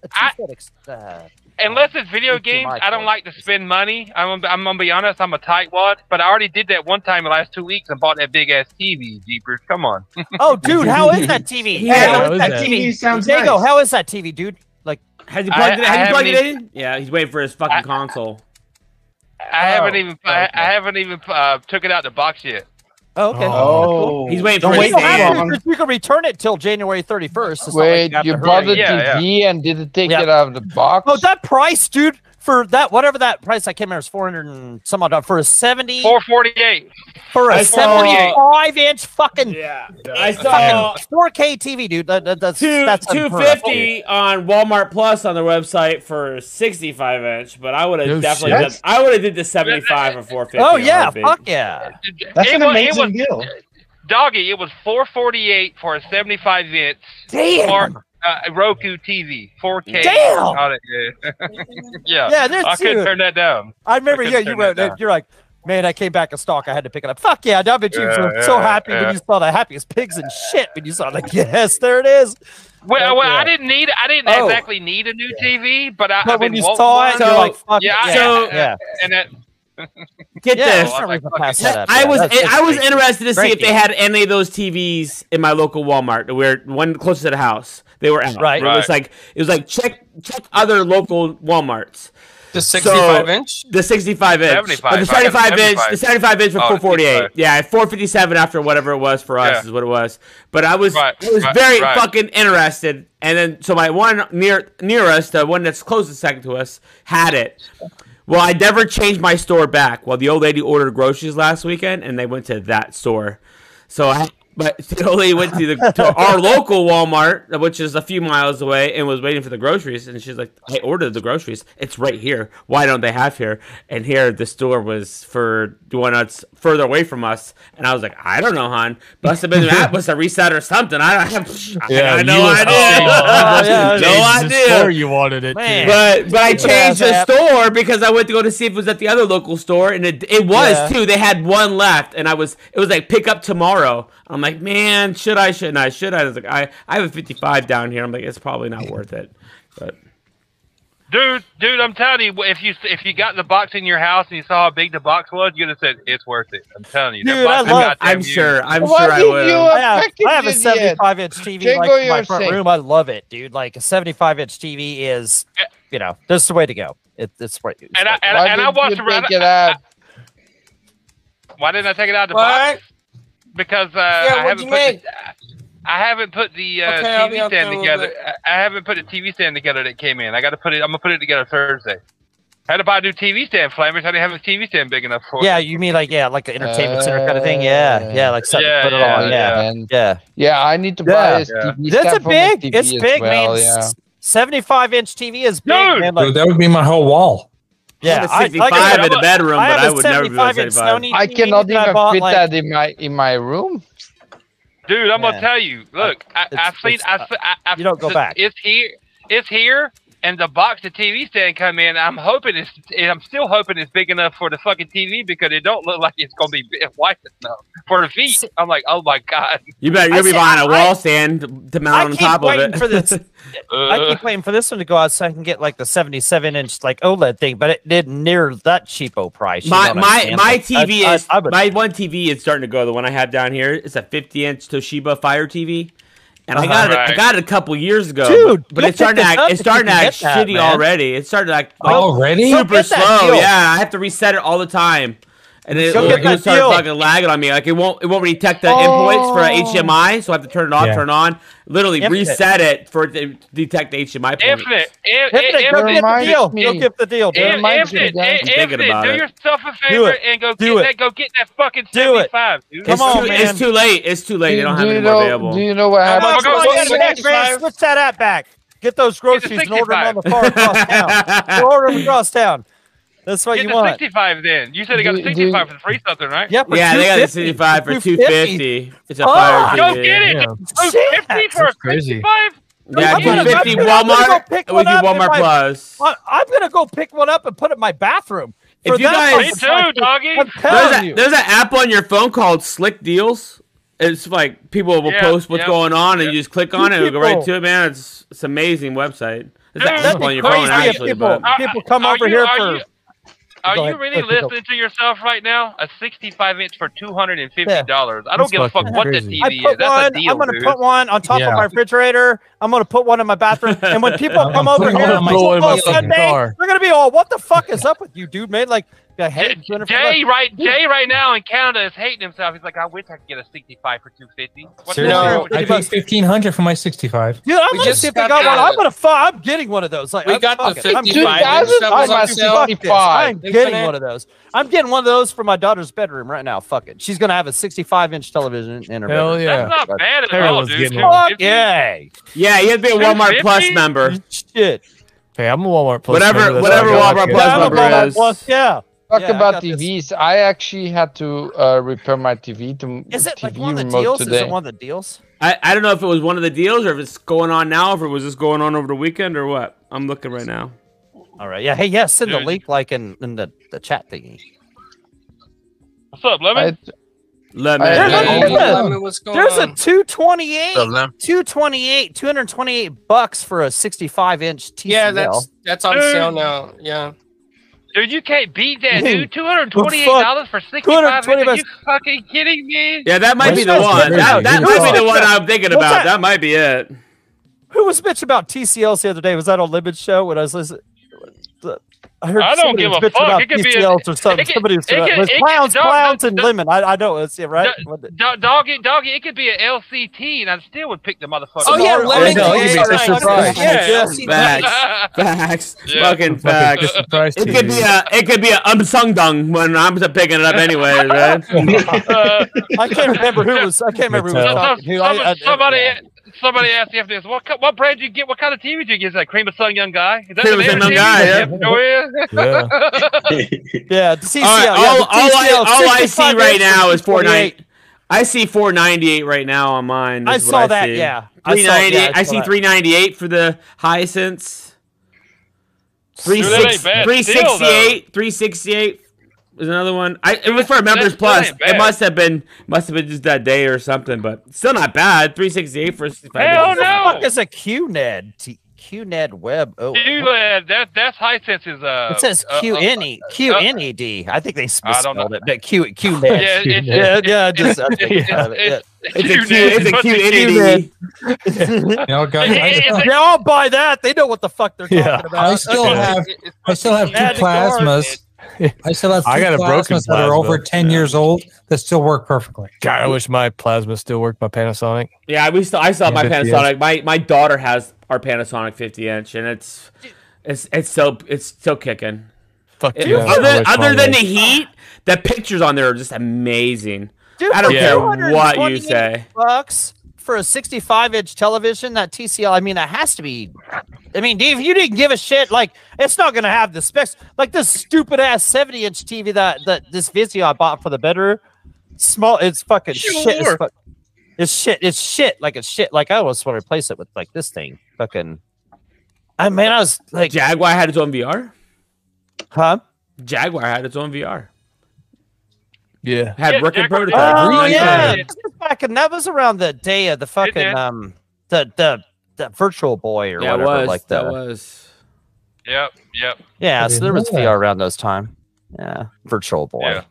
[SPEAKER 4] a two foot. Ex- uh,
[SPEAKER 10] Unless it's video
[SPEAKER 4] It's too
[SPEAKER 10] games,
[SPEAKER 4] much,
[SPEAKER 10] I don't
[SPEAKER 4] though.
[SPEAKER 10] like to spend money. I'm, gonna- I'm gonna be honest, I'm a tightwad, but I already did that one time in the last two weeks and bought that big ass TV, Jeepers. Come on.
[SPEAKER 4] oh, dude, how is that TV?
[SPEAKER 10] Yeah,
[SPEAKER 4] How
[SPEAKER 10] how
[SPEAKER 4] is
[SPEAKER 10] is
[SPEAKER 4] that
[SPEAKER 10] that?
[SPEAKER 4] TV?
[SPEAKER 10] TV sounds
[SPEAKER 4] Diego,
[SPEAKER 10] nice.
[SPEAKER 4] how is that TV, dude? Like,
[SPEAKER 2] has
[SPEAKER 10] you plugged I- it- has I you plugged haven't it even-
[SPEAKER 2] in? Yeah, he's waiting for his fucking console.
[SPEAKER 4] Oh,
[SPEAKER 10] I haven't even I, I haven't even uh, took it out the box yet.
[SPEAKER 4] Oh, okay.
[SPEAKER 2] Oh. He's waiting for his
[SPEAKER 4] you, don't have
[SPEAKER 2] stand.
[SPEAKER 4] to, 'cause you can return it till January 31st. It's not like
[SPEAKER 5] Wait,
[SPEAKER 4] have
[SPEAKER 5] you
[SPEAKER 4] to
[SPEAKER 5] bought
[SPEAKER 4] hurry.
[SPEAKER 5] the TV and did it take
[SPEAKER 4] Yeah.
[SPEAKER 5] it out of the box?
[SPEAKER 4] Oh, that price, dude, for that whatever that price I can't remember, it's 400 and some odd dollars for a 70
[SPEAKER 10] 448
[SPEAKER 4] for a
[SPEAKER 2] I saw-
[SPEAKER 4] 75 inch fucking yeah.
[SPEAKER 2] I saw
[SPEAKER 4] 4K TV, dude. That, that, that's
[SPEAKER 2] two
[SPEAKER 4] that's
[SPEAKER 2] two
[SPEAKER 4] unheard of, Oh,
[SPEAKER 2] fifty on Walmart Plus on their website for sixty five inch, but I would have
[SPEAKER 4] No
[SPEAKER 2] definitely
[SPEAKER 4] shit.
[SPEAKER 2] done, I would have did the seventy five for four
[SPEAKER 4] dude.
[SPEAKER 2] fifty.
[SPEAKER 4] Oh yeah, fuck yeah.
[SPEAKER 10] That's an It was- it amazing
[SPEAKER 7] deal.
[SPEAKER 10] Doggy, it was 448 for a 75 inch
[SPEAKER 4] Damn.
[SPEAKER 10] smart uh, Roku TV, 4K.
[SPEAKER 4] Damn.
[SPEAKER 10] All that- yeah. yeah,
[SPEAKER 4] Yeah, there's-
[SPEAKER 10] I couldn't
[SPEAKER 4] dude.
[SPEAKER 10] turn that down.
[SPEAKER 4] I remember,
[SPEAKER 10] couldn't
[SPEAKER 4] yeah, you
[SPEAKER 10] turn
[SPEAKER 4] wrote
[SPEAKER 10] that
[SPEAKER 4] that.
[SPEAKER 10] down.
[SPEAKER 4] You're like, man, I came back in stock. I had to pick it up. Fuck yeah, I bet you
[SPEAKER 10] Yeah,
[SPEAKER 4] were so
[SPEAKER 10] yeah,
[SPEAKER 4] happy
[SPEAKER 10] yeah.
[SPEAKER 4] when you saw the happiest pigs and shit when you saw it. Like, yes, there it is.
[SPEAKER 10] Well, well,
[SPEAKER 4] yeah.
[SPEAKER 10] I didn't need. I didn't
[SPEAKER 4] Oh.
[SPEAKER 10] exactly need a new TV, but I.
[SPEAKER 4] But
[SPEAKER 10] I've
[SPEAKER 4] when
[SPEAKER 10] been
[SPEAKER 4] you
[SPEAKER 10] wanting
[SPEAKER 4] saw it,
[SPEAKER 10] one.
[SPEAKER 4] you're like, fuck
[SPEAKER 10] yeah,
[SPEAKER 4] it,
[SPEAKER 10] I-
[SPEAKER 4] so-
[SPEAKER 10] I-
[SPEAKER 4] yeah.
[SPEAKER 10] and that.
[SPEAKER 2] Get
[SPEAKER 4] Yeah,
[SPEAKER 2] this.
[SPEAKER 4] it's not like, pass
[SPEAKER 2] No,
[SPEAKER 4] that up.
[SPEAKER 2] I
[SPEAKER 4] Yeah,
[SPEAKER 2] was
[SPEAKER 4] that's- it's
[SPEAKER 2] I was
[SPEAKER 4] great.
[SPEAKER 2] interested to see
[SPEAKER 4] Great
[SPEAKER 2] if they
[SPEAKER 4] game.
[SPEAKER 2] had any of those TVs in my local Walmart, where one closest to the house they were out.
[SPEAKER 4] Right.
[SPEAKER 2] It was
[SPEAKER 4] Right.
[SPEAKER 2] like it was like check check other local WalMarts.
[SPEAKER 8] The
[SPEAKER 2] So,
[SPEAKER 8] 65 inch?
[SPEAKER 2] The sixty five inch.
[SPEAKER 8] 75.
[SPEAKER 2] Uh, The
[SPEAKER 8] I
[SPEAKER 2] seventy
[SPEAKER 8] got
[SPEAKER 2] five
[SPEAKER 8] the
[SPEAKER 2] inch. The
[SPEAKER 8] 75.
[SPEAKER 2] seventy five inch for
[SPEAKER 8] Oh,
[SPEAKER 2] four forty eight.
[SPEAKER 8] 65.
[SPEAKER 2] Yeah, four fifty seven after whatever it was for us
[SPEAKER 10] Yeah.
[SPEAKER 2] is what it was. But I was
[SPEAKER 10] Right,
[SPEAKER 2] I was
[SPEAKER 10] right,
[SPEAKER 2] very
[SPEAKER 10] right.
[SPEAKER 2] fucking interested. And then so my one near near us, the one that's closest second to us, had it. Well, I never changed my store back. Well, the old lady ordered groceries last weekend, and they went to that store. So I, but the old lady went to, the, to our local Walmart, which is a few miles away, and was waiting for the groceries. And she's like, "I ordered the groceries. It's right here. Why don't they have here?" And here, the store was for the one that's further away from us. And I was like, "I don't know, hon. Must have been the app must have reset or something. I don't have. I,
[SPEAKER 12] Yeah,
[SPEAKER 2] I
[SPEAKER 12] you
[SPEAKER 2] no
[SPEAKER 12] were
[SPEAKER 2] idea.
[SPEAKER 12] saying you
[SPEAKER 2] no
[SPEAKER 12] must have changed the
[SPEAKER 2] idea.
[SPEAKER 12] store you wanted it to. Man.
[SPEAKER 2] But but I
[SPEAKER 12] Stupid
[SPEAKER 2] changed
[SPEAKER 12] ass
[SPEAKER 2] the
[SPEAKER 12] app.
[SPEAKER 2] store because I went to go to see if it was at the other local store, and it it was
[SPEAKER 12] Yeah.
[SPEAKER 2] too. They had one left, and I was it was like pick up tomorrow. I'm like, man, should I? Shouldn't I? Should I? I was like, I I have a 55 down here. I'm like, it's probably not worth it. But
[SPEAKER 10] Dude, dude, I'm telling you, if you if you got the box in your house and you saw how big the box was, you'd have said it's worth it. I'm telling you, that
[SPEAKER 4] Dude, I
[SPEAKER 10] box is
[SPEAKER 4] love.
[SPEAKER 10] goddamn huge.
[SPEAKER 4] I have, I have a
[SPEAKER 5] fucking idiot.
[SPEAKER 4] 75 inch TV
[SPEAKER 5] Jingle
[SPEAKER 4] like in my
[SPEAKER 5] your
[SPEAKER 4] front
[SPEAKER 5] sink.
[SPEAKER 4] room. I love it, dude. Like a 75 inch TV is, you know, this is the way to go. It, it's right.
[SPEAKER 10] And I and,
[SPEAKER 4] Why
[SPEAKER 10] I- and I
[SPEAKER 4] didn't
[SPEAKER 10] watched
[SPEAKER 4] you
[SPEAKER 10] around.
[SPEAKER 4] take it
[SPEAKER 10] I- I- Why didn't I take it out of the
[SPEAKER 8] What?
[SPEAKER 10] box? Because uh, I
[SPEAKER 8] what'd
[SPEAKER 10] haven't
[SPEAKER 8] you
[SPEAKER 10] put the,
[SPEAKER 8] make?
[SPEAKER 10] I haven't put the uh,
[SPEAKER 8] Okay, I'll be
[SPEAKER 10] TV
[SPEAKER 8] out there
[SPEAKER 10] stand
[SPEAKER 8] in a little
[SPEAKER 10] together. I, I haven't put a TV stand together that came in. I got to put it. I'm gonna put it together Thursday. I had to buy a new TV stand, Flamers. I didn't have a TV stand big enough for.
[SPEAKER 4] Yeah,
[SPEAKER 10] it.
[SPEAKER 4] you mean like yeah, like an entertainment center kind of thing. Yeah, yeah, like something to
[SPEAKER 10] Yeah,
[SPEAKER 4] put it
[SPEAKER 10] yeah,
[SPEAKER 4] on. Yeah, yeah.
[SPEAKER 5] Oh, Yeah, I need to buy this TV
[SPEAKER 4] That's a
[SPEAKER 5] stand for my
[SPEAKER 4] big.
[SPEAKER 5] TV
[SPEAKER 4] It's
[SPEAKER 5] as
[SPEAKER 4] big,
[SPEAKER 5] well,
[SPEAKER 4] man.
[SPEAKER 5] yeah.
[SPEAKER 4] S- 75 inch TV is big, man. Like,
[SPEAKER 3] Dude, that would be my whole wall.
[SPEAKER 4] yeah,
[SPEAKER 5] I have a 65
[SPEAKER 4] said,
[SPEAKER 5] in the
[SPEAKER 4] I'm a-
[SPEAKER 5] bedroom, but
[SPEAKER 4] have
[SPEAKER 5] I
[SPEAKER 4] a
[SPEAKER 5] would never be able to
[SPEAKER 4] 75 inch
[SPEAKER 5] 75.
[SPEAKER 4] Sony
[SPEAKER 5] I
[SPEAKER 4] TV
[SPEAKER 5] cannot
[SPEAKER 4] that I
[SPEAKER 5] even
[SPEAKER 4] bought,
[SPEAKER 5] fit
[SPEAKER 4] like-
[SPEAKER 5] that in my in my room.
[SPEAKER 10] Dude, I'm
[SPEAKER 5] Yeah.
[SPEAKER 10] gonna tell you. Look, I, I've seen. I, I, I,
[SPEAKER 5] you don't go
[SPEAKER 10] it's-
[SPEAKER 5] back.
[SPEAKER 10] It's here. It's here. and the box the TV stand come in, I'm hoping it's, and I'm still hoping it's big enough for the fucking TV because it don't look like it's gonna be big- wide enough for the feet. I'm like, oh my god.
[SPEAKER 2] You better you'll be behind a wall stand to- to
[SPEAKER 4] I
[SPEAKER 2] mount on
[SPEAKER 4] keep
[SPEAKER 2] top of
[SPEAKER 4] waiting
[SPEAKER 2] it.
[SPEAKER 4] for this. I keep waiting for this one to go out so I can get like the 77 inch like OLED thing, but it didn't near that cheapo price. you
[SPEAKER 2] my
[SPEAKER 4] know what I'm
[SPEAKER 2] my
[SPEAKER 4] saying?
[SPEAKER 2] my
[SPEAKER 4] Like,
[SPEAKER 2] TV
[SPEAKER 4] I- I-
[SPEAKER 2] is
[SPEAKER 4] I would-
[SPEAKER 2] my one TV is starting to go. The one I have down here it's a 50 inch Toshiba Fire TV, and I
[SPEAKER 4] Uh-huh.
[SPEAKER 2] got it. I
[SPEAKER 4] Right.
[SPEAKER 2] got it a couple years ago,
[SPEAKER 4] Dude,
[SPEAKER 2] But, but
[SPEAKER 4] go
[SPEAKER 2] it's starting to
[SPEAKER 4] pick this up
[SPEAKER 2] act. It's
[SPEAKER 4] if
[SPEAKER 2] starting to
[SPEAKER 4] you can
[SPEAKER 2] act
[SPEAKER 4] get that,
[SPEAKER 2] shitty
[SPEAKER 4] man.
[SPEAKER 2] already. It's starting to act like,
[SPEAKER 4] Already? Go
[SPEAKER 2] super
[SPEAKER 4] get that
[SPEAKER 2] slow.
[SPEAKER 4] deal.
[SPEAKER 2] Yeah, I have to reset it all the time. And it,
[SPEAKER 4] Go
[SPEAKER 2] will
[SPEAKER 4] get
[SPEAKER 2] it'll
[SPEAKER 4] that
[SPEAKER 2] start
[SPEAKER 4] deal.
[SPEAKER 2] fucking lagging on me. Like it won't, it won't detect the
[SPEAKER 4] Oh.
[SPEAKER 2] endpoints for HMI, so I have to turn it off,
[SPEAKER 4] Yeah.
[SPEAKER 2] turn it on, literally
[SPEAKER 4] Infinite.
[SPEAKER 2] reset it for it to detect the HMI. Points.
[SPEAKER 10] Infinite, in-
[SPEAKER 2] Infinite, go get
[SPEAKER 10] in-
[SPEAKER 2] the
[SPEAKER 10] infinite-
[SPEAKER 2] deal. Go get the deal, dude.
[SPEAKER 10] In-
[SPEAKER 2] Reminds me
[SPEAKER 10] Infinite,
[SPEAKER 2] again.
[SPEAKER 10] in-
[SPEAKER 2] I'm thinking
[SPEAKER 10] infinite,
[SPEAKER 2] about
[SPEAKER 10] do
[SPEAKER 2] it.
[SPEAKER 10] yourself a
[SPEAKER 2] Do
[SPEAKER 10] favor
[SPEAKER 2] it.
[SPEAKER 10] and go
[SPEAKER 2] Do
[SPEAKER 10] get
[SPEAKER 2] it.
[SPEAKER 10] that. Go get that fucking
[SPEAKER 2] Do it.
[SPEAKER 10] seventy-five, dude.
[SPEAKER 2] It's too, It's too late. It's too late. They don't have
[SPEAKER 5] do you
[SPEAKER 2] any
[SPEAKER 5] know-
[SPEAKER 2] more available.
[SPEAKER 5] do you know what
[SPEAKER 2] How
[SPEAKER 4] Come on,
[SPEAKER 2] much
[SPEAKER 4] come on,
[SPEAKER 2] was
[SPEAKER 4] get
[SPEAKER 2] it?
[SPEAKER 4] it back, man. Switch that app back. Get those groceries and order them on the far across town. Go order them across town. That's what
[SPEAKER 10] Get
[SPEAKER 4] you
[SPEAKER 10] the
[SPEAKER 4] want.
[SPEAKER 10] sixty-five then. You said they got the sixty-five for free something, right?
[SPEAKER 4] Yeah, for
[SPEAKER 2] Yeah, they got the 65 for 250. It's a fire
[SPEAKER 10] Go
[SPEAKER 2] TV.
[SPEAKER 10] get it. Go
[SPEAKER 4] Shit.
[SPEAKER 10] 50 for a
[SPEAKER 2] crazy.
[SPEAKER 10] 65?
[SPEAKER 2] Yeah,
[SPEAKER 4] I'm gonna-
[SPEAKER 2] 250
[SPEAKER 4] I'm gonna go
[SPEAKER 2] Walmart.
[SPEAKER 4] pick
[SPEAKER 2] We
[SPEAKER 4] one
[SPEAKER 2] do
[SPEAKER 4] up in
[SPEAKER 2] Walmart
[SPEAKER 4] my-
[SPEAKER 2] Plus.
[SPEAKER 4] I- I'm gonna go pick one up and put it in my bathroom.
[SPEAKER 2] If you guys,
[SPEAKER 10] doggy.
[SPEAKER 4] I'm
[SPEAKER 2] There's,
[SPEAKER 4] telling
[SPEAKER 2] a,
[SPEAKER 4] you.
[SPEAKER 2] there's an app on your phone called Slick Deals. It's like people will
[SPEAKER 10] Yeah,
[SPEAKER 2] post what's
[SPEAKER 10] yeah.
[SPEAKER 2] going on, and you just click on it, it'll go right
[SPEAKER 4] People-
[SPEAKER 2] to it, man. It's, it's an amazing website. It's an
[SPEAKER 10] Dude,
[SPEAKER 2] app on your phone,
[SPEAKER 4] crazy if
[SPEAKER 2] actually.
[SPEAKER 4] people-
[SPEAKER 2] But
[SPEAKER 4] people come
[SPEAKER 10] Are
[SPEAKER 4] over
[SPEAKER 10] you-
[SPEAKER 4] here
[SPEAKER 10] are
[SPEAKER 4] for.
[SPEAKER 10] you- Are
[SPEAKER 4] Go
[SPEAKER 10] you
[SPEAKER 4] ahead.
[SPEAKER 10] really
[SPEAKER 4] Let's go.
[SPEAKER 10] listening to yourself right now? A 65 inch for $250. I don't
[SPEAKER 4] That's
[SPEAKER 10] give a fuck
[SPEAKER 4] fucking
[SPEAKER 10] what the
[SPEAKER 4] crazy.
[SPEAKER 10] TV
[SPEAKER 4] I
[SPEAKER 10] is.
[SPEAKER 4] put
[SPEAKER 10] That's
[SPEAKER 4] one,
[SPEAKER 10] a deal,
[SPEAKER 4] I'm gonna
[SPEAKER 10] dude.
[SPEAKER 4] put one on top
[SPEAKER 10] Yeah.
[SPEAKER 4] of my refrigerator. I'm gonna put one in my bathroom. And when people
[SPEAKER 10] I'm
[SPEAKER 4] come over
[SPEAKER 10] putting
[SPEAKER 4] here
[SPEAKER 10] one
[SPEAKER 4] on
[SPEAKER 10] on my
[SPEAKER 4] football
[SPEAKER 10] fucking
[SPEAKER 4] Sunday,
[SPEAKER 10] car.
[SPEAKER 4] they're gonna be all, "What the fuck is up with you, dude, man?" Like, I hate Jennifer.
[SPEAKER 10] Jay right, Jay right now in Canada is hating himself. He's like, I wish I could get a 65 for 250. What the
[SPEAKER 3] Seriously,
[SPEAKER 10] hell?
[SPEAKER 3] I paid fifteen hundred for my sixty-five.
[SPEAKER 4] Dude, I'm
[SPEAKER 10] We
[SPEAKER 4] gonna
[SPEAKER 10] just
[SPEAKER 4] see if they
[SPEAKER 10] got
[SPEAKER 4] got one.
[SPEAKER 10] that.
[SPEAKER 4] I'm gonna. Fu- I'm getting one of those. Like
[SPEAKER 8] We
[SPEAKER 4] I'm
[SPEAKER 8] got the
[SPEAKER 4] fucking-
[SPEAKER 8] 55
[SPEAKER 4] I'm getting-
[SPEAKER 8] inch that was
[SPEAKER 4] I'm
[SPEAKER 8] on
[SPEAKER 4] fucking-
[SPEAKER 8] sale.
[SPEAKER 4] fuck this. I'm
[SPEAKER 8] Infinite.
[SPEAKER 4] getting one of those. I'm getting one of those for my daughter's bedroom right now. Fuck it. She's gonna have a 65 inch television in her
[SPEAKER 12] Hell
[SPEAKER 4] bedroom.
[SPEAKER 12] yeah.
[SPEAKER 10] That's not bad at all,
[SPEAKER 12] Everyone's
[SPEAKER 10] dude.
[SPEAKER 12] getting
[SPEAKER 4] Fuck
[SPEAKER 10] one.
[SPEAKER 4] yeah.
[SPEAKER 2] yeah, you have to be a Walmart Plus
[SPEAKER 10] 250?
[SPEAKER 2] member.
[SPEAKER 4] Shit.
[SPEAKER 12] Hey, I'm a Walmart Plus.
[SPEAKER 2] Whatever-
[SPEAKER 12] member, that's
[SPEAKER 2] whatever
[SPEAKER 12] all I got.
[SPEAKER 2] Walmart Plus member
[SPEAKER 12] Walmart
[SPEAKER 2] is.
[SPEAKER 12] Plus,
[SPEAKER 4] yeah.
[SPEAKER 5] Talk
[SPEAKER 4] Yeah, I
[SPEAKER 5] about
[SPEAKER 4] got
[SPEAKER 5] TVs. I actually had to uh, repair my TV to
[SPEAKER 4] Is it like
[SPEAKER 5] TV
[SPEAKER 4] one of the
[SPEAKER 5] remote
[SPEAKER 4] deals?
[SPEAKER 5] today.
[SPEAKER 4] Is it one of the deals?
[SPEAKER 2] I, I don't know if it was one of the deals or if it's going on now, if it was just going on over the weekend or what. I'm looking right now.
[SPEAKER 4] All right. Yeah. Hey, yeah. Send the
[SPEAKER 2] Dude.
[SPEAKER 4] link like in, in the, the chat thingy.
[SPEAKER 10] What's up, Lemon?
[SPEAKER 2] Lemon.
[SPEAKER 4] I- There's a-
[SPEAKER 8] Lemon,
[SPEAKER 4] yeah.
[SPEAKER 8] Lemon, what's going
[SPEAKER 4] There's a
[SPEAKER 8] on?
[SPEAKER 4] 228,
[SPEAKER 8] Up, Lem?
[SPEAKER 4] 228, 228 bucks for a 65 inch TCL.
[SPEAKER 8] Yeah, that's that's on
[SPEAKER 10] Dude.
[SPEAKER 8] sale now. Yeah.
[SPEAKER 10] Dude, you can't beat that, dude.
[SPEAKER 4] Well,
[SPEAKER 10] $228 for
[SPEAKER 4] $220
[SPEAKER 10] 65 inch? Are you
[SPEAKER 4] bucks.
[SPEAKER 10] fucking kidding me?
[SPEAKER 2] Yeah, that might
[SPEAKER 4] What's
[SPEAKER 2] be the
[SPEAKER 4] that?
[SPEAKER 2] one. That, that might be the one
[SPEAKER 4] What's that?
[SPEAKER 2] I'm thinking
[SPEAKER 4] What's
[SPEAKER 2] about.
[SPEAKER 4] that?
[SPEAKER 2] That? might be it.
[SPEAKER 4] Who was bitch about TCLs the other day? Was that on Limit Show when I was listening? I heard
[SPEAKER 10] I don't
[SPEAKER 4] somebody
[SPEAKER 10] give
[SPEAKER 4] was
[SPEAKER 10] a
[SPEAKER 4] bitching
[SPEAKER 10] fuck.
[SPEAKER 4] about
[SPEAKER 10] It could be a-
[SPEAKER 4] TCLs or something.
[SPEAKER 10] it could-
[SPEAKER 4] somebody was,
[SPEAKER 10] it could-
[SPEAKER 4] it was
[SPEAKER 10] it could-
[SPEAKER 4] clowns,
[SPEAKER 10] no,
[SPEAKER 4] clowns,
[SPEAKER 10] no,
[SPEAKER 4] and lemon. I, I don't see it right. What the-
[SPEAKER 10] Do- doggy, doggy, it could be an LCT, and I still would pick the motherfucker.
[SPEAKER 8] Oh, yeah, Lemon
[SPEAKER 12] no, it could be
[SPEAKER 8] Lemon-
[SPEAKER 12] Fisher
[SPEAKER 8] Lemon-
[SPEAKER 12] Price.
[SPEAKER 8] Yeah.
[SPEAKER 2] Yes, facts, facts, fucking facts.
[SPEAKER 12] Fisher Price
[SPEAKER 2] It could be
[SPEAKER 12] TVs.
[SPEAKER 2] a it could be a um sung dung when I'm just picking it up anyway, right?
[SPEAKER 4] I can't remember who was. I can't remember who was
[SPEAKER 2] Mattel.
[SPEAKER 4] talking. Who,
[SPEAKER 10] Uh, Some-
[SPEAKER 4] I, I,
[SPEAKER 10] somebody, somebody asked if this. What, co- what brand do you get? What kind of TV do you get? Is that cream of sun young guy? Is that
[SPEAKER 2] Cream
[SPEAKER 10] the
[SPEAKER 2] of
[SPEAKER 10] name
[SPEAKER 2] Sun
[SPEAKER 10] of
[SPEAKER 2] Young
[SPEAKER 10] TV?
[SPEAKER 2] Guy,
[SPEAKER 10] Yep, sure is.
[SPEAKER 4] yeah, the TCL.
[SPEAKER 2] all right,
[SPEAKER 4] yeah,
[SPEAKER 2] all,
[SPEAKER 4] the
[SPEAKER 2] all I
[SPEAKER 4] TCL,
[SPEAKER 2] all I see
[SPEAKER 4] 65
[SPEAKER 2] right
[SPEAKER 4] inch
[SPEAKER 2] now is four
[SPEAKER 4] 228.
[SPEAKER 2] ninety. I see four ninety eight right now on mine.
[SPEAKER 4] I
[SPEAKER 2] is what
[SPEAKER 4] saw that,
[SPEAKER 2] see.
[SPEAKER 4] yeah. I saw-
[SPEAKER 2] three
[SPEAKER 4] yeah, I
[SPEAKER 2] ninety eight. I
[SPEAKER 4] saw
[SPEAKER 2] see
[SPEAKER 4] that.
[SPEAKER 2] three ninety eight for the Hisense. Three
[SPEAKER 10] Dude, that ain't
[SPEAKER 2] six
[SPEAKER 10] bad
[SPEAKER 2] three
[SPEAKER 10] still, though.
[SPEAKER 2] sixty eight. Three sixty eight is another one. I it was for a members
[SPEAKER 10] that
[SPEAKER 2] plus.
[SPEAKER 10] ain't bad.
[SPEAKER 2] It must have been must have been just that day or something, but still not bad. Three sixty eight for a 65
[SPEAKER 10] Hell
[SPEAKER 2] inch.
[SPEAKER 4] What the
[SPEAKER 10] no,
[SPEAKER 4] fuck is a QNED? T- QNED Web. Oh,
[SPEAKER 10] dude, uh, that that's Hisense's. Uh,
[SPEAKER 4] It says E
[SPEAKER 10] uh, uh,
[SPEAKER 4] QNE, QNED. I think they
[SPEAKER 10] I don't
[SPEAKER 4] misspelled it, but Q E QNED. Yeah,
[SPEAKER 10] it's-
[SPEAKER 4] yeah,
[SPEAKER 10] it's-
[SPEAKER 4] yeah. I Just, I
[SPEAKER 10] it's-
[SPEAKER 4] think I have it, yeah.
[SPEAKER 10] it's
[SPEAKER 2] It's a
[SPEAKER 10] Q-
[SPEAKER 2] Q- it's a
[SPEAKER 10] it's
[SPEAKER 2] Q-
[SPEAKER 10] a Q-
[SPEAKER 2] QNED.
[SPEAKER 3] No, guys,
[SPEAKER 10] It-
[SPEAKER 3] I,
[SPEAKER 10] it-
[SPEAKER 4] Yeah, I'll buy that. They know what the fuck they're talking
[SPEAKER 12] Yeah.
[SPEAKER 4] about.
[SPEAKER 3] I still
[SPEAKER 4] Okay.
[SPEAKER 3] have I still have two
[SPEAKER 4] Add the card.
[SPEAKER 3] plasmas. I still have two
[SPEAKER 12] I got a broken
[SPEAKER 3] plasmas that are over
[SPEAKER 12] plasma.
[SPEAKER 3] ten years old that still work perfectly.
[SPEAKER 12] God, I wish my plasma still worked. My Panasonic.
[SPEAKER 2] Yeah, we still. I saw my
[SPEAKER 12] 50
[SPEAKER 2] Panasonic. My my daughter has our Panasonic 50 inch, and it's it's it's so it's still kicking.
[SPEAKER 12] Fuck
[SPEAKER 2] It-
[SPEAKER 12] yeah.
[SPEAKER 2] other
[SPEAKER 12] Always
[SPEAKER 2] other
[SPEAKER 12] wrong
[SPEAKER 2] than the
[SPEAKER 12] way.
[SPEAKER 2] heat, the pictures on there are just amazing.
[SPEAKER 4] Dude,
[SPEAKER 2] I don't
[SPEAKER 4] for
[SPEAKER 2] care what you
[SPEAKER 4] 228
[SPEAKER 2] say.
[SPEAKER 4] Bucks for a 65 inch television. That TCL. I mean, that has to be. I mean, Dave, you didn't give a shit. Like, it's not gonna have the specs. Like this stupid ass 70 inch TV that that this Vizio I bought for the bedroom. Small. It's fucking shit. It's,
[SPEAKER 8] Sure.
[SPEAKER 4] fuck, it's shit. It's shit. Like it's shit. Like I almost want to replace it with like this thing. Fucking. I man, I was like
[SPEAKER 2] Jaguar had its own VR.
[SPEAKER 4] Huh?
[SPEAKER 2] Jaguar had its own VR.
[SPEAKER 12] Yeah.
[SPEAKER 2] Had
[SPEAKER 4] Yeah,
[SPEAKER 2] working
[SPEAKER 4] Jaguar did.
[SPEAKER 2] prototype.
[SPEAKER 4] Oh,
[SPEAKER 2] Nice
[SPEAKER 4] yeah.
[SPEAKER 2] idea.
[SPEAKER 4] This is back in- that was around the day of the fucking um the the the virtual boy or
[SPEAKER 2] That
[SPEAKER 4] whatever
[SPEAKER 2] was
[SPEAKER 4] like
[SPEAKER 2] that
[SPEAKER 4] the-
[SPEAKER 2] was.
[SPEAKER 10] Yep. Yep.
[SPEAKER 4] Yeah, so
[SPEAKER 10] I didn't
[SPEAKER 4] there was
[SPEAKER 10] know that.
[SPEAKER 4] VR around those time. Yeah, virtual boy.
[SPEAKER 10] Yeah.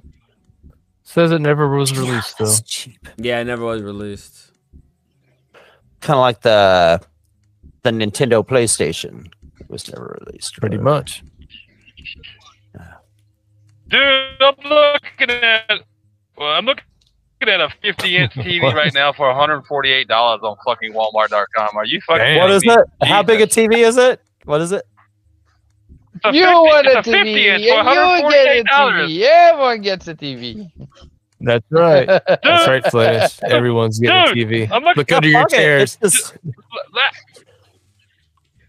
[SPEAKER 12] Says it never was released though.
[SPEAKER 2] Yeah, it never was released.
[SPEAKER 4] Kind of like the the Nintendo PlayStation. It was never released. Pretty
[SPEAKER 12] much.
[SPEAKER 10] Dude, I'm looking at well, I'm looking at a 50 inch TV right now for 148 dollars on fucking Walmart.com. Are you fucking?
[SPEAKER 4] What
[SPEAKER 10] kidding
[SPEAKER 4] is
[SPEAKER 10] me?
[SPEAKER 4] it? How big a TV is it? What is it?
[SPEAKER 10] It's a
[SPEAKER 5] You
[SPEAKER 10] 50
[SPEAKER 5] want
[SPEAKER 10] it's
[SPEAKER 5] a
[SPEAKER 10] a 50
[SPEAKER 5] TV, and
[SPEAKER 10] inch for
[SPEAKER 5] you would
[SPEAKER 10] 148
[SPEAKER 5] get a
[SPEAKER 10] dollars.
[SPEAKER 5] TV. Everyone gets a TV.
[SPEAKER 12] That's right. That's
[SPEAKER 10] Dude.
[SPEAKER 12] right, Flash. Everyone's getting a TV.
[SPEAKER 10] I'm looking
[SPEAKER 12] Look under your chairs.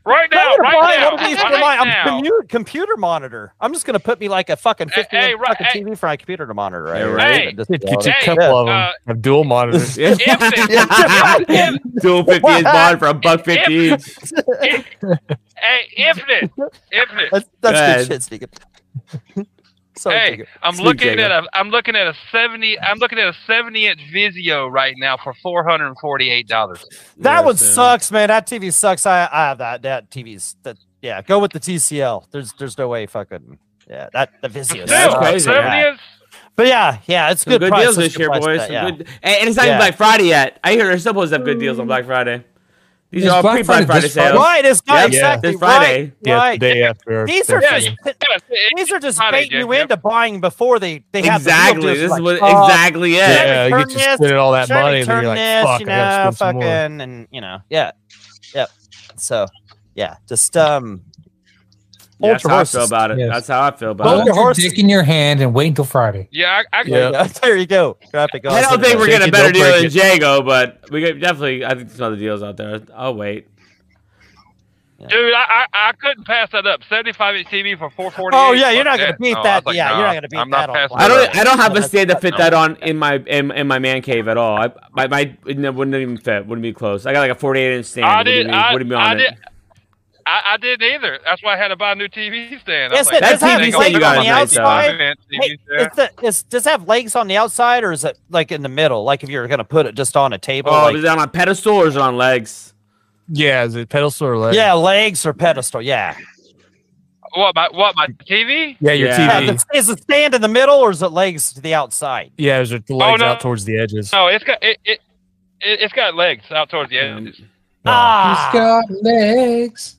[SPEAKER 10] Right now,
[SPEAKER 4] Better buy-
[SPEAKER 10] right now,
[SPEAKER 4] what do you
[SPEAKER 10] right
[SPEAKER 4] think of my-
[SPEAKER 10] now.
[SPEAKER 4] I'm commu- computer monitor. I'm just gonna put me like a fucking 50
[SPEAKER 10] hey,
[SPEAKER 4] inch
[SPEAKER 10] right-
[SPEAKER 4] fucking
[SPEAKER 10] hey.
[SPEAKER 4] TV for my computer to monitor. Right,
[SPEAKER 12] right.
[SPEAKER 4] But this-
[SPEAKER 12] Get you
[SPEAKER 4] yeah,
[SPEAKER 12] a couple of
[SPEAKER 2] uh,
[SPEAKER 12] them. have dual monitors.
[SPEAKER 2] Dual 50 inch mod for a buck 50 each.
[SPEAKER 10] Hey, infinite, infinite.
[SPEAKER 4] That's,
[SPEAKER 2] Go
[SPEAKER 4] that's
[SPEAKER 2] ahead.
[SPEAKER 4] good shit, Sneaker.
[SPEAKER 10] hey, I'm
[SPEAKER 2] Sneak
[SPEAKER 10] looking
[SPEAKER 2] Jacob.
[SPEAKER 10] at a I'm looking at a 70 I'm looking at a 70 inch Vizio right now for 448 dollars.
[SPEAKER 4] That one sucks, man. That TV sucks. I, I have that. That TV's that. Yeah, go with the TCL. There's, there's no way. Fucking yeah. That the Vizio.
[SPEAKER 2] That's
[SPEAKER 4] sucks.
[SPEAKER 2] crazy.
[SPEAKER 4] Yeah. But yeah, yeah, it's
[SPEAKER 2] Some
[SPEAKER 4] good.
[SPEAKER 2] good
[SPEAKER 4] price.
[SPEAKER 2] deals
[SPEAKER 4] It's
[SPEAKER 2] this
[SPEAKER 4] good
[SPEAKER 2] year,
[SPEAKER 4] price,
[SPEAKER 2] boys.
[SPEAKER 4] but
[SPEAKER 2] Some
[SPEAKER 4] yeah.
[SPEAKER 2] good- and, and it's not
[SPEAKER 4] Yeah.
[SPEAKER 2] even Black Friday yet. I hear they're supposed to have good deals on Black Friday. These
[SPEAKER 4] It's
[SPEAKER 2] are all
[SPEAKER 4] Black
[SPEAKER 2] pre Black
[SPEAKER 4] Friday
[SPEAKER 2] Friday
[SPEAKER 4] this Friday.
[SPEAKER 2] sales.
[SPEAKER 4] Right, it's not exactly
[SPEAKER 2] This Friday.
[SPEAKER 4] right, right.
[SPEAKER 12] day after.
[SPEAKER 4] These are
[SPEAKER 2] Yeah,
[SPEAKER 4] just, these are just baiting you into buying before they they have the real
[SPEAKER 2] Exactly.
[SPEAKER 4] deals.
[SPEAKER 2] This is
[SPEAKER 4] Like,
[SPEAKER 2] what
[SPEAKER 4] oh,
[SPEAKER 2] exactly it.
[SPEAKER 4] Chevy
[SPEAKER 12] Yeah, you
[SPEAKER 4] turn
[SPEAKER 12] get to spend all that
[SPEAKER 4] Chevy
[SPEAKER 12] money, then you're like,
[SPEAKER 4] turn this,
[SPEAKER 12] "Fuck,
[SPEAKER 4] you
[SPEAKER 12] I gotta
[SPEAKER 4] know,
[SPEAKER 12] spend some more."
[SPEAKER 4] fucking, and you know, yeah, yep. So, yeah, just um,
[SPEAKER 2] Yeah, that's
[SPEAKER 4] Ultra
[SPEAKER 2] how I
[SPEAKER 4] Horses.
[SPEAKER 2] feel about it.
[SPEAKER 3] Yes.
[SPEAKER 2] That's how I feel about
[SPEAKER 3] Hold
[SPEAKER 2] it.
[SPEAKER 3] your horse dick in your hand and wait until Friday.
[SPEAKER 10] Yeah, I, I,
[SPEAKER 3] Yeah.
[SPEAKER 4] there you go. Graphic.
[SPEAKER 2] I don't think we're getting a
[SPEAKER 3] Shaky,
[SPEAKER 2] better
[SPEAKER 3] don't
[SPEAKER 2] deal than
[SPEAKER 3] break it.
[SPEAKER 2] Jago, but we could definitely. I think there's other deals out there. I'll wait.
[SPEAKER 10] Dude, I, I I couldn't pass that up. 75 inch TV for 448.
[SPEAKER 4] Oh, yeah, you're not
[SPEAKER 10] Fuck
[SPEAKER 4] gonna beat
[SPEAKER 10] No, I
[SPEAKER 4] that.
[SPEAKER 10] was like,
[SPEAKER 4] Yeah, you're
[SPEAKER 10] nah,
[SPEAKER 4] not gonna beat
[SPEAKER 10] I'm not
[SPEAKER 4] that on
[SPEAKER 10] passing
[SPEAKER 2] I
[SPEAKER 10] that up.
[SPEAKER 2] don't. I don't have a stand to fit that on in my in, in my man cave at all. I my, my it ne- wouldn't even fit. Wouldn't be close. I got like a 48 inch stand.
[SPEAKER 10] I
[SPEAKER 2] wouldn't
[SPEAKER 10] did.
[SPEAKER 2] be-
[SPEAKER 10] I,
[SPEAKER 2] wouldn't be
[SPEAKER 10] I
[SPEAKER 2] on it.
[SPEAKER 10] did. I, I didn't either. That's why I had to buy a new TV stand. I
[SPEAKER 4] Yes,
[SPEAKER 10] was like,
[SPEAKER 4] it does
[SPEAKER 10] this
[SPEAKER 4] have
[SPEAKER 10] ain't
[SPEAKER 4] legs
[SPEAKER 10] gonna be
[SPEAKER 4] on the
[SPEAKER 10] nice, uh,
[SPEAKER 4] outside.
[SPEAKER 10] man, TV
[SPEAKER 4] Hey,
[SPEAKER 10] stand.
[SPEAKER 4] it's the, it's, does it have legs on the outside, or is it like in the middle? Like if you're gonna put it just on a table?
[SPEAKER 2] Oh,
[SPEAKER 4] like-
[SPEAKER 2] is it on a pedestal or is it on legs?
[SPEAKER 12] Yeah, is it pedestal or legs?
[SPEAKER 4] yeah, legs or pedestal? Yeah.
[SPEAKER 10] What my what my TV?
[SPEAKER 12] Yeah, your TV.
[SPEAKER 4] the- Is the stand in the middle, or is it legs to the outside?
[SPEAKER 12] Yeah, is it the legs
[SPEAKER 10] no.
[SPEAKER 12] out towards the edges?
[SPEAKER 10] No, it's got it, it it it's got legs out towards the edges.
[SPEAKER 4] Ah,
[SPEAKER 3] got legs.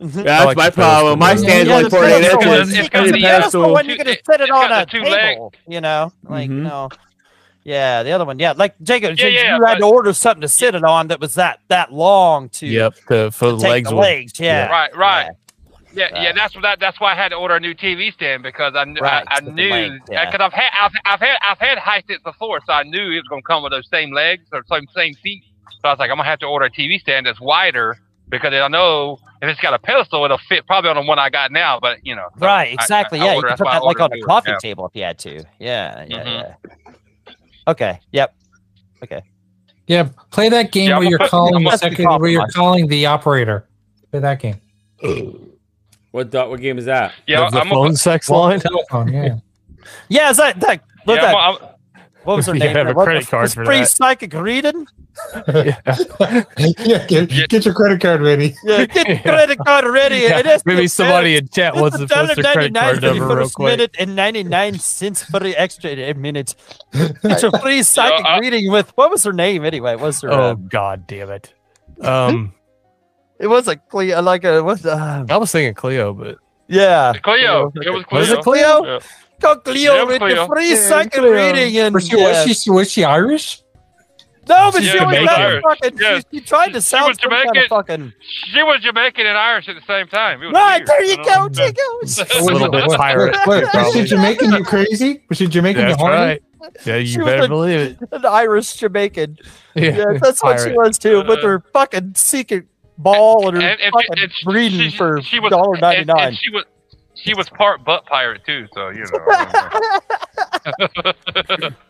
[SPEAKER 2] That's
[SPEAKER 12] like
[SPEAKER 2] my
[SPEAKER 12] the
[SPEAKER 2] problem. My
[SPEAKER 12] pedestal.
[SPEAKER 2] stand's
[SPEAKER 12] Yeah,
[SPEAKER 2] only
[SPEAKER 12] the
[SPEAKER 2] 48
[SPEAKER 12] pedestal is-
[SPEAKER 2] inches. It's
[SPEAKER 12] it's
[SPEAKER 2] got
[SPEAKER 12] got
[SPEAKER 2] a
[SPEAKER 12] the
[SPEAKER 4] pedestal
[SPEAKER 2] pedestal.
[SPEAKER 4] one you can just sit it on
[SPEAKER 10] got
[SPEAKER 4] a
[SPEAKER 10] the two legs.
[SPEAKER 4] table. You know, like
[SPEAKER 12] Mm-hmm.
[SPEAKER 4] no. Yeah, the other one. Yeah, like Jacob,
[SPEAKER 10] Yeah,
[SPEAKER 4] you-
[SPEAKER 10] yeah,
[SPEAKER 4] you had to order something to sit it on that was that that long to
[SPEAKER 12] Yep, the, for the
[SPEAKER 4] take
[SPEAKER 12] legs.
[SPEAKER 4] the
[SPEAKER 12] one.
[SPEAKER 4] legs. Yeah.
[SPEAKER 10] Right, right. Yeah, yeah, that's what that, that's why I had to order a new TV stand because I knew
[SPEAKER 4] Right,
[SPEAKER 10] I, I
[SPEAKER 4] with the
[SPEAKER 10] knew
[SPEAKER 4] legs, yeah.
[SPEAKER 10] because I've had I've, I've had I've had high sits before, so I knew it was gonna come with those same legs or same same feet. So I was like, I'm gonna have to order a TV stand that's wider because I know if it's got a pedestal, it'll fit probably on the one I got now. But you know, so
[SPEAKER 4] Right,
[SPEAKER 10] I-
[SPEAKER 4] exactly.
[SPEAKER 10] I- I
[SPEAKER 4] yeah, you
[SPEAKER 10] ordered-
[SPEAKER 4] could
[SPEAKER 10] that's
[SPEAKER 4] put
[SPEAKER 10] why I
[SPEAKER 4] that like
[SPEAKER 10] ordered
[SPEAKER 4] on a
[SPEAKER 10] two,
[SPEAKER 4] coffee
[SPEAKER 10] yeah. Mm-hmm.
[SPEAKER 4] table if you had to. Yeah, yeah, yeah. Okay. Yep. Okay.
[SPEAKER 3] Yeah, play that game
[SPEAKER 4] Yeah, I'm
[SPEAKER 3] where you're
[SPEAKER 4] gonna put- I'm
[SPEAKER 3] calling the
[SPEAKER 4] gonna
[SPEAKER 3] second,
[SPEAKER 4] put-
[SPEAKER 3] where you're calling the operator. Play that game.
[SPEAKER 2] What do- what game is that?
[SPEAKER 10] Yeah,
[SPEAKER 12] The phone sex line.
[SPEAKER 3] Telephone, yeah.
[SPEAKER 4] Yeah, is that that? What,
[SPEAKER 10] Yeah,
[SPEAKER 4] that,
[SPEAKER 10] I'm- I'm-
[SPEAKER 4] what was her
[SPEAKER 12] You
[SPEAKER 4] name?
[SPEAKER 12] have a
[SPEAKER 4] What-
[SPEAKER 12] credit card
[SPEAKER 4] was
[SPEAKER 12] for
[SPEAKER 4] Free
[SPEAKER 12] that.
[SPEAKER 4] psychic reading.
[SPEAKER 3] yeah, get, get your credit card ready.
[SPEAKER 4] Yeah, get your credit card ready.
[SPEAKER 12] Yeah,
[SPEAKER 4] It is
[SPEAKER 12] maybe
[SPEAKER 4] the
[SPEAKER 12] somebody
[SPEAKER 4] best.
[SPEAKER 12] in chat
[SPEAKER 4] It's
[SPEAKER 12] wants
[SPEAKER 4] the
[SPEAKER 12] to post their credit card
[SPEAKER 4] $1.99 for the
[SPEAKER 12] number real
[SPEAKER 4] first
[SPEAKER 12] quick.
[SPEAKER 4] minute and 99 cents for the extra minute. It's a free psychic
[SPEAKER 12] I-
[SPEAKER 4] reading with what was her name anyway? What was her?
[SPEAKER 12] Oh
[SPEAKER 4] um,
[SPEAKER 12] god damn it. Um
[SPEAKER 4] it was a Cleo, like a what's uh,
[SPEAKER 12] I was thinking Cleo, but
[SPEAKER 4] yeah.
[SPEAKER 10] Cleo. It was Cleo.
[SPEAKER 12] Was it
[SPEAKER 4] Cleo?
[SPEAKER 10] Yeah.
[SPEAKER 4] Go Cleo
[SPEAKER 10] Yeah, it was
[SPEAKER 4] with
[SPEAKER 10] Cleo.
[SPEAKER 4] the free
[SPEAKER 10] Yeah,
[SPEAKER 4] psychic
[SPEAKER 12] Cleo.
[SPEAKER 4] reading and
[SPEAKER 3] Was she,
[SPEAKER 4] uh,
[SPEAKER 3] was she was she Irish?
[SPEAKER 4] no, but
[SPEAKER 10] Yeah,
[SPEAKER 4] she was
[SPEAKER 10] Jamaican.
[SPEAKER 4] not fucking.
[SPEAKER 10] Yeah.
[SPEAKER 4] She, she tried to sound some kind of
[SPEAKER 10] Jamaican.
[SPEAKER 4] fucking.
[SPEAKER 10] She was Jamaican and Irish at the same time. It was
[SPEAKER 4] Right
[SPEAKER 10] weird.
[SPEAKER 4] there,
[SPEAKER 10] I
[SPEAKER 4] you
[SPEAKER 10] don't
[SPEAKER 4] go,
[SPEAKER 10] know.
[SPEAKER 4] Jacob.
[SPEAKER 12] a little bit pirate.
[SPEAKER 3] What, was she
[SPEAKER 12] probably.
[SPEAKER 3] Jamaican? You crazy? Was she Jamaican? you
[SPEAKER 12] That's
[SPEAKER 3] horny?
[SPEAKER 12] right. Yeah, you
[SPEAKER 4] She was
[SPEAKER 12] better
[SPEAKER 4] a-
[SPEAKER 12] believe it.
[SPEAKER 4] an Irish Jamaican.
[SPEAKER 12] Yeah,
[SPEAKER 4] Yeah, that's what she
[SPEAKER 12] pirate.
[SPEAKER 4] was too, with her fucking secret ball and her
[SPEAKER 10] Uh, And- and-
[SPEAKER 4] fucking
[SPEAKER 10] and she-
[SPEAKER 4] breeding for
[SPEAKER 10] She was
[SPEAKER 4] dollar ninety
[SPEAKER 10] and- and
[SPEAKER 4] nine.
[SPEAKER 10] She was she was part butt pirate too, so you know.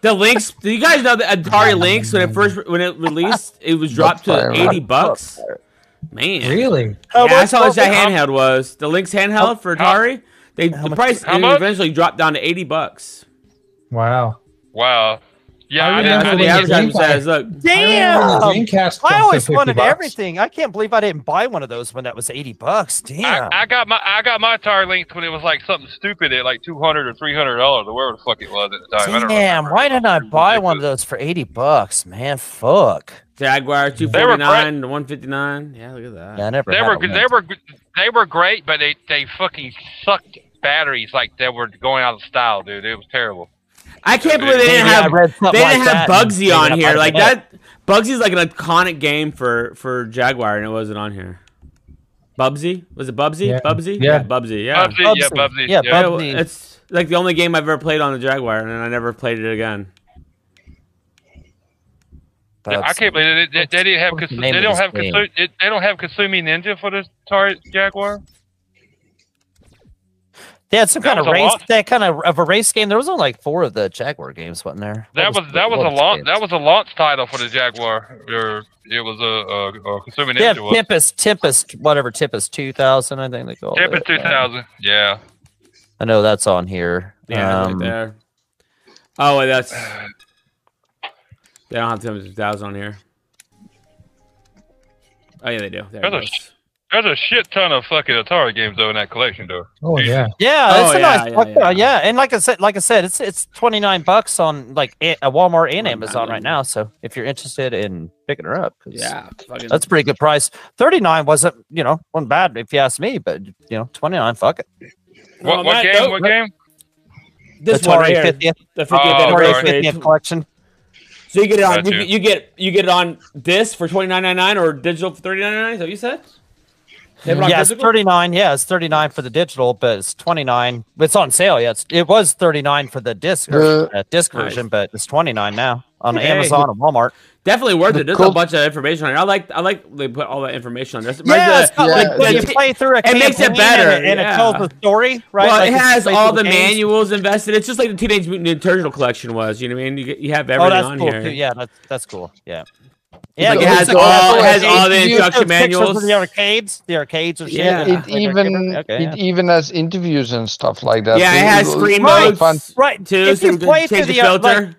[SPEAKER 2] The links. Do you guys know that Atari Lynx when it first when it released, it was dropped to
[SPEAKER 10] Buckfire.
[SPEAKER 2] eighty bucks. Man,
[SPEAKER 3] really?
[SPEAKER 4] Uh,
[SPEAKER 2] yeah, that's how much that handheld was. The Lynx handheld for Atari. They the price
[SPEAKER 10] how much?
[SPEAKER 2] eventually dropped down to eighty bucks.
[SPEAKER 3] Wow.
[SPEAKER 10] Wow. Yeah,
[SPEAKER 2] I
[SPEAKER 10] I,
[SPEAKER 2] remember
[SPEAKER 10] didn't,
[SPEAKER 2] the
[SPEAKER 10] I didn't
[SPEAKER 2] advertisement
[SPEAKER 10] get
[SPEAKER 2] says, look,
[SPEAKER 3] I
[SPEAKER 4] Damn!
[SPEAKER 3] remember the Dreamcast
[SPEAKER 4] I always
[SPEAKER 3] cost like
[SPEAKER 4] wanted
[SPEAKER 3] 50 bucks.
[SPEAKER 4] everything. I can't believe I didn't buy one of those when that was eighty bucks. Damn.
[SPEAKER 10] I, I got my I got my tire linked when it was like something stupid at like two hundred or three hundred dollars or whatever the fuck it was at the time. I don't know.
[SPEAKER 4] Damn, why didn't I buy one of those for 80 bucks, man? Fuck.
[SPEAKER 2] Jaguar two
[SPEAKER 4] They were
[SPEAKER 2] forty nine to one fifty nine. Yeah, look at that.
[SPEAKER 4] Yeah, I never
[SPEAKER 10] They
[SPEAKER 4] had
[SPEAKER 10] were
[SPEAKER 4] one.
[SPEAKER 10] they were they were great, but they they fucking sucked batteries like they were going out of style, dude. It was terrible.
[SPEAKER 2] I can't believe they didn't
[SPEAKER 10] Maybe I
[SPEAKER 2] have
[SPEAKER 10] read
[SPEAKER 2] they
[SPEAKER 10] something
[SPEAKER 2] didn't
[SPEAKER 10] like
[SPEAKER 2] have
[SPEAKER 10] that and maybe
[SPEAKER 2] Bugsy on
[SPEAKER 10] I
[SPEAKER 2] here like
[SPEAKER 10] might have
[SPEAKER 2] that. Bugsy's like an iconic game for for Jaguar, and it wasn't on here. Bubsy was it Bubsy?
[SPEAKER 10] Yeah.
[SPEAKER 2] Bubsy?
[SPEAKER 10] Yeah.
[SPEAKER 2] Bubsy. Yeah.
[SPEAKER 10] Bubsy, yeah, Bubsy, Bubsy, yeah, yeah. Bubsy.
[SPEAKER 2] It's like the only game I've ever played on the Jaguar, and then I never played it again.
[SPEAKER 10] Yeah, I can't believe they, they, they didn't have Kasu-
[SPEAKER 2] name
[SPEAKER 10] they
[SPEAKER 2] of
[SPEAKER 10] don't
[SPEAKER 2] this
[SPEAKER 10] have
[SPEAKER 2] game?
[SPEAKER 10] Kasu- it- they don't have Kasumi Ninja for this Atari Jaguar.
[SPEAKER 4] They had some
[SPEAKER 10] That
[SPEAKER 4] kind of
[SPEAKER 10] was a
[SPEAKER 4] race,
[SPEAKER 10] lot.
[SPEAKER 4] that kind of, of a race game. There was only like four of the Jaguar games, wasn't there?
[SPEAKER 10] That was that was a launch that was a launch title for the Jaguar. Or it was a, a, a Kasumi
[SPEAKER 4] Yeah,
[SPEAKER 10] Ninja. was.
[SPEAKER 4] Tempest, Tempest, whatever, Tempest 2000, I think they called
[SPEAKER 10] Tempest
[SPEAKER 4] it.
[SPEAKER 10] two thousand. Yeah.
[SPEAKER 4] I know that's on here.
[SPEAKER 2] Yeah,
[SPEAKER 4] Um,
[SPEAKER 2] right there. Oh, wait, that's they don't have Tempest Thousand on here. Oh yeah, they do. There it
[SPEAKER 10] There's a,
[SPEAKER 2] goes.
[SPEAKER 10] there's a shit ton of fucking Atari games though in that collection though.
[SPEAKER 3] Oh yeah.
[SPEAKER 4] Yeah,
[SPEAKER 2] Oh,
[SPEAKER 4] it's a
[SPEAKER 2] yeah,
[SPEAKER 4] nice
[SPEAKER 2] yeah,
[SPEAKER 4] yeah, yeah. and like I said, like I said, it's it's twenty nine bucks on like a a Walmart and Amazon right now. So if you're interested in picking her up, 'cause
[SPEAKER 2] Yeah, fucking-
[SPEAKER 4] that's a pretty good price. Thirty nine wasn't you know wasn't bad if you ask me, but you know twenty nine, fuck it.
[SPEAKER 2] Well,
[SPEAKER 10] What, what
[SPEAKER 2] that-
[SPEAKER 10] game?
[SPEAKER 2] that-
[SPEAKER 10] what Oh, game?
[SPEAKER 2] This
[SPEAKER 4] Atari
[SPEAKER 2] one right here, Oh,
[SPEAKER 4] 50th.
[SPEAKER 2] the 50th
[SPEAKER 4] Atari
[SPEAKER 2] anniversary.
[SPEAKER 4] 50th collection.
[SPEAKER 2] So you get it on
[SPEAKER 4] Got
[SPEAKER 2] you,
[SPEAKER 4] you.
[SPEAKER 2] you get you get it on this for twenty nine ninety nine or digital for thirty nine ninety nine. Is that what you said? They have it on
[SPEAKER 4] Yeah, it's
[SPEAKER 2] physical?
[SPEAKER 4] thirty nine. Yeah, it's thirty nine for the digital, but it's twenty nine. It's on sale. Yeah, it's, it was thirty nine for the disc or, uh, disc
[SPEAKER 2] Nice.
[SPEAKER 4] version, but it's twenty nine now on
[SPEAKER 2] Hey.
[SPEAKER 4] Amazon and Walmart.
[SPEAKER 2] Definitely worth it. There's
[SPEAKER 4] Cool.
[SPEAKER 2] a bunch of information on it. I like I like they put all that information on this.
[SPEAKER 4] Yeah, it's got, like, when you play through a
[SPEAKER 2] it makes it
[SPEAKER 4] campaign
[SPEAKER 2] better
[SPEAKER 4] and it- and it tells the story, right?
[SPEAKER 2] Well,
[SPEAKER 4] Like,
[SPEAKER 2] it
[SPEAKER 4] if you
[SPEAKER 2] has
[SPEAKER 4] play
[SPEAKER 2] all
[SPEAKER 4] through
[SPEAKER 2] the
[SPEAKER 4] the games.
[SPEAKER 2] manuals invested. It's just like the Teenage Mutant Ninja Turtle collection was. You know what I mean? You, get- you have everything
[SPEAKER 4] oh, that's
[SPEAKER 2] on
[SPEAKER 4] cool
[SPEAKER 2] here.
[SPEAKER 4] too. Yeah, that's that's cool. Yeah.
[SPEAKER 2] Like, it
[SPEAKER 4] it's
[SPEAKER 2] has
[SPEAKER 4] like-
[SPEAKER 2] all- it
[SPEAKER 4] yeah,
[SPEAKER 2] has all the
[SPEAKER 4] you use those
[SPEAKER 2] instruction
[SPEAKER 4] pictures
[SPEAKER 2] manuals.
[SPEAKER 4] of The arcades, the arcades and shit.
[SPEAKER 2] Yeah.
[SPEAKER 4] and
[SPEAKER 5] It
[SPEAKER 4] like arcade-
[SPEAKER 5] even
[SPEAKER 4] okay,
[SPEAKER 5] it e even has interviews and stuff like that.
[SPEAKER 2] Yeah, it has screen modes,
[SPEAKER 4] right?
[SPEAKER 2] too,
[SPEAKER 4] if
[SPEAKER 2] so
[SPEAKER 4] you
[SPEAKER 2] you can
[SPEAKER 4] play through
[SPEAKER 2] change
[SPEAKER 4] the
[SPEAKER 2] the
[SPEAKER 4] uh, like,
[SPEAKER 2] filter.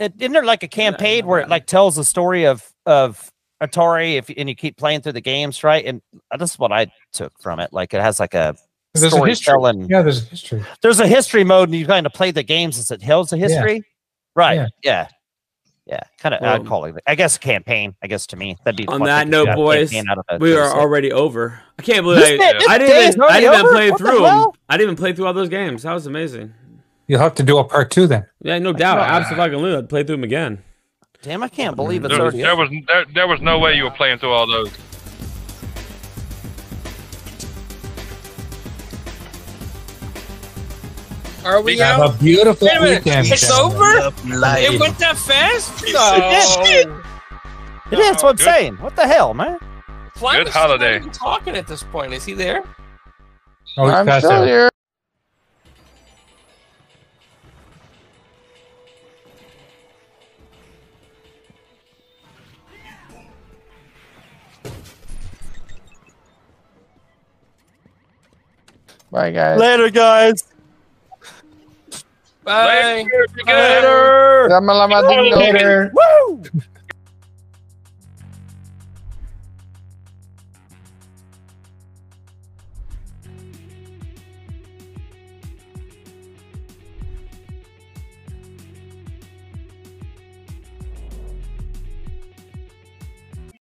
[SPEAKER 4] it, isn't there like a campaign where it like tells the story of of Atari if and you keep playing through the games, right? And that's what I took from it. Like it has like a
[SPEAKER 3] There's a history.
[SPEAKER 4] storytelling
[SPEAKER 3] Yeah, there's a history.
[SPEAKER 4] there's a history mode and you kind of play the games as it tells the history. Right. Yeah. Yeah. Kind of,
[SPEAKER 2] Well-
[SPEAKER 4] I'd call it, I guess, campaign. I guess to me, that'd be
[SPEAKER 2] On
[SPEAKER 4] fun
[SPEAKER 2] that
[SPEAKER 4] to
[SPEAKER 2] note,
[SPEAKER 4] do a
[SPEAKER 2] boys,
[SPEAKER 4] campaign out of a-
[SPEAKER 2] we
[SPEAKER 4] out
[SPEAKER 2] are
[SPEAKER 4] of a-
[SPEAKER 2] already over. I can't believe
[SPEAKER 4] This
[SPEAKER 2] I,
[SPEAKER 4] day- this
[SPEAKER 2] I
[SPEAKER 4] day
[SPEAKER 2] didn't
[SPEAKER 4] is
[SPEAKER 2] even,
[SPEAKER 4] already
[SPEAKER 2] I didn't even
[SPEAKER 4] over?
[SPEAKER 2] play
[SPEAKER 4] What the
[SPEAKER 2] through 'em.
[SPEAKER 4] hell?
[SPEAKER 2] I didn't even play through all those games. That was amazing.
[SPEAKER 3] You'll have to do a part two then.
[SPEAKER 2] Yeah, no doubt. Absolutely, I'd play through them again.
[SPEAKER 4] Damn, I can't believe it's
[SPEAKER 10] There was,
[SPEAKER 4] already.
[SPEAKER 10] there was there, there was no way you were playing through all those.
[SPEAKER 8] Are we
[SPEAKER 3] Have
[SPEAKER 8] out?
[SPEAKER 3] a beautiful
[SPEAKER 8] Wait a minute,
[SPEAKER 3] weekend,
[SPEAKER 8] It's
[SPEAKER 3] gentlemen.
[SPEAKER 8] over?
[SPEAKER 3] life.
[SPEAKER 8] It went that fast?
[SPEAKER 4] Shit.
[SPEAKER 8] No.
[SPEAKER 4] It is what I'm saying. What the hell, man?
[SPEAKER 8] Good
[SPEAKER 10] holiday.
[SPEAKER 8] Even talking at this point. Is he there?
[SPEAKER 3] Oh, he's passed out.
[SPEAKER 5] Bye guys.
[SPEAKER 4] Later, guys.
[SPEAKER 8] Bye.
[SPEAKER 5] Lama lama ding dong.
[SPEAKER 4] Woo!